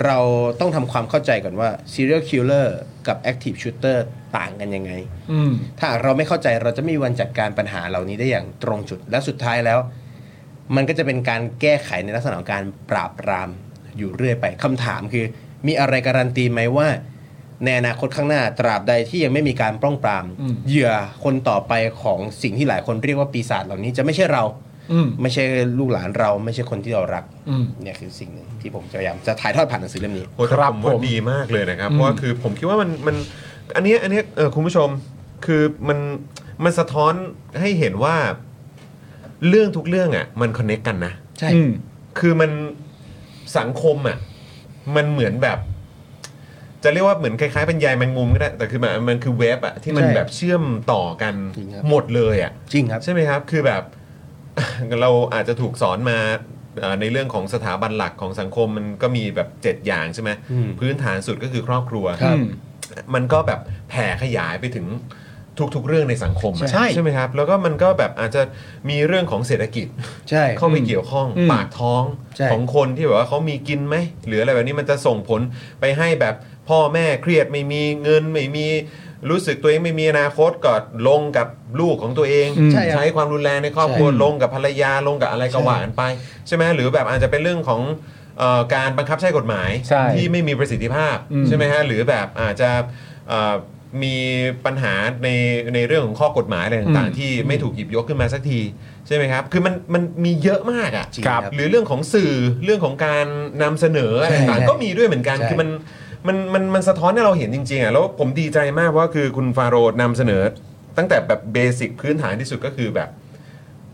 [SPEAKER 3] เราต้องทำความเข้าใจก่อนว่า serial killer กับ active shooter ต่างกันยังไง ถ้าหากเราไม่เข้าใจเราจะไม่มีวันจัดการปัญหาเหล่านี้ได้อย่างตรงจุด และสุดท้ายแล้ว มันก็จะเป็นการแก้ไขในลักษณะของการปราบปรามอยู่เรื่อยไปคำถามคือ มีอะไรการันตีไหมว่า ในอนาคตข้างหน้าตราบใดที่ยังไม่มีการป้องปราม เหยื่อคนต่อไปของสิ่งที่หลายคนเรียกว่าปีศาจเหล่านี้จะไม่ใช่เรา ไม่ใช่ลูกหลานเราไม่ใช่คนที่เรารักเนี่ยคือสิ่งหนึ่งที่ผมจะพยายามจะถ่ายทอดผ่านหนังสือเล่มนี้
[SPEAKER 1] โอ้ยแต่
[SPEAKER 2] ครับ
[SPEAKER 1] ผมว่า
[SPEAKER 2] ผม
[SPEAKER 1] ดีมากเลยนะครับ เพราะว่าคือผมคิดว่ามันมันอันเนี้ยอันเนี้ยเออคุณผู้ชมคือมันมันสะท้อนให้เห็นว่าเรื่องทุกเรื่องอ่ะมันคอนเน็กกันนะ
[SPEAKER 3] ใช่
[SPEAKER 1] คือมันสังคมอ่ะมันเหมือนแบบ จะเรียกว่าเหมือนคล้ายๆเป็นใยแมงมุมก็ได้ แต่คือมันมันคือเว็บอ่ะที่มัน
[SPEAKER 3] ใช่
[SPEAKER 1] แบบเชื่อมต่อกัน
[SPEAKER 3] จริงครับ
[SPEAKER 1] หมดเลยอ่ะ
[SPEAKER 3] จริงครับ
[SPEAKER 1] ใช่ไหมครับ คือแบบ เราอาจจะถูกสอนมาเอ่อในเรื่องของสถาบันหลักของสังคมมันก็มีแบบ 7 อย่างใช่ไหม
[SPEAKER 3] อืม
[SPEAKER 1] พื้นฐานสุดก็คือครอบครัว
[SPEAKER 3] ครับ
[SPEAKER 1] มันก็แบบแผ่ขยายไปถึงทุกๆเรื่องในสังคมอะ
[SPEAKER 3] ใช่
[SPEAKER 1] ใช่ไหมครับ แล้วก็มันก็แบบอาจจะมีเรื่องของเศรษฐกิจ
[SPEAKER 3] ใช่
[SPEAKER 1] เข้าไปเกี่ยวข้องปากท้อง
[SPEAKER 3] ใช่
[SPEAKER 1] ของคนที่แบบว่าเขามีกินไหมหรืออะไรแบบนี้มันจะส่งผลไปให้แบบพ่อแม่เครียดไม่มีเงินไม่มีรู้สึกตัวเองไม่มีอนาคตก็ลงกับลูกของตัวเอง
[SPEAKER 3] ใช่ครับ
[SPEAKER 1] ใช้ความรุนแรงในครอบครัว
[SPEAKER 3] ใช่
[SPEAKER 1] ลงกับภรรยาลงกับอะไรก็
[SPEAKER 3] ใช่
[SPEAKER 1] หวานไป ใช่ไหมหรือแบบอาจจะเป็นเรื่องของเอ่อการบังคับใช้กฎหมาย
[SPEAKER 2] ใช่
[SPEAKER 1] ที่ไม่มีประสิทธิภาพใช่ไหมฮะหรือแบบอาจจะเอ่อมีปัญหาในในเรื่องของข้อกฎหมายอะไรต่างๆ ที่ไม่ถูกหยิบยกขึ้นมาสักทีใช่ไหมครับคือมันมันมีเยอะมากอ่ะ
[SPEAKER 3] จริงครับ
[SPEAKER 1] หรือเรื่องของสื่อเรื่องของการนำเสนออะไร
[SPEAKER 3] ใช่
[SPEAKER 1] ต่าง
[SPEAKER 3] ใช่
[SPEAKER 1] ๆก็มีด้วยเหมือนกัน
[SPEAKER 3] ใช่
[SPEAKER 1] คือมันมันมันมันสะท้อนให้เราเห็นจริงๆอ่ะแล้วผมดีใจมากว่าคือคุณฟาโรห์นำเสนอ ตั้งแต่แบบเบสิกพื้นฐานที่สุดก็คือแบบ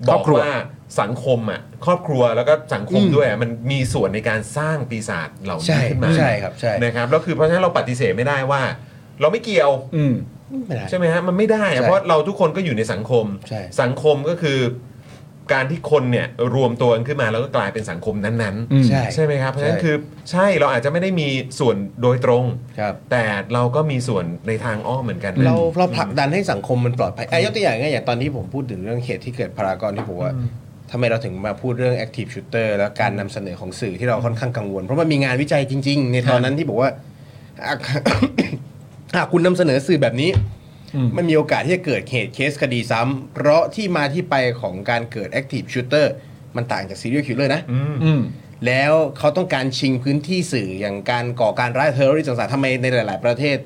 [SPEAKER 2] ครอบครัว
[SPEAKER 1] กว่าสังคมอ่ะครอบครัวแล้วก็สังคม
[SPEAKER 3] อืม
[SPEAKER 1] ด้วยอ่ะมันมีส่วนในการสร้างปีศาจเหล่านี้
[SPEAKER 3] ใช่
[SPEAKER 1] ขึ้นมา
[SPEAKER 3] ใช่ครับ ใช่
[SPEAKER 1] นะครับแล้วคือเพราะฉะนั้นเราปฏิเสธไม่ได้ว่า เราไม่เกี่ยว
[SPEAKER 3] ไม่ได้
[SPEAKER 1] ใช่ไหมฮะมันไม่ได้อะ
[SPEAKER 3] ใช่
[SPEAKER 1] เพราะเราทุกคนก็อยู่ในสังคม
[SPEAKER 3] ใช่
[SPEAKER 1] สังคมก็คือการที่คนเนี่ยรวมตัวกันขึ้นมาแล้วก็กลายเป็นสังคมนั้น
[SPEAKER 3] ใช่
[SPEAKER 1] ๆไหมครับเพราะฉะนั้น
[SPEAKER 3] ใช่
[SPEAKER 1] คือใช่เราอาจจะไม่ได้มีส่วนโดยตรง
[SPEAKER 3] ครับ
[SPEAKER 1] แต่เราก็มีส่วนในทางอ้อมเหมือนกันนะ
[SPEAKER 3] เราเราผลักดันให้สังคมมันปลอดภัยอ่ะยกตัวอย่างง่ายอย่างตอนที่ผมพูดถึงเรื่องเหตุที่เกิดพารากอนที่ผมว่าทำไมเราถึงมาพูดเรื่อง active shooter แล้วการนำเสนอของสื่ อที่เราค่อนข้างกังวล เพราะมันมีงานวิจัยจริง ๆ ในตอนนั้นที่บอกว่าอา อ่ะคุณนำเสนอสื่อแบบนี้ มันมีโอกาสที่จะเกิดเหตุเคสคดีซ้ำเพราะที่มาที่ไปของการเกิด active shooter มันต่างจาก serial killer นะ
[SPEAKER 2] อืม
[SPEAKER 3] แล้วเขาต้องการชิงพื้นที่สื่ออย่างการก่อการร้ายเทอร์ริสต์ต่างๆทำไมในหลาย ๆ ประเทศ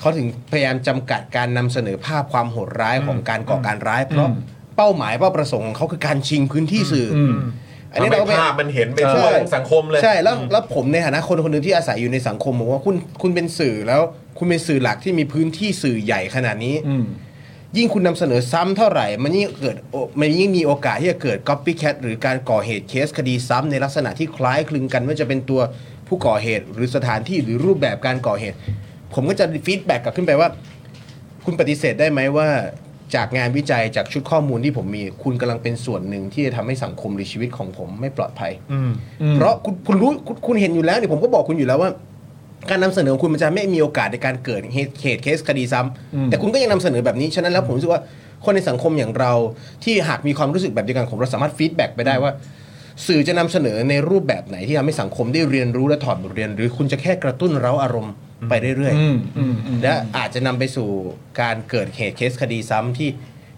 [SPEAKER 3] เขาถึงพยายามจำกัดการนำเสนอภาพความโหดร้ายของการก่อการร้าย เพราะเป้าหมายเป้าประสงค์ของเขาคือการชิงพื้นที่สื่ออ
[SPEAKER 2] ม
[SPEAKER 3] อันนี้
[SPEAKER 1] ทำให้
[SPEAKER 3] เราก็ไป
[SPEAKER 1] ภาพมันเห็นไปทั่ว
[SPEAKER 3] ใช่
[SPEAKER 1] ทั้งสังคมเลย
[SPEAKER 3] ใช่แล้วแล้วผมในฐานะคนคนหนึ่งที่อาศัยอยู่ในสังคมบอกว่าคุณคุณเป็นสื่อแล้วคุณเป็นสื่อหลักที่มีพื้นที่สื่อใหญ่ขนาดนี้
[SPEAKER 2] อืม
[SPEAKER 3] ยิ่งคุณนำเสนอซ้ำเท่าไหร่ มันยิ่งเกิดโอมันยิ่งมีโอกาสที่จะเกิด copycat หรือการก่อเหตุเคสคดีซ้ำในลักษณะที่คล้ายคลึงกันไม่ว่าจะเป็นตัวผู้ก่อเหตุหรือสถานที่หรือรูปแบบการก่อเหตุ ผมก็จะฟีดแบ็กกลับขึ้นไปว่า คุณปฏิเสธได้ไหมว่า จากงานวิจัยจากชุดข้อมูลที่ผมมี คุณกำลังเป็นส่วนหนึ่งที่จะทำให้สังคมหรือชีวิตของผมไม่ปลอดภัย เพราะคุณคุณรู้คุณคุณเห็นอยู่แล้วเนี่ยผมก็บอกคุณอยู่แล้วว่า การนำเสนอของคุณมันจะไม่มีโอกาสในการเกิดเหตุเหตุเคสคดีซ้ำ
[SPEAKER 2] อืม
[SPEAKER 3] แต่คุณก็ยังนำเสนอแบบนี้ฉะนั้นแล้วผมรู้สึกว่าคนในสังคมอย่างเราที่หากมีความรู้สึกแบบเดียวกันผมเราสามารถฟีดแบ็กไปได้ว่า สื่อจะนำเสนอในรูปแบบไหนที่ทำให้สังคมได้เรียนรู้และถอดบทเรียน หรือคุณจะแค่กระตุ้นเร้าอารมณ์ไปเรื่อย
[SPEAKER 2] อืมอืมอืม
[SPEAKER 3] ๆและอาจจะนำไปสู่การเกิดเหตุเคสคดีซ้ำที่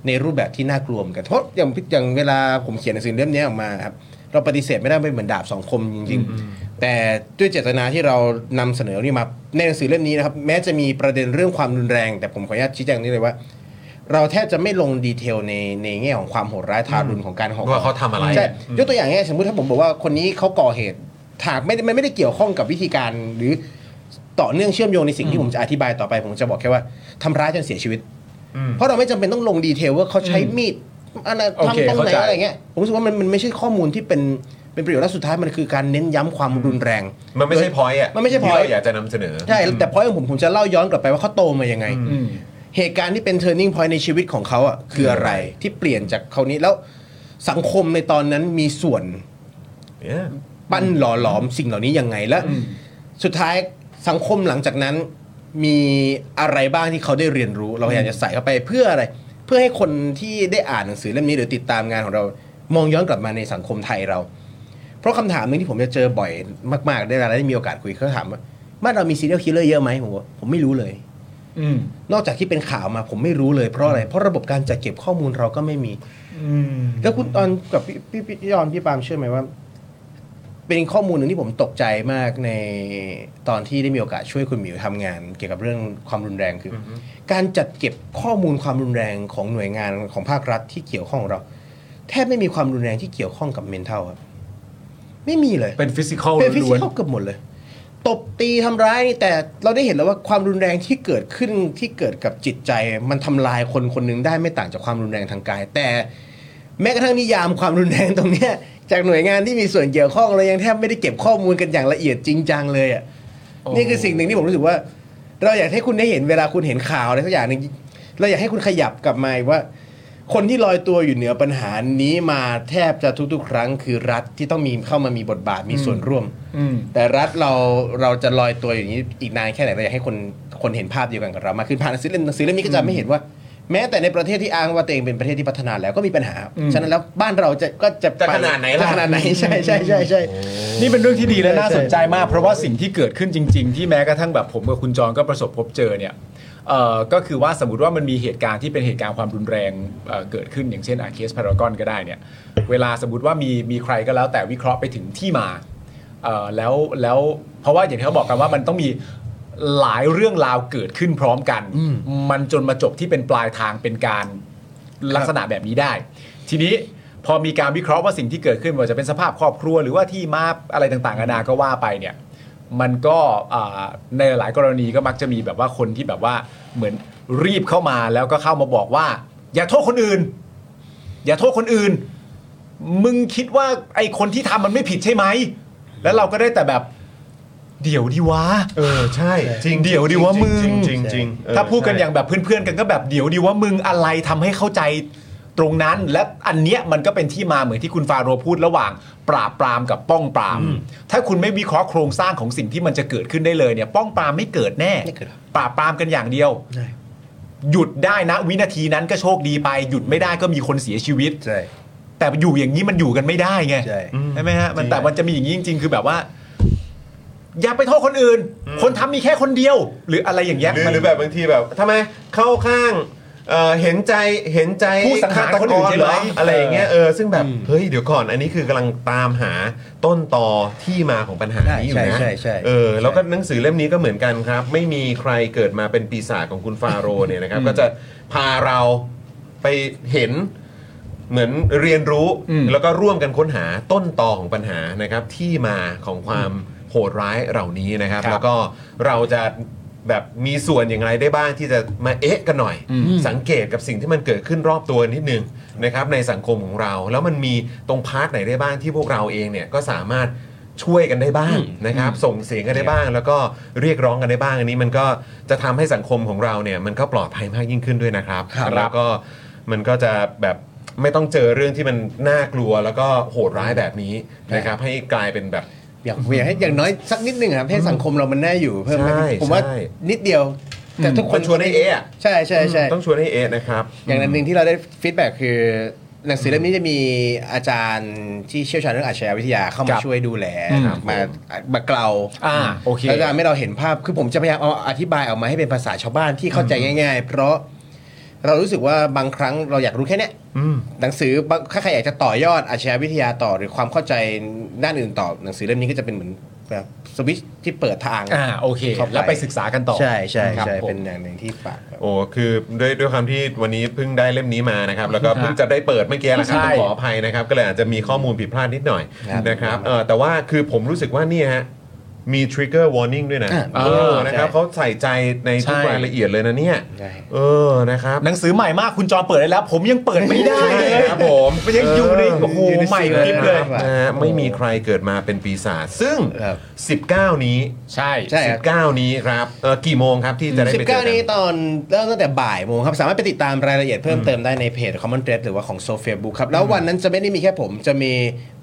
[SPEAKER 3] ในรูปแบบที่น่ากลัวเหมือนกันเพราะอย่างอย่างเวลาผมเขียนหนังสือเล่มนี้ออกมาครับเราปฏิเสธไม่ได้เป็นเหมือนดาบสองคมจริงๆ แต่ด้วยเจตนาที่เรานำเสนอนี่มาในหนังสือเล่มนี้นะครับแม้จะมีประเด็นเรื่องความรุนแรง แต่ผมขออนุญาตชี้แจงนี้เลยว่า เราแทบจะไม่ลงดีเทลในในแง่ของความโหดร้ายทารุณของการห่อ
[SPEAKER 1] ว่าเขาทำอะไร
[SPEAKER 3] ใช่ยกตัวอย่างง่ายๆสมมติถ้าผมบอกว่าคนนี้เขาก่อเหตุถากไม่ได้มันไม่ได้เกี่ยวข้องกับวิธีการหรือต่อเนื่องเชื่อมโยงในสิ่งที่ผมจะอธิบายต่อไป ผมจะบอกแค่ว่าทำร้ายจนเสียชีวิต เพราะเราไม่จำเป็นต้องลงดีเทลว่าเขาใช้มีดอะไร
[SPEAKER 2] โอเค
[SPEAKER 3] ทำตรงไห
[SPEAKER 2] เข้า
[SPEAKER 3] น
[SPEAKER 2] ใจ
[SPEAKER 3] อะไรเงี้ยผมรู้สึกว่ามันมันไม่ใช่ข้อมูลที่เป็นเป็นประโยชน์และสุดท้ายมันคือการเน้นย้ำความรุนแรง
[SPEAKER 1] มันไม่ใช่พอยต์อ่ะ
[SPEAKER 3] มันไม่ใช่
[SPEAKER 1] ที่เราอยากจะนำเสนอ
[SPEAKER 3] ใช่แต่พอยของผมผมจะเล่าย้อนกลับไปว่าเขาโตมายังไง
[SPEAKER 2] อืม
[SPEAKER 3] เหตุการณ์ที่เป็น turning point ในชีวิตของเขาอ่ะคืออะไรที่เปลี่ยนจากเขาวนี้แล้วสังคมในตอนนั้นมีส่วน
[SPEAKER 1] Yeah
[SPEAKER 3] ปั้นหล่อหลอมสิ่งเหล่านี้ยังไงและสุดท้ายสังคมหลังจากนั้นมีอะไรบ้างที่เขาได้เรียนรู้ เราพยายามจะใส่เข้าไปเพื่ออะไร เพื่อให้คนที่ได้อ่านหนังสือเล่มนี้หรือติดตามงานของเรา มองย้อนกลับมาในสังคมไทยเรา เพราะคำถามหนึ่งที่ผมจะเจอบ่อยมากๆได้เวลาได้มีโอกาสคุยเขาถามว่าบ้านเรามีซีเรียลคิลเลอร์เยอะไหมผมบอกผมไม่รู้เลย
[SPEAKER 2] อืม
[SPEAKER 3] นอกจากที่เป็นข่าวมาผมไม่รู้เลยเพราะอะไร เพราะระบบการจัดเก็บข้อมูลเราก็ไม่มี แล้วคุณตอนกับพี่พี่พี่พี่ยอนพี่ปาล์มเชื่อไหมว่า เป็นข้อมูลหนึ่งที่ผมตกใจมากในตอนที่ได้มีโอกาสช่วยคุณหมิวทำงาน เกี่ยวกับเรื่องความรุนแรงคืออการจัดเก็บข้อมูลความรุนแรงของหน่วยงานของภาครัฐที่เกี่ยวข้องเรา แทบไม่มีความรุนแรงที่เกี่ยวข้องกับเมนเทลครับไม่มีเลย
[SPEAKER 2] เป็นฟิสิกอล
[SPEAKER 3] เป็นฟิสิ
[SPEAKER 2] ล้วน
[SPEAKER 3] กอลเกือบหมดเลย ตบตีทำร้ายนี่แต่เราได้เห็นแล้วว่าความรุนแรงที่เกิดขึ้นที่เกิดกับจิตใจ มันทำลายคนคนหนึ่งได้ไม่ต่างจากความรุนแรงทางกาย แต่แม้กระทั่งนิยามความรุนแรงตรงเนี้ยจากหน่วยงานที่มีส่วนเกี่ยวข้องเรายังแทบไม่ได้เก็บข้อมูลกันอย่างละเอียดจริงจังเลยอ่ะนี่คือสิ่งหนึ่งที่ผมรู้สึกว่า เราอยากให้คุณได้เห็นเวลาคุณเห็นข่าวอะไรสักอย่างหนึ่งเราอยากให้คุณขยับกลับมาอีกว่า คนที่ลอยตัวอยู่เหนือปัญหานี้มาแทบจะทุก ๆ ครั้งคือรัฐที่ต้องมีเข้ามามีบทบาทมีส่วนร่วม
[SPEAKER 2] อืม
[SPEAKER 3] แต่รัฐเราเราจะลอยตัวอย่างนี้อีกนานแค่ไหนเราอยากให้คนคนเห็นภาพเดียวกันกับเรามากขึ้นผ่านหนังสือเล่มหนังสือเล่มนี้ก็จะไม่เห็นว่า แม้แต่ในประเทศที่อ้างว่าตัวเองเป็นประเทศที่พัฒนาแล้วก็มีปัญหา
[SPEAKER 2] อืม
[SPEAKER 3] ฉะนั้นแล้วบ้านเราจะก็จะป
[SPEAKER 1] จะขนาดไหนล่ะ
[SPEAKER 3] จขนาดไหนใช่ใช่ใช่ใช่
[SPEAKER 2] นี่เป็นเรื่องที่ดีและ
[SPEAKER 3] ใช่
[SPEAKER 2] น่าสนใจมาก
[SPEAKER 3] ใช่
[SPEAKER 2] เพราะว่าสิ่งที่เกิดขึ้นจริง ๆ ที่แม้กระทั่งแบบผมกับคุณจรก็ประสบพบเจอเนี่ยเอ่อก็คือว่าสมมติว่ามันมีเหตุการณ์ที่เป็นเหตุการณ์ความรุนแรงเอ่อเกิดขึ้นอย่างเช่นอาเคสพารากอนก็ได้เนี่ยเวลาสมมติว่ามีมีใครก็แล้วแต่วิเคราะห์ไปถึงที่มาเอ่อแล้วแล้วเพราะว่าอย่างที่เขาบอกกันว่ามันต้องมีหลายเรื่องราวเกิดขึ้นพร้อมกัน มันจนมาจบที่เป็นปลายทางเป็นการ ลักษณะแบบนี้ได้ ทีนี้พอมีการวิเคราะห์ว่าสิ่งที่เกิดขึ้นไม่ว่าจะเป็นสภาพครอบครัว หรือว่าที่มาอะไรต่างๆนานาก็ว่าไปเนี่ย มันก็อ่าในหลายกรณีก็มักจะมีแบบว่าคนที่แบบว่าเหมือนรีบเข้ามาแล้วก็เข้ามาบอกว่า อย่าโทษคนอื่น อย่าโทษคนอื่น มึงคิดว่าไอคนที่ทำมันไม่ผิดใช่ไหม แล้วเราก็ได้แต่แบบเดี๋ยวดีวะ
[SPEAKER 4] เออ ใช่ จริง
[SPEAKER 2] เดี๋ยวดิว่ามึง
[SPEAKER 4] จริจริงจริงเออ
[SPEAKER 2] ถ้าพูดกัน
[SPEAKER 4] ใช่
[SPEAKER 2] อย่างแบบเพื่อนๆกันก็แบบเดี๋ยวดีว่ามึงอะไรทำให้เข้าใจตรงนั้น และอันเนี้ยมันก็เป็นที่มาเหมือนที่คุณฟาโรห์พูดระหว่าง ปราบปรามกับป้องปราม ถ้าคุณไม่วิเคราะห์โครงสร้างของสิ่งที่มันจะเกิดขึ้นได้เลยเนี่ย ป้องปรามไม่เกิดแน่
[SPEAKER 3] ไม่เกิดหรอก
[SPEAKER 2] ปราบปรามกันอย่างเดียว
[SPEAKER 3] ใช่
[SPEAKER 2] หยุดได้นะวินาทีนั้นก็โชคดีไป หยุดไม่ได้ก็มีคนเสียชีวิต
[SPEAKER 3] ใช่
[SPEAKER 2] แต่อยู่อย่างนี้มันอยู่กันไม่ได้ไง
[SPEAKER 3] ใช่
[SPEAKER 2] ไหมฮะมันแต่มันจะมีอย่างนี้จริง ๆ คือแบบว่า อย่าไปโทษคนอื่น คนทำมีแค่คนเดียว หรืออะไรอย่างเงี้ย
[SPEAKER 1] หรือ
[SPEAKER 2] มัน
[SPEAKER 1] หรือแบบบางทีแบบทำไมเข้าข้างเอ่อเห็นใจเห็นใจ
[SPEAKER 2] ผู้สังหารคนอื่นใช่ไหม
[SPEAKER 1] ฆาตกรเรอะไรอย่างเงี้ยเออซึ่งแบบเฮ้ยเดี๋ยวก่อนอันนี้คือกำลังตามหาต้นตอที่มาของปัญหา
[SPEAKER 3] ใช่
[SPEAKER 1] นี้อยู่นะ
[SPEAKER 3] ใช่ใช่ใช่
[SPEAKER 1] เออแล้วก็หนังสือเล่มนี้ก็เหมือนกันครับ ไม่มีใครเกิดมาเป็นปีศาจของคุณฟาโรห์เนี่ยนะครับ ก็จะพาเราไปเห็นเหมือนเรียนรู้
[SPEAKER 2] อืม
[SPEAKER 1] แล้วก็ร่วมกันค้นหาต้นตอของปัญหานะครับ ที่มาของความโหดร้ายเหล่านี้นะครับ
[SPEAKER 2] ครับ
[SPEAKER 1] แล้วก็เราจะแบบมีส่วนอย่างไรได้บ้างที่จะมาเอ๊ะกันหน่อย สังเกตกับสิ่งที่มันเกิดขึ้นรอบตัวนิดนึงนะครับในสังคมของเรา แล้วมันมีตรงพาร์ทไหนได้บ้างที่พวกเราเองเนี่ยก็สามารถช่วยกันได้บ้างนะครับ ส่งเสียงกันได้บ้าง แล้วก็เรียกร้องกันได้บ้าง อันนี้มันก็จะทำให้สังคมของเราเนี่ยมันก็ปลอดภัยมากยิ่งขึ้นด้วยนะครับ
[SPEAKER 2] ครับ
[SPEAKER 1] แล้วก็มันก็จะแบบไม่ต้องเจอเรื่องที่มันน่ากลัว แล้วก็โหดร้ายแบบนี้นะครับ ให้กลายเป็นแบบ
[SPEAKER 3] อยากอยากให้อย่างน้อยสักนิดหนึ่งครับให้สังคมเรามันน่าอยู่เพิ่ม
[SPEAKER 1] ใช่
[SPEAKER 3] ผมว่า
[SPEAKER 1] ใช่
[SPEAKER 3] นิดเดียวแต่ทุกค
[SPEAKER 1] มัน นชวนให้เอะอะ
[SPEAKER 3] ใช่ใช่ใช่
[SPEAKER 1] ต้องชวนให้เอะนะครับ
[SPEAKER 3] อย่างนั้นหนึ่งที่เราได้ฟีดแบ็กคือหนังสือเล่มนี้จะมีอาจารย์ที่เชี่ยวชาญเรื่องอาชญาวิทยาเข้า
[SPEAKER 2] ครั
[SPEAKER 3] มา
[SPEAKER 2] บ
[SPEAKER 3] ช่วยดูแล
[SPEAKER 2] ครับ
[SPEAKER 3] มามาเกลา
[SPEAKER 2] อ่าโอเค
[SPEAKER 3] แล้วจะทำให้เราเห็นภาพคือผมจะพยายามเอาอธิบายออกมาให้เป็นภาษาชาวบ้านที่เข้าใจง่าย ๆ เพราะเรารู้สึกว่าบางครั้งเราอยากรู้แค่เนี้ยหนังสือบางถ้าใครอยากจะต่อยอดอาชญาวิทยาต่อหรือความเข้าใจด้านอื่นต่อหนังสือเล่มนี้ก็จะเป็นเหมือนแบบสวิตช์ที่เปิดทาง
[SPEAKER 2] อ่าโอเค
[SPEAKER 3] ข้า
[SPEAKER 2] แล้วไปศึกษากันต่อ
[SPEAKER 3] ใช่ใช่
[SPEAKER 2] ครับ
[SPEAKER 3] ใช่
[SPEAKER 2] ผม
[SPEAKER 3] เป็นอย่างหนึ่งที่ฝากไว้
[SPEAKER 1] โอ้คือด้วยด้วยความที่วันนี้เพิ่งได้เล่มนี้มานะครับ แล้วก็เพิ่งจะได้เปิดเมื่อกี้แหละครับ
[SPEAKER 2] ใช่
[SPEAKER 1] ต้องขออภัยนะครับ ก็เลยอาจจะมีข้อมูลผิดพลาดนิดหน่อย
[SPEAKER 3] ครับ
[SPEAKER 1] นะครับเออแต่ว่าคือผมรู้สึกว่าเนี่ยฮะมี trigger warning ด้วยนะ
[SPEAKER 3] อ่ะ
[SPEAKER 1] เออนะครับ
[SPEAKER 3] ใช่
[SPEAKER 1] เขาใส่ใจในทุก
[SPEAKER 2] ใช่
[SPEAKER 1] รายละเอียดเลยนะเนี่ย
[SPEAKER 3] ใช่
[SPEAKER 1] เออนะครับ
[SPEAKER 2] หนังสือใหม่มากคุณจอเปิดได้แล้ว ผมยังเปิดไม่ได้เลย
[SPEAKER 1] ใช่ครับผม
[SPEAKER 2] นยังอยู่ในโอ้โห
[SPEAKER 1] ยู่ใน
[SPEAKER 2] ใหม่
[SPEAKER 1] สิ่ง
[SPEAKER 2] กริบเลย
[SPEAKER 1] นั้นนะฮะไม่มีใครเกิดมาเป็นปีศาจซึ่ง
[SPEAKER 3] ครับ
[SPEAKER 1] 19 นี้
[SPEAKER 2] ใช่
[SPEAKER 3] ใช่ครับ
[SPEAKER 1] 19 นี้ครับเออกี่โมงครับที่จะได้ไปเจอ
[SPEAKER 3] 19
[SPEAKER 1] กั
[SPEAKER 3] นี้
[SPEAKER 1] น
[SPEAKER 3] ตอนเริ่มตั้งแต่บ่ายโมงครับ สามารถไปติดตามรายละเอียดเพิ่มเติมได้ในเพจ Common Thread หรือว่าของ Sophia Book ครับ แล้ววันนั้นจะไม่ได้มีแค่ผมจะมี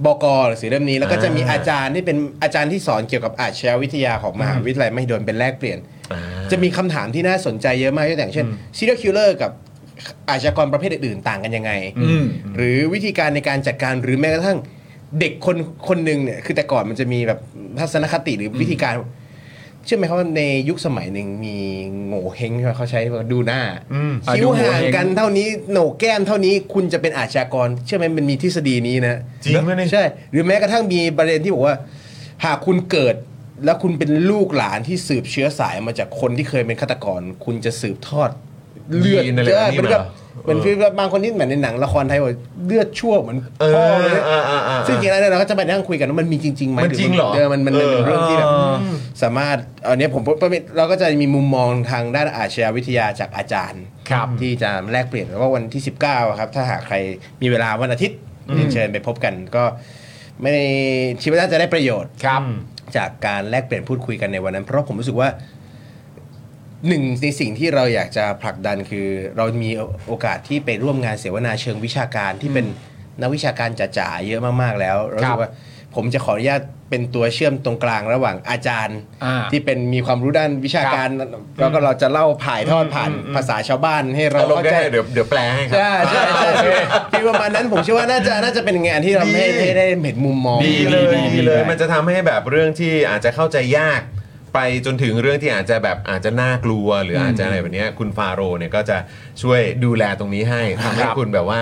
[SPEAKER 3] บกหรือสีเล่มนี้ แล้วก็จะมี
[SPEAKER 1] อ่า
[SPEAKER 3] อาจารย์ที่เป็นอาจารย์ที่สอนเกี่ยวกับอาชญาวิทยาของมหาวิทยาลัยมหิดลเป็นแลกเปลี่ยน
[SPEAKER 1] อ่า
[SPEAKER 3] จะมีคำถามที่น่าสนใจเยอะมากยกตัวอย่างเช่น serial killer กับอาชญากรประเภทอื่นๆ ต่างกันยังไง หรือวิธีการในการจัดการหรือแม้กระทั่งเด็กคนคนหนึ่งเนี่ยคือแต่ก่อนมันจะมีแบบทัศนคติหรือวิธีการ เชื่อไหมครับว่าในยุคสมัยหนึ่งมีโง่เฮงใช่ไหมเขาใช้ว่าดูหน้า
[SPEAKER 1] อืม
[SPEAKER 3] คิ้ว
[SPEAKER 2] อ่ะดูโง่
[SPEAKER 3] ห่าง
[SPEAKER 2] เฮ้ง
[SPEAKER 3] กันเท่านี้โหนกแก้มเท่านี้คุณจะเป็นอาชญากร เชื่อไหมมันมีทฤษฎีนี้นะ
[SPEAKER 1] จริงไหมเนี่ย
[SPEAKER 3] ใช่ หรือแม้กระทั่งมีประเด็นที่บอกว่า หากคุณเกิดแล้วคุณเป็นลูกหลานที่สืบเชื้อสายมาจากคนที่เคยเป็นฆาตกร คุณจะสืบทอดเลือด
[SPEAKER 1] ยีนอะไร
[SPEAKER 3] เย
[SPEAKER 1] แบบนี้
[SPEAKER 3] อะมัน
[SPEAKER 1] เหร
[SPEAKER 3] ก็
[SPEAKER 1] อ
[SPEAKER 3] เหมือน
[SPEAKER 1] เออ
[SPEAKER 3] คือบางคนที่เหมือนในหนังละครไทยว่าเลือดชั่วเหมือน
[SPEAKER 1] เอ
[SPEAKER 3] พ่อ
[SPEAKER 1] อ
[SPEAKER 3] เลย
[SPEAKER 1] อ่าอ่าอ่า
[SPEAKER 3] ซึ่งจริงๆแล้วเนี่ยเราก็จะไปนั่งคุยกันว่ามันมีจริงๆไหม
[SPEAKER 1] มันจริงเหรอ
[SPEAKER 3] เออมันมันมันเป็นเรื่องที่แบบสามารถเอาเนี้ยผมผมเราก็จะมีมุมมองทางด้านอาชญาวิทยาจากอาจารย์
[SPEAKER 2] ครับ
[SPEAKER 3] ที่จะแลกเปลี่ยนแล้วก็วันที่ 19 ครับ ถ้าหากใครมีเวลาวันอาทิตย์เรียนเชิญไปพบกันก็ไม่ได้คิดว่าน่าจะได้ประโยชน์
[SPEAKER 2] ครับ
[SPEAKER 3] จากการแลกเปลี่ยนพูดคุยกันในวันนั้น เพราะผมรู้สึกว่าหนึ่งในสิ่งที่เราอยากจะผลักดันคือ เรามีโอกาสที่ไปร่วมงานเสวนาเชิงวิชาการที่เป็นนักวิชาการจ๋าๆเยอะมากๆแล้วเรารู้สึกว่าผมจะขออนุญาตเป็นตัวเชื่อมตรงกลางระหว่างอาจารย์
[SPEAKER 2] อ่า
[SPEAKER 3] ที่เป็นมีความรู้ด้านวิชาการแล้วก็เราจะเล่าผ่ายทอดผ่านภาษาชาวบ้านให้เรา
[SPEAKER 1] อารม
[SPEAKER 3] เข้า
[SPEAKER 1] ณ์ได้
[SPEAKER 3] ใจ
[SPEAKER 1] เดี๋ยวเดี๋ยวแปลให้ครั
[SPEAKER 3] ใช่ใช่ใช่คิดประมาณนั้นผมเชื่อว่าน่าจะน่าจะเป็นงานที่เราให้
[SPEAKER 1] ดี
[SPEAKER 3] ให้ได้เห็นมุมมอง
[SPEAKER 1] ดีเลย
[SPEAKER 3] มุมมอง
[SPEAKER 1] ดีเลย
[SPEAKER 3] ใช่
[SPEAKER 1] มันจะทำให้แบบเรื่องที่อาจจะเข้าใจยาก ไปจนถึงเรื่องที่อาจจะแบบอาจจะน่ากลัว หรืออาจจะอะไรแบบเนี้ยคุณฟาโรห์เนี่ยก็จะช่วยดูแลตรงนี้ให้ทำให้คุณแบบว่า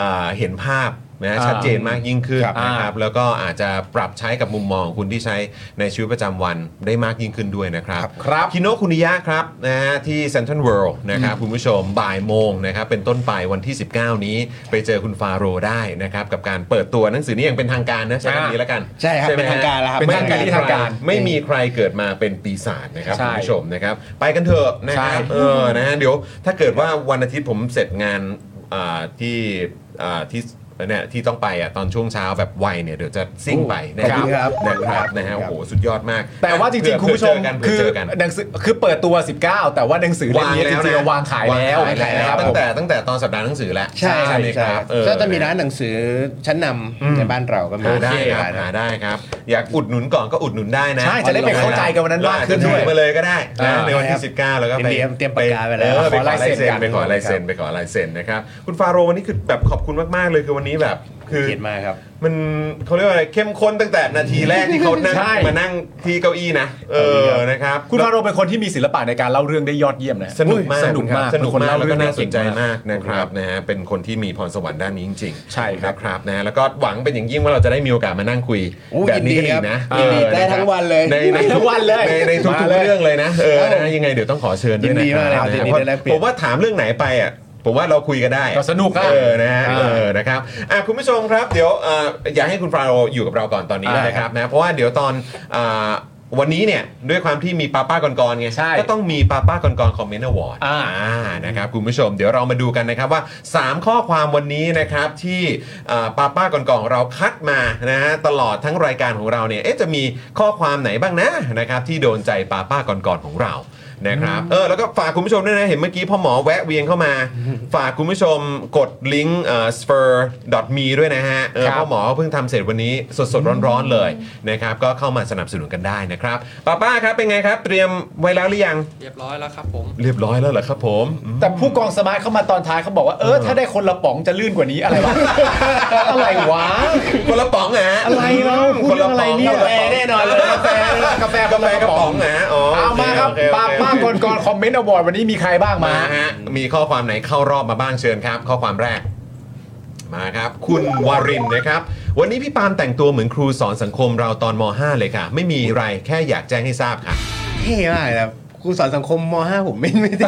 [SPEAKER 1] อ่าเห็นภาพนะ
[SPEAKER 2] อ่า
[SPEAKER 1] ชัดเจนมากยิ่งขึ้น
[SPEAKER 2] ครับ
[SPEAKER 1] นะครับแล้วก็อาจจะปรับใช้กับมุมมองของคุณที่ใช้ในชีวิตประจำวันได้มากยิ่งขึ้นด้วยนะครับ
[SPEAKER 2] ครับ
[SPEAKER 1] คิโนะคุนิยะครับนะฮะที่เซ n นทรัลเวิลด์นะครับคุณผู้ชมบ่ายโมงนะครับเป็นต้นไปวันที่ 19 นี้ไปเจอคุณฟาโรห์ได้นะครับกับการเปิดตัวหนังสือนี้อย่างเป็นทางการนะใช้คำนี้แล้วกัน
[SPEAKER 3] ใช่ครับ
[SPEAKER 1] ไหม
[SPEAKER 3] เป็นทางการแล้วครับ
[SPEAKER 1] เป็น
[SPEAKER 2] เป็น
[SPEAKER 1] ทากา
[SPEAKER 2] ทาง งการ รที่
[SPEAKER 1] ที่ทา
[SPEAKER 2] ทาง ง
[SPEAKER 1] กา
[SPEAKER 2] การ ร
[SPEAKER 1] ไม่มีใครเกิดมาเป็นปีศาจนะครับ
[SPEAKER 2] ใช่
[SPEAKER 1] คุณผู้ชมนะครับ ไปกันเถอะนะครับ
[SPEAKER 2] ใช่
[SPEAKER 1] เออนะฮะเดี๋ยวถ้าเกิดว่าวันอาทิตย์ผมเสร็จงานอ่าที่อ่าที่เนี่ยที่ต้องไปอ่ะตอนช่วงเช้าแบบไวเนี่ยเดี๋ยวจะซิ่งไปนะค
[SPEAKER 2] ขอบคุณครั
[SPEAKER 1] รับบ นะครับนะฮะโอ้โหสุดยอดมาก
[SPEAKER 2] แต่ว่าจริงๆ คุณ
[SPEAKER 1] เผื่อ
[SPEAKER 2] ผู้ชม
[SPEAKER 1] เจอกันเผื่
[SPEAKER 2] คือ อ
[SPEAKER 1] เจอกัน
[SPEAKER 2] หนังสือคือเปิดตัว 19 แต่ว่าหนังสือเล่มนี้จริงๆเราวางขายแล้ว
[SPEAKER 1] วางขายแล้ว
[SPEAKER 2] ครับ
[SPEAKER 1] ตั้
[SPEAKER 2] ผ
[SPEAKER 1] ง
[SPEAKER 2] ม
[SPEAKER 1] แต่ตั้งแต่ตอนสัปดาห์หนังสือแล้ว
[SPEAKER 3] ใช่ใช่
[SPEAKER 1] ไหมครับเออ
[SPEAKER 3] ก็จะมีร้านหนังสือชั้นนำในบ้านเราก็มี
[SPEAKER 1] หาได้ครับ
[SPEAKER 3] นะ
[SPEAKER 1] หาได้ครับ อยากอุดหนุนก่อนก็อุดหนุนได้นะ
[SPEAKER 2] ใช่จะได้ไปเข้าใจกับวันนั้นมากขึ้นด้ว
[SPEAKER 1] เรอจจะ
[SPEAKER 2] ย
[SPEAKER 1] ถือมาเลยก็ได้นะ
[SPEAKER 2] อ่า
[SPEAKER 1] ในวันที่
[SPEAKER 3] ครับ
[SPEAKER 1] 19 แล้วก็ไป
[SPEAKER 3] เตรียมเตรียมปากกาไว้แล้ว
[SPEAKER 1] เออไปขอ
[SPEAKER 2] ขอ
[SPEAKER 1] ลา
[SPEAKER 2] ลาย ยเซ็
[SPEAKER 1] เซ็น
[SPEAKER 2] นกัน
[SPEAKER 1] ไปขอลายเซ็นไปขอลายเซ็นนะครับคุณฟาโรห์วันนี้คือแบบขอบคุณมากๆเลยคือวัน นี้แบบคือ
[SPEAKER 3] เกลียดมากครับ
[SPEAKER 1] มันเขาเรียกว่าอะไรเข้มข้นตั้งแต่นาทีแรกที่เขานั่ง มานั่งที่เก้าอี้นะเออนะครับ
[SPEAKER 2] คุณฟาโรห์เป็นคนที่มีศิลปะในการเล่าเรื่องได้ยอดเยี่ยมนะ
[SPEAKER 1] สนุกมาก
[SPEAKER 2] สนุกมาก
[SPEAKER 1] สนุก
[SPEAKER 2] เป็ค
[SPEAKER 1] มากแล้วก็น่าสนใจ
[SPEAKER 2] เรื่องได้เง
[SPEAKER 1] มากนะครับนะฮะเป็นคนที่มีพรสวรรค์ด้านนี้จริงๆ
[SPEAKER 2] ใช่ครับ
[SPEAKER 1] นะครับนะแล้วก็หวังเป็นอย่างยิ่งว่าเราจะได้มีโอกาสมานั่งคุย
[SPEAKER 3] โอ้
[SPEAKER 1] แบบนี้กัน
[SPEAKER 3] ยินดี
[SPEAKER 1] อี
[SPEAKER 3] ครับ
[SPEAKER 1] กนะ
[SPEAKER 3] ยินดี
[SPEAKER 1] เออ
[SPEAKER 3] ได้ทั้งวันเลย
[SPEAKER 1] ในใน
[SPEAKER 2] ทั้งวันเลย
[SPEAKER 1] ในใน
[SPEAKER 2] มา
[SPEAKER 1] ทุก
[SPEAKER 2] เลย
[SPEAKER 1] ๆเรื่องเลยนะเออนะฮะยังไงเดี๋ยวต้องขอเชิญด้วย
[SPEAKER 3] ยินดี
[SPEAKER 1] นะครั
[SPEAKER 3] มากเลยครับยินดี
[SPEAKER 1] เพราะ
[SPEAKER 3] ได้แลกเปลี่ยน
[SPEAKER 1] ผมว่าถามเรื่องไหนไปอ่ะผมว่าเราคุยกันได้
[SPEAKER 2] ก็สนุกอะ
[SPEAKER 1] เออ นะฮะ
[SPEAKER 2] อ่า
[SPEAKER 1] เออ นะครับ อ่ะ คุณผู้ชมครับ เดี๋ยวเอ่ออยากให้คุณฟาโรห์อยู่กับเราก่อนตอนนี้
[SPEAKER 2] ได้
[SPEAKER 1] นะ
[SPEAKER 2] ค
[SPEAKER 1] ครับรับนะ เพราะว่าเดี๋ยวตอนอ่าวันนี้เนี่ย ด้วยความที่มีป้าป้ากรๆไง
[SPEAKER 2] ใช่
[SPEAKER 1] ก็ต้องมีป้าป้ากรๆคอมเมนต์อวอร์ด
[SPEAKER 2] อ่า
[SPEAKER 1] นะครับ คุณผู้ชม เดี๋ยวเรามาดูกันนะครับว่า 3 ข้อความวันนี้นะครับที่อ่าป้าป้ากรๆของเราคัดมานะฮะตลอดทั้งรายการของเราเนี่ย เอ๊ะ จะมีข้อความไหนบ้างนะนะครับที่โดนใจป้าป้ากรๆของเรา นะครับเออแล้วก็ฝากคุณผู้ชมด้วยนะเห็นเมื่อกี้พ่อหมอแวะเวียนเข้า มา ฝากคุณผู้ชมกดลิงก์เอ่อ spur.me ด้วยนะฮะเออ
[SPEAKER 2] ครับ
[SPEAKER 1] พ่อหมอเพิ่งทำเสร็จวันนี้สดๆร้อนๆเลยนะครับก็เข้ามาสนับสนุนกันได้นะครับป้าป้าครับเป็นไงครับ เตรียมไว้แล้วหรือยัง
[SPEAKER 5] เรียบร้อยแล้วครับผม
[SPEAKER 1] เรียบร้อยแล้วเหรอครับผมอืม
[SPEAKER 2] แต่ผู้กองสมาร์ทเข้ามาตอนท้ายเขาบอกว่าเออถ้าได้คนละป๋องจะลื่นกว่านี้อะไรวะ อะไรวะ
[SPEAKER 1] คนละป๋องนะฮะ
[SPEAKER 2] อะไรเนอะพูดเรื่องอะไรเนี่ย
[SPEAKER 1] คละป๋อง
[SPEAKER 3] แน่นอนเลยกาแฟ
[SPEAKER 2] กาแฟ
[SPEAKER 1] กาแฟกระป๋องนะอ๋อ
[SPEAKER 2] เอามาครับ
[SPEAKER 1] โอเโอ
[SPEAKER 2] ปา
[SPEAKER 1] เ
[SPEAKER 2] ป้าก่อนก่อนคอมเมนต์อวอร์ดวันนี้มีใครบ้างมา
[SPEAKER 1] มาฮะมีข้อความไหนเข้ารอบมาบ้างเชิญครับ ข้อความแรก มาครับ คุณวารินนะครับ วันนี้พี่ปาล์มแต่งตัวเหมือนครูสอนสังคมเราตอนม .5 เลยค่ะ ไม่มีอะไรแค่อยากแจ้งให้ทราบค่ะ
[SPEAKER 3] เท่มากเลยครับครูสอนสังคมม .5 ผมไม่ไม่ได้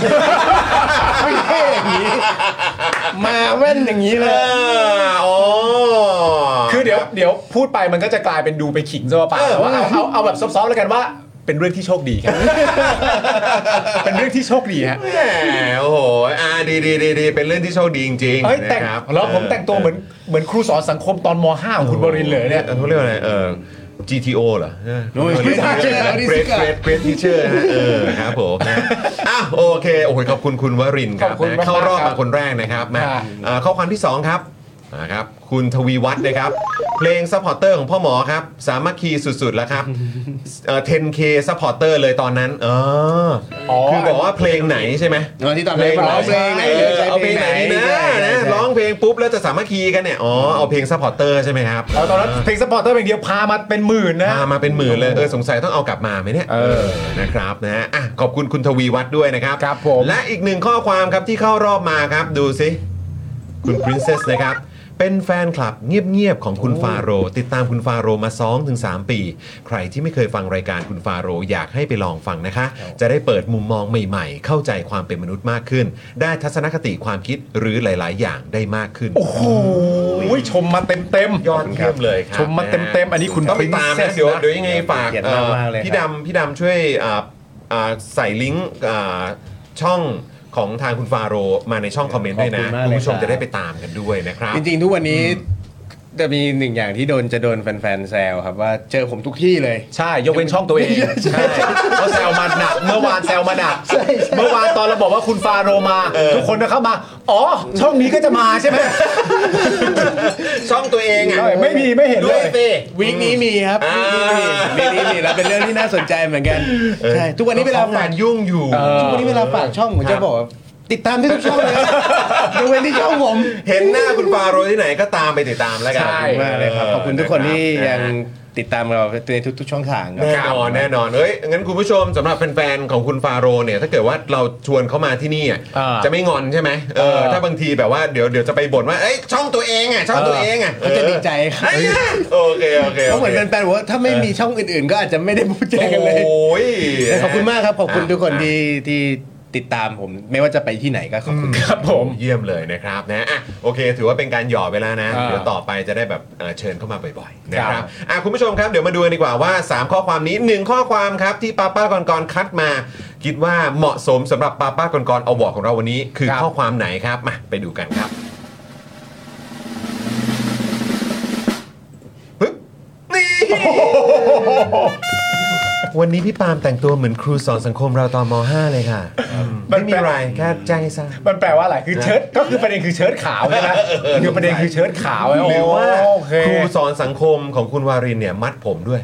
[SPEAKER 3] ไม่เท่อย่างนี้ มาแว่นอย่างนี้เลย
[SPEAKER 1] อ๋อ
[SPEAKER 2] คือเดี๋ยวเดี๋ยวพูดไปมันก็จะกลายเป็นดูไปขิงซะว่าเปล่า
[SPEAKER 1] เออ
[SPEAKER 2] แต่ว่าเอาเอาเอาแบบซอฟต์ๆแล้วกันว่า เป็นเรื่องที่โชคดี ครับ เป็นเรื่องที่โชคดีฮะ
[SPEAKER 1] แหมโอ้โหอ่าดีดีดีดีเป็นเรื่องที่โชคดีจริง
[SPEAKER 2] เอ้ย
[SPEAKER 1] ๆ
[SPEAKER 2] แต่ง
[SPEAKER 1] นะครับ
[SPEAKER 2] แล้วผมแต่งตัวเหมือนเหมือนครูสอนสังคมตอนม .5 ของคุณบรินทร์เลยเนี่ย
[SPEAKER 1] ออเขาเรียกว่าอะไรเออ GTO เหรอเออ
[SPEAKER 3] ไม่ใช่
[SPEAKER 1] เกรดเกรดเกรดทีเชอร์เออครับผมนะอ้าวโอเคโอ้โหขอบคุณคุณวรินทร์ครับ
[SPEAKER 2] ขอบคุณ
[SPEAKER 1] นะ
[SPEAKER 2] มากๆ
[SPEAKER 1] เข้ารอบ
[SPEAKER 2] ครั
[SPEAKER 1] มา
[SPEAKER 2] บ
[SPEAKER 1] คนแรกนะครับมา
[SPEAKER 2] ค่ะ
[SPEAKER 1] เอ่อข้อความที่ 2 ครับนะครับ คุณทวีวัฒน์นะครับ เพลงซัพพอร์เตอร์ของพ่อหมอครับ สามัคคีสุดๆแล้วครับเอ่อ 10K ซัพพอร์เตอร์เลยตอนนั้นเออ
[SPEAKER 2] อ๋อ
[SPEAKER 1] คือบอกว่าเพลงไหนใช่ไหม
[SPEAKER 3] เออที่ตอน
[SPEAKER 1] เพ
[SPEAKER 3] แร
[SPEAKER 1] ล
[SPEAKER 3] ก
[SPEAKER 1] ง
[SPEAKER 3] ร้องเพลงไหนเลือกใช้
[SPEAKER 1] เอา
[SPEAKER 3] เพ
[SPEAKER 1] เพ
[SPEAKER 3] ล
[SPEAKER 1] ล
[SPEAKER 3] ง
[SPEAKER 1] งไห
[SPEAKER 3] ไหน
[SPEAKER 1] นดีนะนะ ร้องเพลงปุ๊บแล้วจะสามัคคีกันเนี่ย อ๋อ เอาเพลงซัพพอร์เตอร์ใช่ไหมครับ
[SPEAKER 2] เราตอนนั้นเพลงสปอร์เตอร์อย่างเดียวพามาเป็นหมื่นนะ
[SPEAKER 1] พามาเป็นหมื่นเลย เออ สงสัยต้องเอากลับมาไหมเนี่ย เออ นะครับนะฮะอ่ะขอบคุณคุณทวีวัฒน์ด้วยนะครับ
[SPEAKER 2] ครับผม
[SPEAKER 1] และอีกหนึ่งข้อความครับที่เข้ารอบมาครับ ดูสิ คุณ Princess นะครับ เป็นแฟนคลับเงียบ ๆ ของคุณฟาโรห์ติดตามคุณฟาโรห์มา 2-3 ปี ใครที่ไม่เคยฟังรายการคุณฟาโรห์อยากให้ไปลองฟังนะคะ จะได้เปิดมุมมองใหม่ๆ เข้าใจความเป็นมนุษย์มากขึ้น ได้ทัศนคติความคิดหรือหลาย ๆ อย่างได้มากขึ้น
[SPEAKER 2] โอ้โหชมมาเต็มเต็มๆ
[SPEAKER 1] ยอดเยี่ยมเลยครับ
[SPEAKER 2] ชมมาเต็มๆอันนี้คุณ
[SPEAKER 1] ต้องไปตาม
[SPEAKER 2] Princess
[SPEAKER 1] นะเดี๋ยว
[SPEAKER 2] นะ
[SPEAKER 1] เดี๋ยวยังไงฝาก
[SPEAKER 3] เกียรติ
[SPEAKER 1] เอ่อ
[SPEAKER 3] มากๆเลยครับ
[SPEAKER 1] พี่ดำพี่ดำช่วยอ่าอ่าใส่ลิงก์อ่าช่องของทางคุณฟาโรห์มาในช่องคอมเมนต์ด้วยนะ
[SPEAKER 3] ขอบคุณมากเลย
[SPEAKER 1] คุณผู้ชม
[SPEAKER 3] ครับ
[SPEAKER 1] จะได้ไปตามกันด้วยนะครับ
[SPEAKER 3] จริงๆ ทุกวันนี้จะมีหนึ่งอย่างที่โดนจะโดนแฟนๆแซวครับว่าเจอผมทุกที่เลย
[SPEAKER 2] ใช่ ยกเว้นช่องตัวเองใช่เขาแซวมาหนัก เมื่อวานแซวมาหนักเมื่อวานตอนเราบอกว่าคุณฟาโรมา ทุกคนก็เข้ามา อ๋อ ช่องนี้ก็จะมาใช่ไหม
[SPEAKER 1] ช่องตัวเองอ่ะ
[SPEAKER 2] ไม่มีไม่เห็น
[SPEAKER 1] ด้
[SPEAKER 2] เล
[SPEAKER 1] วย
[SPEAKER 2] ย
[SPEAKER 1] สิ
[SPEAKER 3] วีคนี้มีครับ
[SPEAKER 1] อ่า
[SPEAKER 3] วีคนี้มีวีคนี้มีแล้วเป็นเรื่องที่น่าสนใจเหมือนกันใช่ทุกวันนี้เวลา
[SPEAKER 1] ขง
[SPEAKER 3] ฝาก
[SPEAKER 1] นยุ่งอยู่
[SPEAKER 3] ทุกวันนี้เวลาฝากช่องผมจะบอกว่าติดตามได้ทุกช่องเลย ครับยกเว้นที่ช่องผม
[SPEAKER 1] เห็นหน้าคุณฟาโรห์ที่ไหนก็ตามไปติดตามแล้วกั
[SPEAKER 2] ใช่
[SPEAKER 1] น
[SPEAKER 3] ขอบคุณมากเลยครับ ขอบคุณทุกคนที่ยังติดตามเราในทุกๆช่องทางครั
[SPEAKER 1] แน่
[SPEAKER 3] บ
[SPEAKER 1] นอนแน่นอนเอ้ยงั้นคุณผู้ชมสำหรับแฟนๆของคุณฟาโรห์เนี่ยถ้าเกิดว่าเราชวนเขามาที่นี่อ่ะ
[SPEAKER 2] อ่า
[SPEAKER 1] จะไม่งอนใช่ไหมเออถ้าบางทีแบบว่าเดี๋ยวเดี๋ยวจะไปบ่นว่าเอ้ยช่องตัวเองอ่ะช่องตัวเองอ่ะ
[SPEAKER 3] เขาจะดีใจครับ
[SPEAKER 1] เอ้ยโอเคโอเค
[SPEAKER 3] เขา
[SPEAKER 1] โค
[SPEAKER 3] เหมือนเป็นแฟนบอกว่าถ้าไม่มีช่องอื่นๆ ก็อาจจะไม่ได้พูดเจอกันเลย
[SPEAKER 1] โอ้ย
[SPEAKER 3] ขอบคุณมากครับ ขอบคุณทุกคนที่ที่ติดตามผม ไม่ว่าจะไปที่ไหนก็ขอบคุณครับผม
[SPEAKER 1] เยี่ยมเลยนะครับนะอ่ะโอเค ถือว่าเป็นการหยอดไปแล้วนะ
[SPEAKER 2] อ่า
[SPEAKER 1] เดี๋ยวต่อไปจะได้แบบเอ่อเชิญเข้ามาบ่อยๆนะค
[SPEAKER 2] ครั
[SPEAKER 1] รับบ อ่ะคุณผู้ชมครับเดี๋ยวมาดูกันดีกว่าว่า 3 ข้อความนี้ 1 ข้อความครับที่ป้าป้ากรกรคัดมา คิดว่าเหมาะสมสำหรับป้าป้ากรกรเอาวอร์ดของเราวันนี้ คือ
[SPEAKER 2] ครับ
[SPEAKER 1] ข้อความไหนครับมาไปดูกันครับปึ๊บนี่ วันนี้พี่ปาล์มแต่งตัวเหมือนครูสอนสังคมเราตอนม .5 เลยค่ะไม่มีอะไรแค่แจ้งให้ทราบ
[SPEAKER 2] มันแปลว่าอะไร คือเชิ้ตก็คือประเด็นคือเชิ้ตขาวใช่ไหมคือประเด็นคือเชิ้ตขาว
[SPEAKER 1] หรือว่า
[SPEAKER 2] โอเค
[SPEAKER 1] ครูสอนสังคมของคุณวารินเนี่ยมัดผมด้วย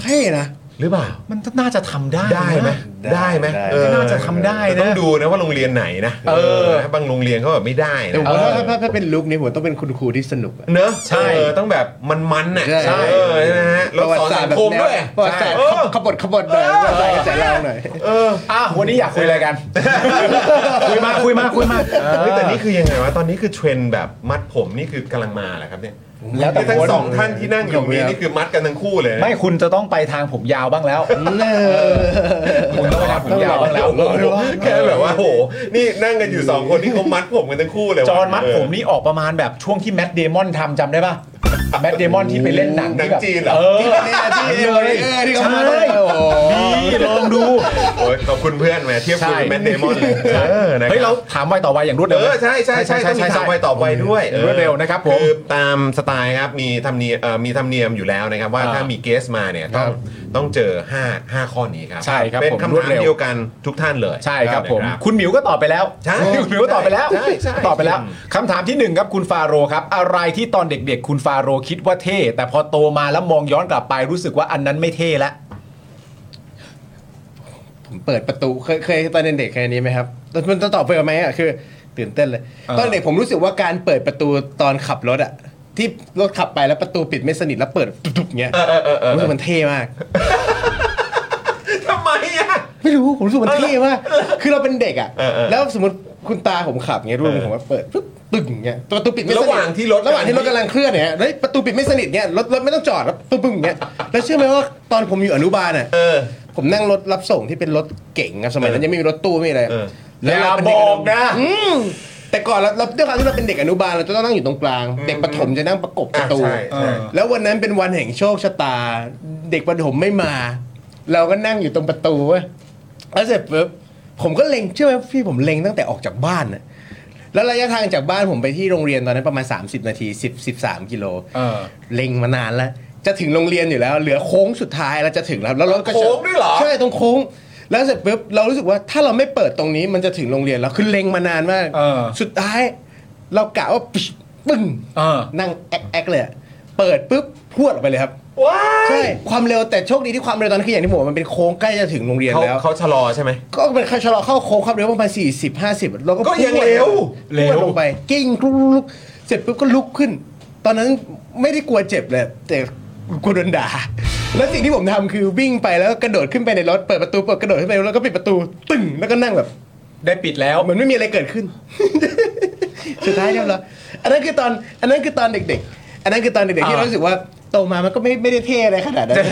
[SPEAKER 3] เท่นะ
[SPEAKER 1] หรือเปล่า
[SPEAKER 2] มันน่าจะทำได้นะ
[SPEAKER 1] ได้ไหมได้ไหม
[SPEAKER 3] ได้
[SPEAKER 1] เออ
[SPEAKER 2] น่าจะทำได้นะ
[SPEAKER 1] ต้องดูนะว่าโรงเรียนไหนนะ
[SPEAKER 2] เออ
[SPEAKER 1] นะบางโรงเรียนเขาแบบไม่ได้
[SPEAKER 3] แต่
[SPEAKER 1] นะ
[SPEAKER 3] ผมว่าถ้าถ้าถ้าเป็นลุคนี้ผมต้องเป็นคุณครูที่สนุกอะ
[SPEAKER 1] เนอะ
[SPEAKER 2] ใช่
[SPEAKER 1] เออต้องแบบมันมันๆน่ะ
[SPEAKER 3] ใช่
[SPEAKER 1] เออใช่ไหมฮะแล้วสอนสังคมด้วย
[SPEAKER 3] ประวัติศาสตร์
[SPEAKER 1] เออ
[SPEAKER 3] ขบฏขบฏหน่อย
[SPEAKER 1] เออ
[SPEAKER 3] ประวัติศาสตร์กระแสเราหน่อย
[SPEAKER 1] เออ
[SPEAKER 2] อ่ะวันนี้อยากคุ ยอะไรกัน คุยมาคุยมาคุยมา
[SPEAKER 1] เฮ้ยแต่นี่คือยังไงวะตอนนี้คือเทรนด์แบบมัดผมนี่คือกำลังมาแหละครับเนี่ย
[SPEAKER 2] แล้วแต่
[SPEAKER 1] นี่ทั้ง
[SPEAKER 2] คน
[SPEAKER 1] สองท่านที่นั่งอยู่นี้นี่คือมัดกันทั้งคู่เลยนะ
[SPEAKER 2] ไม่คุณจะต้องไปทางผมยาวบ้างแล้ว คุณต้องไปทางผมยาวบ้างแล้ว
[SPEAKER 1] แค่แบบว่าโอ้โหนี่นั่งกันอยู่สองคนนี่เขามัดผมกันทั้งคู่เลยว่ะ
[SPEAKER 2] จอห์นมัดผมนี่ออกประมาณแบบช่วงที่แมทเดมอนทำจำได้ป่ะแมทเดมอนที่ไปเล่นหนัง
[SPEAKER 1] หนั
[SPEAKER 2] ที่
[SPEAKER 1] ง
[SPEAKER 2] แบบ
[SPEAKER 1] จีนเหรอ
[SPEAKER 2] เออ
[SPEAKER 3] เนี่ยที่เอวนี่เออที่เขา
[SPEAKER 2] ใช่
[SPEAKER 3] มาเลยโอ้โห
[SPEAKER 2] ดีลองดู
[SPEAKER 1] โอ้ยขอบคุณเพื่อนแหมเทียบคุณกับแมทเดมอนเลยเออนะครับ
[SPEAKER 2] เฮ้ยเราถามวัยต่อวัยอย่างรวดเร็ว
[SPEAKER 1] เออใช่ใช่ใช่ต้องมีทำไวต่อไปด้วย
[SPEAKER 2] เออรวดเร็วนะครับผม
[SPEAKER 1] คือตามสไตล์ครับมีธรรมเนียมเอ่อมีธรรมเนียมอยู่แล้วนะครับว่า
[SPEAKER 2] อ่า
[SPEAKER 1] ถ้ามีเกสมาเนี่ยต้องต้องเจอ5 5ข้อนี้ครับ
[SPEAKER 2] ใช่ครับ
[SPEAKER 1] เป็น
[SPEAKER 2] ผม
[SPEAKER 1] คำ
[SPEAKER 2] รวด
[SPEAKER 1] ถาม
[SPEAKER 2] เร็ว
[SPEAKER 1] เดียวกันทุกท่านเลย
[SPEAKER 2] ใช่ครับผม
[SPEAKER 1] นะ
[SPEAKER 2] คุณหมิวก็ตอบไปแล้ว
[SPEAKER 1] ใช่
[SPEAKER 2] คุณหมิวก็ตอบไปแล้ว
[SPEAKER 1] ใช่ใช่
[SPEAKER 2] ตอบไปแล้วคำถามที่หนึ่งครับคุณฟาโรครับ อะไรที่ตอนเด็กๆ คุณฟาโรคิดว่าเท่ แต่พอโตมาแล้วมองย้อนกลับไปรู้สึกว่าอันนั้นไม่เท่ละ
[SPEAKER 3] ผมเปิดประตูเคยเคยตอนเด็กๆเคยอันนี้ไหมครับตอนมันจะตอบไปไหมอ่ะคือตื่นเต้นเลย
[SPEAKER 2] เออ
[SPEAKER 3] ตอนเด็กผมรู้สึกว่าการเปิดประตูตอนขับรถอ่ะที่รถขับไปแล้วประตูปิดไม่สนิทแล้วเปิดตุบๆเงี้ยรู้สึกมันเท่มาก
[SPEAKER 1] ทำไมอ่ะ
[SPEAKER 3] ไม่รู้ผมรู้สึกมันเท่มากคือเราเป็นเด็กอ่ะ
[SPEAKER 1] เออเออ
[SPEAKER 3] แล้วสมมติคุณตาผมขับเงี้ยรุ่น
[SPEAKER 1] เออ
[SPEAKER 3] ผมว่าเปิดปึ๊บตึงเงี้ยประตูปิดไม่สนิท
[SPEAKER 1] ระหว่างที่รถ
[SPEAKER 3] ระหว่างที่รถกำลังเคลื่อนเนี่ยแล้วประตูปิดไม่สนิทเงี้ยรถรถไม่ต้องจอดแล้วปึ๊บปึ๊บเงี้ยแล้วเชื่อไหมว่าตอนผมอยู่อนุบาลอ่ะ
[SPEAKER 1] เออ
[SPEAKER 3] ผมนั่งรถรับส่งที่เป็นรถเก๋งอะสมัยนั้นยังไม่มีรถตู้ไม่มีอะไร
[SPEAKER 1] เออ
[SPEAKER 3] แล้วเราเป็น
[SPEAKER 2] อ
[SPEAKER 3] เด็
[SPEAKER 2] ย่าบอก
[SPEAKER 3] ก
[SPEAKER 2] นะ
[SPEAKER 3] อืมแต่ก่อนเราเราด้วยความที่เราเป็นเด็กอนุบาลเราจะต้องนั่งอยู่ตรงกลาง เด็กประถมจะนั่งประกบประตู
[SPEAKER 1] อ่ะใช่ใช่
[SPEAKER 3] แล้ววันนั้นเป็นวันแห่งโชคชะตา เด็กประถมไม่มา เราก็นั่งอยู่ตรงประตูเว้ยแล้วเสร็จปุ๊บผมก็เล็งเชื่อไหมพี่ผมเล็งตั้งแต่ออกจากบ้านนะแล้วระยะทางจากบ้านผมไปที่โรงเรียนตอนนั้นประมาณ 30 นาที10 13กิโล
[SPEAKER 2] เออ
[SPEAKER 3] เล็งมานานแล้ว จะถึงโรงเรียนอยู่แล้ว เหลือโค้งสุดท้ายแล้วจะถึงแล้วแล้วรถก็จะ
[SPEAKER 1] โค้งด้วยเหรอ
[SPEAKER 3] ใช่ตรงโค้ง แล้วเสร็จปุ๊บเรารู้สึกว่าถ้าเราไม่เปิดตรงนี้มันจะถึงโรงเรียนแล้วคือเล็งมานานมาก
[SPEAKER 2] เออ
[SPEAKER 3] สุดท้าย เรากะว่าปิ๊บปึ้ง
[SPEAKER 2] เออ
[SPEAKER 3] นั่งแอ๊กแอกๆเลยอะเปิดปุ๊บพรวดออกไปเลยครับ
[SPEAKER 1] ว้า
[SPEAKER 3] ใช่ ความเร็วแต่โชคดีที่ความเร็วตอนนั้นคืออย่างที่ผมบอกมันเป็นโค้งใกล้จะถึงโรงเรียน
[SPEAKER 1] เขา
[SPEAKER 3] แล้ว
[SPEAKER 1] เขาชะลอใช่ไหม
[SPEAKER 3] ก็เป็นคันชะลอเข้าโค้งความเร็วประมาณ40 50 เราก็
[SPEAKER 1] ก็ยังเร็ว
[SPEAKER 3] เร็วดลงไปกิ้งลุกลุกเสร็จปุ๊บก็ลุกขึ้น ตอนนั้นไม่ได้กลัวเจ็บเลย แต่กลัวโดนด่า แล้วสิ่งที่ผมทำคือวิ่งไปแล้วก็กระโดดขึ้นไปในรถเปิดประตูเปิดกระโดดขึ้นไปแล้วก็ปิดประตูตึงแล้วก็นั่งแบบ
[SPEAKER 2] ได้ปิดแล้ว
[SPEAKER 3] เหมือนไม่มีอะไรเกิดขึ้น สุดท้ายเรียบร้อยอันนั้นคือตอน อันนั้นคือตอนเด็ก ๆ อันนั้นคือตอนเด็กๆที่
[SPEAKER 2] อ่า
[SPEAKER 3] รู้สึกว่าโตมามันก็ไม่ไม่ได้เท่อะไรขนาดนั้น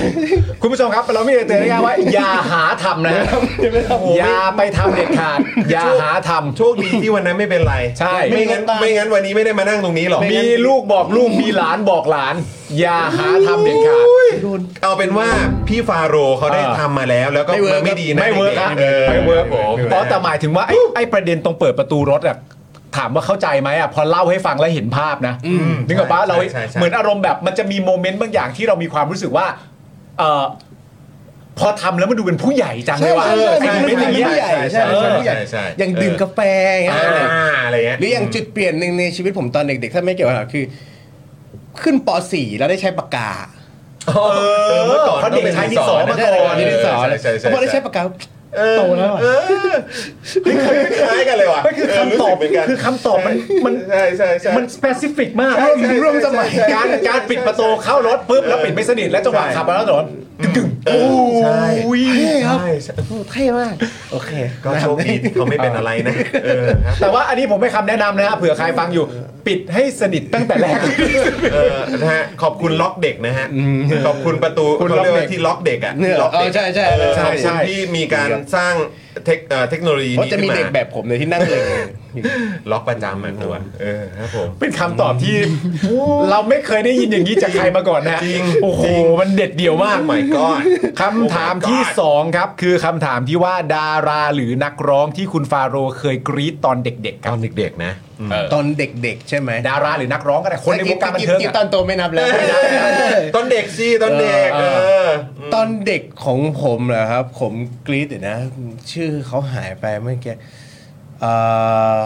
[SPEAKER 2] คุณผู้ชมครับเราไม่ได้เตือนง่ายๆว่า อย่าหาทำนะ อย่าไปทำเด็ดขาดอย่าหาทำ
[SPEAKER 1] โชคดีที่วันนั้นไม่เป็นไร
[SPEAKER 2] ใช่
[SPEAKER 1] ไม่งั้นไม่งั้นวันนี้ไม่ได้มานั่งตรงนี้หรอก
[SPEAKER 2] มีลูกบอกลูกมีหลานบอกหลาน อย่าหาทำเด็ดขาด
[SPEAKER 3] โดน
[SPEAKER 1] เอาเป็นว่าพี่ฟาโรห์เขาได้
[SPEAKER 2] เออ
[SPEAKER 1] ทำมาแล้วแล้วก็
[SPEAKER 3] ไม่เวิร์
[SPEAKER 1] มัน
[SPEAKER 3] ก
[SPEAKER 1] ไม่ดีนะ
[SPEAKER 2] ไม่เวิร์กครับ
[SPEAKER 1] เออ
[SPEAKER 2] ไม่เวิร์กผมอ๋อแต่หมายถึงว่าไอ้ไอ้ประเด็นตรงเปิดประตูรถอะถามว่าเข้าใจไหมอะพอเล่าให้ฟังแล้วเห็นภาพนะนึกออกปะ
[SPEAKER 1] ใช่
[SPEAKER 2] เรา
[SPEAKER 1] ใช่ใช่
[SPEAKER 2] เหมือนอารมณ์แบบมันจะมีโมเมนต์บางอย่างที่เรามีความรู้สึกว่าเออพอทำแล้วมันดูเป็นผู้ใหญ่จังเลยว่ะ
[SPEAKER 3] ใช่ใช่
[SPEAKER 2] ไอ้
[SPEAKER 3] ใช่
[SPEAKER 2] โมเมนต์อย่างเงี้ย
[SPEAKER 3] ผู้ใหญ่ใช่
[SPEAKER 1] เออ
[SPEAKER 3] ผู้ใหญ่
[SPEAKER 1] ใช่ใช่
[SPEAKER 3] อย่างดื่มกาแฟอย่างเงี้ย
[SPEAKER 1] อ่าอะไรเงี้ย
[SPEAKER 3] หรืออย่างจุดเปลี่ยนหนึ่งในชีวิตผมตอนเด็กๆ ถ้าไม่เกี่ยวกับคือ ขึ้นป .4 แล้วได้ใช้ปากกา
[SPEAKER 1] เออเมื่อก่อน
[SPEAKER 2] เพราะเด็กชายดินสอมา
[SPEAKER 1] ต้งเป็
[SPEAKER 3] ใช่
[SPEAKER 1] ดิสะ
[SPEAKER 3] ที่ได้สอน
[SPEAKER 1] ใช่ใช่
[SPEAKER 3] พอได้ใช้ปากกา โตแล้วอะ
[SPEAKER 1] เออนี่คล้ายๆกันเลยว่ะ
[SPEAKER 2] ไม่คือคำตอบ
[SPEAKER 1] เรู้สึกเหมืนกัน
[SPEAKER 2] คือคำตอบมันมัน
[SPEAKER 1] ใช่ใช่ใช่
[SPEAKER 2] มันสเปซิฟิกมาก
[SPEAKER 1] ใช่ใช่
[SPEAKER 2] ร่วมสมัย
[SPEAKER 1] ใช่ใช่
[SPEAKER 2] การการปิดประตูเข้ารถปุ๊บแล้วปิดไม่สนิทแล้วจังหวะ
[SPEAKER 1] ใช่
[SPEAKER 2] ขับมาแล้วถนนตึ้งๆโอ้
[SPEAKER 1] ใช่
[SPEAKER 2] ย
[SPEAKER 1] ใช่ใช่
[SPEAKER 3] โอ้เท่มากโอเค
[SPEAKER 1] ก็โชคดีที่เขาไม่เป็นอะไรนะ เออครับ
[SPEAKER 2] แต่ว่าอันนี้ผมให้คำแนะนำนะฮะเผื่อใครฟังอยู่ ปิดให้สนิทตั้งแต่ แรก
[SPEAKER 1] เออนะฮะขอบคุณล็อกเด็กนะฮะขอบคุณประตู
[SPEAKER 2] คุณ
[SPEAKER 1] เขา
[SPEAKER 2] ล็อก
[SPEAKER 1] เรียก
[SPEAKER 2] เด็ก
[SPEAKER 1] ว่าที่ล็อกเด็กอ่ะ
[SPEAKER 3] เนี่ย
[SPEAKER 1] ที่ล็อกเด็ก
[SPEAKER 3] เออใช่ใช่
[SPEAKER 1] เออ
[SPEAKER 3] ใช่
[SPEAKER 1] ขอบ
[SPEAKER 3] ใช่
[SPEAKER 1] คุณที่มีการสร้างเทคเอ่อเทคโนโลยี
[SPEAKER 3] เพราะ
[SPEAKER 1] นี้
[SPEAKER 3] จะมี
[SPEAKER 1] ขึ้น
[SPEAKER 3] เด็กแบบผมเลยที่นั่งเลย
[SPEAKER 1] ล็อกประจำอ่ะตัวเออครับผม
[SPEAKER 2] เป็นคำตอบที่ เราไม่เคยได้ยินอย่างนี้จากใครมาก่อนนะ
[SPEAKER 1] จริง
[SPEAKER 2] โอ้โห
[SPEAKER 1] จริง
[SPEAKER 2] มันเด็ดเดี่ยวมาก
[SPEAKER 1] Oh my god
[SPEAKER 2] คำถาม
[SPEAKER 1] Oh my
[SPEAKER 2] ที่
[SPEAKER 1] god
[SPEAKER 2] 2 ครับ คือคำถามที่ว่าดาราหรือนักร้องที่คุณฟาโรห์เคยกรี๊ดตอนเด็กๆค
[SPEAKER 1] ต
[SPEAKER 2] รั
[SPEAKER 1] อบ นเด็กๆนะ
[SPEAKER 3] ตอนเด็กๆ ใช่ไหม
[SPEAKER 2] ดาราหรือนักร้องก็ได้คนในวงการบันเทิง
[SPEAKER 3] มื่อต
[SPEAKER 2] อะ
[SPEAKER 3] อนโตไม่นับแล้ว
[SPEAKER 1] ตอนเด็กสิตอนเด็ก
[SPEAKER 2] เอ
[SPEAKER 1] เอ
[SPEAKER 2] อ
[SPEAKER 1] อ
[SPEAKER 3] ตอนเด็กของผมเหรอครับ ผมกรี๊ดเดี๋ยวนะ ชื่อเขาหายไปเมื่อกี้เอ่อ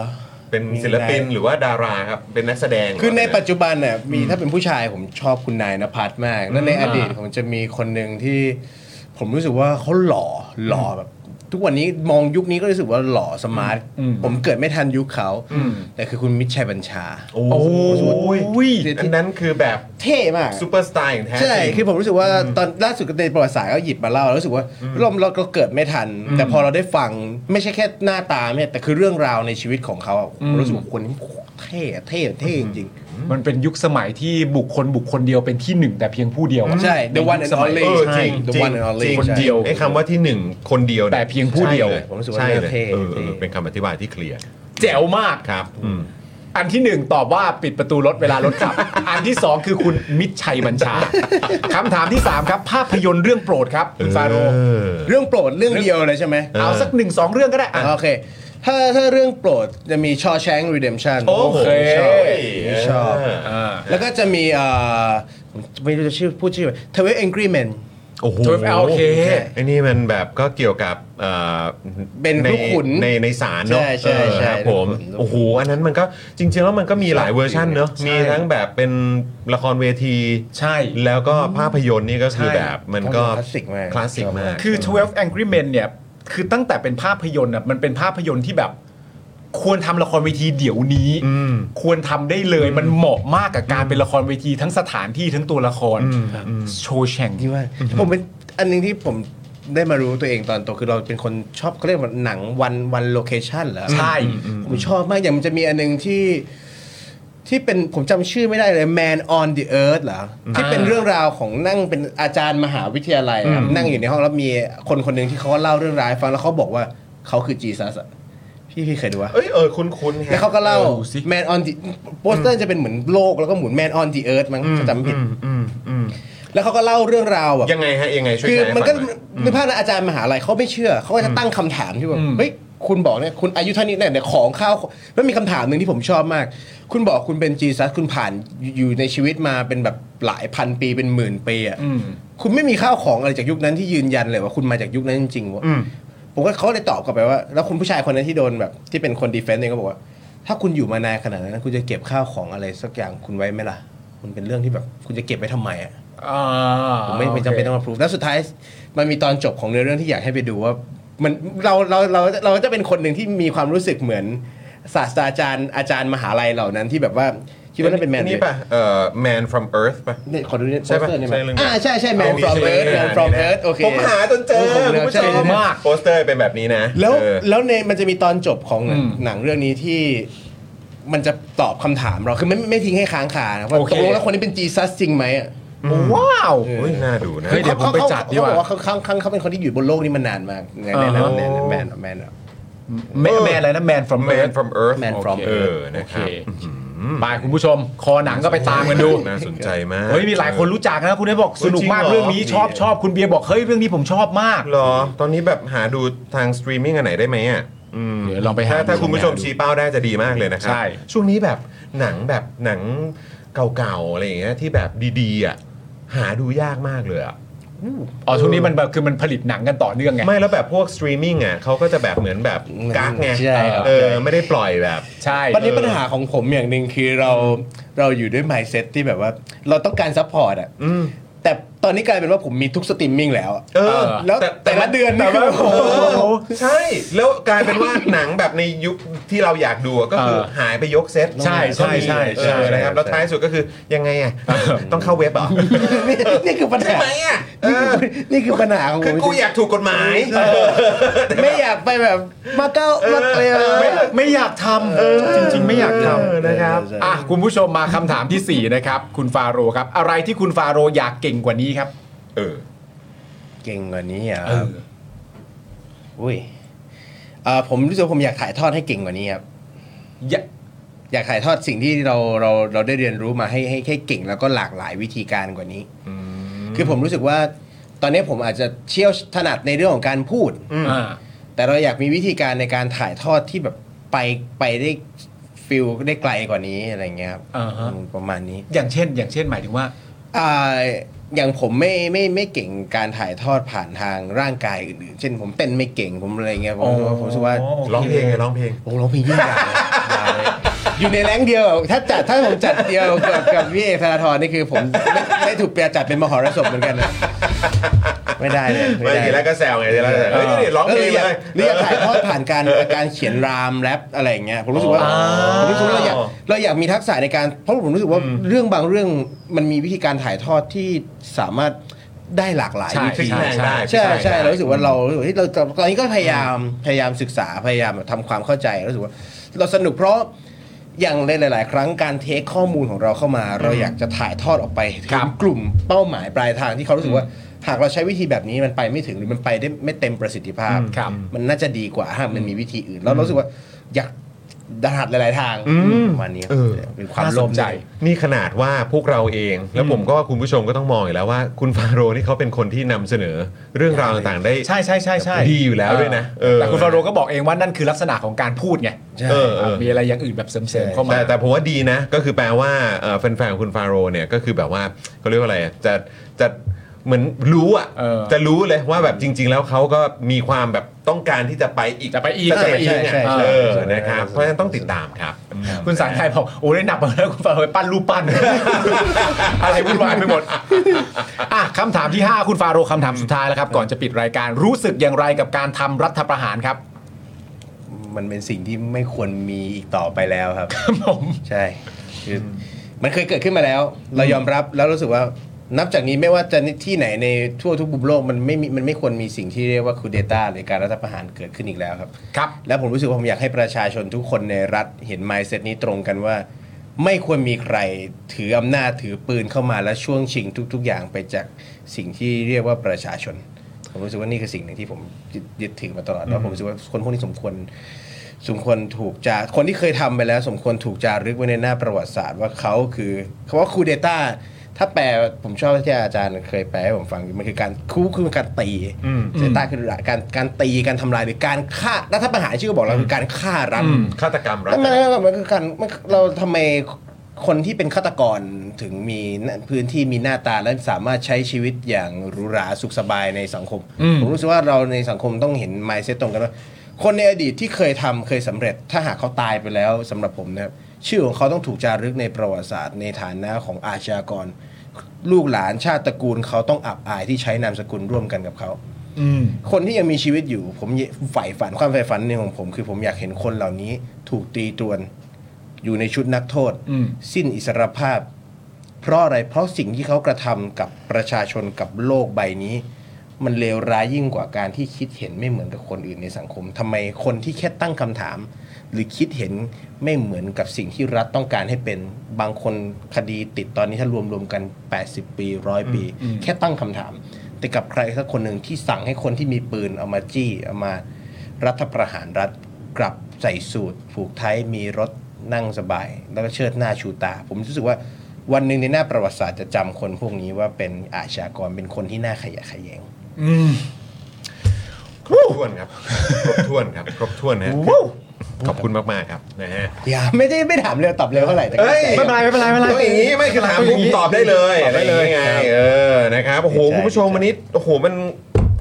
[SPEAKER 1] เป็นศิลปินหรือว่าดาราครับ เป็นนักแสดง
[SPEAKER 3] คือในปัจจุบันน่ะมีถ้าเป็นผู้ชายผมชอบคุณนายนภัสมาก แล้วในอดีตผมจะมีคนหนึ่งที่พ ผมรู้สึกว่าเขาหล่อหล่อแบบ ทุกวันนี้มองยุคนี้ก็รู้สึกว่าหล่อสมาร์ทผมเกิดไม่ทันยุคเขาแต่คือคุณมิตรชัยบัญชา
[SPEAKER 1] โอ้ยอันนั้นคือแบบ
[SPEAKER 3] เท่มาก
[SPEAKER 1] ซูเปอร์สตาร์อย่างแท้จริง
[SPEAKER 3] ใช่คือผมรู้สึกว่าตอนล่าสุดในประวัติศาสตร์ก็หยิบมาเล่าแล้วรู้สึกว่าเราเราก็เกิดไม่ทัน แต่พอเราได้ฟังไม่ใช่แค่หน้าตาเนี่ยแต่คือเรื่องราวในชีวิตของเขาอะผมรู้สึกว่าคนนี้โคตรเท่อะเท่อะเท่จริงๆ
[SPEAKER 2] มันเป็นยุคสมัยที่บุคคลบุคคลเดียวเป็นที่หนึ่งแต่เพียงผู้เดียวอะ
[SPEAKER 3] ใช่ The
[SPEAKER 2] ใน
[SPEAKER 3] one
[SPEAKER 2] ยุค
[SPEAKER 3] and
[SPEAKER 2] สมัย
[SPEAKER 3] only
[SPEAKER 1] เออ
[SPEAKER 3] ใช่
[SPEAKER 1] จริง
[SPEAKER 3] The
[SPEAKER 1] จริง
[SPEAKER 3] one and only
[SPEAKER 1] จริง
[SPEAKER 3] ใช่
[SPEAKER 2] เดียว
[SPEAKER 1] ไอ้คำว่าที่หนึ่งคนเดียวนี่
[SPEAKER 2] แต่เพียงผู้เดียว
[SPEAKER 1] ใช่ล
[SPEAKER 3] ผมรู้สึกว่า
[SPEAKER 1] ใช่
[SPEAKER 3] เออ
[SPEAKER 1] เลย
[SPEAKER 3] เท่
[SPEAKER 1] เออเอ
[SPEAKER 3] เท่
[SPEAKER 1] อเป็นคำอธิบายที่เคลียร์
[SPEAKER 2] แจ๋วมาก
[SPEAKER 1] ครับอืม
[SPEAKER 2] อันที่หนึ่งตอบว่าปิดประตูรถเวลารถขับ อันที่สองคือคุณมิตรชัยบัญ ชา คำถามที่สามครับ ภาพยนตร์เรื่องโปรดครับคุณฟาโรห์
[SPEAKER 3] เรื่องโปรดเรื่องเดียวเลยใช่ไหม
[SPEAKER 2] เอาสักหนึ่งสองเรื่องก็ได้อ่ะ
[SPEAKER 3] โอเค ถ้าถ้าเรื่องโปรดจะมี Shawshank Redemption
[SPEAKER 1] โอ้โห
[SPEAKER 3] ชอบชอบ
[SPEAKER 1] เออ
[SPEAKER 3] แล้วก็จะมีเอ่อผมไม่รู้จะชื่อพูดชื่อเทเวล Angry Men
[SPEAKER 1] โอ้โห
[SPEAKER 2] 12L โอเค
[SPEAKER 1] ไอ้นี่มันแบบก็เกี่ยวกับเอ่อ
[SPEAKER 3] เป็น
[SPEAKER 1] ใน
[SPEAKER 3] ลูกขุน
[SPEAKER 1] ในในศาลเนาะ
[SPEAKER 3] ใช่ใช่
[SPEAKER 1] เออค
[SPEAKER 3] ใช่
[SPEAKER 1] รับผม
[SPEAKER 3] ลูกขุน
[SPEAKER 1] โอ้โหอันนั้นมันก็จริงๆแล้วมันก็มีหลายเวอร์ชันเนาะมีทั้งแบบเป็นละครเวที
[SPEAKER 2] ใช่
[SPEAKER 1] แล้วก็ภาพยนตร์นี่ก็คือ
[SPEAKER 2] ใช่
[SPEAKER 1] แบบมันก็
[SPEAKER 3] คลาสสิกมาก
[SPEAKER 1] คลาสสิกมาก
[SPEAKER 2] คือ 12 Angry Men เนี่ย คือตั้งแต่เป็นภาพยนตร์อ่ะ มันเป็นภาพยนตร์ที่แบบ ควรทำละครเวทีเดี๋ยวนี้ ควรทำได้เลย มันเหมาะมากกับการเป็นละครเวทีทั้งสถานที่ทั้งตัวละคร โชว์แฉ่งที่
[SPEAKER 3] ที่ว่าผมเป็นอันหนึงที่ผมได้มารู้ตัวเองตอนโตคือเราเป็นคนชอบเขาเรียกว่าหนังวันวันโลเคชันเหรอ
[SPEAKER 2] ใช่
[SPEAKER 3] ผมชอบมากอย่างมันจะมีอันหนึงที่ที่เป็นผมจำชื่อไม่ได้เลย Man on the Earth เหรออที่เป็นเรื่องราวของนั่งเป็นอาจารย์มหาวิทยาลัยอะนั่งอยู่ในห้องแล้วมีคนคนหนึ่งที่เขาเล่าเรื่องราวให้ฟังแล้วเขาบอกว่าเขาคือจีซัสพี่พี่เคยดูวะ
[SPEAKER 1] เอ้ยเออคุ้นๆฮะ
[SPEAKER 3] แล้วเขาก็เล่า
[SPEAKER 2] เออดูสิ
[SPEAKER 3] Man on the โปสเตอร์จะเป็นเหมือนโลกแล้วก็หมุน Man on the Earth มั้งถ้าจำไม่ผิดแล้วเขาก็เล่าเรื่องราวแบบ
[SPEAKER 1] ยังไงฮะยังไงช่วย
[SPEAKER 3] คือ
[SPEAKER 1] แชร์ให้
[SPEAKER 3] มันก็
[SPEAKER 1] ฟังหอย
[SPEAKER 3] ในภาพนั้นอาจารย์มหาลัยเขาไม่เชื่อเขาก็จะตั้งคำถามที่แบบเฮ้ยคุณบอกเนี่ยคุณอายุเท่านี้เนี่ยเดี๋ยวของข้าวแล้วมีคำถามหนึ่งที่ผมชอบมาก คุณบอกคุณเป็นจีซัสคุณผ่านอยู่ในชีวิตมาเป็นแบบหลายพันปีเป็นหมื่นปีอ่ะคุณไม่มีข้าวของอะไรจากยุคนั้นที่ยืนยันเลยว่าคุณมาจากยุคนั้นจริงๆวะผมก็เขาเลยตอบกลับไปว่า แล้วคุณผู้ชายคนนั้นที่โดนแบบ ที่เป็นคนดีเฟนต์เองก็บอกว่า ถ้าคุณอยู่มานานขนาดนั้นคุณจะเก็บข้าวของอะไรสักอย่างคุณไว้ไหมล่ะมันเป็นเรื่องที่แบบคุณจะเก็บไว้ทำไมอ่ะ
[SPEAKER 2] อ่า
[SPEAKER 3] ผมไม่ไม่จำเป็นต้องมาพูดแล้วสุดท้ายมันมีตอนจบของเนื้อเรื่องที่อยากให้ไปดูว่า มันเราเราเราเราจะเป็นคนหนึ่งที่มีความรู้สึกเหมือนศาสตราจารย์อาจารย์มหาลัยเหล่านั้นที่แบบว่าคิดว่านั่นเป็นแมน
[SPEAKER 1] นี่ป่ะเอ่อ man from earth ป่ะ
[SPEAKER 3] เนี่ยขอดูเนี่ย
[SPEAKER 1] ใช่ปะ
[SPEAKER 3] โปสเตอร์เนี่ย
[SPEAKER 1] ใช่เรื่องเนี้ย
[SPEAKER 3] อ่าใช่ใช่แมน from
[SPEAKER 1] เาดี
[SPEAKER 3] earth
[SPEAKER 1] ใช่ไห
[SPEAKER 3] แมน from earth โอเค
[SPEAKER 1] ผมหาจนเจอ
[SPEAKER 3] ผม
[SPEAKER 1] คุณผู้ช
[SPEAKER 3] เจ
[SPEAKER 1] ม
[SPEAKER 3] อมาก
[SPEAKER 1] โปสเตอร์เป็นแบบนี้นะ
[SPEAKER 3] แล้ว
[SPEAKER 1] เออ
[SPEAKER 3] แล้วในมันจะมีตอนจบของหนังหนังเรื่องนี้ที่มันจะตอบคำถามเราคือไม่ไม่ทิ้งให้ค้างคานะว่า
[SPEAKER 2] โอเค
[SPEAKER 3] ตกลงแล้วคนนี้เป็นจีซัสจริงไหมอะ
[SPEAKER 2] ว้าว
[SPEAKER 1] เฮ้ยน่าดูนะ
[SPEAKER 2] เฮ้ยเดี๋ยวผมไปจัดดีกว่า
[SPEAKER 3] เขาบอกว่าเขาครั้งเขาเป็นคนที่อยู่บนโลกนี้มานานมากแน่นอนแน่นอนแมนแมน
[SPEAKER 2] แมนแมนอะไรนะ แมน from
[SPEAKER 1] แมน
[SPEAKER 2] Earth
[SPEAKER 1] from earth
[SPEAKER 3] Man from
[SPEAKER 1] เออ
[SPEAKER 3] Earth
[SPEAKER 1] นะ
[SPEAKER 2] โอ
[SPEAKER 1] ค
[SPEAKER 2] เครับ ไปคุณผู้ชม คอหนังก็ไปตามกันดู
[SPEAKER 1] น่าสนใจมาก
[SPEAKER 2] เฮ้ยมีหลายคนรู้จักนะคุณได้บอกสนุกมาก
[SPEAKER 1] จริงเหรอ
[SPEAKER 2] เรื่องนี้ชอบชอบคุณเบียร์บอกเฮ้ยเรื่องนี้ผมชอบมาก
[SPEAKER 1] หรอ ตอนนี้แบบหาดูทางสตรีมมิ่งอันไหนได้ไหมอ่ะอืม
[SPEAKER 2] เดี๋ยวลองไปหา
[SPEAKER 1] ถ้าถ้าคุณผู้ชม
[SPEAKER 2] ดู
[SPEAKER 1] ชี้เป้าได้จะดีมากเลยนะครั
[SPEAKER 2] ใช่
[SPEAKER 1] ช่วงนี้แบบหนังแบบหนังเก่าๆอะไรอย่างเงี้ยที่แบบดีๆอ่ะหาดูยากมากเลยอ่ะ
[SPEAKER 2] อ๋อช่วงนี้มันแบบคือมันผลิตหนังกันต่อเนื่องไง
[SPEAKER 1] ไม่แล้วแบบพวกสตรีมมิ่งอ่ะเขาก็จะแบบเหมือนแบบกักไง
[SPEAKER 3] ใช่
[SPEAKER 1] เออไม่ได้ปล่อยแบบ
[SPEAKER 2] ใช่
[SPEAKER 3] ปัญหาปัญหาของผมอย่างหนึ่งคือเราเราอยู่ด้วย mindset ที่แบบว่าเราต้องการซัพพอร์ตอ่ะแต่ตอนนี้กลายเป็นว่าผมมีทุกสตรีมมิ่งแล้วอะ
[SPEAKER 1] เออ
[SPEAKER 3] แล้ว
[SPEAKER 1] แต่แต่
[SPEAKER 3] แต่ละ
[SPEAKER 1] ว่า
[SPEAKER 3] เดือนนี่คือโอ้โห
[SPEAKER 1] ใช่ แล้วกลายเป็นว่า หนังแบบในยุคที่เราอยากดูอะก็คือ
[SPEAKER 2] เออ
[SPEAKER 1] หายไปยกเซต
[SPEAKER 2] ใช่ใช่ใช่ใช่
[SPEAKER 1] เออนะครับ
[SPEAKER 2] ใช่
[SPEAKER 1] แล้วท้ายสุดก็คือยังไงอ่ะต้องเข้าเว็บเหรอ
[SPEAKER 3] นี่นี่คือปัญ
[SPEAKER 1] ใช่
[SPEAKER 3] หา
[SPEAKER 1] ไหมอ่ะเอ
[SPEAKER 3] นี่
[SPEAKER 1] อ
[SPEAKER 3] คือนี่คือปัญหาของผ
[SPEAKER 1] คือ
[SPEAKER 3] ม
[SPEAKER 1] กูอยากถูกกฎหมายเออ
[SPEAKER 3] ไม่อยากไปแบบมาเก้ามาเตย
[SPEAKER 2] ไม่ไม่อยากทำจริง ๆ ไม่อยากทำ
[SPEAKER 1] นะครับ
[SPEAKER 2] อ่ะคุณผู้ชมมาคำถามทีสี่4 นะครับ คุณฟาโรห์ครับ อะไรที่คุณฟาโรห์อยากเก่งกว่านี้ครับ
[SPEAKER 1] เออ
[SPEAKER 3] เก่งกว่านี้อ่ะอุ้ยอ่าผมรู้สึกว่าผมอยากถ่ายทอดให้เก่งกว่านี้ครับ
[SPEAKER 2] อย่า
[SPEAKER 3] อยากถ่ายทอดสิ่งที่เราเราเราได้เรียนรู้มาให้ให้ให้เก่งแล้วก็หลากหลายวิธีการกว่านี้ คือผมรู้สึกว่าตอนนี้ผมอาจจะเชี่ยวถนัดในเรื่องของการพูด
[SPEAKER 2] อ่า
[SPEAKER 3] แต่เราอยากมีวิธีการในการถ่ายทอดที่แบบไปไปได้ฟิลได้ไกลกว่านี้อะไรเงี้ยครับ
[SPEAKER 2] อ่าฮะ
[SPEAKER 3] ประมาณนี้
[SPEAKER 2] อย่างเช่น อย่างเช่นหมายถึงว่า
[SPEAKER 3] อ่าอย่างผมไม่ไม่ไม่เก่งการถ่ายทอดผ่านทางร่างกายอื่นๆเช่น ผมเต้นไม่เก่งผมอะไรเงี้ยผมรู้สึกว่าผมรู้สึกว่า
[SPEAKER 1] ร้องเพลงไงร้องเพลง
[SPEAKER 3] โอ้ร้องเพลงยิ่งใหญ่เลยอยู่ในแรงค์เดียว ถ้าจัดถ้าผมจัดเดียวกับกับพี่เอกธนาธรนี่คือผมไม่ไม่ถูกเปียจัดเป็นมหรสพเหมือนกันนะ ไม่ได้เลย
[SPEAKER 1] ไม่
[SPEAKER 3] ด้
[SPEAKER 1] ทีแรกก็แซวไงทีแรกก็แซวเฮ้ยนี่ร้องเพลงเลย
[SPEAKER 3] หรืออยากถ่ายทอดผ่านการการเขียนรามแรปอะไรอย่างเงี้ยผมรู้สึกว่า
[SPEAKER 1] อ๋อ
[SPEAKER 3] ผมรู้สึกว่าเราอยากเราอยากมีทักษะในการเพราะผมรู้สึกว่าเรื่องบางเรื่องมันมีวิธีการถ่ายทอดที่สามารถได้หลากหลาย
[SPEAKER 6] ใช่
[SPEAKER 3] วิธี
[SPEAKER 1] ใช่ใช่
[SPEAKER 3] ใช่
[SPEAKER 1] ใช่
[SPEAKER 3] ใช่เรารู้สึกว่าเรารู้สึกว่าเฮ้ยเราตอนนี้ก็พยายามพยายามศึกษาพยายามทำความเข้าใจรู้สึกว่า เราสนุกเพราะอย่างในหลาย ๆ ครั้งการเทคข้อมูลของเราเข้ามา เราอยากจะถ่ายทอดออกไปถึงกลุ่มเป้าหมายปลายทางที่เขารู้สึกว่า หากเราใช้วิธีแบบนี้มันไปไม่ถึงหรือมันไปได้ไม่เต็มประสิทธิภาพ
[SPEAKER 6] ครับ
[SPEAKER 3] มันน่าจะดีกว่าถ้ามันมีวิธีอื่นแล้วเรารู้สึกว่าอยากดหัสหลาย ๆ ทางประมาณนี้ครับเป็นความโลภใจ
[SPEAKER 1] นี่ขนาดว่าพวกเราเอง แล้วผมก็ว่าคุณผู้ชมก็ต้องมองอยู่แล้วว่า คุณฟาโรห์นี่เขาเป็นคนที่นำเสนอเรื่องราวต่างๆได้
[SPEAKER 2] ใช่ใช่ใช่ใช่
[SPEAKER 1] ดีอยู่แล้วด้วยนะเออ
[SPEAKER 2] แต่คุณฟาโรห์ก็บอกเองว่านั่นคือลักษณะของการพูดไง
[SPEAKER 3] ใช่
[SPEAKER 1] เออเออ
[SPEAKER 2] มีอะไรอย่างอื่นแบบเสริมๆเข้ามา
[SPEAKER 1] แต่แต่ผมว่าดีนะ ก็คือแปลว่าเอ่อแฟนๆของคุณฟาโรห์เนี่ยก็คือแบบว่าเขาเรียกว่าอะไรอะจะจะเหมือนรู้อ่ะ
[SPEAKER 2] เออ
[SPEAKER 1] จะรู้เลยว่าแบบจริง ๆ แล้วเขาก็มีความแบบต้องการที่จะไปอีก
[SPEAKER 2] จะไปอีก
[SPEAKER 1] สเต็ปหนึ่ง
[SPEAKER 3] ใช่
[SPEAKER 1] อะ
[SPEAKER 3] ใช่ใช่
[SPEAKER 1] เออนะครับเพราะฉะนั้นต้องติดตามครับ
[SPEAKER 2] คุณสังไทยบอกโอ้ได้หนักมาแล้วคุณฟาโรห์ปั้นรูป ปั้น อะไรวุ่นวายไปหมดอ่ะคำถามที่ 5 คุณฟาโรห์คำถามสุดท้ายแล้วครับ ก่อนจะปิดรายการรู้สึกอย่างไรกับการทำรัฐประหารครับ
[SPEAKER 3] มันเป็นสิ่งที่ไม่ควรมีอีกต่อไปแล้วครับ
[SPEAKER 2] ผม
[SPEAKER 3] ใช่คือมันเคยเกิดขึ้นมาแล้ว เรายอมรับแล้วรู้สึกว่านับจากนี้ไม่ว่าจะที่ไหนในทั่วทุกมุมโลกมันไม่มีมันไม่ควรมีสิ่งที่เรียกว่าคูเดต้าหรือการรัฐประหารเกิดขึ้นอีกแล้วครับ
[SPEAKER 2] ครับ
[SPEAKER 3] แล้วผมรู้สึกว่าผมอยากให้ประชาชนทุกคนในรัฐเห็น mindset นี้ตรงกันว่า ไม่ควรมีใครถืออำนาจถือปืนเข้ามาและช่วงชิงทุก ๆ อย่างไปจากสิ่งที่เรียกว่าประชาชน ผมรู้สึกว่านี่คือสิ่งหนึ่งที่ผมยึดยึดถือมาตลอดแล้วผมรู้สึกว่าคนพวกนี้สมควร สมควรถูกจาคนที่เคยทำไปแล้ว สมควรถูกจารึกไว้ในหน้าประวัติศาสตร์ว่าเขาคือคำว่าคูเดต้าถ้าแปลผมชอบที่อาจารย์เคยแปลให้ผมฟังมันคือการคูคือการตีเซต้าคือการการตีการทำลายหรือการฆ่ารัฐประหารชื่อก็บอกแล้วคือการฆ่ารัฐ
[SPEAKER 1] ฆาตกรรมรัฐ
[SPEAKER 3] ทำไมมันคือการมันเราทำไมคนที่เป็นฆาตกรถึงมีพื้นที่มีหน้าตาและสามารถใช้ชีวิตอย่างหรูหราสุขสบายในสังคม ผมรู้สึกว่าเราในสังคมต้องเห็น mindset ตรงกันว่า คนในอดีตที่เคยทำเคยสำเร็จ ถ้าหากเขาตายไปแล้วสำหรับผมนะครับชื่อของเขาต้องถูกจารึกในประวัติศาสตร์ในฐานะของอาชญากร ลูกหลานชาติตระกูลเขาต้องอับอายที่ใช้นามสกุลร่วมกันกับเขา คนที่ยังมีชีวิตอยู่ ผมใฝ่ฝันความใฝ่ฝันในงของผม คือผมอยากเห็นคนเหล่านี้ถูกตีตรวน อยู่ในชุดนักโทษ
[SPEAKER 2] อืม
[SPEAKER 3] สิ้นอิสรภาพ เพราะอะไรเพราะสิ่งที่เขากระทำกับประชาชนกับโลกใบนี้ มันเลวร้ายยิ่งกว่าการที่คิดเห็นไม่เหมือนกับคนอื่นในสังคมทำไมคนที่แค่ตั้งคำถาม หรือคิดเห็นไม่เหมือนกับสิ่งที่รัฐต้องการให้เป็นบางคนคดีติดตอนนี้ถ้ารวมรวมๆกัน 80 ปีร้อยปี แค่ตั้งคำถาม แต่กับใครสักคนหนึ่งที่สั่งให้คนที่มีปืนเอามาจี้เอามา รัฐประหารรัฐกลับใส่สูตร ผูกไทยมีรถนั่งสบาย แล้วก็เชิดหน้าชูตา ผมรู้สึกว่าวันหนึ่งในหน้าประวัติศาสตร์จะจำคนพวกนี้ว่าเป็นอาชญากรเป็นคนที่น่าขยะแขยง
[SPEAKER 1] ครบถ้วนครับ ครบถ้วนครับ ครบถ้วนนะฮะขอบคุณมาก ๆ ครับนะฮะ
[SPEAKER 3] อย่าไม่ได้ไม่ถามเร็วตอบเร็วเท่าไหร่แต่ก็ใจ
[SPEAKER 1] ไม่เป็นไรไม่เป็นไรไม่เป็นไรอย่างนี้ไม่คือถามผมตอบได้เลย
[SPEAKER 3] ตอบได้เลย
[SPEAKER 1] อะรอางงี้ไง
[SPEAKER 3] ครับ
[SPEAKER 1] เออนะครับโอ้โห
[SPEAKER 3] ดีใจ
[SPEAKER 1] คุณผู้ชมวันนี้โอ้โหมัน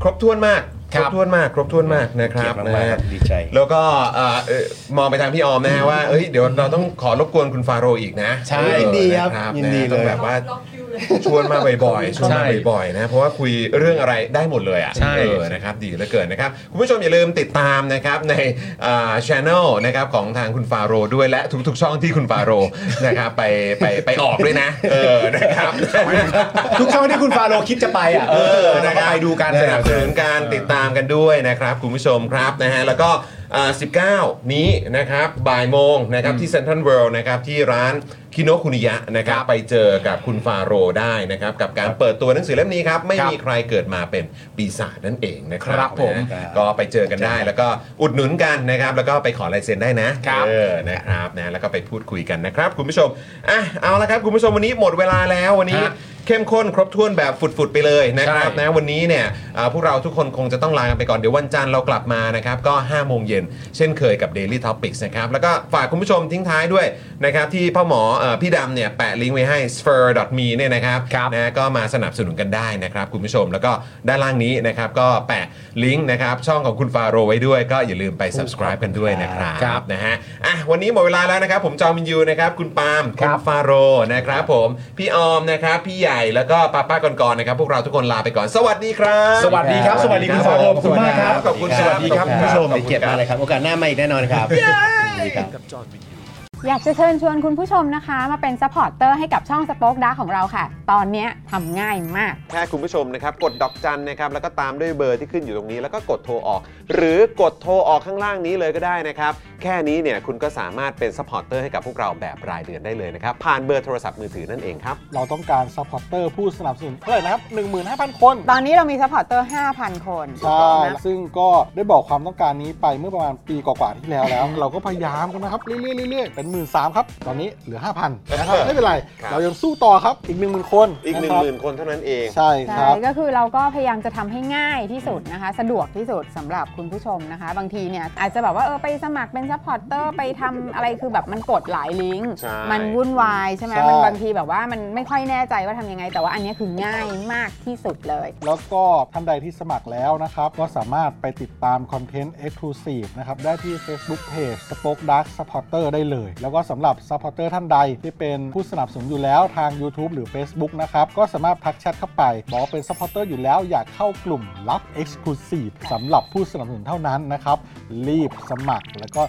[SPEAKER 1] ครบถ้วนมาก ครบถ้วนมาก ครบถ้วนมากนะครับ
[SPEAKER 3] เกียรติ
[SPEAKER 1] นะ
[SPEAKER 3] มากๆครั
[SPEAKER 1] ฮะ
[SPEAKER 3] บดีใจ
[SPEAKER 1] แล้วก็เอ่อเอ่อมองไปทางพี่ออมนะฮะว่าเอ้ยเดี๋ยวเราต้องขอรบกวนคุณฟาโรห์อีกนะ
[SPEAKER 3] ใช่
[SPEAKER 1] เออ
[SPEAKER 3] ยินดีครับ
[SPEAKER 1] ะ
[SPEAKER 3] ยินดี
[SPEAKER 1] ะต้อง
[SPEAKER 3] เลย
[SPEAKER 1] แบบว่า
[SPEAKER 7] ล็อกคิวเลย
[SPEAKER 1] ชวนมาบ่อยๆ ชวนมา
[SPEAKER 2] ใช่
[SPEAKER 1] บ่อยๆ นะ เพราะว่าคุยเรื่องอะไรได้หมดเลยอ่ะ
[SPEAKER 2] ใช่
[SPEAKER 1] เออนะครับ ดีเหลือเกินนะครับ คุณผู้ชมอย่าลืมติดตามนะครับในช่องนะครับของทางคุณฟาโรห์ด้วยและทุกๆ ช่องที่คุณฟาโรห์ นะครับไปไปไปออกด้วยนะ เออ นะครับ
[SPEAKER 2] ทุกช่องที่คุณฟาโรห์คิดจะไปอ่ะ
[SPEAKER 1] เออ
[SPEAKER 2] เรา
[SPEAKER 1] นะค
[SPEAKER 2] ก็
[SPEAKER 1] รับ
[SPEAKER 2] ไปดูกัน
[SPEAKER 1] สนับสนุนการติดตามกันด้วยนะครับ คุณผู้ชมครับนะฮะแล้วก็อ่า19 นี้นะครับบ่ายโมงนะครับที่เซ็นทรัลเวิลด์นะครับที่ร้านคิโนคุนิยะนะครับไปเจอกับคุณฟาโรห์ได้นะครับ กับการเปิดตัวหนังสือเล่มนี้ครับ ไม่มีใครเกิดมาเป็นปีศาจนั่นเองนะครั
[SPEAKER 2] ครับผม
[SPEAKER 1] นะฮะก็ไปเจอกันได้แล้วก็อุดหนุนกันนะครับ แล้วก็ไปขอลายเซ็นได้นะครับ เออนะครับนะแล้วก็ไปพูดคุยกันนะครับ คุณผู้ชมอ่ะเอาละครับคุณผู้ชมวันนี้หมดเวลาแล้ววันนี้ เข้มข้นครบถ้วนแบบฝุดๆไปเลยนะครับ
[SPEAKER 2] ใช่
[SPEAKER 1] นะวันนี้เนี่ยอ่าพวกเราทุกคนคงจะต้องลากันไปก่อน เดี๋ยววันจันทร์เรากลับมานะครับ ก็ 5 โมงเย็นเช่นเคยกับ Daily Topics นะครับ แล้วก็ฝากคุณผู้ชมทิ้งท้ายด้วยนะครับ ที่พ่อหมอเอ่อพี่ดำเนี่ยแปะลิงก์ไว้ให้ s p h e r m e เนี่ยนะครับนะก็มาสนับสนุนกันได้นะครับ คุณผู้ชมแล้วก็ด้านล่างนี้นะครับก็แปะลิงก์นะครับช่องของคุณฟาโรไว้ด้วยก็อย่าลืมไป subscribe กันด้วยนะครับ
[SPEAKER 2] ครับ
[SPEAKER 1] นะฮะอ่ะวันนี้หมดเวลาแล้วนะครับ ผมจอมินยูนะครับ คุณปาล์มคุณฟาโรห์นะครับผม พี่ออมนะครับ พี่ใหญ่ ก่แล้วก็ป้าป้าก่อนๆนะครับ พวกเราทุกคนลาไปก่อน สวัสดีครับ
[SPEAKER 2] สวัสดีครับ สวัสดีคุณฟาโรห์ขอบคุณมากครับ
[SPEAKER 1] ขอบคุณ
[SPEAKER 2] สวัสดีครับ
[SPEAKER 1] ขอ
[SPEAKER 2] คุณ
[SPEAKER 1] ณ
[SPEAKER 2] ผู้ชม
[SPEAKER 1] ขอบ
[SPEAKER 3] เป็น
[SPEAKER 1] ณ
[SPEAKER 3] เกียรติ
[SPEAKER 1] ค
[SPEAKER 3] มา
[SPEAKER 1] บ
[SPEAKER 3] กเลยครับ โอกาสหน้ามาอีกแน่นอนครับสวัสดีครับ
[SPEAKER 8] อยากจะเชิญชวนคุณผู้ชมนะคะ มาเป็นซัพพอร์ตเตอร์ให้กับช่องสป็อคดาของเราค่ะ ตอนเนี้ยทำง่ายมาก
[SPEAKER 1] แค่คุณผู้ชมนะครับ กดดอกจันนะครับ แล้วก็ตามด้วยเบอร์ที่ขึ้นอยู่ตรงนี้ แล้วก็กดโทรออก หรือกดโทรออกข้างล่างนี้เลยก็ได้นะครับ แค่นี้เนี่ยคุณก็สามารถเป็นซัพพอร์ตเตอร์ให้กับพวกเราแบบรายเดือนได้เลยนะครับ ผ่านเบอร์โทรศัพท์มือถือนั่นเองครับ
[SPEAKER 9] เราต้องการซัพพอร์เตอร์ผู้สนับสนุนเท่าไหร่นะครับ 15,000 คน
[SPEAKER 8] ตอนนี้เรามีซัพพอร์ตเตอร์5,000 คน
[SPEAKER 9] ใช่
[SPEAKER 8] นะ
[SPEAKER 9] ซึ่งก็ได้บอกความต้องการนี้ไปเมื่อประมาณปีกว่าๆที่แล้วแล้ว เราก็พยายามกันนะครับ เรื่อยๆเรื่อยๆเป็น 1 3ื่นครับ ตอนนี้เหลือ 5,000นะครับไม่เป็นไร
[SPEAKER 1] ครับ
[SPEAKER 9] เรายังสู้ต่อครับอีก 10,000 คน
[SPEAKER 1] อีก1
[SPEAKER 9] ะครับ
[SPEAKER 1] 0,000 คนเท่านั้นเอง
[SPEAKER 9] ใช่ค
[SPEAKER 8] ใช่
[SPEAKER 9] รับ
[SPEAKER 8] ก็คือเราก็พยายามจะทำให้ง่ายที่สุดนะคะ สะดวกที่สุดสำหรับคุณผู้ชมนะคะ บางทีเนี่ยอาจจะแบบว่าเออไปสมัครเป็นซัพพอร์ตเตอร์ไปทำอะไรคือแบบมันกดหลายลิงก์
[SPEAKER 1] ใช่
[SPEAKER 8] มันวุ่นวายใช่ไหม
[SPEAKER 9] ใช่
[SPEAKER 8] มันบางทีแบบว่ามันไม่ค่อยแน่ใจว่าทำยังไง แต่ว่าอันเนี้ยคือง่ายมากที่สุดเลย
[SPEAKER 9] แล้วก็ท่านใดที่สมัครแล้วนะครับ ก็สามารถไปติดตามคอนเทนต์ Exclusive นะครับ ได้ที่ Facebook Page Spoke Dark Supporter ได้เลย แล้วก็สำหรับ Supporter ท่านใดที่เป็นผู้สนับสนุนอยู่แล้วทาง YouTube หรือ Facebook นะครับ ก็สามารถทักแชทเข้าไป บอกว่าเป็น Supporter อยู่แล้วอยากเข้ากลุ่มลับ Exclusive สำหรับผู้สนับสนุนเท่านั้นนะครับ รีบสมัคร แล้วก็